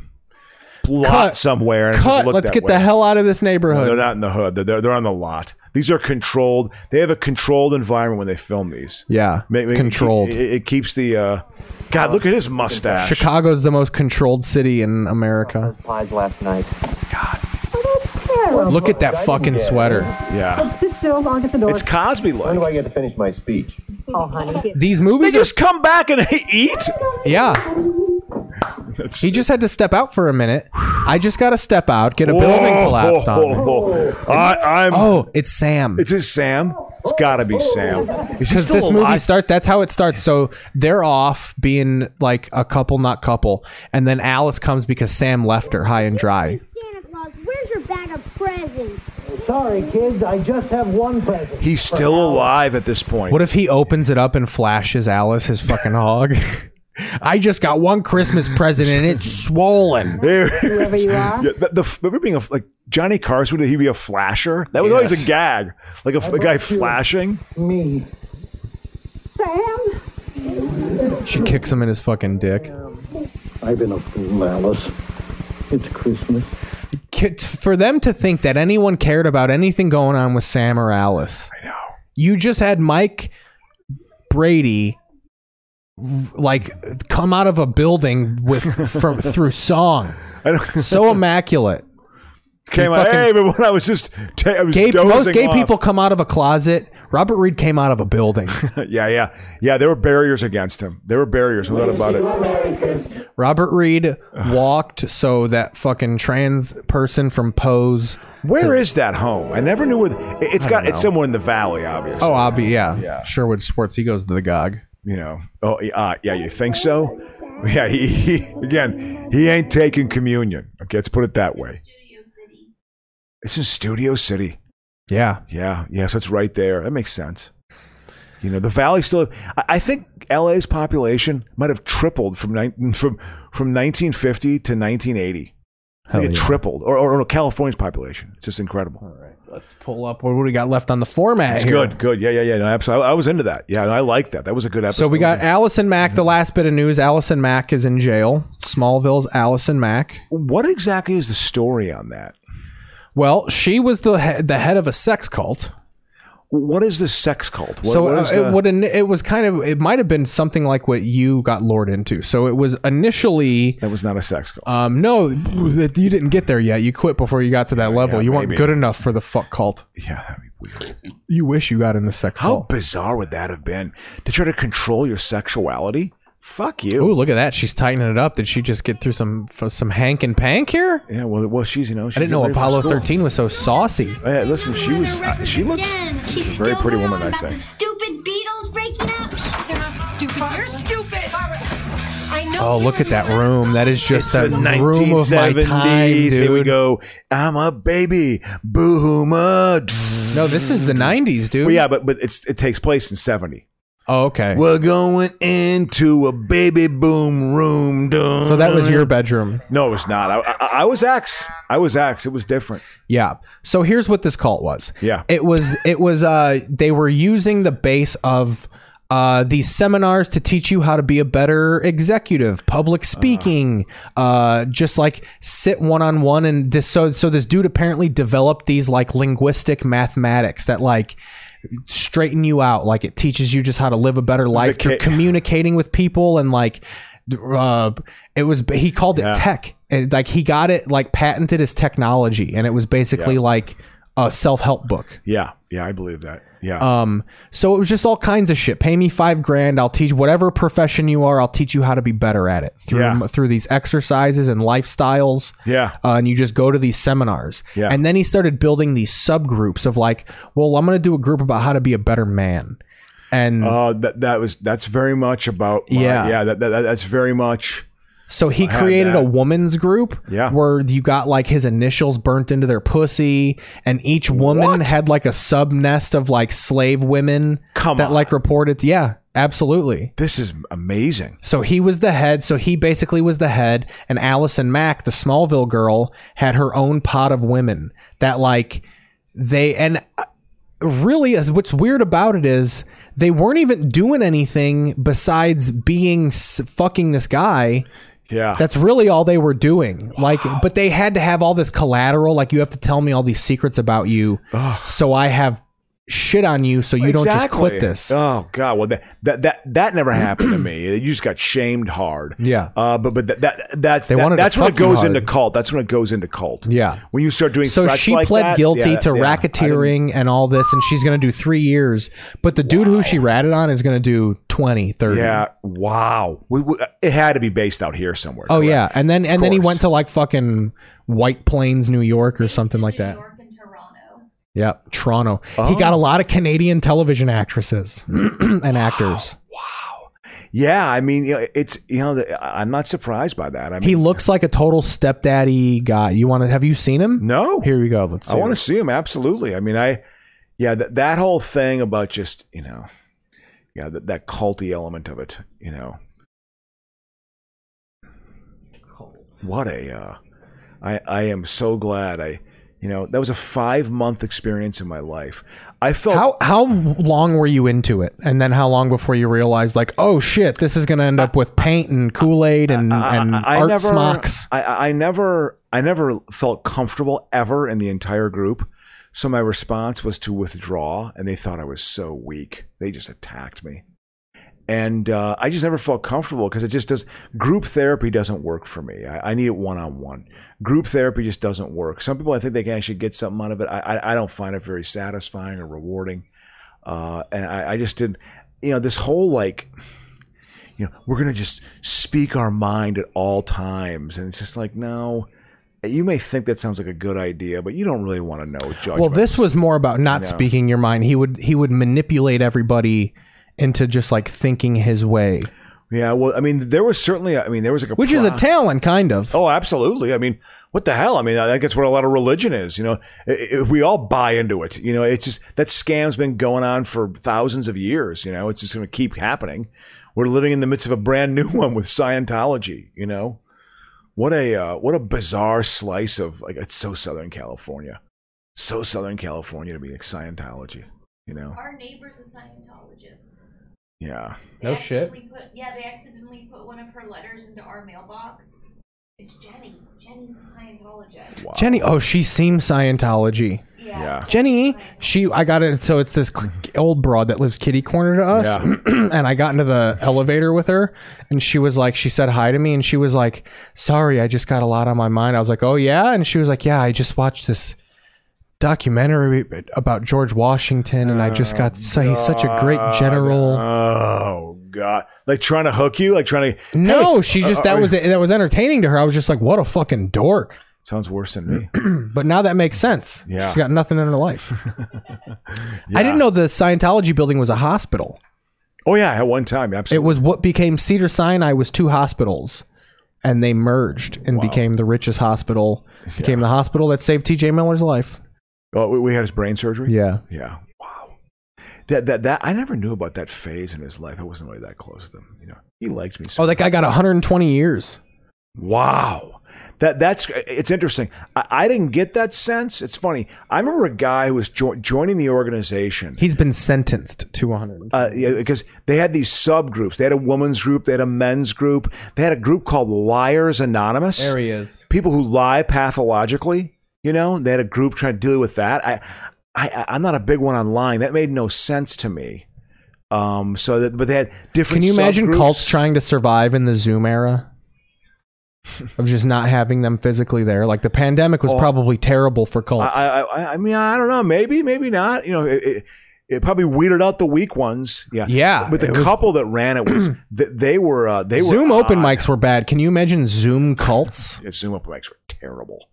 [SPEAKER 1] lot
[SPEAKER 2] Cut.
[SPEAKER 1] somewhere. And it just
[SPEAKER 2] Cut.
[SPEAKER 1] looked
[SPEAKER 2] Let's
[SPEAKER 1] that
[SPEAKER 2] get
[SPEAKER 1] way.
[SPEAKER 2] the hell out of this neighborhood.
[SPEAKER 1] They're not in the hood. They're, they're they're on the lot. These are controlled. They have a controlled environment when they film these.
[SPEAKER 2] yeah,
[SPEAKER 1] Make- make-
[SPEAKER 2] controlled.
[SPEAKER 1] It, it- it keeps the. Uh, God, look at his mustache.
[SPEAKER 2] Chicago's the most controlled city in America.
[SPEAKER 53] Pies last night.
[SPEAKER 52] terrible.
[SPEAKER 2] Look at that fucking sweater.
[SPEAKER 1] Yeah.
[SPEAKER 52] Just so long at the door.
[SPEAKER 1] It's Cosby like. When do I get to finish my speech?
[SPEAKER 52] oh, honey.
[SPEAKER 2] These movies
[SPEAKER 1] They just come back and they eat.
[SPEAKER 2] Yeah. He just had to step out for a minute. I just got to step out, get a building
[SPEAKER 1] Whoa,
[SPEAKER 2] collapsed on. me.
[SPEAKER 1] whoa, whoa. I, I'm.
[SPEAKER 2] Oh, it's Sam.
[SPEAKER 1] It's his Sam. It's got to be Sam. Is he
[SPEAKER 2] because
[SPEAKER 1] still
[SPEAKER 2] this movie
[SPEAKER 1] alive?
[SPEAKER 2] starts that's how it starts so they're off being like a couple not couple and then alice comes because sam left her high and dry
[SPEAKER 4] Santa Claus, where's your bag of presents?
[SPEAKER 5] sorry, kids. I just have one present.
[SPEAKER 1] He's still alive at this point.
[SPEAKER 2] What if he opens it up and flashes Alice his fucking hog? I just got one Christmas present and it's swollen.
[SPEAKER 1] Whoever you are. the, the, remember being a, like Johnny Carson? Would he be a flasher? That was always
[SPEAKER 54] Yes.
[SPEAKER 1] a gag, like a, f- a guy flashing.
[SPEAKER 5] Me.
[SPEAKER 2] She kicks him in his fucking dick.
[SPEAKER 5] I've been a fool, Alice. It's Christmas.
[SPEAKER 2] Ki- t- For them to think that anyone cared about anything going on with Sam or Alice. I know. You just had Mike Brady like come out of a building with from through song. so immaculate.
[SPEAKER 1] Came
[SPEAKER 2] He
[SPEAKER 1] out.
[SPEAKER 2] fucking-
[SPEAKER 1] Hey, but when I was just, ta- I was
[SPEAKER 2] gay, most
[SPEAKER 1] dozing
[SPEAKER 2] gay
[SPEAKER 1] off."
[SPEAKER 2] people come out of a closet. Robert Reed came out of a building.
[SPEAKER 1] yeah, yeah, yeah. There were barriers against him. There were barriers, without about it.
[SPEAKER 2] Robert Reed walked so that fucking trans person from Pose.
[SPEAKER 1] Where is that home? Oh, I never knew where. th- it- it's
[SPEAKER 2] I
[SPEAKER 1] got.
[SPEAKER 2] don't
[SPEAKER 1] It's
[SPEAKER 2] know.
[SPEAKER 1] somewhere in the valley, obviously.
[SPEAKER 2] Oh, Abby, yeah.
[SPEAKER 1] Yeah.
[SPEAKER 2] Sherwood Schwartz, he goes to the GOG.
[SPEAKER 1] You know. Oh, y- uh, yeah. You think so? Yeah. He, he again. He ain't taking communion. Okay, let's put it that way. It's in Studio City.
[SPEAKER 2] Yeah.
[SPEAKER 1] Yeah. Yeah. So it's right there. That makes sense. You know, the valley still. I, I think LA's population might have tripled from nine from from 1950 to 1980. I think
[SPEAKER 2] Hell
[SPEAKER 1] it
[SPEAKER 2] yeah.
[SPEAKER 1] tripled, or, or, or California's population. It's just incredible. All right.
[SPEAKER 2] Let's pull up what do we got left on the format
[SPEAKER 1] It's
[SPEAKER 2] here.
[SPEAKER 1] good, good. Yeah, yeah, yeah. No, absolutely. I was into that. Yeah, and I like that. That was a good episode.
[SPEAKER 2] So we got Allison Mack, the last bit of news. Allison Mack is in jail. Smallville's Allison Mack.
[SPEAKER 1] What exactly is the story on that?
[SPEAKER 2] Well, she was the he- the head of a sex cult.
[SPEAKER 1] What is the sex cult? What,
[SPEAKER 2] so
[SPEAKER 1] what
[SPEAKER 2] uh,
[SPEAKER 1] is the-
[SPEAKER 2] it would in- it was kind of it might have been something like what you got lured into. So it was initially
[SPEAKER 1] that was not a sex cult.
[SPEAKER 2] Um, no, that you didn't get there yet. You quit before you got to that level. you weren't
[SPEAKER 1] maybe.
[SPEAKER 2] good enough for the fuck cult.
[SPEAKER 1] Yeah, that'd
[SPEAKER 2] be weird. You wish you got in the sex
[SPEAKER 1] How
[SPEAKER 2] cult.
[SPEAKER 1] bizarre would that have been to try to control your sexuality? Fuck you.
[SPEAKER 2] Oh, look at that! She's tightening it up. Did she just get through some f- some hank and pank here?
[SPEAKER 1] Yeah, well, well, she's you know.
[SPEAKER 2] I didn't know Apollo thirteen was so saucy.
[SPEAKER 1] Yeah, listen, she was. uh, She looks. She's a very pretty woman, I think.
[SPEAKER 4] Stupid Beatles breaking up. They're not stupid. You're stupid. I know.
[SPEAKER 2] Oh, look at that room. That is just
[SPEAKER 1] It's
[SPEAKER 2] a
[SPEAKER 1] the
[SPEAKER 2] room of my time,
[SPEAKER 1] 1970s. Here we
[SPEAKER 2] dude.
[SPEAKER 1] go. I'm a baby. Boohoomer.
[SPEAKER 2] No, this is the '90s, dude.
[SPEAKER 1] Well, yeah, but but it's it takes place in seventy.
[SPEAKER 2] Oh, okay.
[SPEAKER 1] We're going into a baby boom room. Dun.
[SPEAKER 2] So that was your bedroom.
[SPEAKER 1] No, it was not. I, I, I was X. I was X. It was different.
[SPEAKER 2] Yeah. So here's what this cult was.
[SPEAKER 1] Yeah.
[SPEAKER 2] It was it was uh they were using the base of uh, these seminars to teach you how to be a better executive, public speaking, uh, just like sit one on one and this. So, so this dude apparently developed these like linguistic mathematics that like straighten you out. Like it teaches you just how to live a better life through
[SPEAKER 1] ca-
[SPEAKER 2] communicating with people and like uh, it was he called it tech And, like he got it like patented as technology and it was basically
[SPEAKER 1] Yeah.
[SPEAKER 2] like a self-help book
[SPEAKER 1] Yeah, yeah, I believe that. Yeah.
[SPEAKER 2] um so it was just all kinds of shit pay me five grand i'll teach whatever profession you are i'll teach you how to be better at it through
[SPEAKER 1] Yeah.
[SPEAKER 2] through these exercises and lifestyles
[SPEAKER 1] Yeah.
[SPEAKER 2] uh, and you just go to these seminars
[SPEAKER 1] Yeah.
[SPEAKER 2] and then he started building these subgroups of like well i'm gonna do a group about how to be a better man and
[SPEAKER 1] Uh, that that was that's very much about my-
[SPEAKER 2] Mm. Yeah.
[SPEAKER 1] yeah that, that that's very much
[SPEAKER 2] So he
[SPEAKER 1] I had
[SPEAKER 2] created
[SPEAKER 1] that.
[SPEAKER 2] a woman's group
[SPEAKER 1] Yeah.
[SPEAKER 2] where you got like his initials burnt into their pussy and each woman had like a sub nest of like slave women that like reported yeah, absolutely.
[SPEAKER 1] This is amazing.
[SPEAKER 2] So he was the head, so he basically was the head and Allison Mack, the Smallville girl, had her own pot of women that like they and uh, really is what's weird about it is they weren't even doing anything besides being s- fucking this guy.
[SPEAKER 1] yeah
[SPEAKER 2] That's really all they were doing. Like, but they had to have all this collateral. Like, you have to tell me all these secrets about you, so I have shit on you, so you don't just quit
[SPEAKER 1] Exactly.
[SPEAKER 2] this.
[SPEAKER 1] Oh God, well that that that, that never happened to me. You just got shamed hard.
[SPEAKER 2] Yeah.
[SPEAKER 1] Uh, but but that, that that's
[SPEAKER 2] They
[SPEAKER 1] that-
[SPEAKER 2] wanted to
[SPEAKER 1] that's when it
[SPEAKER 2] fuck you
[SPEAKER 1] goes
[SPEAKER 2] hard.
[SPEAKER 1] into cult. That's when it goes into cult.
[SPEAKER 2] Yeah.
[SPEAKER 1] When you start doing
[SPEAKER 2] so
[SPEAKER 1] threats
[SPEAKER 2] she
[SPEAKER 1] like
[SPEAKER 2] pled
[SPEAKER 1] that,
[SPEAKER 2] guilty
[SPEAKER 1] yeah,
[SPEAKER 2] to
[SPEAKER 1] yeah, I didn't-
[SPEAKER 2] racketeering and all this, and she's going to do three years. But the dude who she ratted on is going to do 20, 30.
[SPEAKER 1] Yeah. Wow. We, we, it had to be based out here somewhere.
[SPEAKER 2] Oh yeah, and then and then he
[SPEAKER 1] course.
[SPEAKER 2] went to like fucking White Plains, New York, or something like that. Yeah,
[SPEAKER 1] Oh.
[SPEAKER 2] Toronto. He got a lot of Canadian television actresses and actors.
[SPEAKER 1] yeah, I mean, you know, it's you know, the- I'm not surprised by that. I mean,
[SPEAKER 2] He looks like a total stepdaddy guy. You want to? Have you seen him?
[SPEAKER 1] No.
[SPEAKER 2] Here we go. Let's. See
[SPEAKER 1] I want
[SPEAKER 2] it.
[SPEAKER 1] to see him absolutely. I mean, I yeah, that that whole thing about just you know, yeah, that that culty element of it, you know. What a, uh, I I am so glad I, you know, that was a five month experience in my life. I felt
[SPEAKER 2] How how long were you into it, and then how long before you realized like, oh shit, this is gonna end up with paint and Kool Aid and and
[SPEAKER 1] I
[SPEAKER 2] Mm, art
[SPEAKER 1] never,
[SPEAKER 2] smocks.
[SPEAKER 1] I- I, I never, I never felt comfortable ever in the entire group. So my response was to withdraw, and they thought I was so weak. They just attacked me, and uh, I just never felt comfortable because it just does. Group therapy doesn't work for me. I, I need it one on one. Group therapy just doesn't work. Some people, I think they can actually get something out of it. I, I, I don't find it very satisfying or rewarding, uh, and I, I just didn't. You know, this whole like you know, we're going to just speak our mind at all times. And it's just like, no, you may think that sounds like a good idea, but you don't really want to know judgment.
[SPEAKER 2] Well, this was more about not
[SPEAKER 1] No.
[SPEAKER 2] speaking your mind. He would he would manipulate everybody into just like thinking his way,
[SPEAKER 1] yeah, well, I mean, there was certainly, I mean, there was like a
[SPEAKER 2] which is a
[SPEAKER 1] pro-
[SPEAKER 2] talent, kind of.
[SPEAKER 1] Oh, absolutely. I mean, what the hell? I mean, I think that's what a lot of religion is. You know, I- I- we all buy into it. You know, it's just that scam's been going on for thousands of years. You know, it's just going to keep happening. We're living in the midst of a brand new one with Scientology. You know, what a uh, what a bizarre slice of like it's so Southern California, so Southern California to be like Scientology. You know,
[SPEAKER 12] Our neighbor's a Scientologist.
[SPEAKER 1] yeah,
[SPEAKER 12] They accidentally Put, yeah, they accidentally put one of her letters into our mailbox. It's Jenny. Jenny's a Scientologist.
[SPEAKER 2] Jenny, oh, she seems Scientology.
[SPEAKER 12] Yeah.
[SPEAKER 2] Jenny, she, I got it. So it's this c- old broad that lives kitty corner to us. and I got into the elevator with her and she was like, she said hi to me and she was like, sorry, I just got a lot on my mind. I was like, oh yeah. And she was like, yeah, I just watched this documentary about George Washington and I just got, so he's such a great general.
[SPEAKER 1] Oh God, like trying to hook you, like trying to.
[SPEAKER 2] No,
[SPEAKER 1] Hey,
[SPEAKER 2] she just,
[SPEAKER 1] uh,
[SPEAKER 2] that
[SPEAKER 1] are
[SPEAKER 2] was,
[SPEAKER 1] you-
[SPEAKER 2] that was entertaining to her. I was just like, what a fucking dork.
[SPEAKER 1] Sounds worse than me.
[SPEAKER 2] but now that makes sense.
[SPEAKER 1] Yeah.
[SPEAKER 2] She's got nothing in her life. I didn't know the Scientology building was a hospital.
[SPEAKER 1] Oh yeah, at one time,
[SPEAKER 2] It
[SPEAKER 1] absolutely.
[SPEAKER 2] was what became Cedar Sinai was two hospitals and they merged and became the richest hospital. Became the hospital that saved TJ Miller's life.
[SPEAKER 1] Oh, we- we had his brain surgery.
[SPEAKER 2] Yeah.
[SPEAKER 1] yeah. Wow. That that that I never knew about that phase in his life. I wasn't really that close to him. You know, he liked me. So
[SPEAKER 2] Oh, that guy got 120 years.
[SPEAKER 1] Wow. That that's it's interesting. I, I didn't get that sense. It's funny. I remember a guy who was jo- joining the organization.
[SPEAKER 2] He's been sentenced to 100.
[SPEAKER 1] uh, yeah, because they had these subgroups. They had a women's group, they had a men's group, they had a group called Liars Anonymous.
[SPEAKER 2] There he is.
[SPEAKER 1] People who lie pathologically. You know, they had a group trying to deal with that. I, I, I- I'm not a big one on lying. That made no sense to me. Um, so that, but they had different.
[SPEAKER 2] Can you imagine
[SPEAKER 1] subgroups.
[SPEAKER 2] cults trying to survive in the Zoom era? of just not having them physically there. Like the pandemic was
[SPEAKER 1] Oh.
[SPEAKER 2] probably terrible for cults.
[SPEAKER 1] I, I, I- I mean, I don't know. Maybe, maybe not. You know, it, it, it probably weeded out the weak ones. Yeah,
[SPEAKER 2] Yeah,
[SPEAKER 1] But the
[SPEAKER 2] it was-
[SPEAKER 1] couple that ran it was they, they were uh, they
[SPEAKER 2] Zoom
[SPEAKER 1] were
[SPEAKER 2] open
[SPEAKER 1] odd.
[SPEAKER 2] mics were bad. Can you imagine Zoom cults?
[SPEAKER 1] Yeah, Zoom open mics were terrible.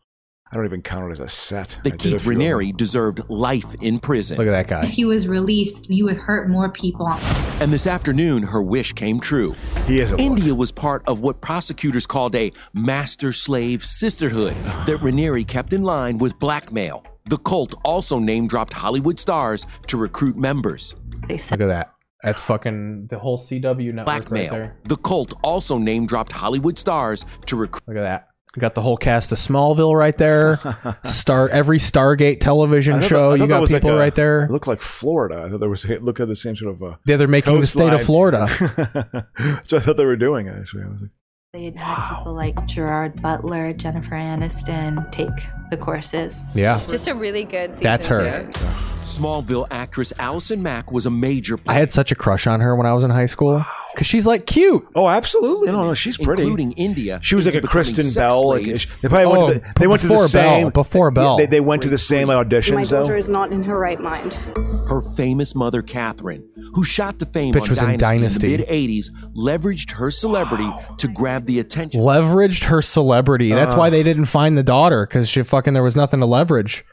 [SPEAKER 1] I don't even count it as a set.
[SPEAKER 7] That Keith Raniere deserved life in prison. Look
[SPEAKER 2] at that guy.
[SPEAKER 4] he was released, he would hurt more people.
[SPEAKER 7] And this afternoon, her wish came true.
[SPEAKER 1] He is
[SPEAKER 7] India was part of what prosecutors called a master slave sisterhood that Ranieri kept in line with blackmail. The cult also name dropped Hollywood stars to recruit members.
[SPEAKER 2] Look at that. That's fucking the whole CW network
[SPEAKER 7] Blackmail.
[SPEAKER 2] right there.
[SPEAKER 7] The cult also name dropped Hollywood stars to recruit.
[SPEAKER 2] Look at that. We got the whole cast of Smallville right there. Star every Stargate television show. you got people right there.
[SPEAKER 1] Look like Florida. I thought there was it looked at the same sort of. Uh,
[SPEAKER 2] Yeah, they're making the state of
[SPEAKER 1] coastline.
[SPEAKER 2] Florida.
[SPEAKER 1] so I thought they were doing it, actually. I was like,
[SPEAKER 20] They had had people like Gerard Butler, Jennifer Aniston take the courses.
[SPEAKER 7] Yeah.
[SPEAKER 20] Just a really good season.
[SPEAKER 2] That's her.
[SPEAKER 7] Smallville actress Allison Mack was a major
[SPEAKER 2] I had such a crush on her when I was in high school because she's like cute.
[SPEAKER 1] Oh, absolutely. No, no, she's pretty.
[SPEAKER 7] Including India.
[SPEAKER 1] She was like
[SPEAKER 7] into
[SPEAKER 1] a
[SPEAKER 7] becoming
[SPEAKER 1] Kristen
[SPEAKER 7] sex
[SPEAKER 1] Bell. Like,
[SPEAKER 7] slaves.
[SPEAKER 1] they probably went to
[SPEAKER 2] Oh,
[SPEAKER 1] the, they went to the
[SPEAKER 2] before Bell,
[SPEAKER 1] same
[SPEAKER 2] before Bell.
[SPEAKER 1] They, they went to the same auditions though.
[SPEAKER 55] is not in her right mind.
[SPEAKER 7] Her famous mother, Catherine, who shot to fame
[SPEAKER 2] bitch
[SPEAKER 7] on
[SPEAKER 2] was in
[SPEAKER 7] Dynasty
[SPEAKER 2] Dynasty.
[SPEAKER 7] in the mid 80s, leveraged her celebrity to grab the attention.
[SPEAKER 2] Leveraged her celebrity. That's
[SPEAKER 7] Ugh.
[SPEAKER 2] why they didn't find the daughter because she fucking there was nothing to leverage.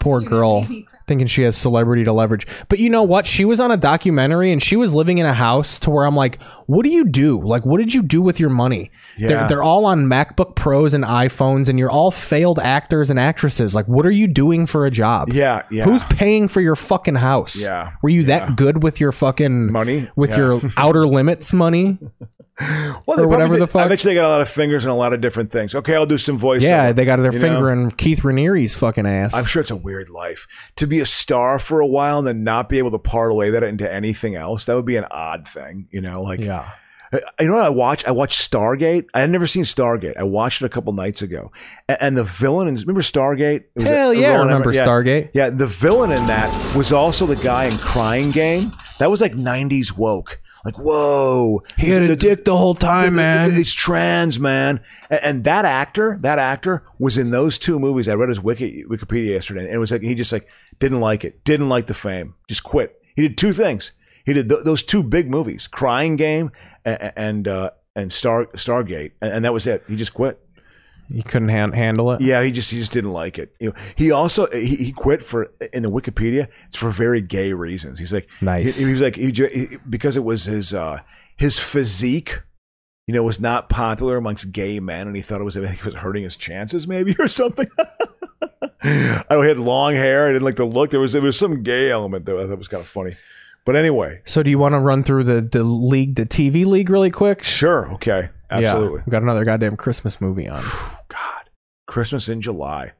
[SPEAKER 2] Poor girl. thinking she has celebrity to leverage. But you know what? She was on a documentary and she was living in a house to where I'm like, what do you do? Like, what did you do with your money?
[SPEAKER 19] Yeah.
[SPEAKER 2] They're, they're all on MacBook Pros and iPhones, and you're all failed actors and actresses. Like, what are you doing for a job?
[SPEAKER 1] Yeah, yeah.
[SPEAKER 2] Who's paying for your fucking house?
[SPEAKER 1] Yeah,
[SPEAKER 2] Were you that good with your fucking money? With
[SPEAKER 1] Yeah.
[SPEAKER 2] your outer limits money?
[SPEAKER 1] Well,
[SPEAKER 2] or
[SPEAKER 1] they probably
[SPEAKER 2] whatever
[SPEAKER 1] did-
[SPEAKER 2] the fuck.
[SPEAKER 1] I bet you they got a lot of fingers and a lot of different things. Okay, I'll do some voice.
[SPEAKER 2] Yeah, they got their finger
[SPEAKER 1] in.
[SPEAKER 2] in Keith Raniere's fucking ass.
[SPEAKER 1] I'm sure it's a weird life to be a star for a while and then not be able to parlay that into anything else. That would be an odd thing, you know. Like,
[SPEAKER 2] yeah,
[SPEAKER 1] you know what I watch? I watched Stargate. I had never seen Stargate. I watched it a couple nights ago, and, and the villain. In, remember Stargate? It was-
[SPEAKER 2] Hell
[SPEAKER 1] it was
[SPEAKER 2] yeah, I
[SPEAKER 1] all in-
[SPEAKER 2] remember Stargate.
[SPEAKER 1] Yeah, the villain in that was also the guy in Crying Game. That was like '90s woke. Like, whoa.
[SPEAKER 2] He had a dick the whole time, man.
[SPEAKER 1] It's trans, man. And, and that actor, that actor was in those two movies. I read his Wiki, Wikipedia yesterday, and it was like, he just like didn't like it, didn't like the fame, just quit. He did two things. He did th- those two big movies, Crying Game and, and, uh, and Star Stargate, and, and that was it. He just quit.
[SPEAKER 2] You couldn't han- handle it.
[SPEAKER 1] Yeah, he just he just didn't like it. You know, he also he, he quit for in the Wikipedia. It's for very gay reasons. He's like
[SPEAKER 2] Nice.
[SPEAKER 1] He, he was like he, ju- he- because it was his uh his physique. You know, was not popular amongst gay men, and he thought it was I think it was hurting his chances, maybe or something. I had long hair. I didn't like the look. There was there was some gay element that I thought was kind of funny. But anyway,
[SPEAKER 2] So do you want to run through the the league, the TV league, really quick?
[SPEAKER 1] Sure. Okay. Absolutely.
[SPEAKER 2] we got another goddamn Christmas movie on.
[SPEAKER 1] Christmas in July.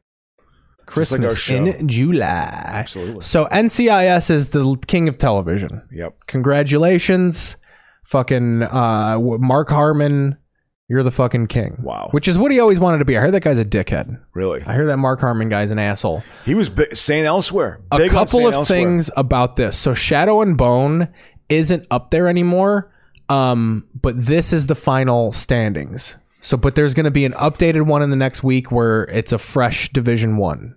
[SPEAKER 1] Just like our
[SPEAKER 2] Christmas in July.
[SPEAKER 1] Absolutely.
[SPEAKER 2] So NCIS is the l- king of television.
[SPEAKER 1] Yep.
[SPEAKER 2] Congratulations, fucking uh, w- Mark Harmon. You're the fucking king. Wow. Which is what he always wanted to be. I heard that guy's a dickhead.
[SPEAKER 1] Really?
[SPEAKER 2] I hear that Mark Harmon guy's an asshole.
[SPEAKER 1] He was bi- saying elsewhere.
[SPEAKER 2] a
[SPEAKER 1] Big on
[SPEAKER 2] couple
[SPEAKER 1] saying
[SPEAKER 2] of
[SPEAKER 1] elsewhere.
[SPEAKER 2] things about this. So Shadow and Bone isn't up there anymore, um, but this is the final standings. So, but there's going to be an updated one in the next week where it's a fresh Division One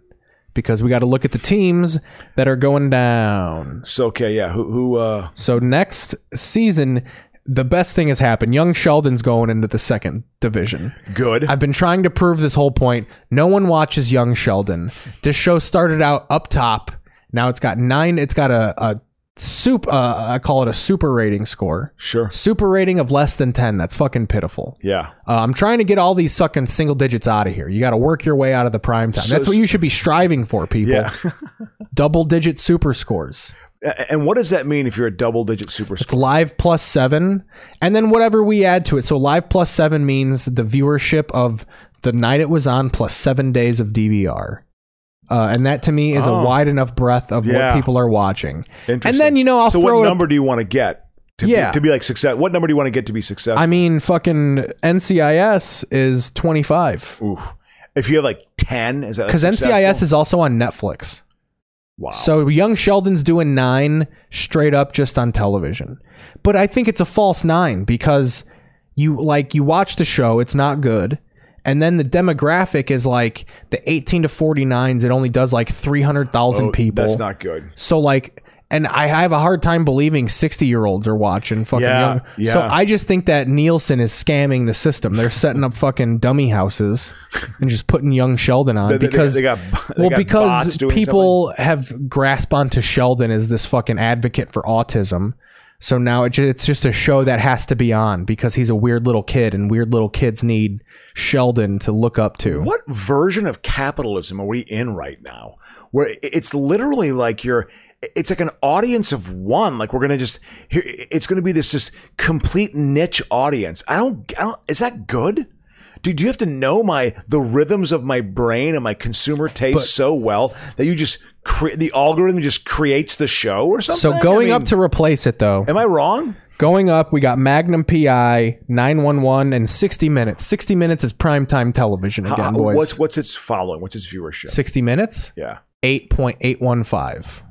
[SPEAKER 2] because we got to look at the teams that are going down.
[SPEAKER 1] So okay, yeah. Who? who uh,
[SPEAKER 2] so next season. The best thing has happened. Young Sheldon's going into the second division.
[SPEAKER 1] Good.
[SPEAKER 2] I've been trying to prove this whole point. No one watches Young Sheldon. This show started out up top. Now it's got nine. It's got a, a soup. Uh, I call it a super rating score.
[SPEAKER 1] Sure.
[SPEAKER 2] Super rating of less than ten. That's fucking pitiful.
[SPEAKER 1] Yeah.
[SPEAKER 2] Uh, I'm trying to get all these sucking single digits out of here. You got to work your way out of the prime time.
[SPEAKER 1] So-
[SPEAKER 2] That's what you should be striving for, people.
[SPEAKER 1] Yeah.
[SPEAKER 2] Double digit super scores.
[SPEAKER 1] A- And what does that mean if you're a double digit super
[SPEAKER 2] It's live plus seven, and then whatever we add to it. So live plus seven means the viewership of the night it was on plus seven days of DVR. Uh, and that to me is
[SPEAKER 1] Oh.
[SPEAKER 2] a wide enough breadth of
[SPEAKER 1] Yeah.
[SPEAKER 2] what people are watching.
[SPEAKER 1] Interesting.
[SPEAKER 2] And then you know I'll
[SPEAKER 1] so
[SPEAKER 2] throw
[SPEAKER 1] what
[SPEAKER 2] it. up-
[SPEAKER 1] number do you want to get? To
[SPEAKER 2] Yeah.
[SPEAKER 1] Be, to be like success. What number do you want to get to be successful?
[SPEAKER 2] I mean, fucking NCIS is twenty five
[SPEAKER 1] if you have like ten, is that
[SPEAKER 2] because
[SPEAKER 1] successful?
[SPEAKER 2] NCIS is also on Netflix.
[SPEAKER 1] Wow.
[SPEAKER 2] So Young Sheldon's doing nine straight up just on television. But I think it's a false nine because you like you watch the show, it's not good. And then the demographic is like the 18 to 49s, it only does like 300,000
[SPEAKER 1] Oh,
[SPEAKER 2] people.
[SPEAKER 1] That's not good.
[SPEAKER 2] So like and I have a hard time believing 60 year olds are watching fucking
[SPEAKER 1] Yeah,
[SPEAKER 2] young. So
[SPEAKER 1] yeah.
[SPEAKER 2] I just think that Nielsen is scamming the system. They're setting up fucking dummy houses and just putting young Sheldon on
[SPEAKER 1] They- they-
[SPEAKER 2] Uh, because
[SPEAKER 1] they got- they
[SPEAKER 2] well
[SPEAKER 1] got bots
[SPEAKER 2] because
[SPEAKER 1] doing
[SPEAKER 2] people have grasped onto Sheldon as this fucking advocate for autism. So now it, ju- it's just a show that has to be on because he's a weird little kid and weird little kids need Sheldon to look up to.
[SPEAKER 1] What version of capitalism are we in right now? Where i- it's literally like you're it's like an audience of one. Like we're gonna just here it's gonna be this just complete niche audience. I don't, I don't is that good? Dude, do you have to know my the rhythms of my brain and my consumer taste so well that you just cre- the algorithm just creates the show or something?
[SPEAKER 2] So going
[SPEAKER 1] I
[SPEAKER 2] up
[SPEAKER 1] mean,
[SPEAKER 2] to replace it though. Am
[SPEAKER 1] I wrong?
[SPEAKER 2] Going up, we got Magnum PI, 911, and 60 Minutes. 60 Minutes is primetime television
[SPEAKER 1] how-
[SPEAKER 2] again,
[SPEAKER 1] how-
[SPEAKER 2] boys.
[SPEAKER 1] what's what's its following? What's its viewership?
[SPEAKER 2] 60 Minutes?
[SPEAKER 1] Yeah.
[SPEAKER 2] 8.815.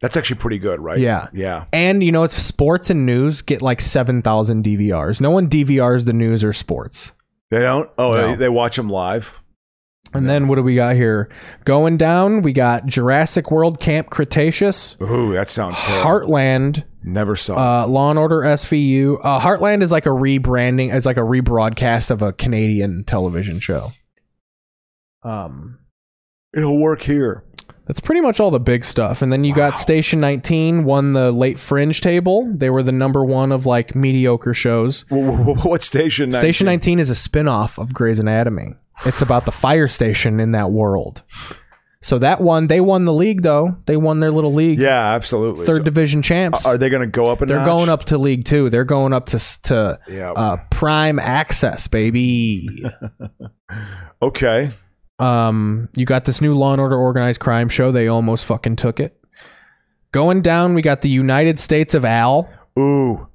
[SPEAKER 1] That's actually pretty good, right?
[SPEAKER 2] Yeah.
[SPEAKER 1] Yeah.
[SPEAKER 2] And you know, it's sports and news get like 7,000 DVRs. No one DVRs the news or sports.
[SPEAKER 1] They don't? Oh,
[SPEAKER 2] No.
[SPEAKER 1] they, they watch them live.
[SPEAKER 2] And then what do we got here? Going down, we got Jurassic World Camp Cretaceous,
[SPEAKER 1] Ooh, that sounds terrible.
[SPEAKER 2] Heartland,
[SPEAKER 1] Never saw. it.
[SPEAKER 2] uh, Law and Order SVU. Uh, Heartland is like a rebranding, is like a rebroadcast of a Canadian television show. Um,
[SPEAKER 1] It'll work here.
[SPEAKER 2] That's pretty much all the big stuff. And then you got Station 19 won the late fringe table. They were the number one of like mediocre shows.
[SPEAKER 1] What station? 19?
[SPEAKER 2] Station 19 is a spin-off of Grey's Anatomy. It's about the fire station in that world. So that one, they won the league though. They won their little league.
[SPEAKER 1] Yeah, absolutely.
[SPEAKER 2] Third
[SPEAKER 1] So,
[SPEAKER 2] division champs.
[SPEAKER 1] Are they going to go up? A
[SPEAKER 2] They're
[SPEAKER 1] notch?
[SPEAKER 2] going up to League Two. They're going up to s- to uh, Prime Access, baby.
[SPEAKER 1] okay.
[SPEAKER 2] Um, you got this new Law and Order Organized Crime show. They almost fucking took it. Going down, we got the United States of Al.
[SPEAKER 1] Ooh.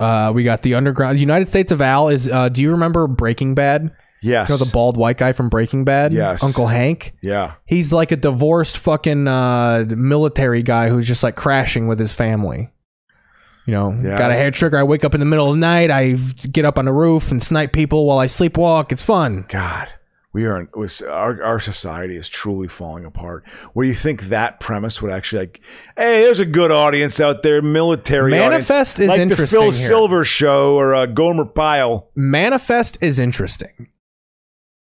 [SPEAKER 2] Uh, we got the underground. United States of Al is. Uh, do you remember Breaking Bad?
[SPEAKER 1] Yes.
[SPEAKER 2] You know the bald white guy from Breaking Bad.
[SPEAKER 1] Yes.
[SPEAKER 2] Uncle Hank.
[SPEAKER 1] Yeah.
[SPEAKER 2] He's like a divorced fucking uh, military guy who's just like crashing with his family. You know,
[SPEAKER 1] Yeah.
[SPEAKER 2] got a hair trigger. I wake up in the middle of the night. I get up on the roof and snipe people while I sleepwalk. It's fun.
[SPEAKER 1] God. We are was our our society is truly falling apart. Where you think that premise would actually like, hey, there's a good audience out there, military audience.
[SPEAKER 2] Manifest is
[SPEAKER 1] like
[SPEAKER 2] interesting
[SPEAKER 1] The
[SPEAKER 2] here.
[SPEAKER 1] Phil Silver show or uh, Gomer Pyle.
[SPEAKER 2] Manifest is interesting.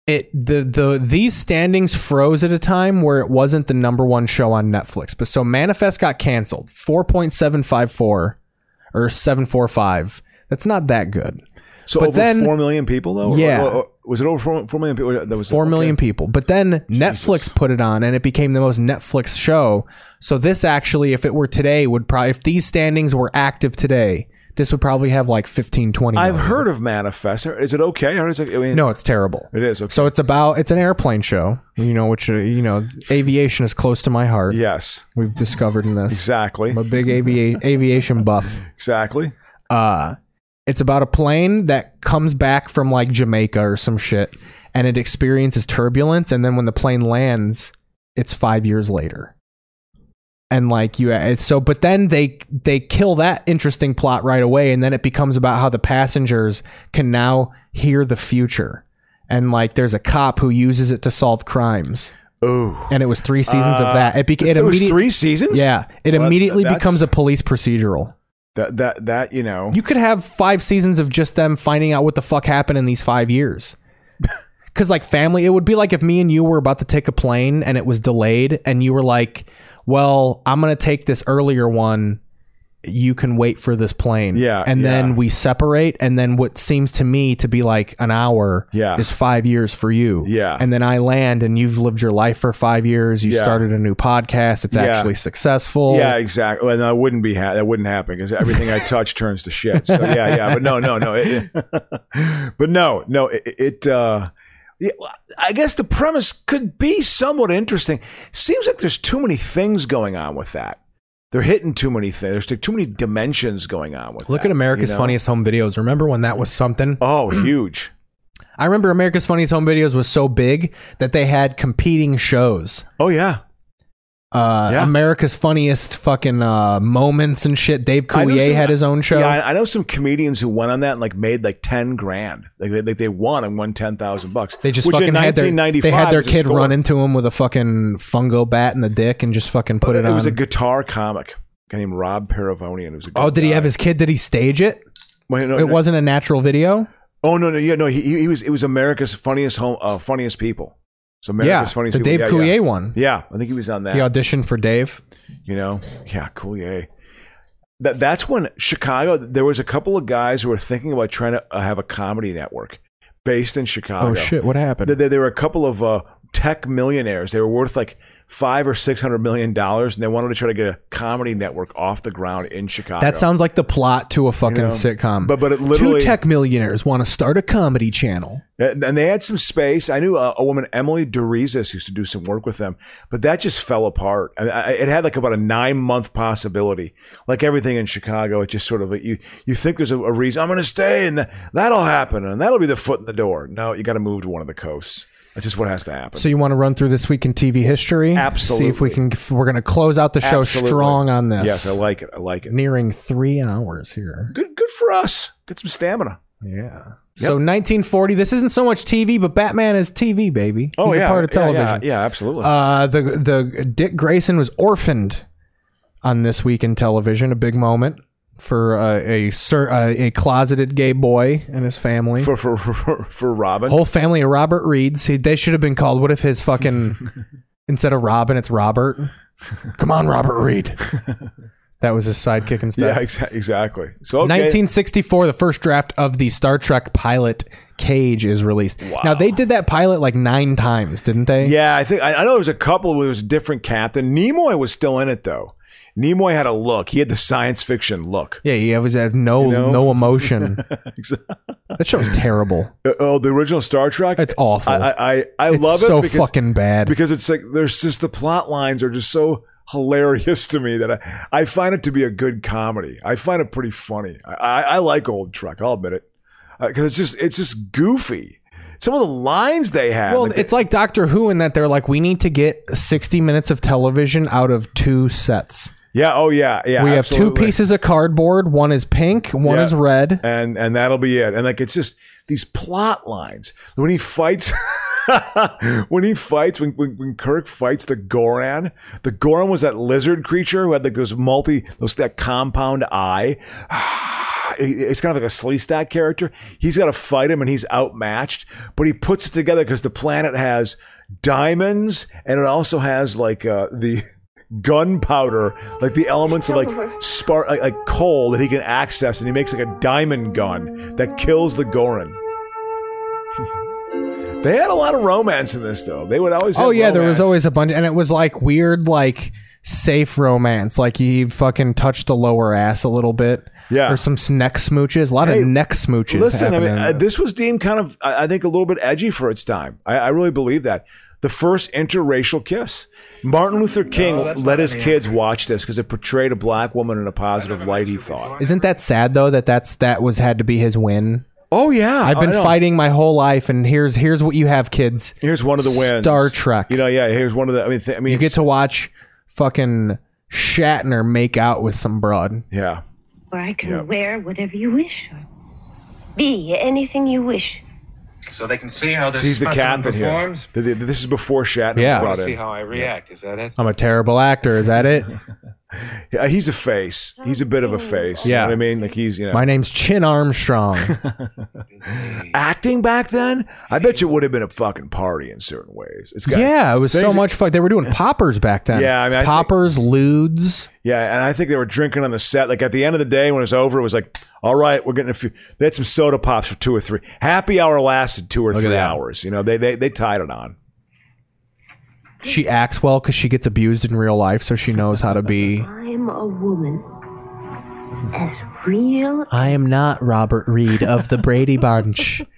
[SPEAKER 2] It the the these standings froze at a time where it wasn't the number one show on Netflix. But so Manifest got canceled. Four point seven five four or seven four five. That's not that good.
[SPEAKER 1] So
[SPEAKER 2] but
[SPEAKER 1] over
[SPEAKER 2] then
[SPEAKER 1] four million people though. Or-
[SPEAKER 2] Yeah.
[SPEAKER 1] or- or- was it over four, four million people? That was
[SPEAKER 2] Four million people. But then Netflix put it on and it became the most Netflix show. So this actually, if it were today, would probably, if these standings were active today, this would probably have like 15, 20.
[SPEAKER 1] I've
[SPEAKER 2] million.
[SPEAKER 1] heard of Manifest. Is it okay? Or is it, I mean,
[SPEAKER 2] No, it's terrible.
[SPEAKER 1] It is. Okay.
[SPEAKER 2] So it's about, it's an airplane show, you know, which, uh, you know, aviation is close to my heart.
[SPEAKER 1] Yes.
[SPEAKER 2] We've discovered in this.
[SPEAKER 1] Exactly.
[SPEAKER 2] I'm a big avi- aviation buff.
[SPEAKER 1] Exactly.
[SPEAKER 2] Uh, it's about a plane that comes back from like Jamaica or some shit, and it experiences turbulence, and then when the plane lands, it's five years later. And like you, it's so, but then they they kill that interesting plot right away, and then it becomes about how the passengers can now hear the future, and like there's a cop who uses it to solve crimes.
[SPEAKER 1] Ooh.
[SPEAKER 2] And it was three seasons
[SPEAKER 1] Uh,
[SPEAKER 2] of that. It, beca-
[SPEAKER 1] th-
[SPEAKER 2] it,
[SPEAKER 1] there was
[SPEAKER 2] immediate-
[SPEAKER 1] three seasons?
[SPEAKER 2] Yeah, it
[SPEAKER 1] Well,
[SPEAKER 2] immediately
[SPEAKER 1] that's-
[SPEAKER 2] becomes a police procedural.
[SPEAKER 1] That that that you know.
[SPEAKER 2] You could have five seasons of just them finding out what the fuck happened in these five years. Cause like family, it would be like if me and you were about to take a plane and it was delayed, and you were like, "Well, I'm gonna take this earlier one. You can wait for this plane."
[SPEAKER 1] Yeah,
[SPEAKER 2] and then we separate, and then what seems to me to be like an hour,
[SPEAKER 1] Yeah.
[SPEAKER 2] is five years for you.
[SPEAKER 1] Yeah.
[SPEAKER 2] and then I land, and you've lived your life for five years. You
[SPEAKER 1] Yeah.
[SPEAKER 2] started a new podcast. It's
[SPEAKER 1] Yeah.
[SPEAKER 2] actually successful.
[SPEAKER 1] Yeah, exactly. Well, no, that wouldn't be ha- that wouldn't happen because everything I touch turns to shit. So yeah, yeah. But no, no, no. It- it- but no, no. It. it uh, yeah, I guess the premise could be somewhat interesting. Seems like there's too many things going on with that. They're hitting too many things. There's too many dimensions going on with.
[SPEAKER 2] Look
[SPEAKER 1] that,
[SPEAKER 2] at America's
[SPEAKER 1] you know?
[SPEAKER 2] Funniest Home Videos. Remember when that was something?
[SPEAKER 1] Oh, huge.
[SPEAKER 2] I remember America's Funniest Home Videos was so big that they had competing shows.
[SPEAKER 1] Oh yeah.
[SPEAKER 2] Uh,
[SPEAKER 1] Yeah.
[SPEAKER 2] America's Funniest fucking uh, moments and shit. Dave
[SPEAKER 1] I know
[SPEAKER 2] Coulier
[SPEAKER 1] some-
[SPEAKER 2] had his own show.
[SPEAKER 1] Yeah, I, I know some comedians who won on that and like made like ten grand. Like they, like, they won and won ten thousand bucks.
[SPEAKER 2] they just
[SPEAKER 1] which in
[SPEAKER 2] fucking had their they
[SPEAKER 1] 1995
[SPEAKER 2] had their
[SPEAKER 1] was a
[SPEAKER 2] kid
[SPEAKER 1] score.
[SPEAKER 2] run into him with a fucking fungo bat in the dick and just fucking put it,
[SPEAKER 1] it
[SPEAKER 2] on.
[SPEAKER 1] was a guitar comic. A guy named Rob Paravonian. It was a
[SPEAKER 2] oh, did he have his kid? Did he stage it?
[SPEAKER 1] Wait, no,
[SPEAKER 2] it
[SPEAKER 1] no.
[SPEAKER 2] wasn't a natural video.
[SPEAKER 1] Oh no no yeah no he, he he was it was America's funniest home uh, funniest people. So America's
[SPEAKER 2] Yeah,
[SPEAKER 1] funniest
[SPEAKER 2] the
[SPEAKER 1] people.
[SPEAKER 2] Dave
[SPEAKER 1] yeah, yeah.
[SPEAKER 2] Coulier one.
[SPEAKER 1] Yeah, I think he was on that.
[SPEAKER 2] He auditioned for Dave.
[SPEAKER 1] you know, yeah, Coulier. That that's when Chicago. There was a couple of guys who were thinking about trying to uh, have a comedy network based in Chicago.
[SPEAKER 2] Oh shit! What happened?
[SPEAKER 1] There, there- there were a couple of uh, tech millionaires. They were worth like five or six hundred million dollars, and they wanted to try to get a comedy network off the ground in Chicago.
[SPEAKER 2] That sounds like the plot to a fucking
[SPEAKER 1] know,
[SPEAKER 2] sitcom.
[SPEAKER 1] but- but it literally-
[SPEAKER 2] two tech millionaires want to start a comedy channel.
[SPEAKER 1] And and they had some space. I knew a, a woman, Emily DeRizas, used to do some work with them, but that just fell apart. I, I, it had like about a nine month possibility. Like everything in Chicago, it just sort of you you think there's a, a reason I'm going to stay, and that'll happen, and that'll be the foot in the door. No, you got to move to one of the coasts. That's just what has to happen.
[SPEAKER 2] So you want to run through this week in TV history? See if we
[SPEAKER 1] Absolutely.
[SPEAKER 2] can. If we're going to close out the show
[SPEAKER 1] Absolutely.
[SPEAKER 2] strong on this.
[SPEAKER 1] Yes, I like it. I like it.
[SPEAKER 2] Nearing three hours here.
[SPEAKER 1] Good, good for us. Get some stamina.
[SPEAKER 2] Yeah. So 1940. This isn't so much TV, but Batman is TV, baby.
[SPEAKER 1] Oh
[SPEAKER 2] He's
[SPEAKER 1] yeah,
[SPEAKER 2] a part of
[SPEAKER 1] yeah, yeah,
[SPEAKER 2] television.
[SPEAKER 1] Yeah, absolutely.
[SPEAKER 2] Uh, the the Dick Grayson was orphaned on this week in television. A big moment for uh, a sir, uh, a closeted gay boy and his family.
[SPEAKER 1] for, for for for for Robin.
[SPEAKER 2] Whole family of Robert Reeds. He, they should have been called. What if his fucking Instead of Robin, it's Robert. Come on, Robert Reed. That was his sidekick and stuff.
[SPEAKER 1] Yeah, exa- exactly. So okay.
[SPEAKER 2] 1964, the first draft of the Star Trek pilot Cage is released. Now they did that pilot like nine times, didn't they?
[SPEAKER 1] Yeah, I think I, I know there was a couple where there was a different captain. Nimoy was still in it though. Nimoy had a look. He had the science fiction look.
[SPEAKER 2] Yeah, he always had no
[SPEAKER 1] You know?
[SPEAKER 2] no emotion. That show was terrible.
[SPEAKER 1] Uh, Oh, the original Star Trek. It's
[SPEAKER 2] awful.
[SPEAKER 1] I I, I
[SPEAKER 2] It's
[SPEAKER 1] love it.
[SPEAKER 2] so
[SPEAKER 1] because-
[SPEAKER 2] fucking bad.
[SPEAKER 1] because it's like there's just the plot lines are just so hilarious to me that I, I find it to be a good comedy. I find it pretty funny. I, I, I like old Trek. I'll admit it because it's just it's just goofy. Some of the lines they had.
[SPEAKER 2] Well,
[SPEAKER 1] like,
[SPEAKER 2] it's like Doctor Who in that they're like, we need to get 60 minutes of television out of two sets.
[SPEAKER 1] yeah. Oh yeah. Yeah.
[SPEAKER 2] we have two
[SPEAKER 1] absolutely.
[SPEAKER 2] pieces of cardboard. One is pink. One
[SPEAKER 1] Yeah.
[SPEAKER 2] is red.
[SPEAKER 1] and and that'll be it. And like it's just these plot lines when he fights. when he fights, when, when when Kirk fights the Goran, the Goran was that lizard creature who had like those multi, those that compound eye. It's kind of like a Sleestak character. He's got to fight him, and he's outmatched. But he puts it together because the planet has diamonds, and it also has like uh, the gunpowder, like the elements of like spark, like, like coal that he can access, and he makes like a diamond gun that kills the Goran. they had a lot of romance in this, though. They would always.
[SPEAKER 2] Oh
[SPEAKER 56] have
[SPEAKER 2] yeah, there was
[SPEAKER 1] romance.
[SPEAKER 2] always a bunch, and it was like weird, like safe romance. Like he fucking touched the lower ass a little bit.
[SPEAKER 1] Yeah.
[SPEAKER 2] there's some s- neck smooches, a lot
[SPEAKER 1] Hey,
[SPEAKER 2] of neck smooches.
[SPEAKER 1] Listen, I mean,
[SPEAKER 2] happening.
[SPEAKER 1] uh, this was deemed kind of, I, I think, a little bit edgy for its time. I, I really believe that. The first interracial kiss. Martin Luther King
[SPEAKER 2] that's
[SPEAKER 1] let
[SPEAKER 2] not
[SPEAKER 1] his
[SPEAKER 2] any
[SPEAKER 1] kids watch this because it portrayed a black woman in a positive light. He thought.
[SPEAKER 2] Isn't that sad though? That that's that was had to be his win.
[SPEAKER 1] Oh yeah,
[SPEAKER 2] I've been
[SPEAKER 1] I know.
[SPEAKER 2] fighting my whole life, and here's here's what you have, kids.
[SPEAKER 1] Here's one of the wins.
[SPEAKER 2] Star Trek.
[SPEAKER 1] You know, yeah. Here's one of the. I mean, th- I mean,
[SPEAKER 2] you get
[SPEAKER 1] it's-
[SPEAKER 2] to watch fucking Shatner make out with some broad.
[SPEAKER 1] Yeah.
[SPEAKER 4] Or I can
[SPEAKER 2] Yep.
[SPEAKER 4] wear whatever you wish, or be anything you wish.
[SPEAKER 5] So they can see how this
[SPEAKER 1] He's the
[SPEAKER 5] specimen
[SPEAKER 1] captain here.
[SPEAKER 5] performs.
[SPEAKER 1] Th- th- This is before Shatner
[SPEAKER 2] Yeah.
[SPEAKER 1] brought
[SPEAKER 5] See
[SPEAKER 1] in.
[SPEAKER 5] how I react. Is that it?
[SPEAKER 2] I'm a terrible actor. Is that it?
[SPEAKER 1] Yeah, he's a face. He's a bit of a face. You
[SPEAKER 2] Yeah.
[SPEAKER 1] know what I mean, like he's you know.
[SPEAKER 2] My name's Chin Armstrong.
[SPEAKER 1] acting back then, I bet you would have been a fucking party in certain ways. It's got,
[SPEAKER 2] yeah, it was so
[SPEAKER 1] things-
[SPEAKER 2] much fun. They were doing poppers back then.
[SPEAKER 1] Yeah, I mean, I think-
[SPEAKER 2] poppers, lewds.
[SPEAKER 1] Yeah, and I think they were drinking on the set. Like at the end of the day, when it was over, it was like, all right, we're getting a few. They had some soda pops for two or three. Happy hour lasted two or
[SPEAKER 2] Look at
[SPEAKER 1] three
[SPEAKER 2] that.
[SPEAKER 1] hours. You know, they they they tied it on.
[SPEAKER 2] She acts well because she gets abused in real life, so she knows how to be.
[SPEAKER 4] I'm a woman. As real
[SPEAKER 2] I am not Robert Reed of the Brady Bunch.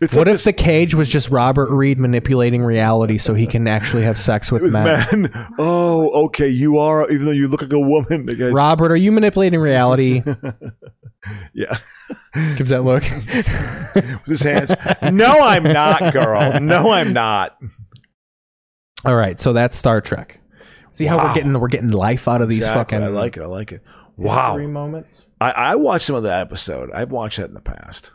[SPEAKER 1] It's
[SPEAKER 2] what if the cage was just Robert Reed manipulating reality so he can actually have sex with, men?
[SPEAKER 1] Man, oh, okay, you are. Even though you look like a woman, the guy-
[SPEAKER 2] Robert, are you manipulating reality?
[SPEAKER 1] yeah,
[SPEAKER 2] Gives that look.
[SPEAKER 1] with his hands. no, I'm not, girl. No, I'm not.
[SPEAKER 2] All right, so that's Star Trek. See how
[SPEAKER 1] Wow.
[SPEAKER 2] we're getting we're getting life out of these
[SPEAKER 1] Exactly.
[SPEAKER 2] fucking.
[SPEAKER 1] I like it. I like it. Wow.
[SPEAKER 2] Three moments.
[SPEAKER 1] I, I watched some of that episode. I've watched that in the past.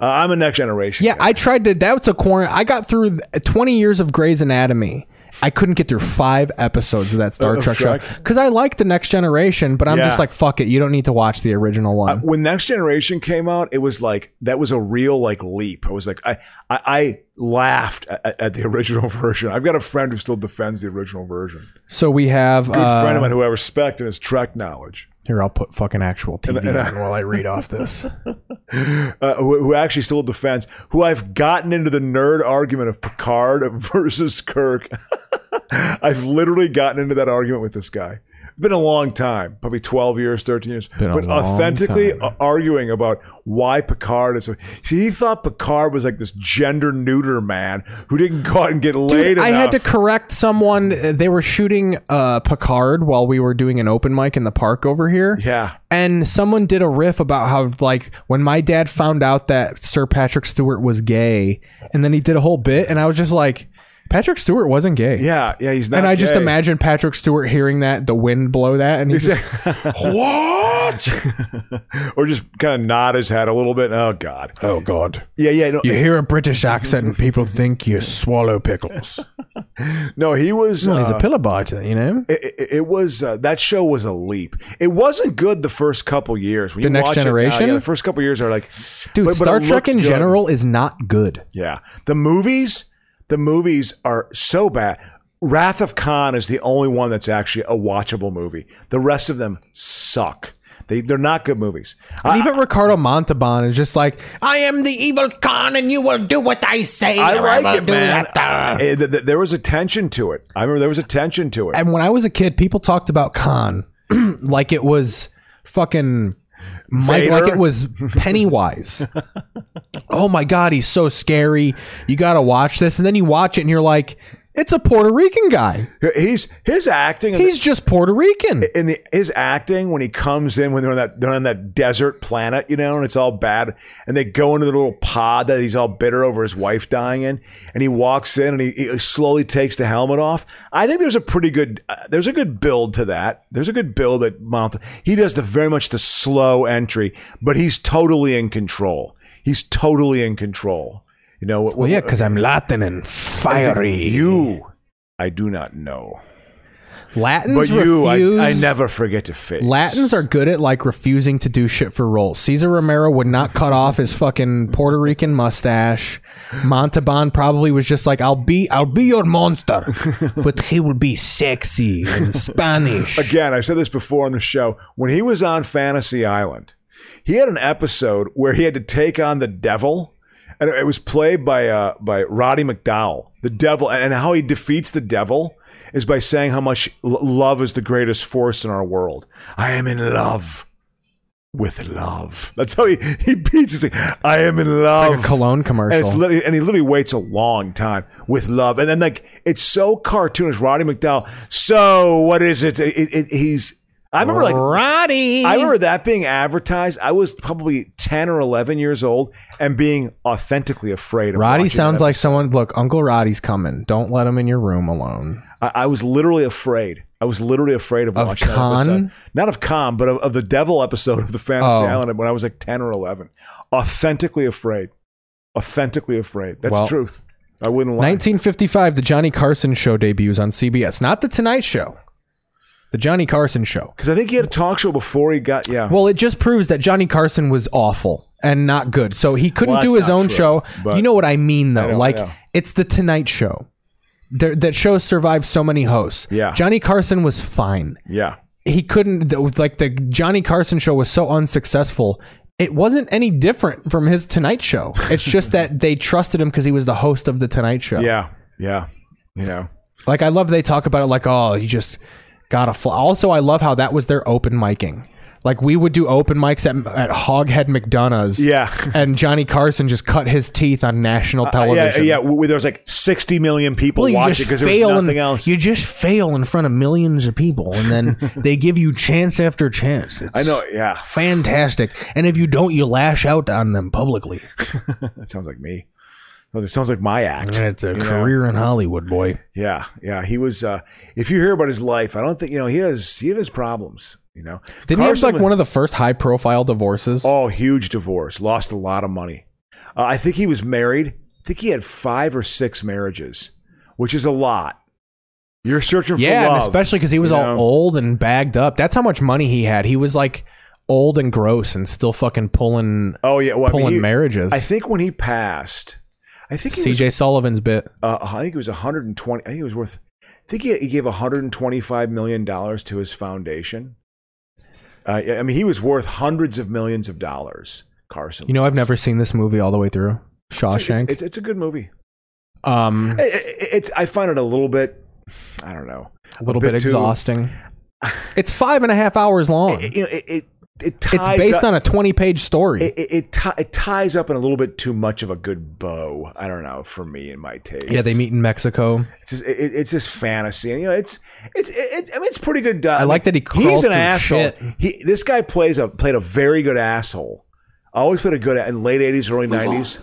[SPEAKER 1] Uh, I'm a next generation.
[SPEAKER 2] Yeah, I tried to. That was a quarantine. I got through th- 20 years of Grey's Anatomy. I couldn't get through five episodes of that Star
[SPEAKER 1] Of
[SPEAKER 2] Trek, show
[SPEAKER 1] Trek?
[SPEAKER 2] because I like the Next Generation, but I'm
[SPEAKER 1] Yeah.
[SPEAKER 2] just like, fuck it. You don't need to watch the original one.
[SPEAKER 1] Uh, when Next Generation came out, it was like that was a real like leap. I was like, I I, I laughed at, at the original version. I've got a friend who still defends the original version.
[SPEAKER 2] so we have
[SPEAKER 1] Good
[SPEAKER 2] uh,
[SPEAKER 1] friend of mine who I respect and his track knowledge.
[SPEAKER 2] Here, I'll put fucking actual TV
[SPEAKER 1] and I-
[SPEAKER 2] on while I read off this.
[SPEAKER 1] Uh, who, who actually still defends, who I've gotten into the nerd argument of Picard versus Kirk. I've literally gotten into that argument with this guy. Been a long time, probably 12 years, 13 years.
[SPEAKER 2] Been a
[SPEAKER 1] but
[SPEAKER 2] long
[SPEAKER 1] authentically a- arguing about why Picard is. See, he thought Picard was like this gender neuter man who didn't go out and get laid
[SPEAKER 2] Dude, I had to
[SPEAKER 1] enough.
[SPEAKER 2] correct someone. Uh, They were shooting uh, Picard while we were doing an open mic in the park over here.
[SPEAKER 1] Yeah.
[SPEAKER 2] And someone did a riff about how, like, when my dad found out that Sir Patrick Stewart was gay, and then he did a whole bit, and I was just like, Patrick Stewart wasn't gay.
[SPEAKER 1] Yeah, yeah, he's not.
[SPEAKER 2] and I just
[SPEAKER 1] gay.
[SPEAKER 2] imagine Patrick Stewart hearing that, the wind blow that, and he's
[SPEAKER 1] He's
[SPEAKER 2] just,
[SPEAKER 1] like, what? or just kind of nod his head a little bit. Oh, God.
[SPEAKER 2] oh, God.
[SPEAKER 1] Yeah, yeah. No,
[SPEAKER 2] You hear a British accent, and people think you swallow pickles.
[SPEAKER 1] no he was.
[SPEAKER 2] No, he's a
[SPEAKER 1] uh,
[SPEAKER 2] pillow biter, you know?
[SPEAKER 1] It, it, it was uh, that show was a leap. It wasn't good the first couple years. When
[SPEAKER 2] The
[SPEAKER 1] you
[SPEAKER 2] Next
[SPEAKER 1] watch it now,
[SPEAKER 2] Generation?
[SPEAKER 1] yeah, the first couple years are like,
[SPEAKER 2] Dude,
[SPEAKER 1] but- but
[SPEAKER 2] Star
[SPEAKER 1] it
[SPEAKER 2] Trek
[SPEAKER 1] looked
[SPEAKER 2] in
[SPEAKER 1] good.
[SPEAKER 2] general is not good.
[SPEAKER 1] Yeah, the movies, the movies are so bad. Wrath of Khan is the only one that's actually a watchable movie. The rest of them suck. They they're not good movies.
[SPEAKER 2] And even Ricardo Montalban is just like, I am the evil Khan, and you will do what I say.
[SPEAKER 1] I
[SPEAKER 2] and will
[SPEAKER 1] like it,
[SPEAKER 2] do
[SPEAKER 1] man.
[SPEAKER 2] that."
[SPEAKER 1] Uh, eh, th- th- there was a tension to it. I remember there was a tension to it.
[SPEAKER 2] And when I was a kid, people talked about Khan like it was fucking Mike,
[SPEAKER 1] Vader?
[SPEAKER 2] like it was Pennywise. oh my god, he's so scary. You gotta watch this, and then you watch it, and you're like, it's a Puerto Rican guy.
[SPEAKER 1] He's his acting.
[SPEAKER 2] He's just Puerto Rican.
[SPEAKER 1] In the, his acting, when he comes in, when they're on that they're on that desert planet, you know, and it's all bad, and they go into the little pod that he's all bitter over his wife dying in, and he walks in and he, he slowly takes the helmet off. I think there's a pretty good uh, there's a good build to that. There's a good build that Mount. He does the very much the slow entry, but he's totally in control. He's totally in control. You know,
[SPEAKER 2] Well, yeah, because I'm Latin and fiery.
[SPEAKER 1] You, I do not know.
[SPEAKER 2] Latins
[SPEAKER 1] but you,
[SPEAKER 2] refuse-
[SPEAKER 1] I, I never forget to face.
[SPEAKER 2] Latins are good at like refusing to do shit for roles. Caesar Romero would not cut off his fucking Puerto Rican mustache. Montalban probably was just like, "I'll be, I'll be your monster, but he will be sexy and Spanish."
[SPEAKER 1] Again, I've said this before on the show. When he was on Fantasy Island, he had an episode where he had to take on the devil, and it was played by uh, by Roddy McDowell. The devil, and how he defeats the devil is by saying how much l- love is the greatest force in our world. I am in love with love. That's how he he beats. He's like, I am in love.
[SPEAKER 2] like a cologne commercial.
[SPEAKER 1] And, it's literally- and he literally waits a long time with love, and then like it's so cartoonish. Roddy McDowell. So what is it? It- it- it- he's. I remember like
[SPEAKER 2] Roddy.
[SPEAKER 1] I remember that being advertised. I was probably ten or eleven years old and being authentically afraid. of
[SPEAKER 2] Roddy
[SPEAKER 1] watching
[SPEAKER 2] sounds
[SPEAKER 1] that.
[SPEAKER 2] like someone. Look, Uncle Roddy's coming. Don't let him in your room alone.
[SPEAKER 1] I, I was literally afraid. I was literally afraid of,
[SPEAKER 2] Of
[SPEAKER 1] watching that
[SPEAKER 2] Khan?
[SPEAKER 1] episode. Not of Khan, but of, of the devil episode of the Fantasy
[SPEAKER 2] Oh.
[SPEAKER 1] Island when I was like ten or eleven. Authentically afraid. Authentically afraid. That's
[SPEAKER 2] Well,
[SPEAKER 1] the truth. I wouldn't lie.
[SPEAKER 2] 1955, the Johnny Carson show debuts on CBS, not the Tonight Show. The Johnny Carson show.
[SPEAKER 1] Because I think he had a talk show before he got yeah.
[SPEAKER 2] Well, it just proves that Johnny Carson was awful and not good. So he couldn't
[SPEAKER 1] Well,
[SPEAKER 2] do
[SPEAKER 1] that's
[SPEAKER 2] his
[SPEAKER 1] not
[SPEAKER 2] own
[SPEAKER 1] true,
[SPEAKER 2] show.
[SPEAKER 1] but-
[SPEAKER 2] You know what I mean, though.
[SPEAKER 1] I know, I
[SPEAKER 2] like,
[SPEAKER 1] know.
[SPEAKER 2] it's the Tonight Show. There, that show survived so many hosts.
[SPEAKER 1] Yeah.
[SPEAKER 2] Johnny Carson was fine.
[SPEAKER 1] Yeah.
[SPEAKER 2] He couldn't, it was like, the Johnny Carson show was so unsuccessful. It wasn't any different from his Tonight Show. It's just that they trusted him because he was the host of the Tonight Show.
[SPEAKER 1] Yeah. Yeah. You know.
[SPEAKER 2] Like I love they talk about it like oh you just gotta fly. Also I love how that was their open micing. Like we would do open mics at, at Hoghead McDonough's.
[SPEAKER 1] Yeah.
[SPEAKER 2] and Johnny Carson just cut his teeth on national
[SPEAKER 1] Uh, yeah,
[SPEAKER 2] television.
[SPEAKER 1] yeah. w- There was like sixty million people
[SPEAKER 2] Well, you
[SPEAKER 1] watching
[SPEAKER 2] just
[SPEAKER 1] because there
[SPEAKER 2] fail
[SPEAKER 1] was
[SPEAKER 2] and
[SPEAKER 1] nothing else.
[SPEAKER 2] you just fail in front of millions of people, and then they give you chance after chance. It's
[SPEAKER 1] I know. Yeah.
[SPEAKER 2] fantastic. And if you don't, you lash out on them publicly.
[SPEAKER 1] that sounds like me. No, That sounds like my act.
[SPEAKER 2] It's a
[SPEAKER 1] You know?
[SPEAKER 2] career in Hollywood, boy.
[SPEAKER 1] Yeah, yeah. He was. Uh, if you hear about his life, I don't think you know he has. He had his problems. You know,
[SPEAKER 2] Didn't he
[SPEAKER 1] Carson
[SPEAKER 2] have like
[SPEAKER 1] was-
[SPEAKER 2] one of the first high profile divorces?
[SPEAKER 1] Oh, huge divorce. Lost a lot of money. Uh, I think he was married. I think he had five or six marriages, which is a lot. You're searching for
[SPEAKER 2] yeah,
[SPEAKER 1] love,
[SPEAKER 2] and especially because he was
[SPEAKER 1] you
[SPEAKER 2] all
[SPEAKER 1] know?
[SPEAKER 2] old and bagged up. That's how much money he had. He was like old and gross and still fucking pulling.
[SPEAKER 1] Oh yeah, well, I mean,
[SPEAKER 2] pulling
[SPEAKER 1] he-
[SPEAKER 2] marriages.
[SPEAKER 1] I think when he passed, I think he was
[SPEAKER 2] C.J. Sullivan's bit.
[SPEAKER 1] uh, I think it was 120. I think it was worth. I think he, he gave 125 million dollars to his foundation. Uh, I mean, he was worth hundreds of millions of dollars. Carson.
[SPEAKER 2] You know, I've never seen this movie all the way through.
[SPEAKER 1] it's, it's,
[SPEAKER 2] Shawshank.
[SPEAKER 1] it's, it's a good movie.
[SPEAKER 2] um,
[SPEAKER 1] I- I- it's. I find it a little bit. I don't know.
[SPEAKER 2] a little bit,
[SPEAKER 1] too-
[SPEAKER 2] exhausting. it's five and a half hours long.
[SPEAKER 1] You know, it. it, it
[SPEAKER 2] it's
[SPEAKER 57] ties
[SPEAKER 2] based
[SPEAKER 1] up-
[SPEAKER 2] on a twenty-page story.
[SPEAKER 1] It it, it, ti- it ties up in a little bit too much of a good bow. I don't know for me in my taste.
[SPEAKER 2] yeah, they meet in Mexico.
[SPEAKER 1] It's just, it, it's just fantasy, and you know, it's it's it's. I mean, it's pretty good. uh,
[SPEAKER 2] I like that he crawls
[SPEAKER 1] he's an
[SPEAKER 2] through
[SPEAKER 1] asshole.
[SPEAKER 2] shit.
[SPEAKER 1] He this guy plays a played a very good asshole. Always played a good in late eighties, early nineties.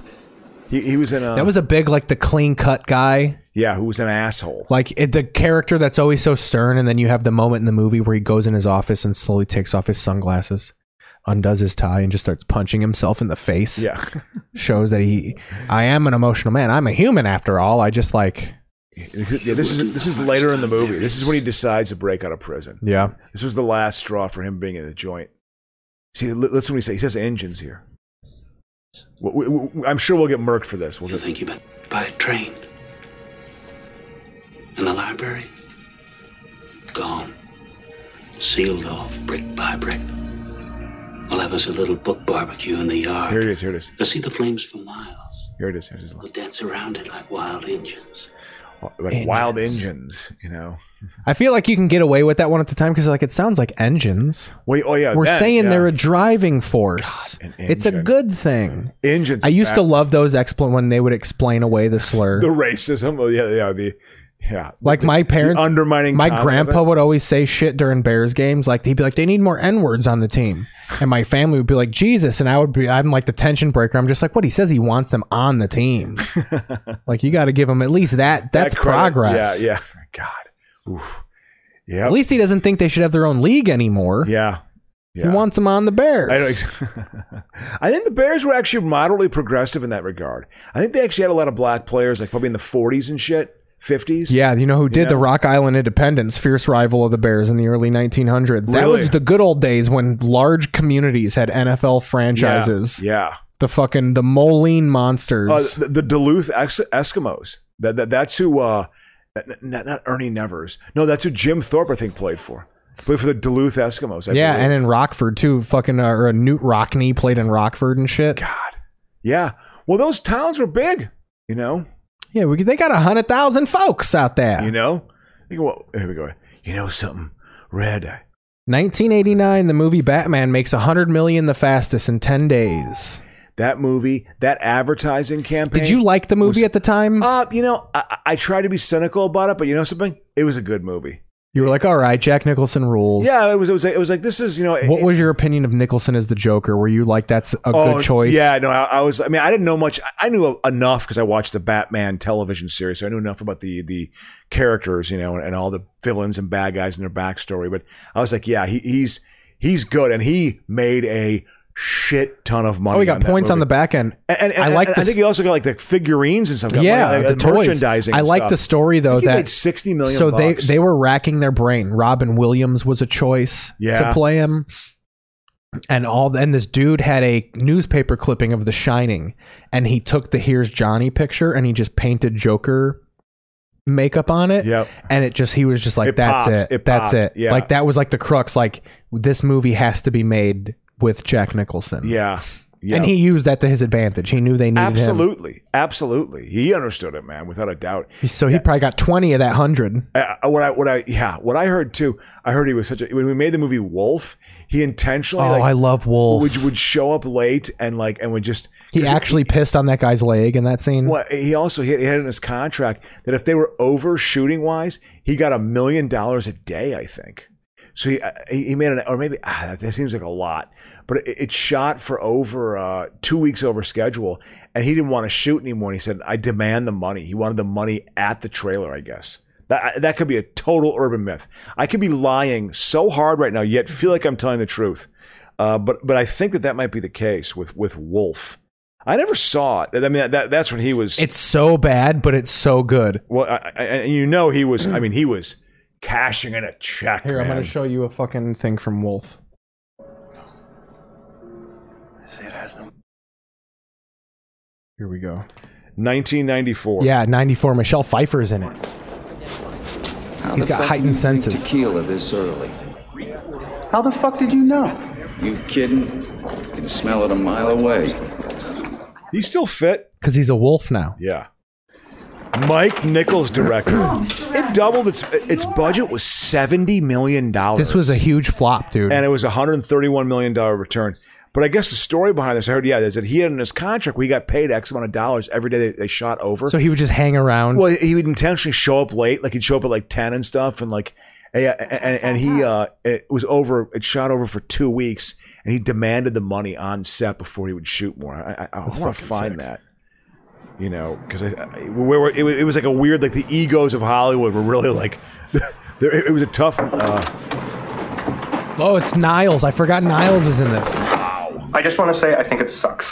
[SPEAKER 1] He, he was in a
[SPEAKER 2] That was a big like the clean cut guy.
[SPEAKER 1] yeah, who was an asshole.
[SPEAKER 2] Like it, the character that's always so stern, and then you have the moment in the movie where he goes in his office and slowly takes off his sunglasses, undoes his tie, and just starts punching himself in the face.
[SPEAKER 1] Yeah.
[SPEAKER 2] shows that he, I am an emotional man. I'm a human after all. I just like,
[SPEAKER 1] Yeah, this is this is later in the movie. This is when he decides to break out of prison.
[SPEAKER 2] yeah.
[SPEAKER 1] This was the last straw for him being in the joint. See, li- listen what he says. He says engines here. W- w- w- I'm sure we'll get murked for this. We'll just,
[SPEAKER 17] think you meant by train. in the library. Gone. Sealed off, brick by brick. We'll have us a little book barbecue in the yard.
[SPEAKER 1] Here it is. Here it is.
[SPEAKER 17] You'll see the flames for miles.
[SPEAKER 1] Here it is. Here's his line.
[SPEAKER 17] We'll dance around it like wild engines.
[SPEAKER 1] Like wild engines, you know.
[SPEAKER 2] I feel like you can get away with that one at the time because like it sounds like engines.
[SPEAKER 1] Wait, oh yeah,
[SPEAKER 2] We're
[SPEAKER 1] that,
[SPEAKER 2] saying
[SPEAKER 1] yeah.
[SPEAKER 2] they're a driving force. it's a
[SPEAKER 1] engine.
[SPEAKER 2] good thing.
[SPEAKER 1] Engines
[SPEAKER 2] I used to
[SPEAKER 1] back-
[SPEAKER 2] love those expl- when they would explain away the slur.
[SPEAKER 1] the racism. Oh yeah, yeah, the yeah.
[SPEAKER 2] like my parents
[SPEAKER 1] the undermining.
[SPEAKER 2] My
[SPEAKER 1] comment of
[SPEAKER 2] grandpa
[SPEAKER 1] it.
[SPEAKER 2] would always say shit during Bears games. Like he'd be like, "They need more n words on the team," and my family would be like, "Jesus!" And I would be, I'm like the tension breaker. I'm just like, "What?" He says he wants them on the team. like you got to give him at least that.
[SPEAKER 1] That
[SPEAKER 2] That's
[SPEAKER 1] credit.
[SPEAKER 2] progress.
[SPEAKER 1] Yeah, yeah. God. Oof. Yeah.
[SPEAKER 2] At least he doesn't think they should have their own league anymore.
[SPEAKER 1] Yeah.
[SPEAKER 2] He
[SPEAKER 1] Yeah.
[SPEAKER 2] wants them on the Bears.
[SPEAKER 1] I, know- I think the Bears were actually moderately progressive in that regard. I think they actually had a lot of black players, like probably in the 40s and shit, 50s.
[SPEAKER 2] yeah, you know who did the
[SPEAKER 1] know?
[SPEAKER 2] Rock Island Independence, fierce rival of the Bears in the early 1900s. That
[SPEAKER 1] Really?
[SPEAKER 2] was the good old days when large communities had NFL franchises.
[SPEAKER 1] Yeah.
[SPEAKER 2] The fucking the Moline Monsters.
[SPEAKER 1] Uh, the, the Duluth ex- Eskimos. That, that that's who. Uh, not, not Ernie Nevers. No, that's who Jim Thorpe I think played for. Played for the Duluth Eskimos. I
[SPEAKER 2] yeah,
[SPEAKER 1] believe.
[SPEAKER 2] and in Rockford too. Fucking uh, or Newt Rockney played in Rockford and shit.
[SPEAKER 1] God. yeah. Well, those towns were big. You know.
[SPEAKER 2] Yeah, we, they got a hundred thousand folks out there.
[SPEAKER 1] You know. You go, well, here we go. You know something, Red. I-
[SPEAKER 2] 1989, the movie Batman makes a hundred million the fastest in ten days.
[SPEAKER 1] That movie, that advertising campaign.
[SPEAKER 2] Did you like the movie at the time?
[SPEAKER 1] Uh, you know, I, I- I try to be cynical about it, but you know something? It was a good movie.
[SPEAKER 2] You were like, all right, Jack Nicholson rules.
[SPEAKER 1] Yeah, it was. It was. Like, it was like this is you know.
[SPEAKER 2] What was your opinion of Nicholson as the Joker? Were you like, that's a
[SPEAKER 1] Oh,
[SPEAKER 2] good choice?
[SPEAKER 1] Yeah, no, I, I was. I mean, I didn't know much. I- I knew enough because I watched the Batman television series, so I knew enough about the the characters, you know, and, all the villains and bad guys and their backstory. But I was like, yeah, he, he's he's good, and he made a shit ton of money.
[SPEAKER 2] Oh, he got
[SPEAKER 1] that
[SPEAKER 2] points on
[SPEAKER 1] movie.
[SPEAKER 2] the back end.
[SPEAKER 1] And, and,
[SPEAKER 2] I like
[SPEAKER 1] and
[SPEAKER 2] this.
[SPEAKER 1] I think he also got like the figurines and stuff. got
[SPEAKER 2] yeah,
[SPEAKER 1] money, like,
[SPEAKER 2] the
[SPEAKER 1] and
[SPEAKER 2] toys.
[SPEAKER 1] merchandising.
[SPEAKER 2] I
[SPEAKER 1] and
[SPEAKER 2] like
[SPEAKER 1] stuff.
[SPEAKER 2] the story though
[SPEAKER 1] I think he
[SPEAKER 2] that
[SPEAKER 1] made sixty million.
[SPEAKER 2] So they
[SPEAKER 1] bucks.
[SPEAKER 2] they were racking their brain. Robin Williams was a choice
[SPEAKER 1] Yeah.
[SPEAKER 2] to play him, and all. And this dude had a newspaper clipping of The Shining, and he took the "Here's Johnny" picture and he just painted Joker makeup on it.
[SPEAKER 1] Yep.
[SPEAKER 2] And it just he was just like
[SPEAKER 1] It
[SPEAKER 2] that's
[SPEAKER 1] popped.
[SPEAKER 2] it.
[SPEAKER 1] It
[SPEAKER 2] that's
[SPEAKER 1] popped.
[SPEAKER 2] it.
[SPEAKER 1] Yeah.
[SPEAKER 2] Like that was like the crux. Like this movie has to be made with Jack Nicholson.
[SPEAKER 1] yeah, yeah.
[SPEAKER 2] And he used that to his advantage. He knew they needed him.
[SPEAKER 1] absolutely, absolutely, he understood it, man, without a doubt.
[SPEAKER 2] So he probably got 20 of that 100.
[SPEAKER 1] Uh, what I what I yeah what I heard too I heard he was such a when we made the movie Wolf he intentionally
[SPEAKER 2] Oh,
[SPEAKER 1] like,
[SPEAKER 2] I love Wolf.
[SPEAKER 1] would would show up late and like and would just
[SPEAKER 2] He actually pissed on that guy's leg in that scene.
[SPEAKER 1] well, he also he had, he had in his contract that if they were overshooting wise he got a million dollars a day I think so he uh, he he made an or maybe ah, that- that seems like a lot but it, it shot for over uh, two weeks over schedule and he didn't want to shoot anymore and he said I demand the money he wanted the money at the trailer I guess. That, that could be a total urban myth. I could be lying so hard right now, yet feel like I'm telling the truth. Uh, but but I think that that might be the case with with Wolf. I never saw it. I mean, that that's when he was.
[SPEAKER 2] It's so bad, but it's so good.
[SPEAKER 1] well, I, I, and you know he was. I mean, he was cashing in a check.
[SPEAKER 2] Here, I'm
[SPEAKER 1] man.
[SPEAKER 2] going to show you a fucking thing from Wolf.
[SPEAKER 17] Say it has no.
[SPEAKER 2] Here we go.
[SPEAKER 1] 1994.
[SPEAKER 2] Yeah, 94. Michelle Pfeiffer's in it.
[SPEAKER 5] How
[SPEAKER 2] He's
[SPEAKER 5] the
[SPEAKER 2] got
[SPEAKER 5] fuck
[SPEAKER 2] heightened
[SPEAKER 5] do you drink
[SPEAKER 2] senses.
[SPEAKER 5] Tequila this early. How the fuck did you know? You kidding? Can smell it a mile away.
[SPEAKER 1] He's still fit.
[SPEAKER 2] Because he's a wolf now.
[SPEAKER 1] Yeah. Mike Nichols directed. it doubled its its budget was seventy million dollars.
[SPEAKER 2] This was a huge flop, dude.
[SPEAKER 1] and it was a hundred and thirty-one million dollar return. But I guess the story behind this, I heard, yeah, is that he had in his contract we got paid X amount of dollars every day they, they shot over.
[SPEAKER 2] so he would just hang around.
[SPEAKER 1] well, he would intentionally show up late, like he'd show up at like ten and stuff, and like, yeah, and, and he uh, it was over, it shot over for two weeks, and he demanded the money on set before he would shoot more. I, I, I
[SPEAKER 2] That's
[SPEAKER 1] want to
[SPEAKER 2] fucking
[SPEAKER 1] find
[SPEAKER 2] sick.
[SPEAKER 1] that, you know, because I, I where were- it, was, it was like a weird, like the egos of Hollywood were really like, there, it, it was a tough. Uh,
[SPEAKER 2] oh, it's Niles. I forgot Niles is in this.
[SPEAKER 4] I just want to say I think it sucks.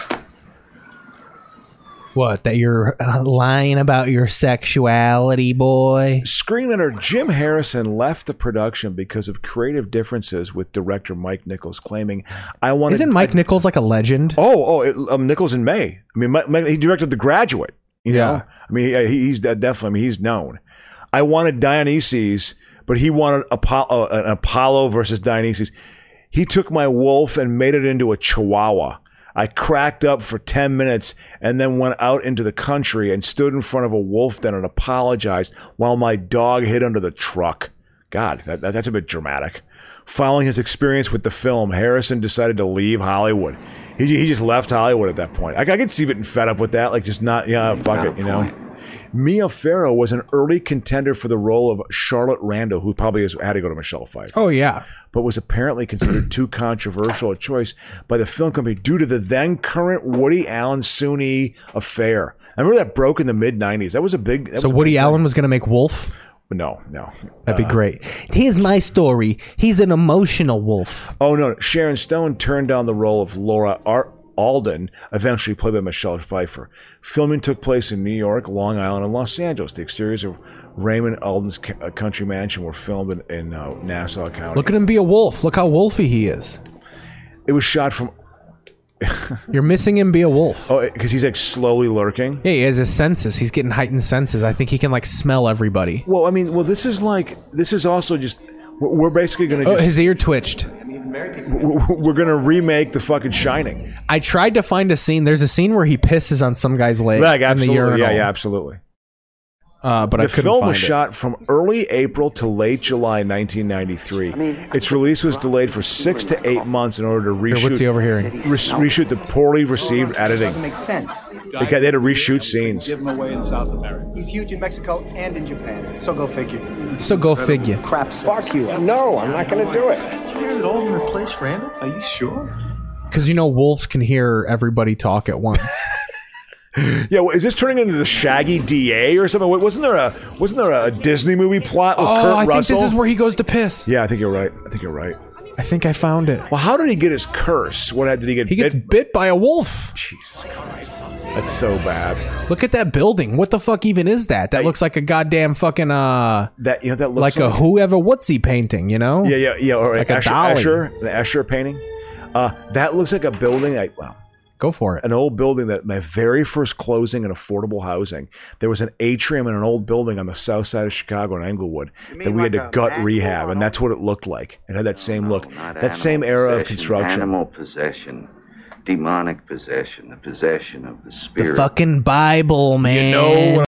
[SPEAKER 2] What? That you're uh, lying about your sexuality, boy?
[SPEAKER 1] Screenwriter Jim Harrison left the production because of creative differences with director Mike Nichols, claiming, "I wanted."
[SPEAKER 2] Isn't Mike Nichols like a legend?
[SPEAKER 1] Oh, oh, it, um, Nichols and May. I mean, Mike, Mike- he directed The Graduate. You
[SPEAKER 2] Yeah.
[SPEAKER 1] know, I mean, he, he's de- definitely. I mean, he's known. I wanted Dionysus, but he wanted Apollo, uh, an Apollo versus Dionysus. He took my wolf and made it into a chihuahua. I cracked up for 10 minutes and then went out into the country and stood in front of a wolf den and apologized while my dog hid under the truck. God, that, that- that's a bit dramatic. Following his experience with the film, Harrison decided to leave Hollywood. He, he just left Hollywood at that point. I, I could see getting fed up with that, like just not, yeah, fuck it, you know? Mia Farrow was an early contender for the role of Charlotte Randall, who probably has, had to go to Michelle Pfeiffer
[SPEAKER 2] Oh yeah.
[SPEAKER 1] but was apparently considered too controversial a choice by the film company due to the then current Woody Allen Sunni affair. I remember that broke in the mid '90s. That was a big. That
[SPEAKER 2] So
[SPEAKER 1] was a
[SPEAKER 2] Woody Allen was going to make Wolf.
[SPEAKER 1] big- no, no,
[SPEAKER 2] That'd
[SPEAKER 1] Uh,
[SPEAKER 2] be great. Here's my story. He's an emotional wolf.
[SPEAKER 1] Oh no, Sharon Stone turned down the role of Laura Ar- Alden, eventually played by Michelle Pfeiffer. Filming took place in New York, Long Island, and Los Angeles. The exteriors of Raymond Alden's ca- uh, country mansion were filmed in, in uh, Nassau County.
[SPEAKER 2] Look at him be a wolf. Look how wolfy he is.
[SPEAKER 1] It was shot from.
[SPEAKER 2] You're missing him be a wolf.
[SPEAKER 1] Oh, because he's like slowly lurking.
[SPEAKER 2] Yeah, he has his senses. He's getting heightened senses. I think he can like smell everybody.
[SPEAKER 1] Well, I mean, well, this is like this is also just we're we're basically going to
[SPEAKER 2] Oh,
[SPEAKER 1] just
[SPEAKER 2] his ear twitched.
[SPEAKER 1] we're, we're going to remake the fucking Shining.
[SPEAKER 2] I tried to find a scene. There's a scene where he pisses on some guy's leg
[SPEAKER 1] Like,
[SPEAKER 2] in the
[SPEAKER 1] absolutely.
[SPEAKER 2] urinal.
[SPEAKER 1] Yeah, yeah, absolutely.
[SPEAKER 2] Uh, but
[SPEAKER 1] the
[SPEAKER 2] I couldn't
[SPEAKER 1] film
[SPEAKER 2] find
[SPEAKER 1] was
[SPEAKER 2] it.
[SPEAKER 1] shot from early April to late July 1993. its release was delayed for six to eight months in order to reshoot.
[SPEAKER 2] what's he overhearing?
[SPEAKER 1] Re- reshoot the poorly received editing.
[SPEAKER 4] Doesn't make sense.
[SPEAKER 1] They, ca- they had to reshoot scenes.
[SPEAKER 4] him away in South America. He's huge in Mexico and in Japan. So go figure.
[SPEAKER 2] So go figure.
[SPEAKER 4] Crap. Fuck you.
[SPEAKER 58] No, I'm not going to do it.
[SPEAKER 4] Jared Alden replaced Randall? Are you sure?
[SPEAKER 2] Because you know wolves can hear everybody talk at once.
[SPEAKER 1] Yeah, well, is this turning into the Shaggy DA or something? Wait, Wasn't there a wasn't there a Disney movie plot with Kurt
[SPEAKER 2] oh, I
[SPEAKER 1] Russell?
[SPEAKER 2] think this is where he goes to piss.
[SPEAKER 1] Yeah, I think you're right. I think you're right.
[SPEAKER 2] I think I found it.
[SPEAKER 1] Well, how did he get his curse? What did he get?
[SPEAKER 2] He gets bit, by a wolf.
[SPEAKER 1] Jesus Christ, that's so bad.
[SPEAKER 2] Look at that building. What the fuck even is that? That looks like a goddamn fucking uh.
[SPEAKER 1] That you know that
[SPEAKER 2] like
[SPEAKER 1] looks
[SPEAKER 2] a
[SPEAKER 1] like-
[SPEAKER 2] whoever whatsy painting. You know?
[SPEAKER 1] Yeah, yeah, yeah. Or
[SPEAKER 2] Oh. like
[SPEAKER 1] an Escher,
[SPEAKER 2] a dolly.
[SPEAKER 1] Escher- an Escher painting. Uh, that looks like a building. I, wow.
[SPEAKER 2] Go for it.
[SPEAKER 1] An old building that my very first closing in affordable housing. There was an atrium in an old building on the south side of Chicago in Englewood that we had to gut rehab, and that's what it looked like. It had that
[SPEAKER 5] Oh,
[SPEAKER 1] same look, that same era of construction.
[SPEAKER 5] Animal possession, demonic possession, the possession of the
[SPEAKER 2] The
[SPEAKER 5] spirit.
[SPEAKER 2] fucking Bible, man.
[SPEAKER 1] know what